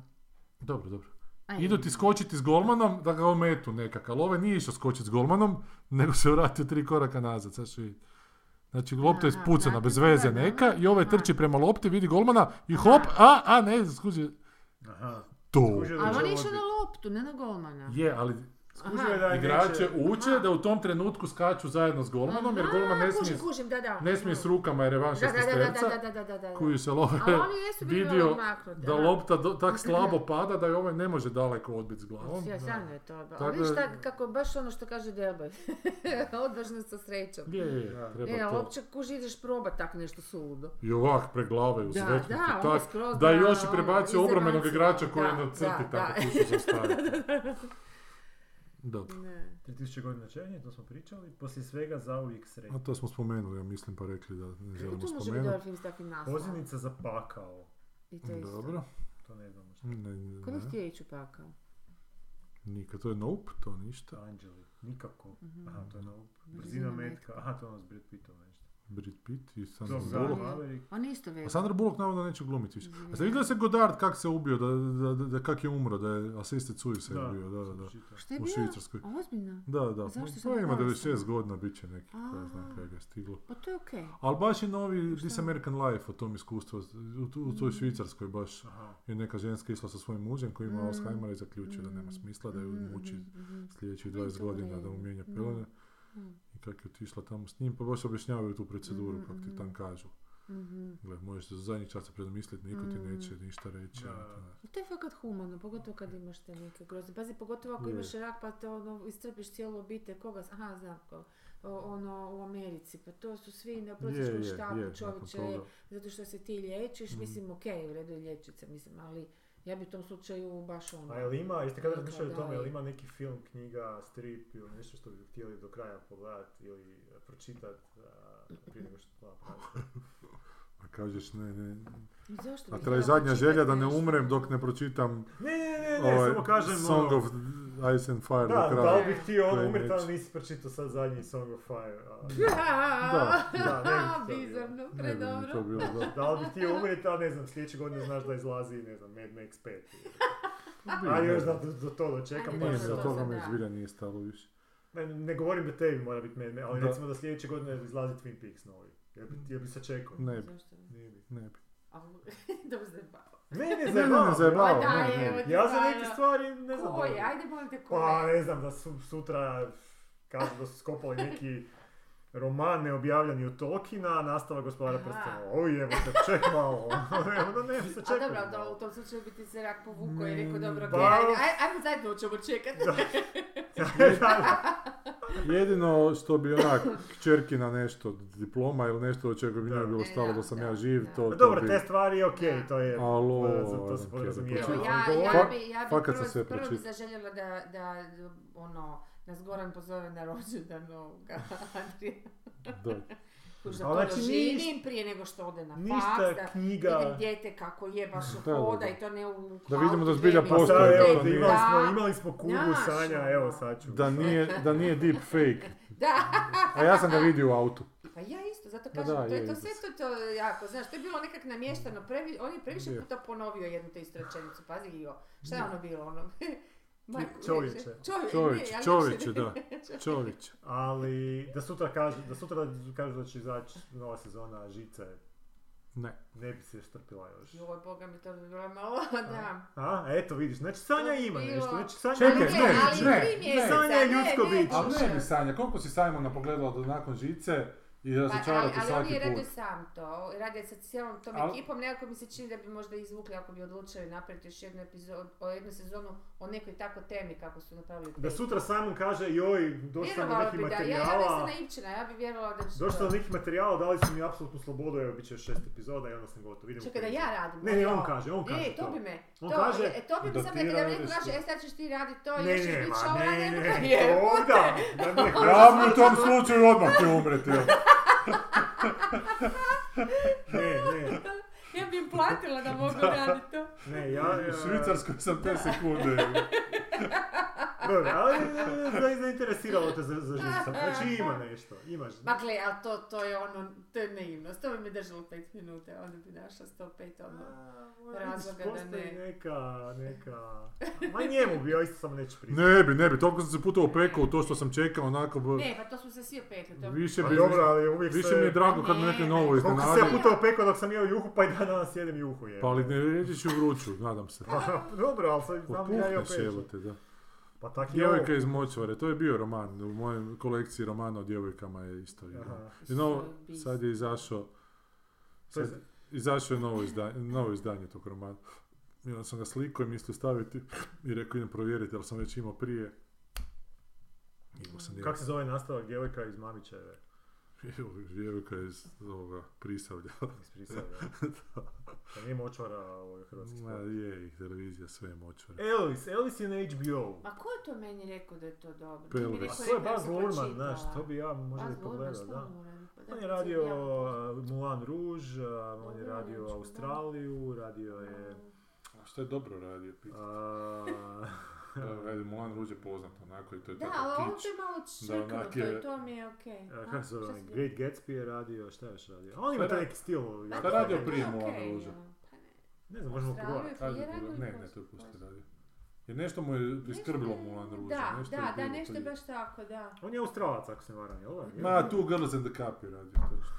[SPEAKER 2] Dobro, dobro.
[SPEAKER 4] Ajde.
[SPEAKER 2] Idu ti skočiti s golmanom da ga ometu nekak, ali ovaj nije išao skočiti s golmanom, nego se vratio tri koraka nazad, sad ćeš vidjeti. Znači, lopta je
[SPEAKER 4] Aha,
[SPEAKER 2] spucana,
[SPEAKER 4] vratio
[SPEAKER 2] bez
[SPEAKER 4] se,
[SPEAKER 2] veze
[SPEAKER 4] da, da,
[SPEAKER 2] neka, i ovaj
[SPEAKER 4] da.
[SPEAKER 2] trči prema lopti, vidi golmana i hop, a, a, ne, skuži,
[SPEAKER 1] Aha.
[SPEAKER 2] to.
[SPEAKER 1] Skužio da
[SPEAKER 4] Ali
[SPEAKER 1] će
[SPEAKER 4] on je
[SPEAKER 1] ovo
[SPEAKER 4] išao
[SPEAKER 1] odbit.
[SPEAKER 4] na loptu, ne na golmana.
[SPEAKER 2] Je, ali
[SPEAKER 1] Skužio je da je
[SPEAKER 2] igrače
[SPEAKER 1] neće-
[SPEAKER 2] uče da u tom trenutku skaču zajedno s golmanom, jer
[SPEAKER 4] Aha,
[SPEAKER 2] golman ne
[SPEAKER 4] kužim,
[SPEAKER 2] smije,
[SPEAKER 4] kužim, da, da.
[SPEAKER 2] ne smije s rukama jer je van
[SPEAKER 4] Da, da, da,
[SPEAKER 2] šesnesterca.
[SPEAKER 4] da, da, da, da, da, da.
[SPEAKER 2] Kuju se love,
[SPEAKER 4] Ali oni jesu bili malo ono.
[SPEAKER 2] vidio
[SPEAKER 4] odmaknuti.
[SPEAKER 2] da
[SPEAKER 4] aha.
[SPEAKER 2] lopta do- tak slabo pada da je ovaj ne može daleko odbiti s
[SPEAKER 4] Ja,
[SPEAKER 2] glavom. da.
[SPEAKER 4] Ono, sjajno je to. ali
[SPEAKER 2] Tako
[SPEAKER 4] vidiš
[SPEAKER 2] da-
[SPEAKER 4] tak- kako, baš ono što kaže Delboj. Odvažno sa srećom.
[SPEAKER 2] Je, je, je,
[SPEAKER 1] Da.
[SPEAKER 2] treba
[SPEAKER 4] E,
[SPEAKER 2] to.
[SPEAKER 4] ali uopće kuži ideš probat tak nešto suludo.
[SPEAKER 2] I ovak preglavaju,
[SPEAKER 4] Da,
[SPEAKER 2] sretni
[SPEAKER 4] da,
[SPEAKER 2] ti
[SPEAKER 4] ono
[SPEAKER 2] tak,
[SPEAKER 4] skroz
[SPEAKER 2] da
[SPEAKER 4] na
[SPEAKER 2] još i
[SPEAKER 4] ono,
[SPEAKER 2] prebacio obrambenog
[SPEAKER 4] izemanciju.
[SPEAKER 2] igrača koji je
[SPEAKER 4] Da,
[SPEAKER 2] na crti
[SPEAKER 4] da,
[SPEAKER 2] tako
[SPEAKER 4] da.
[SPEAKER 2] kušu zaustaviti. Dobro,
[SPEAKER 4] Ne.
[SPEAKER 1] 3000 godina čekanja, to smo pričali, poslije svega zauvijek
[SPEAKER 2] a
[SPEAKER 1] sreća.
[SPEAKER 2] to smo spomenuli, ja mislim, pa rekli da ne
[SPEAKER 4] I
[SPEAKER 2] želimo
[SPEAKER 4] to može biti dobar
[SPEAKER 2] spomenuti.
[SPEAKER 4] film s takvim naslovom.
[SPEAKER 1] Pozivnica za pakao,
[SPEAKER 4] I to je isto.
[SPEAKER 2] Dobro,
[SPEAKER 1] to ne znamo šta.
[SPEAKER 2] ne, ne,
[SPEAKER 4] Ko bi
[SPEAKER 2] ne.
[SPEAKER 4] htio ići u pakao?
[SPEAKER 2] Nikad, to je nope, to ništa.
[SPEAKER 1] Anđeli, nikako.
[SPEAKER 4] Mhm.
[SPEAKER 1] Aha, to je na
[SPEAKER 4] Brzina
[SPEAKER 1] brzina metka. Aha, to je ono s Brad Pittom nešto.
[SPEAKER 2] Brad Pitt i Sandra
[SPEAKER 1] Tom
[SPEAKER 4] Bullock.
[SPEAKER 1] Bullock.
[SPEAKER 2] Bullock.
[SPEAKER 1] Maverick.
[SPEAKER 4] On je isto već.
[SPEAKER 2] A Sandra Bullock navodno neće glumiti više. A ste vidjeli se Godard kak se ubio, da, da, da, da kak je umro, da je asistent Cuju se ubio, da, da, da.
[SPEAKER 1] sam čitao.
[SPEAKER 4] Što je
[SPEAKER 2] U
[SPEAKER 4] bio?
[SPEAKER 2] Švicarskoj.
[SPEAKER 4] A, Ozbiljno?
[SPEAKER 2] Da, da.
[SPEAKER 4] Zašto
[SPEAKER 2] Pa
[SPEAKER 4] sam
[SPEAKER 2] ima
[SPEAKER 4] pala
[SPEAKER 2] 96
[SPEAKER 4] sam?
[SPEAKER 2] godina, bit će neki, koja znam
[SPEAKER 4] Aha.
[SPEAKER 2] kada ga je stiglo.
[SPEAKER 4] Pa to je okej.
[SPEAKER 2] Ali baš je novi This
[SPEAKER 4] Šta?
[SPEAKER 2] American Life o tom iskustvu, u, tu-
[SPEAKER 1] Mm.
[SPEAKER 2] u toj Švicarskoj baš
[SPEAKER 1] Aha.
[SPEAKER 2] je neka ženska išla sa svojim mužem koji ima
[SPEAKER 4] Mm.
[SPEAKER 2] Alzheimera i zaključio da nema smisla, da ju
[SPEAKER 1] Mm.
[SPEAKER 4] Mhm,
[SPEAKER 2] muči
[SPEAKER 4] mhm, mhm.
[SPEAKER 2] sljedećih
[SPEAKER 4] Ne,
[SPEAKER 2] 20
[SPEAKER 4] to je u
[SPEAKER 2] godina da
[SPEAKER 4] redu.
[SPEAKER 2] mu mijenja
[SPEAKER 4] Da.
[SPEAKER 2] pelene.
[SPEAKER 4] Mm.
[SPEAKER 2] I kako je otišla tamo s njim, pa baš objašnjavaju tu proceduru
[SPEAKER 4] Mhm,
[SPEAKER 2] kako ti
[SPEAKER 1] Mm.
[SPEAKER 4] mhm.
[SPEAKER 2] tam kažu.
[SPEAKER 4] Mhm.
[SPEAKER 2] Gle, možeš se za zadnji čas predomisliti, niko ti
[SPEAKER 4] Mm.
[SPEAKER 2] neće ništa reći.
[SPEAKER 1] Da.
[SPEAKER 2] a to ne.
[SPEAKER 4] Pa To je fakat humano, pogotovo kad imaš te neke grozne. Pazi, pogotovo ako
[SPEAKER 2] Je.
[SPEAKER 4] imaš rak pa te ono, istrpiš cijelu obitelj, koga, s- aha, znam koga, O- ono, u Americi, pa to su svi na
[SPEAKER 2] Je,
[SPEAKER 4] prosječnom
[SPEAKER 2] je, je,
[SPEAKER 4] štapu
[SPEAKER 2] nakon
[SPEAKER 4] čovječe,
[SPEAKER 2] toga.
[SPEAKER 4] zato što se ti liječiš,
[SPEAKER 2] Mhm.
[SPEAKER 4] mislim, ok, u redu je liječit se, mislim, ali ja bi u tom slučaju baš ono...
[SPEAKER 1] A jel ima, jeste kada
[SPEAKER 4] rekla
[SPEAKER 1] razmišljali o
[SPEAKER 4] da
[SPEAKER 1] tome, jel
[SPEAKER 4] je.
[SPEAKER 1] ima neki film, knjiga, strip ili nešto što bi htjeli do kraja pogledati ili e, pročitati a, prije nego što to napravite?
[SPEAKER 2] A Pa kažeš ne, ne.
[SPEAKER 4] I Zašto
[SPEAKER 2] A
[SPEAKER 4] bi
[SPEAKER 2] traje
[SPEAKER 4] htjela
[SPEAKER 2] zadnja želja da ne
[SPEAKER 4] pročitat
[SPEAKER 2] umrem
[SPEAKER 4] nešto?
[SPEAKER 2] dok ne pročitam
[SPEAKER 1] Ne, ne, ne, ne,
[SPEAKER 2] ovaj
[SPEAKER 1] samo kažem
[SPEAKER 2] Song
[SPEAKER 1] ono,
[SPEAKER 2] of Ice and Fire
[SPEAKER 1] Da,
[SPEAKER 2] do kraja.
[SPEAKER 1] da li bih htio ono
[SPEAKER 2] Koji
[SPEAKER 1] umjeti,
[SPEAKER 2] neće.
[SPEAKER 1] ali nisi pročitao sad zadnji Song of Fire. a-
[SPEAKER 2] Da,
[SPEAKER 1] Da, Pa ne bi to bilo.
[SPEAKER 4] Bizarno,
[SPEAKER 2] ne bi mi to
[SPEAKER 4] predobro.
[SPEAKER 2] bilo, da.
[SPEAKER 1] Da li bi htio umjeti, ali ne znam, sljedeće godine znaš da izlazi, ne znam, Mad Max 5.
[SPEAKER 2] Bilo,
[SPEAKER 1] A još
[SPEAKER 2] ne.
[SPEAKER 1] da do, do to dočekam,
[SPEAKER 4] Ajde,
[SPEAKER 1] pa
[SPEAKER 2] Nije,
[SPEAKER 4] se
[SPEAKER 2] do
[SPEAKER 4] to
[SPEAKER 2] toga
[SPEAKER 4] sad
[SPEAKER 2] me
[SPEAKER 4] da.
[SPEAKER 2] zbilja nije stalo više.
[SPEAKER 1] Ne, ne govorim da tebi mora biti mene, ali
[SPEAKER 2] Da.
[SPEAKER 1] recimo da sljedeće godine izlazi Twin Peaks novi. Ja bi, ja bi sačekao.
[SPEAKER 2] Ne bi,
[SPEAKER 4] Zašto ne?
[SPEAKER 1] Ne, bi.
[SPEAKER 2] ne bi.
[SPEAKER 4] A, Dobro se bavio.
[SPEAKER 1] ne, ne,
[SPEAKER 2] Ne, ne,
[SPEAKER 1] zajebavam,
[SPEAKER 2] ne, zajebavam,
[SPEAKER 1] ja-
[SPEAKER 4] Pa
[SPEAKER 2] ne,
[SPEAKER 4] da,
[SPEAKER 2] ne.
[SPEAKER 4] evo ti
[SPEAKER 1] Ja za neke
[SPEAKER 4] stvarno.
[SPEAKER 1] stvari ne znam.
[SPEAKER 4] Koje? Ajde, molim te, koje?
[SPEAKER 1] Pa ne znam da su sutra kažu da su skopali neki roman neobjavljeni od Tolkiena, nastava gospodara
[SPEAKER 4] Aha.
[SPEAKER 1] prstena. Oj, evo te, ček malo. Onda ne, se
[SPEAKER 4] A dobro,
[SPEAKER 1] čekaj.
[SPEAKER 4] ali
[SPEAKER 2] no.
[SPEAKER 4] da, u tom slučaju bi ti se rak povukao i rekao,
[SPEAKER 2] Mm,
[SPEAKER 4] dobro,
[SPEAKER 1] Pa-
[SPEAKER 4] okej, ajde, aj- ajmo zajedno ćemo čekati.
[SPEAKER 2] Jedino što bi onak kćerkina nešto, diploma ili nešto od čega bi
[SPEAKER 1] Da.
[SPEAKER 2] njoj bilo
[SPEAKER 4] E,
[SPEAKER 2] stalo
[SPEAKER 4] da,
[SPEAKER 2] da sam
[SPEAKER 4] da,
[SPEAKER 2] ja živ,
[SPEAKER 4] da.
[SPEAKER 2] to,
[SPEAKER 1] Pa
[SPEAKER 2] to
[SPEAKER 1] Dobro,
[SPEAKER 2] bi...
[SPEAKER 1] te stvari je okej, to je, Pa
[SPEAKER 2] Alo,
[SPEAKER 1] to se
[SPEAKER 2] ajmo
[SPEAKER 1] podrazumijeva.
[SPEAKER 2] kćerku.
[SPEAKER 4] Evo,
[SPEAKER 1] Čekaj,
[SPEAKER 4] ja,
[SPEAKER 1] govori.
[SPEAKER 4] ja bi, ja bi
[SPEAKER 2] Fakat sam
[SPEAKER 4] prvo,
[SPEAKER 2] sve
[SPEAKER 4] prvo bi
[SPEAKER 2] pročitao.
[SPEAKER 4] zaželjela da, da, ono, nas Goran pozove na rođendan ovoga Andrija.
[SPEAKER 2] Da.
[SPEAKER 4] Kuš, da
[SPEAKER 1] Ali
[SPEAKER 4] to
[SPEAKER 1] znači
[SPEAKER 4] doživim prije nego što ode na faks,
[SPEAKER 1] Ništa
[SPEAKER 4] da
[SPEAKER 1] knjiga.
[SPEAKER 4] vidim dijete kako je baš
[SPEAKER 2] Da, da,
[SPEAKER 4] hoda
[SPEAKER 2] da.
[SPEAKER 4] i to ne u
[SPEAKER 2] Da vidimo da
[SPEAKER 4] autu,
[SPEAKER 2] zbilja
[SPEAKER 4] dve
[SPEAKER 1] Pa
[SPEAKER 2] postoji
[SPEAKER 1] sad,
[SPEAKER 4] minute,
[SPEAKER 1] evo,
[SPEAKER 2] to nije.
[SPEAKER 1] imali smo,
[SPEAKER 4] da.
[SPEAKER 1] imali smo kugu
[SPEAKER 4] Znaš,
[SPEAKER 1] Sanja,
[SPEAKER 4] ono.
[SPEAKER 1] evo sad ću.
[SPEAKER 2] Da nije, da nije deep fake.
[SPEAKER 4] Da,
[SPEAKER 2] A ja sam ga vidio u autu.
[SPEAKER 4] pa ja isto, zato
[SPEAKER 2] Ma
[SPEAKER 4] kažem,
[SPEAKER 2] da,
[SPEAKER 4] to
[SPEAKER 2] je,
[SPEAKER 4] je to
[SPEAKER 2] vidi
[SPEAKER 4] sve
[SPEAKER 2] se.
[SPEAKER 4] to, to jako, znaš, to je bilo nekak namještano, previ, on je
[SPEAKER 2] Je.
[SPEAKER 4] previše puta ponovio jednu te istu rečenicu, pazi Gigo, šta je ono bilo, ono, Marko,
[SPEAKER 1] Čovječe.
[SPEAKER 4] čovječe,
[SPEAKER 2] Čovječe, čovječe, da. Čovječ.
[SPEAKER 1] Ali da sutra kažu, da sutra kažu da će izaći nova sezona žice,
[SPEAKER 2] Ne.
[SPEAKER 1] ne bi se strpila još.
[SPEAKER 4] Joj, boga mi to bi bilo malo, da.
[SPEAKER 1] A, eto vidiš, znači Sanja
[SPEAKER 4] To bi
[SPEAKER 1] ima
[SPEAKER 4] bilo-
[SPEAKER 1] nešto, znači Sanja
[SPEAKER 2] Čekaj,
[SPEAKER 1] ima
[SPEAKER 4] ali
[SPEAKER 1] nešto.
[SPEAKER 2] ne,
[SPEAKER 4] ali
[SPEAKER 2] ne,
[SPEAKER 4] tri
[SPEAKER 2] ne.
[SPEAKER 4] mjeseca,
[SPEAKER 1] Sanja je ljudsko biće.
[SPEAKER 2] Ali ne bi Sanja, koliko si Simona pogledala do nakon žice i
[SPEAKER 4] Pa, ali,
[SPEAKER 2] razočarati
[SPEAKER 4] ali on
[SPEAKER 2] svaki
[SPEAKER 4] je radio
[SPEAKER 2] put.
[SPEAKER 4] sam to, radio je sa cijelom tom
[SPEAKER 2] Ali-
[SPEAKER 4] ekipom, nekako mi se čini da bi možda izvukli ako bi odlučili napraviti još jednu epizodu, o jednu sezonu o nekoj tako temi kako su napravili.
[SPEAKER 1] Da
[SPEAKER 4] Peki.
[SPEAKER 1] sutra Simon kaže, joj, došlo sam do
[SPEAKER 4] Vjerovala
[SPEAKER 1] nekih
[SPEAKER 4] bi da, ja, ja da sam
[SPEAKER 1] materijala,
[SPEAKER 4] naivčina, ja bi vjerovala da će
[SPEAKER 1] došlo sam
[SPEAKER 4] to-
[SPEAKER 1] do nekih materijala, dali su mi apsolutnu slobodu, evo, bit će još šest epizoda i onda sam gotov, idemo.
[SPEAKER 4] Čekaj da
[SPEAKER 1] krenuti.
[SPEAKER 4] ja radim.
[SPEAKER 1] Ne, ne,
[SPEAKER 4] evo.
[SPEAKER 1] on kaže, on kaže
[SPEAKER 4] E, to bi me.
[SPEAKER 1] On
[SPEAKER 4] to,
[SPEAKER 1] kaže
[SPEAKER 4] e, to bi
[SPEAKER 2] da
[SPEAKER 4] mi sam
[SPEAKER 2] ti
[SPEAKER 4] rekla da mi
[SPEAKER 2] radiš
[SPEAKER 4] neko kaže,
[SPEAKER 2] to.
[SPEAKER 4] e sad ćeš ti raditi to,
[SPEAKER 1] Ne,
[SPEAKER 4] još ćeš
[SPEAKER 1] ne,
[SPEAKER 4] biti
[SPEAKER 1] ma
[SPEAKER 4] šala,
[SPEAKER 1] ne,
[SPEAKER 4] nema
[SPEAKER 1] ne,
[SPEAKER 4] je.
[SPEAKER 1] to da,
[SPEAKER 4] Ono
[SPEAKER 1] da mi ne
[SPEAKER 2] Ja bi u tom slučaju odmah ti umreti. ja.
[SPEAKER 1] Ne, ne,
[SPEAKER 4] Ja bi im platila da mogu raditi to.
[SPEAKER 1] ne, E, ja...
[SPEAKER 2] U Švicarskoj sam te sekunde.
[SPEAKER 1] Dobro, ali e, zainteresiralo te za, za žicom. Znači ima nešto, imaš.
[SPEAKER 4] Dakle, ali to, to je ono, to je naivnost. To bi me držalo 5 minuta, onda bi našla ono. 105 odmah.
[SPEAKER 1] A,
[SPEAKER 4] razloga da
[SPEAKER 1] postoji
[SPEAKER 4] ne.
[SPEAKER 1] neka, neka... Ma njemu bi, ja isto sam neću priznat.
[SPEAKER 2] Ne bi, ne bi, toliko sam se puta opekao u to što sam čekao, onako... b-
[SPEAKER 4] Ne, pa to smo se svi opekli. To...
[SPEAKER 2] Više
[SPEAKER 1] Pa
[SPEAKER 2] bi...
[SPEAKER 1] dobro, ali uvijek
[SPEAKER 2] Više
[SPEAKER 1] se-
[SPEAKER 2] mi je drago kad me neke novo
[SPEAKER 1] Koliko sam se ja
[SPEAKER 2] iznenadi.
[SPEAKER 1] puta opekao dok sam jeo juhu, pa i dan danas jedem juhu, je.
[SPEAKER 2] Pa ali ne reći u vruću, nadam se.
[SPEAKER 1] Pa, dobro, ali sad znam da ja jeo
[SPEAKER 2] Opuhneš
[SPEAKER 1] peču.
[SPEAKER 2] jebote, da.
[SPEAKER 1] Pa tak je ovo.
[SPEAKER 2] Djevojka iz Močvare, to je bio roman, u mojoj kolekciji romana o djevojkama je isto. jedan.
[SPEAKER 1] Aha.
[SPEAKER 2] I novo,
[SPEAKER 4] Sudbis.
[SPEAKER 2] sad je izašao,
[SPEAKER 1] To je-
[SPEAKER 2] sad, izašao je novo izdanje, novo izdanje tog romana. I onda sam ga slikao i mislio staviti i rekao idem provjeriti, ali sam već imao prije. Imao sam
[SPEAKER 1] Kako se zove nastavak djevojka iz Mamićeve?
[SPEAKER 2] djev- djevojka iz ovoga prisavlja.
[SPEAKER 1] Iz Prisavlja. Pa nije močvara ovaj, hrvatski
[SPEAKER 2] Ma
[SPEAKER 1] sport.
[SPEAKER 2] je, i televizija sve je Močvare.
[SPEAKER 1] Elvis, Elvis je na HBO.
[SPEAKER 4] Ma ko je to meni rekao da je to dobro?
[SPEAKER 2] Pelvis.
[SPEAKER 4] Ti mi
[SPEAKER 1] Pa to je
[SPEAKER 4] rekao, rekao, ja
[SPEAKER 1] Baz
[SPEAKER 4] sam
[SPEAKER 1] Luhrmann,
[SPEAKER 4] pročitala.
[SPEAKER 1] znaš, to bi ja možda
[SPEAKER 4] Baz
[SPEAKER 1] i
[SPEAKER 4] Luhrmann,
[SPEAKER 1] pogledao,
[SPEAKER 4] šta
[SPEAKER 1] da.
[SPEAKER 4] on radi? Pa
[SPEAKER 1] On
[SPEAKER 4] da,
[SPEAKER 1] je
[SPEAKER 4] mislim,
[SPEAKER 1] radio
[SPEAKER 4] ja-
[SPEAKER 1] uh, Moulin Rouge, uh, on je
[SPEAKER 4] Moulin
[SPEAKER 1] radio
[SPEAKER 4] Rouge, da.
[SPEAKER 1] Australiju, radio je...
[SPEAKER 2] A što je dobro radio, pita?
[SPEAKER 1] uh,
[SPEAKER 2] Ajde, Mulan Ruđe poznat, onako i to je
[SPEAKER 4] Da,
[SPEAKER 2] tako
[SPEAKER 4] ali ovo
[SPEAKER 2] kič.
[SPEAKER 4] je malo čekano,
[SPEAKER 2] onak
[SPEAKER 4] to,
[SPEAKER 2] je- ono,
[SPEAKER 4] je- to mi je okej.
[SPEAKER 1] Uh,
[SPEAKER 4] A,
[SPEAKER 1] kako se zove,
[SPEAKER 4] šta
[SPEAKER 1] onaj
[SPEAKER 4] si-
[SPEAKER 1] Great Gatsby je radio, šta je još radio? On ima
[SPEAKER 2] Šta
[SPEAKER 1] taj
[SPEAKER 2] ra-
[SPEAKER 1] neki stil.
[SPEAKER 4] Pa
[SPEAKER 1] jako
[SPEAKER 4] to-
[SPEAKER 2] radio
[SPEAKER 4] to je
[SPEAKER 1] dobar.
[SPEAKER 2] prije Moulin
[SPEAKER 4] okej,
[SPEAKER 2] Rouge-a?
[SPEAKER 4] ono. Pa ne.
[SPEAKER 1] Ne znam, možemo
[SPEAKER 4] Australiju
[SPEAKER 1] pogledati.
[SPEAKER 4] je
[SPEAKER 2] Ajde,
[SPEAKER 4] radio
[SPEAKER 2] pogled-
[SPEAKER 4] ili
[SPEAKER 2] Ne, ne,
[SPEAKER 4] post-
[SPEAKER 2] to je pusti
[SPEAKER 4] post-
[SPEAKER 2] radio. Jer nešto mu je priskrbilo Mulan Ruđe.
[SPEAKER 4] Da,
[SPEAKER 2] nešto je
[SPEAKER 4] da, da,
[SPEAKER 2] bilo
[SPEAKER 4] nešto je
[SPEAKER 2] prije.
[SPEAKER 4] baš tako, da.
[SPEAKER 1] On je Australac, ako se ne varam, jel da?
[SPEAKER 2] Ma, tu Girls and the Cup je radio, točno.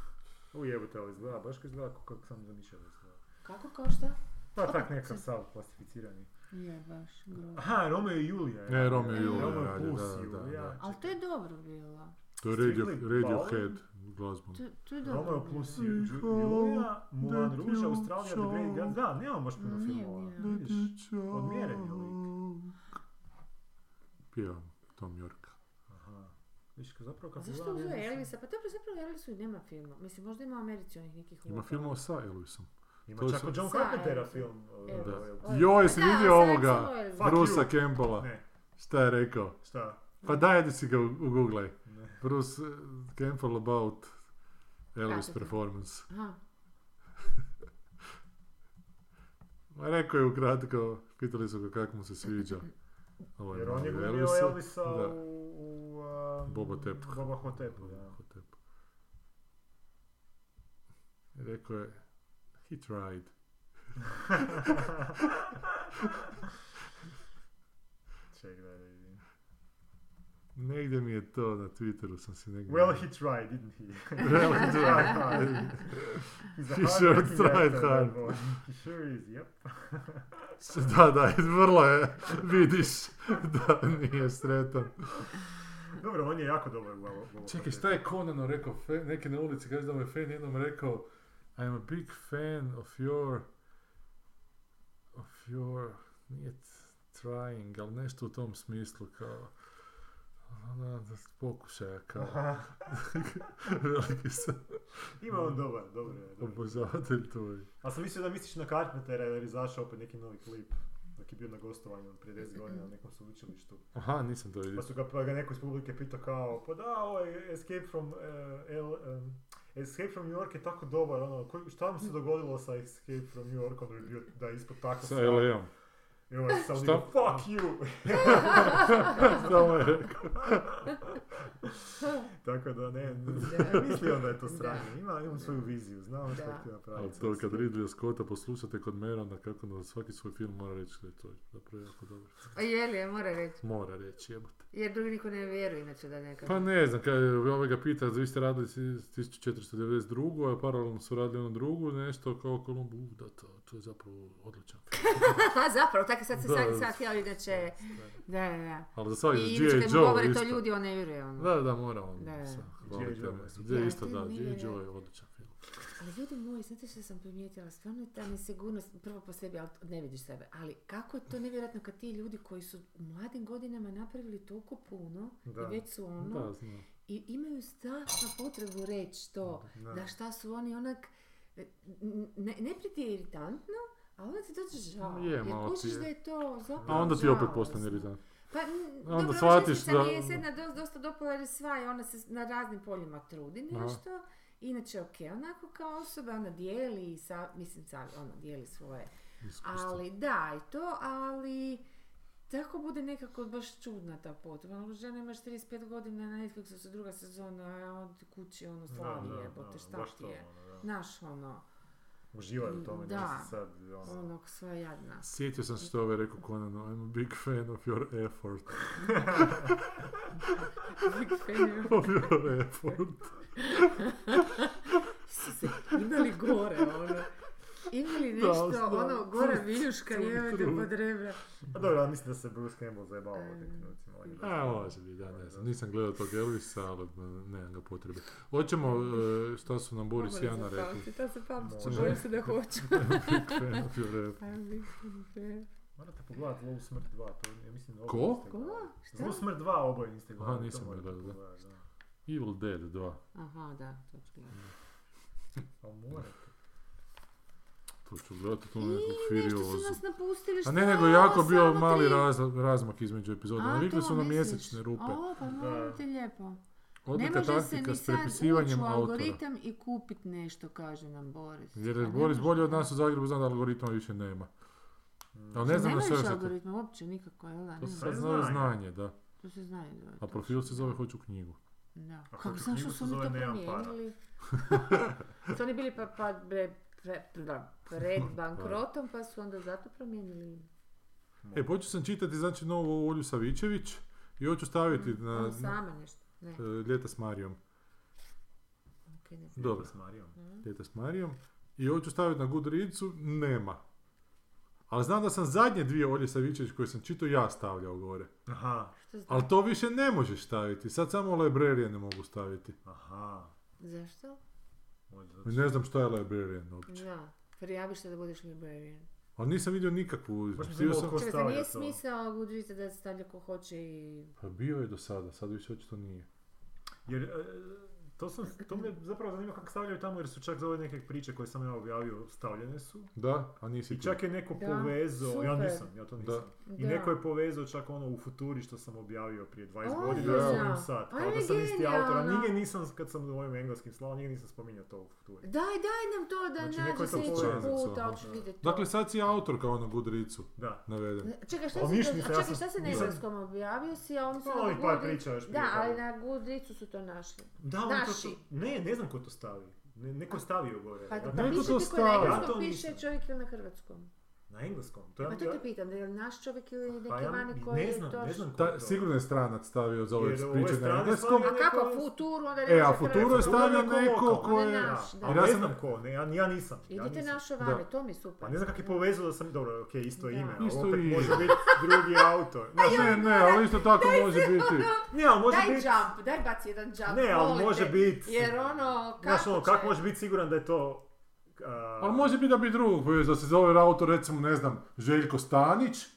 [SPEAKER 1] U jebote, ali izgleda, baš kao izgleda kako kako sam zamišljao da izgleda.
[SPEAKER 4] Kako, kao šta?
[SPEAKER 1] Pa tak nekakav sav plastificirani.
[SPEAKER 5] Je, baš grozno.
[SPEAKER 1] Aha, Romeo i Julija. je
[SPEAKER 2] Ne,
[SPEAKER 1] radio.
[SPEAKER 2] E, Romeo i Julija
[SPEAKER 1] Romeo
[SPEAKER 2] radio,
[SPEAKER 1] Plus
[SPEAKER 2] da, da,
[SPEAKER 1] Julija.
[SPEAKER 2] da.
[SPEAKER 5] Ali to je dobro bilo.
[SPEAKER 2] To je radio,
[SPEAKER 1] Strictly
[SPEAKER 2] Radiohead glazbom.
[SPEAKER 5] To, to je dobro.
[SPEAKER 1] Romeo
[SPEAKER 5] bilo.
[SPEAKER 1] plus Ju- Ju- Julija, Moulin Rouge, Australija, The Great Gatsby. Da, nemamo baš puno
[SPEAKER 5] Nije,
[SPEAKER 1] filmova.
[SPEAKER 5] nije.
[SPEAKER 1] Vidiš, odmjeren je lik.
[SPEAKER 2] Pjeva Tom Yorka.
[SPEAKER 1] Aha. Vidiš, kao zapravo
[SPEAKER 5] A
[SPEAKER 1] kad
[SPEAKER 5] Zašto
[SPEAKER 1] pogledam,
[SPEAKER 5] uzeo
[SPEAKER 1] ja nisam-
[SPEAKER 5] Elvisa? Pa dobro, zapravo Elvisu i nema filma. Mislim, možda ima u Americi onih nekih
[SPEAKER 2] Ima
[SPEAKER 5] lokal-
[SPEAKER 2] filmova sa Elvisom.
[SPEAKER 1] Ima
[SPEAKER 2] To
[SPEAKER 1] čak
[SPEAKER 2] sam-
[SPEAKER 1] od John
[SPEAKER 5] Sa
[SPEAKER 1] Carpentera
[SPEAKER 5] Elvisom.
[SPEAKER 1] film. uh,
[SPEAKER 5] Elvis.
[SPEAKER 2] Da.
[SPEAKER 1] ovaj,
[SPEAKER 5] Oj,
[SPEAKER 2] Joj, si
[SPEAKER 5] pa da,
[SPEAKER 2] vidio
[SPEAKER 5] ali sam
[SPEAKER 2] ovoga
[SPEAKER 5] rekao Elvis.
[SPEAKER 1] Fuck
[SPEAKER 2] Brusa
[SPEAKER 1] you.
[SPEAKER 2] Campbella?
[SPEAKER 1] Ne,
[SPEAKER 2] Šta je rekao?
[SPEAKER 1] šta?
[SPEAKER 2] Pa daj da si ga uguglaj.
[SPEAKER 1] Ne.
[SPEAKER 2] Bruce eh, Campbell about Elvis
[SPEAKER 5] Kako to?
[SPEAKER 2] performance.
[SPEAKER 5] Aha.
[SPEAKER 2] Ma rekao je ukratko, pitali su ga kako mu se sviđa. Ovaj
[SPEAKER 1] Jer on je
[SPEAKER 2] novi
[SPEAKER 1] glumio
[SPEAKER 2] Elvis-a.
[SPEAKER 1] Elvisa
[SPEAKER 2] Da.
[SPEAKER 1] u... u, um,
[SPEAKER 2] Boba Tepu.
[SPEAKER 1] Boba Hotepu, da.
[SPEAKER 2] Hotepu. I Rekao je, he tried.
[SPEAKER 1] Ček da vidim.
[SPEAKER 2] Negdje mi je to na Twitteru sam si negdje...
[SPEAKER 1] Well, he tried, didn't he?
[SPEAKER 2] Well, he tried.
[SPEAKER 1] He's a
[SPEAKER 2] He sure
[SPEAKER 1] hardworking
[SPEAKER 2] tried
[SPEAKER 1] actor,
[SPEAKER 2] hard.
[SPEAKER 1] that boy. He sure is, yep.
[SPEAKER 2] da, da, vrlo je, vidiš da nije sretan.
[SPEAKER 1] Dobro, on je jako dobar u Boba Hotepu.
[SPEAKER 2] Čekaj, šta je Conanu rekao? Fan, neki na ulici kaže da mu je fan jednom rekao I'm a big fan of your of your nije t- trying, ali nešto u tom smislu kao ono, da s- pokušaja kao veliki sam
[SPEAKER 1] Ima on dobar, dobro je. dobro je.
[SPEAKER 2] obožavatelj tvoj.
[SPEAKER 1] A sam mislio da misliš na Carpentera jer je izašao opet neki novi klip. Dok je bio na gostovanju prije 10 godina na nekom sveučilištu.
[SPEAKER 2] Aha, nisam to vidio.
[SPEAKER 1] Pa su ga, pa ga neko iz publike pitao kao, pa da, ovaj Escape from, eh, L, em, Escape from New York je tako dobar, ono, koji, šta
[SPEAKER 4] Mm.
[SPEAKER 1] mu se dogodilo sa Escape from New Yorkom da bi bio, da je ispod tako
[SPEAKER 2] Sa
[SPEAKER 1] sram?
[SPEAKER 2] LA-om.
[SPEAKER 1] I ovaj sam
[SPEAKER 2] Šta?
[SPEAKER 1] vidio, fuck you!
[SPEAKER 2] Samo je rekao.
[SPEAKER 1] tako da ne, ne mislio da je to sranje, ima, ima svoju viziju, znao što
[SPEAKER 5] Da.
[SPEAKER 1] ti napraviti.
[SPEAKER 2] Ali to kad Ridley Scotta poslušate kod Merona kako na svaki svoj film mora reći da je to zapravo jako dobro.
[SPEAKER 5] A je li, ja mora reći.
[SPEAKER 2] Mora reći, jebote.
[SPEAKER 5] Jer drugi niko ne vjeruje inače da neka.
[SPEAKER 2] Pa ne znam, kaj, ovaj ga pita, vi ste radili si- 1492, a paralelno su radili onu drugu, nešto kao Kolumbu, u, da to, to je zapravo odličan film.
[SPEAKER 5] Aha, zapravo, tako sad se
[SPEAKER 2] Da,
[SPEAKER 5] sad,
[SPEAKER 2] da.
[SPEAKER 5] sad ja inače. Da, da, da.
[SPEAKER 2] Ali za svaki,
[SPEAKER 5] I
[SPEAKER 2] G.I.
[SPEAKER 5] inače kad mu
[SPEAKER 2] Joe
[SPEAKER 5] govore
[SPEAKER 2] isto.
[SPEAKER 5] to ljudi, on ne vjeruje ono.
[SPEAKER 2] Da, da, mora on.
[SPEAKER 5] Da.
[SPEAKER 2] sa-
[SPEAKER 1] G.I.
[SPEAKER 2] hvalite
[SPEAKER 1] Joe
[SPEAKER 2] me.
[SPEAKER 1] je super.
[SPEAKER 2] Da,
[SPEAKER 5] Ja,
[SPEAKER 2] isto
[SPEAKER 5] to
[SPEAKER 2] da,
[SPEAKER 5] mi
[SPEAKER 2] G.I.
[SPEAKER 5] je-
[SPEAKER 2] Joe je odličan film.
[SPEAKER 5] Ali ljudi moji, znate što sam primijetila? Stvarno je ta nesigurnost, prvo po sebi, ali ne vidiš sebe. Ali kako je to nevjerojatno kad ti ljudi koji su u mladim godinama napravili toliko puno
[SPEAKER 1] Da.
[SPEAKER 5] i već su ono,
[SPEAKER 2] Da, znam.
[SPEAKER 5] i imaju strašnu potrebu reći to,
[SPEAKER 1] Da.
[SPEAKER 5] da. šta su oni onak, e, n- ne, ne prije ti je iritantno, a onda ti dođe žao.
[SPEAKER 2] Je,
[SPEAKER 5] jer
[SPEAKER 2] malo ti
[SPEAKER 5] kužiš
[SPEAKER 2] je.
[SPEAKER 5] da je to zapravo
[SPEAKER 2] A onda ti
[SPEAKER 5] Pa žao,
[SPEAKER 2] opet postane
[SPEAKER 5] mislim.
[SPEAKER 2] iritan.
[SPEAKER 5] Pa, n-
[SPEAKER 2] Onda
[SPEAKER 5] dobro,
[SPEAKER 2] shvatiš
[SPEAKER 5] šestica
[SPEAKER 2] da-
[SPEAKER 5] mi je sedna dosta, dosta dopala jer je sva i ona se na raznim poljima trudi
[SPEAKER 2] Aha.
[SPEAKER 5] nešto.
[SPEAKER 4] Inače, ok, onako kao osoba, ona dijeli, i sa, mislim, sa, ono, dijeli svoje. Ali, da, i to, ali... Tako bude nekako baš čudna ta potreba. Ono, žena imaš 35 godina na Netflixu su druga sezona, a on ti kući ono slavi jebote, šta
[SPEAKER 1] baš
[SPEAKER 4] ti
[SPEAKER 1] to,
[SPEAKER 4] je.
[SPEAKER 1] ono, da.
[SPEAKER 4] Znaš ono,
[SPEAKER 1] Uživaj u tome,
[SPEAKER 4] Da.
[SPEAKER 1] da. sad, ono,
[SPEAKER 4] ono sva jadna.
[SPEAKER 2] Sjetio sam se što je ovaj rekao Conan, I'm a big fan of your effort. of your effort.
[SPEAKER 4] Isuse, ima li gore ono? Ima li
[SPEAKER 2] Da,
[SPEAKER 4] nešto
[SPEAKER 2] da.
[SPEAKER 4] ono, gore viljuška
[SPEAKER 2] Trud,
[SPEAKER 4] jevete
[SPEAKER 2] trud.
[SPEAKER 4] pod rebra?
[SPEAKER 1] A Pa dobro, ja mislim da se Bruce Campbell zajebao u tim
[SPEAKER 4] Em,
[SPEAKER 1] trenucima. on je baš-
[SPEAKER 2] A, E, može biti, da, ne znam. Nisam gledao tog Elvisa, ali m, nemam ga potrebe. Hoćemo, e, šta su nam Boris i Ana rekli.
[SPEAKER 4] Ta se pamtiću,
[SPEAKER 1] Može.
[SPEAKER 4] bojim se da hoću.
[SPEAKER 2] Big fan of your effort.
[SPEAKER 4] Ajme, bih se zove.
[SPEAKER 1] Morate pogledati Lovu smrt 2, to ja mislim da oboje
[SPEAKER 2] Ko?
[SPEAKER 1] niste
[SPEAKER 4] Ko?
[SPEAKER 1] gledali.
[SPEAKER 4] Šta?
[SPEAKER 1] Zlu smrt 2 oboje niste
[SPEAKER 2] Aha,
[SPEAKER 1] gledali. to
[SPEAKER 2] nisam
[SPEAKER 1] morate
[SPEAKER 2] gledao, da.
[SPEAKER 1] pogledat, da.
[SPEAKER 2] Evil Dead 2.
[SPEAKER 4] Aha, da, točno.
[SPEAKER 1] Pa morate.
[SPEAKER 2] To ću gledati tu
[SPEAKER 4] I
[SPEAKER 2] neku
[SPEAKER 4] nešto su
[SPEAKER 2] furiozu.
[SPEAKER 4] nas napustili, šta?
[SPEAKER 2] A ne, nego jako
[SPEAKER 4] Samo
[SPEAKER 2] bio mali
[SPEAKER 4] tri.
[SPEAKER 2] raz- razmak između epizoda.
[SPEAKER 4] A,
[SPEAKER 2] Navikli
[SPEAKER 4] to
[SPEAKER 2] su na
[SPEAKER 4] misliš?
[SPEAKER 2] mjesečne rupe.
[SPEAKER 4] A, pa molim te lijepo. Ne
[SPEAKER 2] Odlika
[SPEAKER 4] može se
[SPEAKER 2] taktika
[SPEAKER 4] ni
[SPEAKER 2] s
[SPEAKER 4] sad ući
[SPEAKER 2] prepisivanjem
[SPEAKER 4] u
[SPEAKER 2] autora.
[SPEAKER 4] algoritam i kupit nešto, kaže nam Boris.
[SPEAKER 2] Jer
[SPEAKER 4] A
[SPEAKER 2] je
[SPEAKER 4] ne
[SPEAKER 2] Boris
[SPEAKER 4] može.
[SPEAKER 2] bolje od nas u Zagrebu, znam da algoritma više nema.
[SPEAKER 1] Mm.
[SPEAKER 2] Ali ne znam na
[SPEAKER 4] Nema
[SPEAKER 2] sve
[SPEAKER 4] više
[SPEAKER 2] za to.
[SPEAKER 4] algoritma uopće nikako, jel da?
[SPEAKER 2] To se
[SPEAKER 4] Nema.
[SPEAKER 1] sve
[SPEAKER 2] sad znaju
[SPEAKER 1] znanje.
[SPEAKER 2] znanje, da.
[SPEAKER 4] To se znaju. da,
[SPEAKER 2] A
[SPEAKER 4] to
[SPEAKER 2] profil
[SPEAKER 4] se
[SPEAKER 2] se zove
[SPEAKER 4] zna.
[SPEAKER 2] Hoću knjigu.
[SPEAKER 4] Da.
[SPEAKER 1] A
[SPEAKER 4] Kako
[SPEAKER 1] hoću
[SPEAKER 4] sam što
[SPEAKER 1] knjigu,
[SPEAKER 4] su
[SPEAKER 1] se
[SPEAKER 4] oni to
[SPEAKER 1] zove Nemam para.
[SPEAKER 4] promijenili? su oni bili pa, pa bre, pre, da, pred bankrotom, pa su onda zato promijenili ime.
[SPEAKER 2] E, počeo sam čitati, znači, novu Olju Savičević i hoću staviti na
[SPEAKER 4] Ono
[SPEAKER 2] na-
[SPEAKER 4] sama nešto. Ne,
[SPEAKER 2] e, Ljeta s Marijom.
[SPEAKER 4] okej, ne znam.
[SPEAKER 2] Dobro,
[SPEAKER 1] S Marijom.
[SPEAKER 4] Mm.
[SPEAKER 2] Ljeta s Marijom. I hoću staviti na Goodreadsu, nema. Ali znam da sam zadnje dvije Olje Savičević koje sam čitao ja stavljao gore.
[SPEAKER 1] Aha,
[SPEAKER 4] Što zna-
[SPEAKER 2] Ali to više ne možeš staviti, sad samo librarian ne mogu staviti.
[SPEAKER 1] aha.
[SPEAKER 4] Zašto?
[SPEAKER 1] možda zato što-
[SPEAKER 2] Ne znam šta je librarian uopće.
[SPEAKER 4] Da. Prijaviš se da budeš librarian.
[SPEAKER 2] Ali nisam vidio nikakvu.
[SPEAKER 1] Baš mi
[SPEAKER 2] htio
[SPEAKER 1] zanimalo
[SPEAKER 2] sam-
[SPEAKER 1] ko
[SPEAKER 4] Čekaj, zar
[SPEAKER 1] stavlja
[SPEAKER 4] nije
[SPEAKER 1] to?
[SPEAKER 4] smisao Goodreadsa da se stavlja ko hoće i...
[SPEAKER 2] Pa bio je do sada, sad više očito nije.
[SPEAKER 1] Jer e, to, sam, to me zapravo zanima kako stavljaju tamo jer su čak za ove neke priče koje sam ja objavio stavljene su.
[SPEAKER 2] Da, a nisi
[SPEAKER 1] I
[SPEAKER 2] ti.
[SPEAKER 1] čak je neko
[SPEAKER 4] Da,
[SPEAKER 1] povezao, ja
[SPEAKER 4] super.
[SPEAKER 1] nisam, ja to nisam. I
[SPEAKER 4] Da.
[SPEAKER 1] neko je povezao čak ono u futuri što sam objavio prije 20
[SPEAKER 4] O,
[SPEAKER 1] godina
[SPEAKER 2] da.
[SPEAKER 1] s ovim sad.
[SPEAKER 4] A,
[SPEAKER 1] Kao da sam isti autor, a
[SPEAKER 4] genijalno.
[SPEAKER 1] nigdje nisam, kad sam u ovim engleskim slavom, nigdje nisam spominjao to u futuri.
[SPEAKER 4] Daj, daj nam to da
[SPEAKER 1] Znači, neko
[SPEAKER 4] nađe
[SPEAKER 1] je to
[SPEAKER 4] sljedeći
[SPEAKER 2] povezao.
[SPEAKER 4] put,
[SPEAKER 2] Aha.
[SPEAKER 4] ali ću vidjeti to.
[SPEAKER 2] Dakle, sad si autor kao na Goodreadsu
[SPEAKER 1] Da.
[SPEAKER 2] naveden.
[SPEAKER 4] Čekaj, šta
[SPEAKER 1] Ali
[SPEAKER 4] si,
[SPEAKER 1] ništa
[SPEAKER 4] to-
[SPEAKER 1] nisam, Pa ja sam-
[SPEAKER 4] čekaj, šta si na
[SPEAKER 1] nisam.
[SPEAKER 4] engleskom objavio si, a oni su
[SPEAKER 1] Pa
[SPEAKER 4] na
[SPEAKER 1] ovih par
[SPEAKER 4] Goodread-
[SPEAKER 1] priča još prije
[SPEAKER 4] Da, ali
[SPEAKER 1] toga.
[SPEAKER 4] na Goodreadsu su to našli.
[SPEAKER 1] Da, on to
[SPEAKER 4] Naši.
[SPEAKER 1] su- Ne, ne znam ko to stavi. Ne, neko je stavio gore.
[SPEAKER 4] Pa,
[SPEAKER 1] Ja-
[SPEAKER 4] pa
[SPEAKER 2] neko
[SPEAKER 4] piše
[SPEAKER 2] to
[SPEAKER 4] ti koji
[SPEAKER 2] stavi.
[SPEAKER 4] na
[SPEAKER 1] Ja to
[SPEAKER 4] engleskom piše
[SPEAKER 1] nisam.
[SPEAKER 4] čovjek ili na hrvatskom.
[SPEAKER 1] Na engleskom. To ja,
[SPEAKER 4] Pa to
[SPEAKER 1] ja-
[SPEAKER 4] te pitam, da je li naš čovjek ili neki
[SPEAKER 1] pa ja
[SPEAKER 4] vani koji
[SPEAKER 1] ne
[SPEAKER 4] je
[SPEAKER 1] znam,
[SPEAKER 4] to...
[SPEAKER 1] ne znam ko je
[SPEAKER 2] Ta,
[SPEAKER 1] to.
[SPEAKER 2] sigurno je stranac stavio za ove
[SPEAKER 1] Jer ove
[SPEAKER 2] priče na
[SPEAKER 1] strane
[SPEAKER 2] engleskom.
[SPEAKER 1] stavljaju-
[SPEAKER 4] A kako,
[SPEAKER 1] neko-
[SPEAKER 4] futuru, onda ne
[SPEAKER 2] E,
[SPEAKER 4] može
[SPEAKER 2] a Futuro je
[SPEAKER 4] hrvatsko.
[SPEAKER 2] stavio
[SPEAKER 1] Futuro je neko
[SPEAKER 2] neko
[SPEAKER 1] lokalno.
[SPEAKER 2] ko
[SPEAKER 4] Onda
[SPEAKER 2] je...
[SPEAKER 4] naš. da.
[SPEAKER 1] Ali
[SPEAKER 2] Ja
[SPEAKER 1] ja
[SPEAKER 2] sam-
[SPEAKER 1] znam ko, ne, ja, ja nisam. ja
[SPEAKER 4] Idite
[SPEAKER 1] nisam.
[SPEAKER 4] našo
[SPEAKER 2] Da.
[SPEAKER 4] vani, to mi je super.
[SPEAKER 1] Pa ne znam kako je povezao da sam, dobro, ok, isto
[SPEAKER 4] Da.
[SPEAKER 1] ime, ali
[SPEAKER 2] Isto
[SPEAKER 1] opet
[SPEAKER 2] ime.
[SPEAKER 1] može biti drugi autor. Znaš, ono-
[SPEAKER 2] Ne, ne, ali isto tako može biti.
[SPEAKER 1] ne, ali može
[SPEAKER 7] Daj
[SPEAKER 1] biti,
[SPEAKER 7] jump, daj baci jedan jump.
[SPEAKER 1] ne, ali
[SPEAKER 7] molim
[SPEAKER 1] može
[SPEAKER 7] te.
[SPEAKER 1] biti,
[SPEAKER 7] Jer ono, kako
[SPEAKER 1] znaš ono,
[SPEAKER 7] će-
[SPEAKER 1] kako može biti siguran da je to... a,
[SPEAKER 2] Ali Pa može biti da bi drugog povezao, da se zove autor recimo, ne znam, Željko Stanić.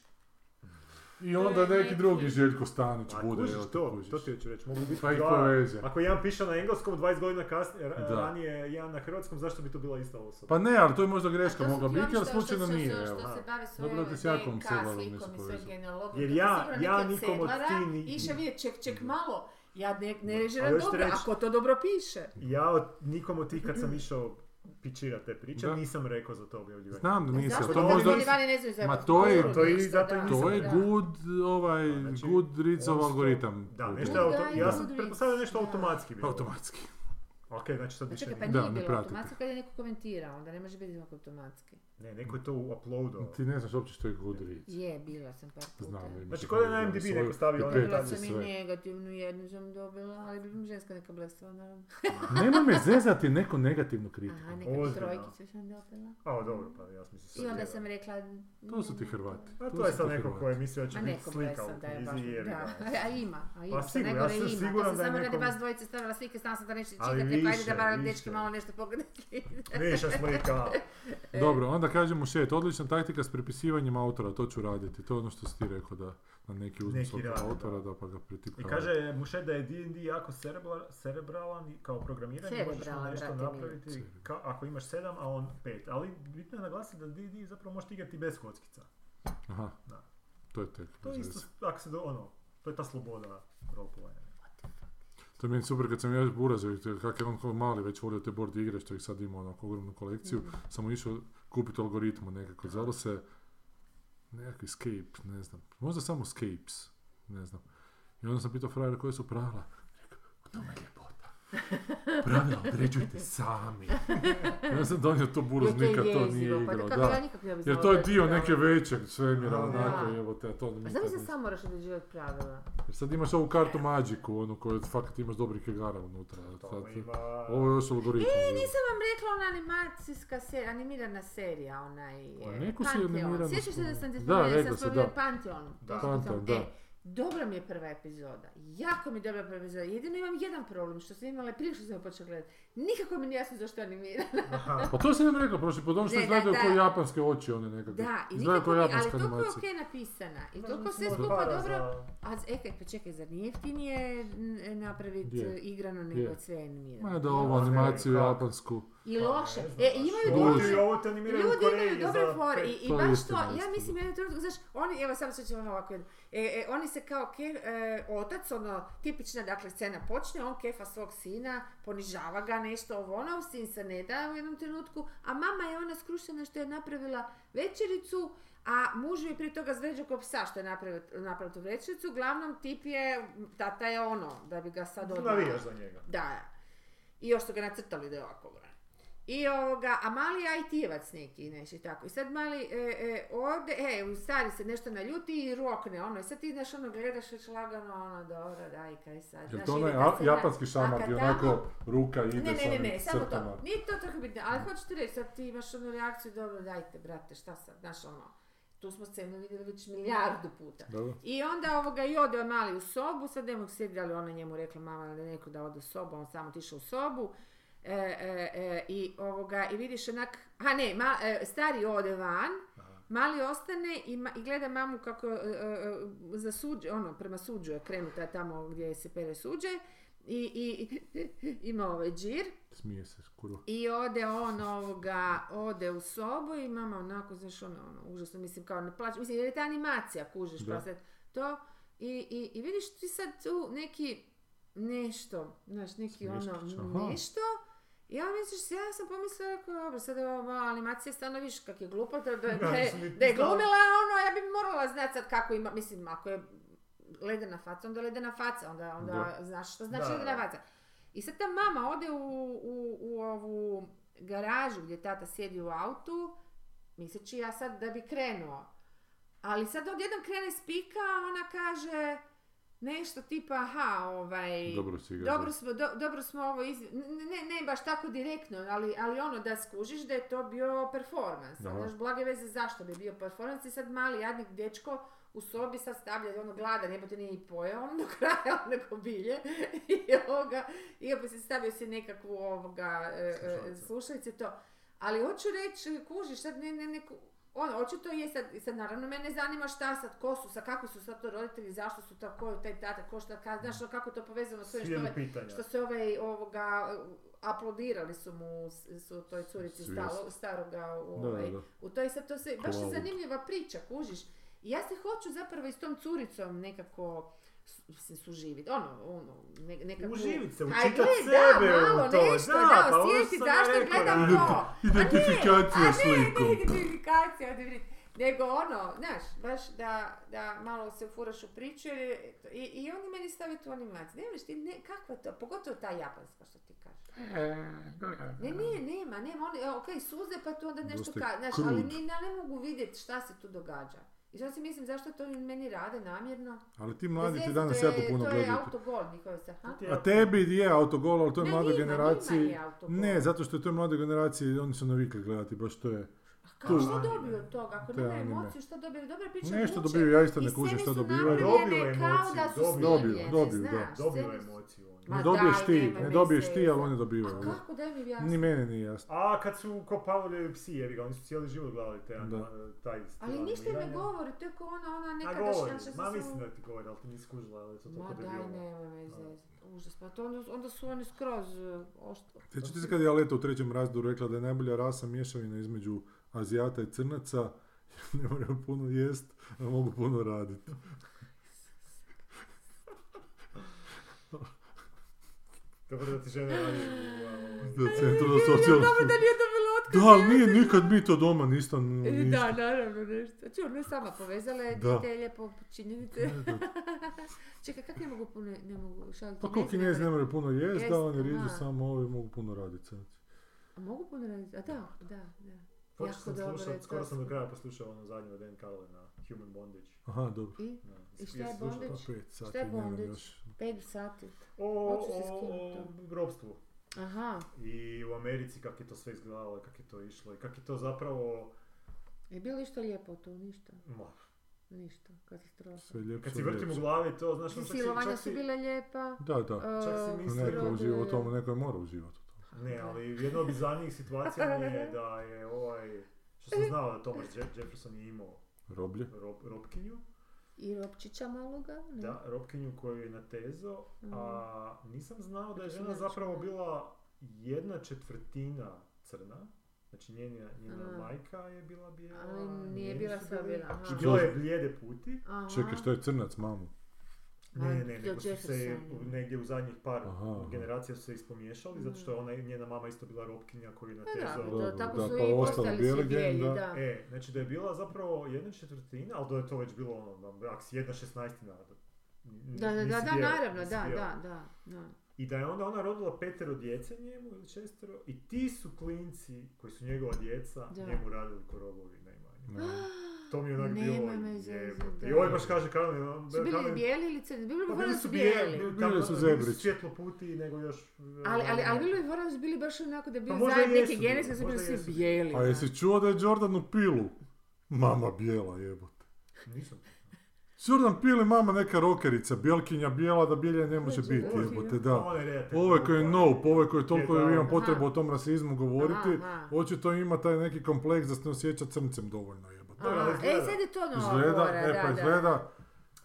[SPEAKER 2] I onda neki drugi Željko Stanić
[SPEAKER 1] a,
[SPEAKER 2] bude.
[SPEAKER 1] Pa kužiš
[SPEAKER 2] jel te,
[SPEAKER 1] to,
[SPEAKER 2] kužiš.
[SPEAKER 1] to ti hoću reći, mogu biti
[SPEAKER 2] Pa ih
[SPEAKER 1] dva-
[SPEAKER 2] poveze.
[SPEAKER 1] Ako jedan piše na engleskom 20 godina kasnije, ra-
[SPEAKER 2] Da.
[SPEAKER 1] ranije jedan na hrvatskom, zašto bi to bila ista osoba?
[SPEAKER 2] Pa ne, ali to je možda
[SPEAKER 7] A
[SPEAKER 2] greška
[SPEAKER 7] to su
[SPEAKER 2] mogla
[SPEAKER 7] ti
[SPEAKER 2] biti,
[SPEAKER 7] oni
[SPEAKER 2] ali
[SPEAKER 7] što- što-
[SPEAKER 2] slučajno
[SPEAKER 7] što-
[SPEAKER 2] nije.
[SPEAKER 7] što-
[SPEAKER 2] evo.
[SPEAKER 7] Što se bave svojom
[SPEAKER 2] Dobro da ti s Jakom
[SPEAKER 7] DNK
[SPEAKER 2] Sedlarom
[SPEAKER 7] slikom
[SPEAKER 2] nisam
[SPEAKER 7] i sve
[SPEAKER 2] povezao.
[SPEAKER 7] genealogijom.
[SPEAKER 1] Jer
[SPEAKER 7] Da
[SPEAKER 1] ja-
[SPEAKER 7] sigurno neki
[SPEAKER 1] ja
[SPEAKER 7] od
[SPEAKER 1] nikom od
[SPEAKER 7] Sedlara
[SPEAKER 1] ti ni-
[SPEAKER 7] Išao vidjet, ček, ček malo. Ja ne, ne
[SPEAKER 1] Da.
[SPEAKER 7] režiram
[SPEAKER 1] Ali hoćete
[SPEAKER 7] dobro,
[SPEAKER 1] reći-
[SPEAKER 7] ako to dobro piše.
[SPEAKER 1] Ja od, nikom od tih kad sam išao pičirat te priče,
[SPEAKER 2] Da.
[SPEAKER 1] nisam rekao za to objavljivanje.
[SPEAKER 2] Znam
[SPEAKER 7] E,
[SPEAKER 2] da nisi,
[SPEAKER 4] Zašto
[SPEAKER 2] to
[SPEAKER 1] kad
[SPEAKER 2] možda...
[SPEAKER 4] ljudi vani ne znaju za
[SPEAKER 2] Ma to je-
[SPEAKER 4] futuru
[SPEAKER 1] To je-
[SPEAKER 4] ništa,
[SPEAKER 1] zato i
[SPEAKER 4] da.
[SPEAKER 1] nisam-
[SPEAKER 2] To je
[SPEAKER 4] Da.
[SPEAKER 2] good, ovaj,
[SPEAKER 1] Pa, znači,
[SPEAKER 2] good Ritzov
[SPEAKER 1] Odnosno,
[SPEAKER 2] algoritam.
[SPEAKER 1] Da, nešto je
[SPEAKER 4] Da,
[SPEAKER 1] auto,
[SPEAKER 4] i
[SPEAKER 1] ja sam
[SPEAKER 4] Goodreads,
[SPEAKER 1] pretpostavljao nešto
[SPEAKER 4] da.
[SPEAKER 1] automatski bilo.
[SPEAKER 2] Automatski.
[SPEAKER 1] Ok, znači sad
[SPEAKER 4] Pa
[SPEAKER 1] više
[SPEAKER 4] čekaj, pa
[SPEAKER 1] nije.
[SPEAKER 2] Da,
[SPEAKER 4] nije
[SPEAKER 2] ne
[SPEAKER 4] bilo
[SPEAKER 2] pratite.
[SPEAKER 4] automatski kad je neko komentirao, onda ne može biti ovako automatski.
[SPEAKER 1] Ne, neko je to uploadao.
[SPEAKER 2] Ti ne znaš uopće što je good Ritz.
[SPEAKER 4] Je, bila sam par puta.
[SPEAKER 2] Znam. ima
[SPEAKER 1] Znači,
[SPEAKER 2] ti
[SPEAKER 1] ko da je
[SPEAKER 2] ljudi
[SPEAKER 1] na
[SPEAKER 2] koji
[SPEAKER 1] IMDb
[SPEAKER 2] svoju
[SPEAKER 1] neko stavio onaj
[SPEAKER 2] epipetu
[SPEAKER 4] Dobila
[SPEAKER 1] detalje
[SPEAKER 4] sam i
[SPEAKER 2] sve.
[SPEAKER 4] negativnu, jednu sam dobila, ali bi ženska neka blestava, naravno.
[SPEAKER 2] Nemoj me zezati neku negativnu kritiku.
[SPEAKER 4] Aha, neka
[SPEAKER 1] Ozbiljno.
[SPEAKER 4] trojkicu sam dobila.
[SPEAKER 1] A, dobro, pa ja sam mislim sad
[SPEAKER 4] I onda
[SPEAKER 1] treba.
[SPEAKER 4] sam rekla... "Mm,
[SPEAKER 2] To su ti Hrvati.
[SPEAKER 1] A
[SPEAKER 2] su
[SPEAKER 1] to je
[SPEAKER 2] ti
[SPEAKER 1] sad neko
[SPEAKER 2] Hrvati.
[SPEAKER 1] koji je mislio da će
[SPEAKER 4] A
[SPEAKER 1] biti
[SPEAKER 4] neko
[SPEAKER 1] slika
[SPEAKER 4] blesam
[SPEAKER 1] u
[SPEAKER 4] da je
[SPEAKER 1] knjizi,
[SPEAKER 4] baš...
[SPEAKER 1] jebi
[SPEAKER 4] Da,
[SPEAKER 1] ga. Pa
[SPEAKER 4] a ima, a ima.
[SPEAKER 1] sigurno, ja
[SPEAKER 4] najgore
[SPEAKER 1] sam
[SPEAKER 4] ima.
[SPEAKER 1] siguran
[SPEAKER 4] to sam
[SPEAKER 1] da je
[SPEAKER 4] samo radi
[SPEAKER 1] nekom-
[SPEAKER 4] vas dvojice stavila slike, stano sam da nešto
[SPEAKER 1] Ali
[SPEAKER 4] čitate, pa ajde
[SPEAKER 1] više,
[SPEAKER 4] da bar
[SPEAKER 1] više.
[SPEAKER 4] dečki malo nešto pogledati.
[SPEAKER 1] Niša slika. E.
[SPEAKER 2] Dobro, onda kažemo šet, odlična taktika s prepisivanjem autora, to ću raditi. To je ono što si ti rekao da na neki uzmu
[SPEAKER 1] Neki
[SPEAKER 2] svog
[SPEAKER 1] rade,
[SPEAKER 2] autora
[SPEAKER 1] da.
[SPEAKER 2] da pa ga
[SPEAKER 1] I
[SPEAKER 2] pretipkava.
[SPEAKER 1] kaže Muše da je D&D jako cerebra- cerebralan i kao programiranje, možeš mu
[SPEAKER 4] Cerebralan,
[SPEAKER 1] nešto
[SPEAKER 4] brate mili.
[SPEAKER 1] napraviti ka- ako imaš 7, a on 5. Ali bitno je naglasiti da D&D zapravo možeš igrati bez kockica.
[SPEAKER 2] Aha,
[SPEAKER 1] Da.
[SPEAKER 2] to je tek.
[SPEAKER 1] To je isto, ako se do, ono, to je ta sloboda roleplaya.
[SPEAKER 2] To je meni super kad sam ja urazio, kak je on kao mali već volio te board igre što ih sad ima onako ogromnu kolekciju,
[SPEAKER 4] Mhm.
[SPEAKER 2] sam mu išao kupiti algoritmu nekako, zvalo se nekakvi escape, ne znam, možda samo escapes, ne znam. I onda sam pitao frajera koje su pravila, Rekao, u tome je ljepota. Pravila određujete sami. Ja sam donio to buraz,
[SPEAKER 4] Jer
[SPEAKER 2] nikad to nije
[SPEAKER 4] jezivo, pa
[SPEAKER 2] igrao,
[SPEAKER 4] kako ja
[SPEAKER 2] da.
[SPEAKER 4] nikako ne bi
[SPEAKER 2] Jer
[SPEAKER 4] znala
[SPEAKER 2] to je
[SPEAKER 4] određivat
[SPEAKER 2] dio
[SPEAKER 4] pravila.
[SPEAKER 2] neke većeg svemira,
[SPEAKER 1] Da.
[SPEAKER 2] onako,
[SPEAKER 4] Da.
[SPEAKER 2] evo te, to
[SPEAKER 4] ono? A
[SPEAKER 2] nikad
[SPEAKER 4] znam se
[SPEAKER 2] nisam-
[SPEAKER 4] sam moraš određivati pravila.
[SPEAKER 2] jer sad imaš ovu kartu Magicu, onu koju fakat imaš dobrih igara unutra.
[SPEAKER 1] Tamo
[SPEAKER 2] Sad-
[SPEAKER 1] ima...
[SPEAKER 2] Ovo je još algoritam.
[SPEAKER 4] E, nisam vam rekla ona animacijska serija, animirana serija, onaj... e,
[SPEAKER 2] Pa neku si animiranu
[SPEAKER 4] Sjećaš se da sam ti
[SPEAKER 2] spomenula? Da,
[SPEAKER 4] spomenula, da,
[SPEAKER 2] rekla
[SPEAKER 4] sam
[SPEAKER 2] si,
[SPEAKER 4] spomenula
[SPEAKER 2] da.
[SPEAKER 4] Pantheon.
[SPEAKER 1] Da.
[SPEAKER 4] To sam
[SPEAKER 2] Pantheon, da.
[SPEAKER 4] spomenula. E, dobra mi je prva epizoda. Jako mi je dobra prva epizoda. Jedino imam jedan problem, što sam imala prije što sam je počela gledati. Nikako mi nije jasno zašto je animirana.
[SPEAKER 2] Pa to sam im rekao prošli put, ono što
[SPEAKER 4] Ne, da,
[SPEAKER 2] izgledaju
[SPEAKER 4] da.
[SPEAKER 2] kao japanske oči one nekakve.
[SPEAKER 4] Da, i
[SPEAKER 2] Izgleda
[SPEAKER 4] nikako
[SPEAKER 2] kao
[SPEAKER 4] mi, ali
[SPEAKER 2] japanska
[SPEAKER 4] toliko je
[SPEAKER 2] animacija.
[SPEAKER 4] okej napisana. I
[SPEAKER 1] Možda
[SPEAKER 4] toliko sve
[SPEAKER 1] nismo
[SPEAKER 4] skupa
[SPEAKER 1] para
[SPEAKER 4] dobro.
[SPEAKER 1] za-
[SPEAKER 4] A z- ekaj, pa čekaj, zar nije jeftinije n- napraviti
[SPEAKER 2] Je.
[SPEAKER 4] e, igrano nego
[SPEAKER 2] Je.
[SPEAKER 4] sve animirano?
[SPEAKER 2] Ma da
[SPEAKER 4] I
[SPEAKER 2] ovu
[SPEAKER 4] loše.
[SPEAKER 2] animaciju
[SPEAKER 1] Kako?
[SPEAKER 2] japansku.
[SPEAKER 4] I
[SPEAKER 1] Pa, ne
[SPEAKER 4] loše.
[SPEAKER 1] znam,
[SPEAKER 4] E,
[SPEAKER 1] baš.
[SPEAKER 4] imaju
[SPEAKER 2] Ovo
[SPEAKER 1] Ovo
[SPEAKER 2] ti
[SPEAKER 4] loše.
[SPEAKER 1] je ovo te animiraju u
[SPEAKER 4] Ljudi
[SPEAKER 1] Koreji
[SPEAKER 4] imaju dobre
[SPEAKER 1] za
[SPEAKER 4] fore i,
[SPEAKER 1] pet-
[SPEAKER 4] i
[SPEAKER 2] To je
[SPEAKER 4] baš to,
[SPEAKER 2] istina,
[SPEAKER 4] ja
[SPEAKER 2] istina.
[SPEAKER 4] mislim jedan trenutak, znaš, oni, evo sad ću vam ovako jedno, e, e, oni se kao ke, e, otac, ono, tipična, dakle, scena počne, on kefa svog sina, ponižava ga nešto, ovo ono, sin se ne da u jednom trenutku, a mama je ona skrušena što je napravila večericu, a muž ju je prije toga zveđao ko psa što je napravio, napravio tu večericu, uglavnom tip je, tata je ono, da bi ga sad odmah...
[SPEAKER 1] Navijaš za njega.
[SPEAKER 4] Da. I još su ga nacrtali da je ovako vran. I ovoga, a mali je IT-evac neki, nešto i tako. I sad mali e, e, ovdje, e, u stari se nešto naljuti i rokne, ono, i sad ti znaš, ono, gledaš već lagano, ono, dobro, daj, kaj sad.
[SPEAKER 2] Jer
[SPEAKER 4] znaš,
[SPEAKER 2] to
[SPEAKER 4] ide
[SPEAKER 2] onaj
[SPEAKER 4] ta
[SPEAKER 2] a-
[SPEAKER 4] scena,
[SPEAKER 2] japanski šamar
[SPEAKER 4] a
[SPEAKER 2] gdje
[SPEAKER 4] kad tamo-
[SPEAKER 2] onako ruka ide
[SPEAKER 4] Ne,
[SPEAKER 2] sa
[SPEAKER 4] ne, ne,
[SPEAKER 2] onim
[SPEAKER 4] ne, samo
[SPEAKER 2] crtama.
[SPEAKER 4] to, nije to tako bitno, ali hoću ti reći, sad ti imaš onu reakciju, dobro, dajte, brate, šta sad, znaš, ono, tu smo scenu vidjeli već milijardu puta.
[SPEAKER 2] Da, da.
[SPEAKER 4] I onda ovoga i ode on mali u sobu, sad ne mogu sjediti, ali ona njemu rekla mama da neko da ode u sobu, on samo otišao u sobu. E, e, e, i ovoga, i vidiš onak, a ne, ma- e, stari ode van,
[SPEAKER 1] Aha.
[SPEAKER 4] mali ostane i, ma- i gleda mamu kako e, e, za suđe, ono, prema suđu je krenuta tamo gdje se pere suđe i, i ima ovaj džir
[SPEAKER 2] Smije se, kurva.
[SPEAKER 4] i ode on ovoga, ode u sobu i mama onako, znaš, ono, ono užasno, mislim, kao ne plaće, mislim, jer je ta animacija, kužiš,
[SPEAKER 2] Da.
[SPEAKER 4] pa sad to, i, i, i vidiš ti sad tu neki nešto, znaš, neki
[SPEAKER 2] Smješkić,
[SPEAKER 4] ono,
[SPEAKER 2] aha.
[SPEAKER 4] nešto, ja misliš, ja sam pomislila, rekao, dobro, sad ova, ova animacija stano viš kak je glupa, da, da, da,
[SPEAKER 1] Ja
[SPEAKER 4] je-
[SPEAKER 1] nisam niti
[SPEAKER 4] da je
[SPEAKER 1] znala.
[SPEAKER 4] glumila, ono, ja bi morala znati sad kako ima, mislim, ako je ledena faca, onda je ledena faca, onda, onda
[SPEAKER 2] Da.
[SPEAKER 4] znaš što znači
[SPEAKER 1] Da,
[SPEAKER 4] ledena
[SPEAKER 1] da.
[SPEAKER 4] faca. I sad ta mama ode u, u, u ovu garažu gdje tata sjedi u autu, misleći ja sad da bi krenuo. Ali sad odjednom krene spika, ona kaže nešto tipa, aha, ovaj...
[SPEAKER 2] Dobro si igra.
[SPEAKER 4] Dobro smo, do- dobro smo ovo iz... Ne, ne, ne baš tako direktno, ali, ali ono da skužiš da je to bio performans.
[SPEAKER 2] Aha.
[SPEAKER 4] Znaš, blage veze zašto bi bio performans i sad mali jadnik dečko u sobi sad stavlja ono gladan, jebote nije ni pojeo, on do kraja on neko bilje i ovoga, i opet se stavio si nekakvu ovoga, e, e,
[SPEAKER 1] Slušalice.
[SPEAKER 4] slušalice to. Ali hoću reći, kužiš, sad ne, ne, ne, ku- ono, očito je sad, sad naravno mene zanima šta sad, ko su, sa kakvi su sad to roditelji, zašto su tako, ko je taj tata, ko šta, ka, znaš, ono, kako je to povezano s ovim što
[SPEAKER 1] Svijedu
[SPEAKER 4] ovaj-
[SPEAKER 1] pitanja.
[SPEAKER 4] što se ovaj, ovoga, aplodirali su mu, s- su toj curici
[SPEAKER 2] Svijest.
[SPEAKER 4] stalo, staroga,
[SPEAKER 2] Da, da,
[SPEAKER 4] ovaj,
[SPEAKER 2] da.
[SPEAKER 4] u toj sad to se, baš je
[SPEAKER 2] Hvala.
[SPEAKER 4] zanimljiva priča, kužiš. I ja se hoću zapravo i s tom curicom nekako su- se suživiti, ono, ono, ne, nekako...
[SPEAKER 1] Uživit se,
[SPEAKER 4] Aj,
[SPEAKER 1] učitat
[SPEAKER 4] gle,
[SPEAKER 1] sebe
[SPEAKER 4] da,
[SPEAKER 1] u
[SPEAKER 4] malo
[SPEAKER 1] to,
[SPEAKER 4] nešto,
[SPEAKER 1] da,
[SPEAKER 4] da,
[SPEAKER 1] pa ovo
[SPEAKER 4] osjetiti
[SPEAKER 1] sam ja
[SPEAKER 4] zašto
[SPEAKER 1] rekao,
[SPEAKER 4] gledam
[SPEAKER 1] da.
[SPEAKER 4] to. A
[SPEAKER 2] Identifikacija
[SPEAKER 4] ne,
[SPEAKER 2] slikom.
[SPEAKER 4] ne identifikacija, ovdje vidi. Nego ono, znaš, baš da, da malo se furaš u priču jer je- i, i oni meni stave tu animaciju. Ne vidiš ti, ne, kakva je to, pogotovo ta japanska što ti kažeš. E, Ne, ne, nema, nema, oni, e, okej, suze pa tu onda nešto
[SPEAKER 2] Dosta je
[SPEAKER 4] ka, znaš, ali
[SPEAKER 2] krud.
[SPEAKER 4] ne, ja ne mogu vidjeti šta se tu događa. I sad si mislim zašto to meni rade namjerno.
[SPEAKER 2] Ali ti mladi ti
[SPEAKER 4] Zvijezda,
[SPEAKER 2] danas
[SPEAKER 4] to je-
[SPEAKER 2] jako puno
[SPEAKER 4] To je
[SPEAKER 2] gledaju.
[SPEAKER 4] autogol, Nikola, sa- ha?
[SPEAKER 1] Ti je-
[SPEAKER 2] A tebi je autogol, ali to je
[SPEAKER 4] Ne,
[SPEAKER 2] mladoj
[SPEAKER 4] njima, njima
[SPEAKER 2] generaciji.
[SPEAKER 4] je autogol.
[SPEAKER 2] Ne, zato što je to mladoj generaciji, oni su navikli gledati baš to je.
[SPEAKER 4] A kako
[SPEAKER 2] Tu.
[SPEAKER 4] što dobiju od toga? Ako
[SPEAKER 2] To je
[SPEAKER 4] nemaju
[SPEAKER 2] anime.
[SPEAKER 4] emociju, što dobiju? Dobra priča
[SPEAKER 2] Nešto
[SPEAKER 4] vuče.
[SPEAKER 2] dobiju, ja isto
[SPEAKER 4] I
[SPEAKER 2] ne kužim
[SPEAKER 4] scene
[SPEAKER 2] što
[SPEAKER 4] su
[SPEAKER 2] dobivaju.
[SPEAKER 4] napravljene
[SPEAKER 1] Dobiju
[SPEAKER 4] kao da
[SPEAKER 1] emociju,
[SPEAKER 4] su
[SPEAKER 1] dobiju.
[SPEAKER 4] snimljene,
[SPEAKER 2] Dobiju, dobiju,
[SPEAKER 4] znaš,
[SPEAKER 2] da.
[SPEAKER 1] Dobio
[SPEAKER 4] scene su-
[SPEAKER 1] emociju oni.
[SPEAKER 4] Ma
[SPEAKER 2] Ne dobiješ
[SPEAKER 4] daj,
[SPEAKER 2] ti,
[SPEAKER 4] nema
[SPEAKER 2] ne
[SPEAKER 4] veze.
[SPEAKER 2] dobiješ ti, ali oni
[SPEAKER 4] A
[SPEAKER 2] dobivaju. da.
[SPEAKER 4] kako da mi
[SPEAKER 2] Ni
[SPEAKER 4] jasno?
[SPEAKER 2] meni nije jasno.
[SPEAKER 1] A kad su kopavali psi, jevi ga, oni su cijeli život gledali te,
[SPEAKER 2] Da.
[SPEAKER 1] anima- taj stil
[SPEAKER 4] Ali ništa im ne
[SPEAKER 1] animiranja.
[SPEAKER 4] govori, to je ko ona, ona
[SPEAKER 1] A
[SPEAKER 4] nekada
[SPEAKER 1] govori,
[SPEAKER 4] šanša
[SPEAKER 1] ma
[SPEAKER 4] za
[SPEAKER 1] mislim
[SPEAKER 4] svu-
[SPEAKER 1] da ti govori, ali ti nisi kužila, ali je to
[SPEAKER 4] Ma
[SPEAKER 1] toliko
[SPEAKER 4] daj,
[SPEAKER 1] debilno.
[SPEAKER 4] nema me
[SPEAKER 1] Da.
[SPEAKER 4] Užas, pa to onda, onda su oni skroz e, oštro.
[SPEAKER 2] Sjećate se kad je Aleta u trećem razdoru rekla da je najbolja rasa mješavina između Azijata i Crnaca, jer ne moraju puno jest, a mogu puno raditi.
[SPEAKER 1] Kako da ti žene radi u, a,
[SPEAKER 2] Za centru za socijalnu
[SPEAKER 4] да
[SPEAKER 5] da
[SPEAKER 2] skrb.
[SPEAKER 5] nije dobila otkaz.
[SPEAKER 2] Da, ali nije nikad mi to doma nisam...
[SPEAKER 5] E,
[SPEAKER 2] nisam-
[SPEAKER 5] Da, naravno, nešto. Ču, ne sama povezala je
[SPEAKER 2] Da.
[SPEAKER 5] dijete je lijepo činjenice. Čekaj, kak ne mogu puno, ne mogu šaliti?
[SPEAKER 2] Pa ko kinezi ne moraju puno jest,
[SPEAKER 5] Jest,
[SPEAKER 2] da oni
[SPEAKER 5] aha.
[SPEAKER 2] riđu samo ovi mogu puno raditi sad.
[SPEAKER 5] A mogu puno raditi? A
[SPEAKER 4] да,
[SPEAKER 5] da, da, da.
[SPEAKER 1] Počeo
[SPEAKER 5] Jako
[SPEAKER 1] sam
[SPEAKER 5] dobro je
[SPEAKER 1] slušat,
[SPEAKER 5] to
[SPEAKER 1] skoro sam do
[SPEAKER 5] sve.
[SPEAKER 1] kraja poslušao ono zadnje od Dan Carlina, Human Bondage.
[SPEAKER 2] Aha, dobro.
[SPEAKER 5] I?
[SPEAKER 1] Ne,
[SPEAKER 5] I
[SPEAKER 1] jesi
[SPEAKER 5] šta je
[SPEAKER 1] slušao?
[SPEAKER 5] Bondage?
[SPEAKER 2] Pa pet sati,
[SPEAKER 5] je
[SPEAKER 2] nemam
[SPEAKER 5] Bondage?
[SPEAKER 2] još.
[SPEAKER 5] 5 sati.
[SPEAKER 1] O,
[SPEAKER 5] Hoću se
[SPEAKER 1] o, o,
[SPEAKER 5] skinuti.
[SPEAKER 1] o robstvu.
[SPEAKER 5] Aha,
[SPEAKER 1] I u Americi kak je to sve izgledalo, kak je to išlo i kak je to zapravo...
[SPEAKER 5] je bilo išta lijepo tu, ništa,
[SPEAKER 1] Ma,
[SPEAKER 5] ništa, katastrofa.
[SPEAKER 2] Sve ljepše.
[SPEAKER 1] kad si vrtim u
[SPEAKER 2] ljepše.
[SPEAKER 1] glavi to, znaš, ono čak si-
[SPEAKER 5] Silovanja
[SPEAKER 1] čak
[SPEAKER 5] su
[SPEAKER 1] si-
[SPEAKER 5] bile lijepa.
[SPEAKER 2] Da, da.
[SPEAKER 5] e,
[SPEAKER 1] Čak si mislio-
[SPEAKER 5] strogo
[SPEAKER 2] Neko
[SPEAKER 5] je
[SPEAKER 2] uživa u
[SPEAKER 5] lijepo.
[SPEAKER 2] tomu, neko je mora uživati u tomu.
[SPEAKER 1] Ne, ali jedna od zadnjih situacija mi je da je ovaj... Što sam znao da Thomas Je- Jefferson je imao
[SPEAKER 2] Roblje.
[SPEAKER 1] rob, robkinju.
[SPEAKER 5] I Ropčića maloga, ne?
[SPEAKER 1] Da, robkinju koju je natezao, a nisam znao da je žena
[SPEAKER 5] Znači, Mm. ne
[SPEAKER 1] zapravo
[SPEAKER 5] računa.
[SPEAKER 1] bila jedna četvrtina crna, znači njena, njena
[SPEAKER 5] A.
[SPEAKER 1] majka je bila bijela,
[SPEAKER 5] Mm. Ali nije
[SPEAKER 1] njeni
[SPEAKER 5] bila
[SPEAKER 1] su
[SPEAKER 5] sva
[SPEAKER 1] bili-
[SPEAKER 5] bijela, aha.
[SPEAKER 1] I bila je blijede puti,
[SPEAKER 5] Aha.
[SPEAKER 2] Čekaj, što je crnac, mamu?
[SPEAKER 1] ne,
[SPEAKER 5] A,
[SPEAKER 1] ne, ne,
[SPEAKER 5] to
[SPEAKER 1] nego su se
[SPEAKER 5] Jefferson.
[SPEAKER 1] u- negdje u zadnjih par
[SPEAKER 2] Aha, aha.
[SPEAKER 1] generacija su se ispomiješali, zato što je ona, njena mama isto bila robkinja koju je
[SPEAKER 5] Mm. Pa Da,
[SPEAKER 1] natezao.
[SPEAKER 5] to, tako
[SPEAKER 2] Da,
[SPEAKER 5] su
[SPEAKER 2] pa
[SPEAKER 5] i
[SPEAKER 2] ostali
[SPEAKER 5] ostali
[SPEAKER 2] bijeli
[SPEAKER 5] svi
[SPEAKER 2] gen,
[SPEAKER 5] bijeli,
[SPEAKER 2] da.
[SPEAKER 5] da.
[SPEAKER 1] E, znači da je bila zapravo jedna četvrtina, ali da je to već bilo ono, da, ak si jedna šestnaestina, da, n-
[SPEAKER 5] Da, da,
[SPEAKER 1] nisi
[SPEAKER 5] da, da,
[SPEAKER 1] bijela,
[SPEAKER 5] naravno,
[SPEAKER 1] nisi
[SPEAKER 5] da,
[SPEAKER 1] bijela.
[SPEAKER 5] da, da, da.
[SPEAKER 1] I da je onda ona rodila petero djece njemu ili šestero i ti su klinci koji su njegova djeca
[SPEAKER 5] Da.
[SPEAKER 1] njemu radili ko robovi najmanje.
[SPEAKER 2] Ne.
[SPEAKER 1] To mi je onak
[SPEAKER 5] Nemoj
[SPEAKER 1] bilo
[SPEAKER 5] me
[SPEAKER 1] jebote.
[SPEAKER 5] zezati,
[SPEAKER 1] I
[SPEAKER 5] da.
[SPEAKER 1] ovaj baš kaže Karolin, on-
[SPEAKER 5] Su bili
[SPEAKER 1] Karolin-
[SPEAKER 5] bijeli ili crni? Bilo bi
[SPEAKER 1] pa
[SPEAKER 5] fora
[SPEAKER 1] bili
[SPEAKER 5] da
[SPEAKER 1] su
[SPEAKER 5] su
[SPEAKER 1] bijeli,
[SPEAKER 5] bijeli.
[SPEAKER 1] Karolin-
[SPEAKER 2] Bili su
[SPEAKER 1] Bili
[SPEAKER 2] zebrići.
[SPEAKER 1] su svjetlo puti nego još... ono,
[SPEAKER 5] Ali, ali, ali bilo
[SPEAKER 1] je...
[SPEAKER 5] bi fora da su bili baš onako da bi
[SPEAKER 1] Pa
[SPEAKER 5] bio
[SPEAKER 1] možda
[SPEAKER 5] zajedno
[SPEAKER 1] jesu
[SPEAKER 5] neki
[SPEAKER 1] bili,
[SPEAKER 5] genes da su bili
[SPEAKER 1] možda
[SPEAKER 5] svi
[SPEAKER 1] jesu.
[SPEAKER 5] bijeli.
[SPEAKER 2] A jesi čuo da je Jordan u pilu? Mama bijela, jebote.
[SPEAKER 1] Nisam.
[SPEAKER 2] Jordan pili mama neka rokerica, bjelkinja bijela da bijelja ne može
[SPEAKER 5] Koji je
[SPEAKER 2] biti,
[SPEAKER 5] Jordan?
[SPEAKER 2] jebote, da. Pa
[SPEAKER 1] Ovo je pa, redatelj,
[SPEAKER 2] Ove koji je
[SPEAKER 1] glupa.
[SPEAKER 2] nope, ove koji toliko
[SPEAKER 1] Je, da.
[SPEAKER 2] imam potrebu o tom rasizmu govoriti,
[SPEAKER 5] Aha.
[SPEAKER 2] očito ima taj neki kompleks da se ne osjeća crncem dovoljno, jebote.
[SPEAKER 1] Dobro, ali
[SPEAKER 5] Aha,
[SPEAKER 1] izgleda.
[SPEAKER 5] E, sad je to nova
[SPEAKER 2] Izgleda,
[SPEAKER 5] fora,
[SPEAKER 2] e pa
[SPEAKER 5] da, da.
[SPEAKER 2] izgleda,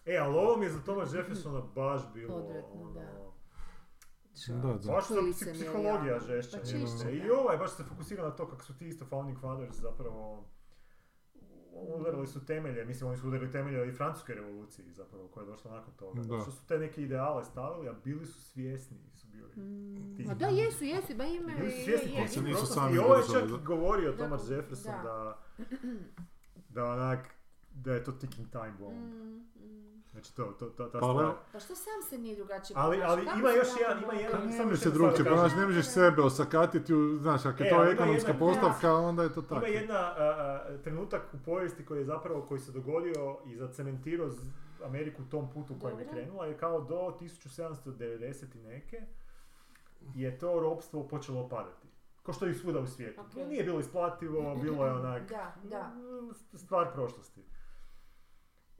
[SPEAKER 1] E, ali ovo mi je za Thomas Jeffersona baš bilo
[SPEAKER 5] Odvratno, da.
[SPEAKER 1] ono...
[SPEAKER 2] da, da.
[SPEAKER 1] Baš
[SPEAKER 5] To
[SPEAKER 1] je
[SPEAKER 5] je
[SPEAKER 1] psi-
[SPEAKER 5] licemjerje,
[SPEAKER 1] psihologija
[SPEAKER 5] ja.
[SPEAKER 1] žešća.
[SPEAKER 5] Pa
[SPEAKER 1] njegova.
[SPEAKER 5] čišće,
[SPEAKER 1] I
[SPEAKER 5] da.
[SPEAKER 1] ovaj baš se fokusira na to kako su ti isto Founding Fathers zapravo udarili su temelje, mislim oni su udarili temelje i francuske revoluciji zapravo koja je došla nakon toga.
[SPEAKER 2] Da.
[SPEAKER 1] Što su te neke ideale stavili, a bili su svjesni su bili. ti.
[SPEAKER 4] Pa
[SPEAKER 5] Ma da, jesu, jesu, ba imaju
[SPEAKER 1] Bili
[SPEAKER 5] Mm. je,
[SPEAKER 1] su
[SPEAKER 5] je,
[SPEAKER 1] svjesni
[SPEAKER 5] je.
[SPEAKER 2] se
[SPEAKER 1] tih
[SPEAKER 2] nisu
[SPEAKER 1] prošlosti.
[SPEAKER 2] sami
[SPEAKER 1] I ovo je
[SPEAKER 2] držali,
[SPEAKER 1] čak
[SPEAKER 2] da.
[SPEAKER 1] i govorio
[SPEAKER 4] Da,
[SPEAKER 1] Thomas Jefferson
[SPEAKER 4] da.
[SPEAKER 1] da, da onak, da je to ticking time bomb.
[SPEAKER 4] Mm, mm.
[SPEAKER 1] Znači to, to, ta, ta
[SPEAKER 2] Pa,
[SPEAKER 1] stvar.
[SPEAKER 2] le-
[SPEAKER 4] Pa što sam se nije drugačije
[SPEAKER 1] Ali,
[SPEAKER 4] ponašao?
[SPEAKER 1] ali
[SPEAKER 4] Kako
[SPEAKER 1] ima
[SPEAKER 4] se
[SPEAKER 1] još
[SPEAKER 4] ja
[SPEAKER 1] jedan, ima
[SPEAKER 4] mogla?
[SPEAKER 1] jedan,
[SPEAKER 2] Pa
[SPEAKER 1] samo
[SPEAKER 2] ne
[SPEAKER 1] još
[SPEAKER 2] možeš se
[SPEAKER 1] jednu
[SPEAKER 2] drugčije
[SPEAKER 1] stvar da kažem.
[SPEAKER 2] ponašati, ne možeš sebe osakatiti, u- znaš, ako
[SPEAKER 1] E,
[SPEAKER 2] je to
[SPEAKER 1] ali ima
[SPEAKER 2] ekonomska
[SPEAKER 1] jedna-
[SPEAKER 2] postavka, onda je to tako.
[SPEAKER 1] Ima jedna a, a, trenutak u povijesti koji je zapravo koji se dogodio i zacementirao z- Ameriku u tom putu kojim je
[SPEAKER 4] Dobro.
[SPEAKER 1] krenula, jer kao do 1790 i neke je to ropstvo počelo padati. Ko što i svuda u svijetu.
[SPEAKER 4] Ok.
[SPEAKER 1] Nije bilo isplativo, bilo je onak
[SPEAKER 4] Da, da.
[SPEAKER 1] mm, stvar prošlosti.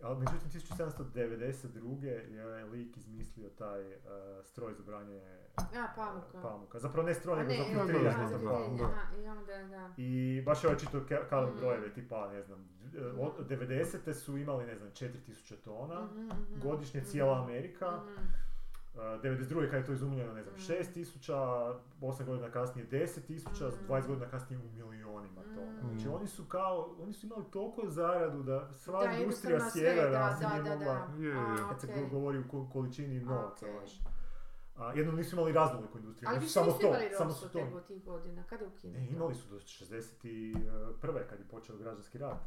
[SPEAKER 1] Ali međutim 1792. je lik izmislio taj eh, stroj za branje eh,
[SPEAKER 4] A, pamuka.
[SPEAKER 1] pamuka. Zapravo ne stroj,
[SPEAKER 5] A
[SPEAKER 1] nego
[SPEAKER 5] ne,
[SPEAKER 1] za
[SPEAKER 5] e,
[SPEAKER 2] filtriranje
[SPEAKER 5] da,
[SPEAKER 1] filtriranje
[SPEAKER 5] aha,
[SPEAKER 1] za
[SPEAKER 5] za
[SPEAKER 2] zapravo,
[SPEAKER 1] pamuku.
[SPEAKER 5] filtriranje,
[SPEAKER 2] da.
[SPEAKER 5] aha, i onda, da.
[SPEAKER 1] I baš je očito ka- kalem
[SPEAKER 5] Mm.
[SPEAKER 1] brojeve, tipa, ne znam, d- od 90. su imali, ne znam, 4000 tona,
[SPEAKER 5] Mhm, mhm.
[SPEAKER 1] godišnje cijela Amerika,
[SPEAKER 5] Mhm.
[SPEAKER 1] uh, 92. kad je to izumljeno, ne
[SPEAKER 4] Mhm.
[SPEAKER 1] znam,
[SPEAKER 5] Mm.
[SPEAKER 1] 6000, 8 godina kasnije 10000,
[SPEAKER 4] Mhm.
[SPEAKER 5] Mm.
[SPEAKER 1] 20 godina kasnije u milionima tona.
[SPEAKER 5] Mm.
[SPEAKER 1] Znači oni su kao, oni su imali toliko zaradu da sva
[SPEAKER 4] Da,
[SPEAKER 1] industrija
[SPEAKER 4] jednostavno sve,
[SPEAKER 1] sjevera
[SPEAKER 4] da,
[SPEAKER 1] se
[SPEAKER 4] da,
[SPEAKER 1] nije
[SPEAKER 4] da,
[SPEAKER 1] mogla,
[SPEAKER 4] da.
[SPEAKER 2] Je, je.
[SPEAKER 4] A,
[SPEAKER 1] kad se
[SPEAKER 4] okej.
[SPEAKER 1] govori u ko- količini novca
[SPEAKER 4] okej.
[SPEAKER 1] baš. A, jedno nisu imali raznoliku industriju,
[SPEAKER 4] Ali
[SPEAKER 1] oni
[SPEAKER 4] vi
[SPEAKER 1] su
[SPEAKER 4] što
[SPEAKER 1] samo
[SPEAKER 4] niste
[SPEAKER 1] to,
[SPEAKER 4] imali
[SPEAKER 1] samo
[SPEAKER 4] ropstvo
[SPEAKER 1] su to.
[SPEAKER 4] tegu tih godina? Kada je ukinuto?
[SPEAKER 1] Ne, E, imali su do 61. kad je počeo građanski rat.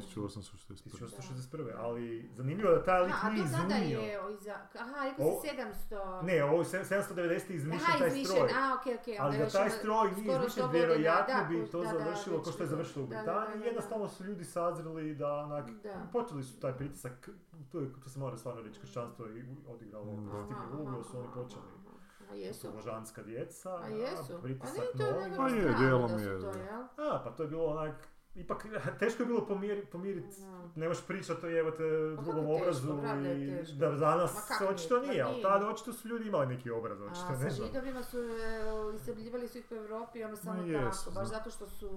[SPEAKER 2] 1861.
[SPEAKER 1] 1861. Ali zanimljivo da taj lik
[SPEAKER 4] A, a
[SPEAKER 1] nije
[SPEAKER 4] to tada
[SPEAKER 1] izumio.
[SPEAKER 4] je... iza- Aha, rekao si
[SPEAKER 1] O-
[SPEAKER 4] 700...
[SPEAKER 1] Ne, ovo je 790. izmišljen
[SPEAKER 4] Aha,
[SPEAKER 1] taj
[SPEAKER 4] izmišljen,
[SPEAKER 1] stroj.
[SPEAKER 4] a, okej, okej. onda
[SPEAKER 1] Ali da
[SPEAKER 4] još
[SPEAKER 1] taj
[SPEAKER 4] ono-
[SPEAKER 1] stroj nije
[SPEAKER 4] skoro
[SPEAKER 1] izmišljen,
[SPEAKER 4] 100 godina,
[SPEAKER 1] vjerojatno
[SPEAKER 4] da,
[SPEAKER 1] bi
[SPEAKER 4] kuš,
[SPEAKER 1] to
[SPEAKER 4] da, da,
[SPEAKER 1] završilo
[SPEAKER 4] već
[SPEAKER 1] kao što je
[SPEAKER 4] bilo.
[SPEAKER 1] završilo u
[SPEAKER 4] Da, da,
[SPEAKER 1] Britaniji.
[SPEAKER 4] da, da.
[SPEAKER 1] Jednostavno su ljudi sazreli da onak,
[SPEAKER 4] Da. Mm.
[SPEAKER 1] počeli su taj pritisak, tu, je, tu se mora stvarno reći kršćanstvo i odigralo
[SPEAKER 2] Da.
[SPEAKER 1] pozitivnu
[SPEAKER 4] Aha,
[SPEAKER 1] ulogu, jer
[SPEAKER 4] aha,
[SPEAKER 1] su oni
[SPEAKER 4] aha,
[SPEAKER 1] počeli.
[SPEAKER 4] aha. A
[SPEAKER 1] To su
[SPEAKER 4] jesu.
[SPEAKER 1] božanska djeca,
[SPEAKER 4] A jesu. Pa
[SPEAKER 1] pritisak
[SPEAKER 4] ne, to je
[SPEAKER 1] novina.
[SPEAKER 4] nekako
[SPEAKER 2] Pa je,
[SPEAKER 4] strano
[SPEAKER 2] dijelom
[SPEAKER 4] da su
[SPEAKER 2] je,
[SPEAKER 4] to,
[SPEAKER 2] da.
[SPEAKER 4] jel?
[SPEAKER 1] A, pa to je bilo onak, ipak teško je bilo pomiri, pomiriti,
[SPEAKER 4] Da.
[SPEAKER 1] ne možeš pričati o jebote drugom
[SPEAKER 4] Pa teško,
[SPEAKER 1] obrazu
[SPEAKER 4] pravda je
[SPEAKER 1] i
[SPEAKER 4] teško.
[SPEAKER 1] da
[SPEAKER 4] Ma
[SPEAKER 1] danas
[SPEAKER 4] kak
[SPEAKER 1] se očito
[SPEAKER 4] nije,
[SPEAKER 1] nije,
[SPEAKER 4] ma
[SPEAKER 1] ali
[SPEAKER 4] nije.
[SPEAKER 1] tada očito su ljudi imali neki obraz, očito
[SPEAKER 4] A
[SPEAKER 1] ne
[SPEAKER 4] sa
[SPEAKER 1] znam.
[SPEAKER 4] židovima su, e, istrebljivali su ih po Europi, ono samo
[SPEAKER 2] jesu,
[SPEAKER 4] tako, baš
[SPEAKER 2] da.
[SPEAKER 4] zato što su...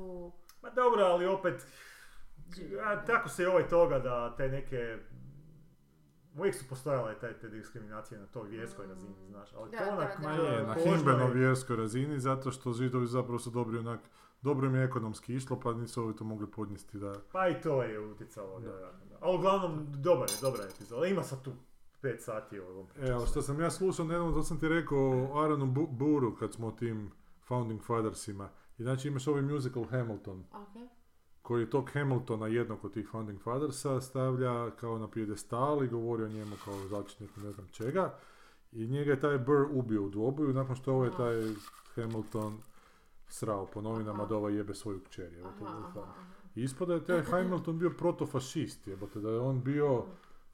[SPEAKER 1] Ma dobro, ali opet,
[SPEAKER 4] Židovi,
[SPEAKER 1] a,
[SPEAKER 4] da.
[SPEAKER 1] tako se i ovaj toga da te neke, uvijek su postojale taj, te diskriminacije na toj vjerskoj
[SPEAKER 4] Mm.
[SPEAKER 1] razini, znaš, ali
[SPEAKER 4] Da,
[SPEAKER 1] to onak
[SPEAKER 4] da,
[SPEAKER 2] Ma
[SPEAKER 4] da.
[SPEAKER 1] to
[SPEAKER 2] je, na
[SPEAKER 1] kožnoj-
[SPEAKER 2] Himbenoj vjerskoj razini, zato što židovi zapravo su dobri onak, dobro im je ekonomski išlo, pa nisu ovi to mogli podnijeti da...
[SPEAKER 1] Pa i to je utjecalo,
[SPEAKER 2] Da.
[SPEAKER 1] vjerojatno. da. Ali uglavnom, dobar je, dobra je epizoda, ima sad tu 5 sati o ovom
[SPEAKER 2] E, ali što sam ja slušao nedavno, to sam ti rekao o Aronu Bu- Buru kad smo o tim Founding Fathersima. I znači imaš ovaj musical Hamilton,
[SPEAKER 5] Ok.
[SPEAKER 2] koji je tog Hamiltona jednog od tih Founding Fathersa stavlja kao na pijedestal i govori o njemu kao začetniku ne znam čega. I njega je taj Burr ubio u dvoboju nakon što ovaj taj Hamilton srao po novinama da ovaj jebe svoju kćer. jebote,
[SPEAKER 5] Aha,
[SPEAKER 2] ili
[SPEAKER 5] aha,
[SPEAKER 2] tako.
[SPEAKER 5] aha.
[SPEAKER 2] I ispada je taj Hamilton bio protofašist, jebote, da je on bio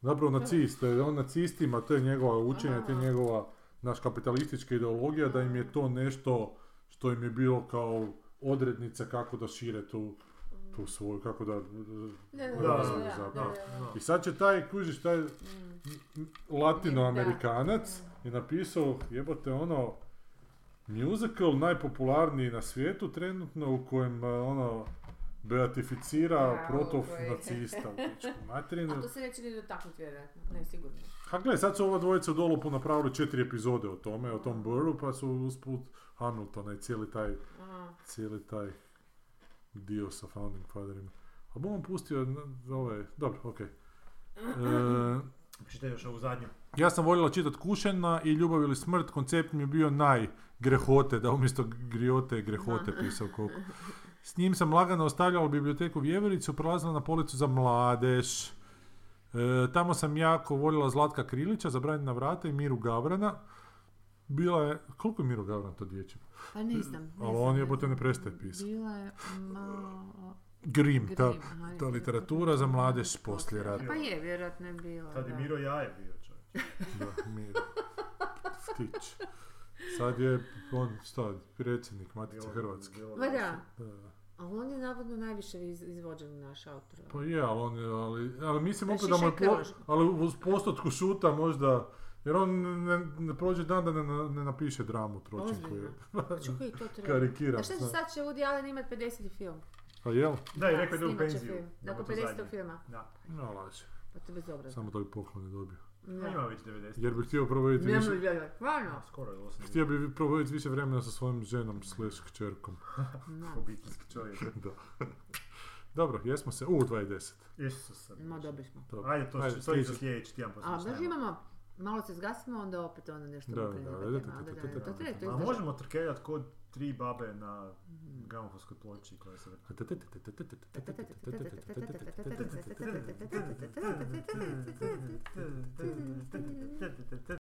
[SPEAKER 2] zapravo nacist, da je on nacistima, to je njegova učenja, to je njegova, naš kapitalistička ideologija, da im je to nešto što im je bilo kao odrednica kako da šire tu, tu svoju, kako da...
[SPEAKER 4] Da,
[SPEAKER 1] Da, da,
[SPEAKER 2] razviju
[SPEAKER 1] da,
[SPEAKER 2] zapravo.
[SPEAKER 1] da,
[SPEAKER 2] I sad će taj, kužiš, taj latinoamerikanac je napisao, jebote, ono, musical najpopularniji na svijetu trenutno u kojem, eh, ono, beatificira
[SPEAKER 4] Bravo,
[SPEAKER 2] protov
[SPEAKER 4] koji-
[SPEAKER 2] nacista u pičku materinu.
[SPEAKER 4] A to se neće ni dotaknuti vjerojatno, ne sigurno.
[SPEAKER 2] Ha gle, sad su ova dvojica u dolopu napravili četiri epizode o tome, o tom Burru, pa su usput Hamiltona i cijeli taj,
[SPEAKER 4] Aha.
[SPEAKER 2] cijeli taj dio sa Founding Fatherima. A bom pustio na- ove, dobro, okej. E,
[SPEAKER 1] Čitaj još ovu zadnju.
[SPEAKER 2] ja sam voljela čitat Kušena i Ljubav ili smrt, koncept mi je bio najgrehote, da umjesto griote je grehote pisao koliko. S njim sam lagano ostavljala biblioteku Vjevericu, prolazila na policu za mladež. E, tamo sam jako voljela Zlatka Krilića, Zabranjena vrata i Miru Gavrana. Bila je, koliko je Miru Gavran to dječje?
[SPEAKER 5] Pa ne znam. ne
[SPEAKER 2] Mm, Ali
[SPEAKER 5] znam,
[SPEAKER 2] on
[SPEAKER 5] ne
[SPEAKER 2] jebote
[SPEAKER 5] znam.
[SPEAKER 2] ne prestaje pisati.
[SPEAKER 5] Bila je malo...
[SPEAKER 2] Grim,
[SPEAKER 5] grim,
[SPEAKER 2] ta,
[SPEAKER 5] aha,
[SPEAKER 2] ta
[SPEAKER 5] vjerojatno.
[SPEAKER 2] literatura za mladež poslije rata.
[SPEAKER 5] Pa je, vjerojatno je bila,
[SPEAKER 1] Tad je
[SPEAKER 5] da.
[SPEAKER 1] Miro Jaje bio čovječ.
[SPEAKER 2] Da, Miro. Stić. Sad je on, šta, predsjednik Matice Hrvatske.
[SPEAKER 5] Ma da,
[SPEAKER 2] Da, da.
[SPEAKER 5] ali on je navodno najviše iz, izvođen naš autor.
[SPEAKER 2] Pa je, ali, on, je- ali, ali mislim
[SPEAKER 5] Da
[SPEAKER 2] opet da mu
[SPEAKER 5] šiša
[SPEAKER 2] je po-
[SPEAKER 5] krvožku.
[SPEAKER 2] ali u postotku šuta možda, jer on ne, ne prođe dan da ne, na- ne napiše dramu tročinku.
[SPEAKER 5] Ozbiljno?
[SPEAKER 2] je-
[SPEAKER 5] Znači, koji to treba?
[SPEAKER 2] Karikiram.
[SPEAKER 5] A šta će
[SPEAKER 2] zna.
[SPEAKER 5] sad će Woody Allen imat 50. film?
[SPEAKER 2] A jel?
[SPEAKER 1] Da, Pa i rekao je da je u
[SPEAKER 5] snimat će
[SPEAKER 1] penziju.
[SPEAKER 5] film. Nakon
[SPEAKER 1] Ovo je to
[SPEAKER 5] 50.
[SPEAKER 1] zadnje.
[SPEAKER 5] filma.
[SPEAKER 1] Da,
[SPEAKER 2] No, laže.
[SPEAKER 5] Pa to je bezobrazno.
[SPEAKER 2] Samo tog poklone dobio.
[SPEAKER 1] A ima već 90.
[SPEAKER 2] Jer bi htio provoditi
[SPEAKER 5] Ne
[SPEAKER 2] više,
[SPEAKER 5] mogu gledati, stvarno.
[SPEAKER 1] Skoro je 80.
[SPEAKER 2] htio bi provoditi više vremena sa svojom ženom slash kćerkom.
[SPEAKER 5] No.
[SPEAKER 1] Obiteljski čovjek.
[SPEAKER 2] da. Dobro, jesmo se. U, 2.10.
[SPEAKER 1] Isuse.
[SPEAKER 5] Ma dobri smo.
[SPEAKER 2] Dobro.
[SPEAKER 1] Ajde, to, će- to je
[SPEAKER 2] sljedeći.
[SPEAKER 1] za sljedeći tjedan
[SPEAKER 5] A
[SPEAKER 1] poslušajmo.
[SPEAKER 5] baš imamo, malo se zgasimo, onda opet ono nešto
[SPEAKER 2] Da,
[SPEAKER 5] napravimo
[SPEAKER 2] da,
[SPEAKER 5] opet
[SPEAKER 2] da,
[SPEAKER 5] tema,
[SPEAKER 2] da,
[SPEAKER 5] onda
[SPEAKER 2] da, da,
[SPEAKER 5] To
[SPEAKER 2] da.
[SPEAKER 5] treba, to
[SPEAKER 1] A
[SPEAKER 5] izdržati.
[SPEAKER 1] možemo trkeljat kod tri babe na
[SPEAKER 5] Mhm.
[SPEAKER 1] gramofonskoj ploči koja se vrti.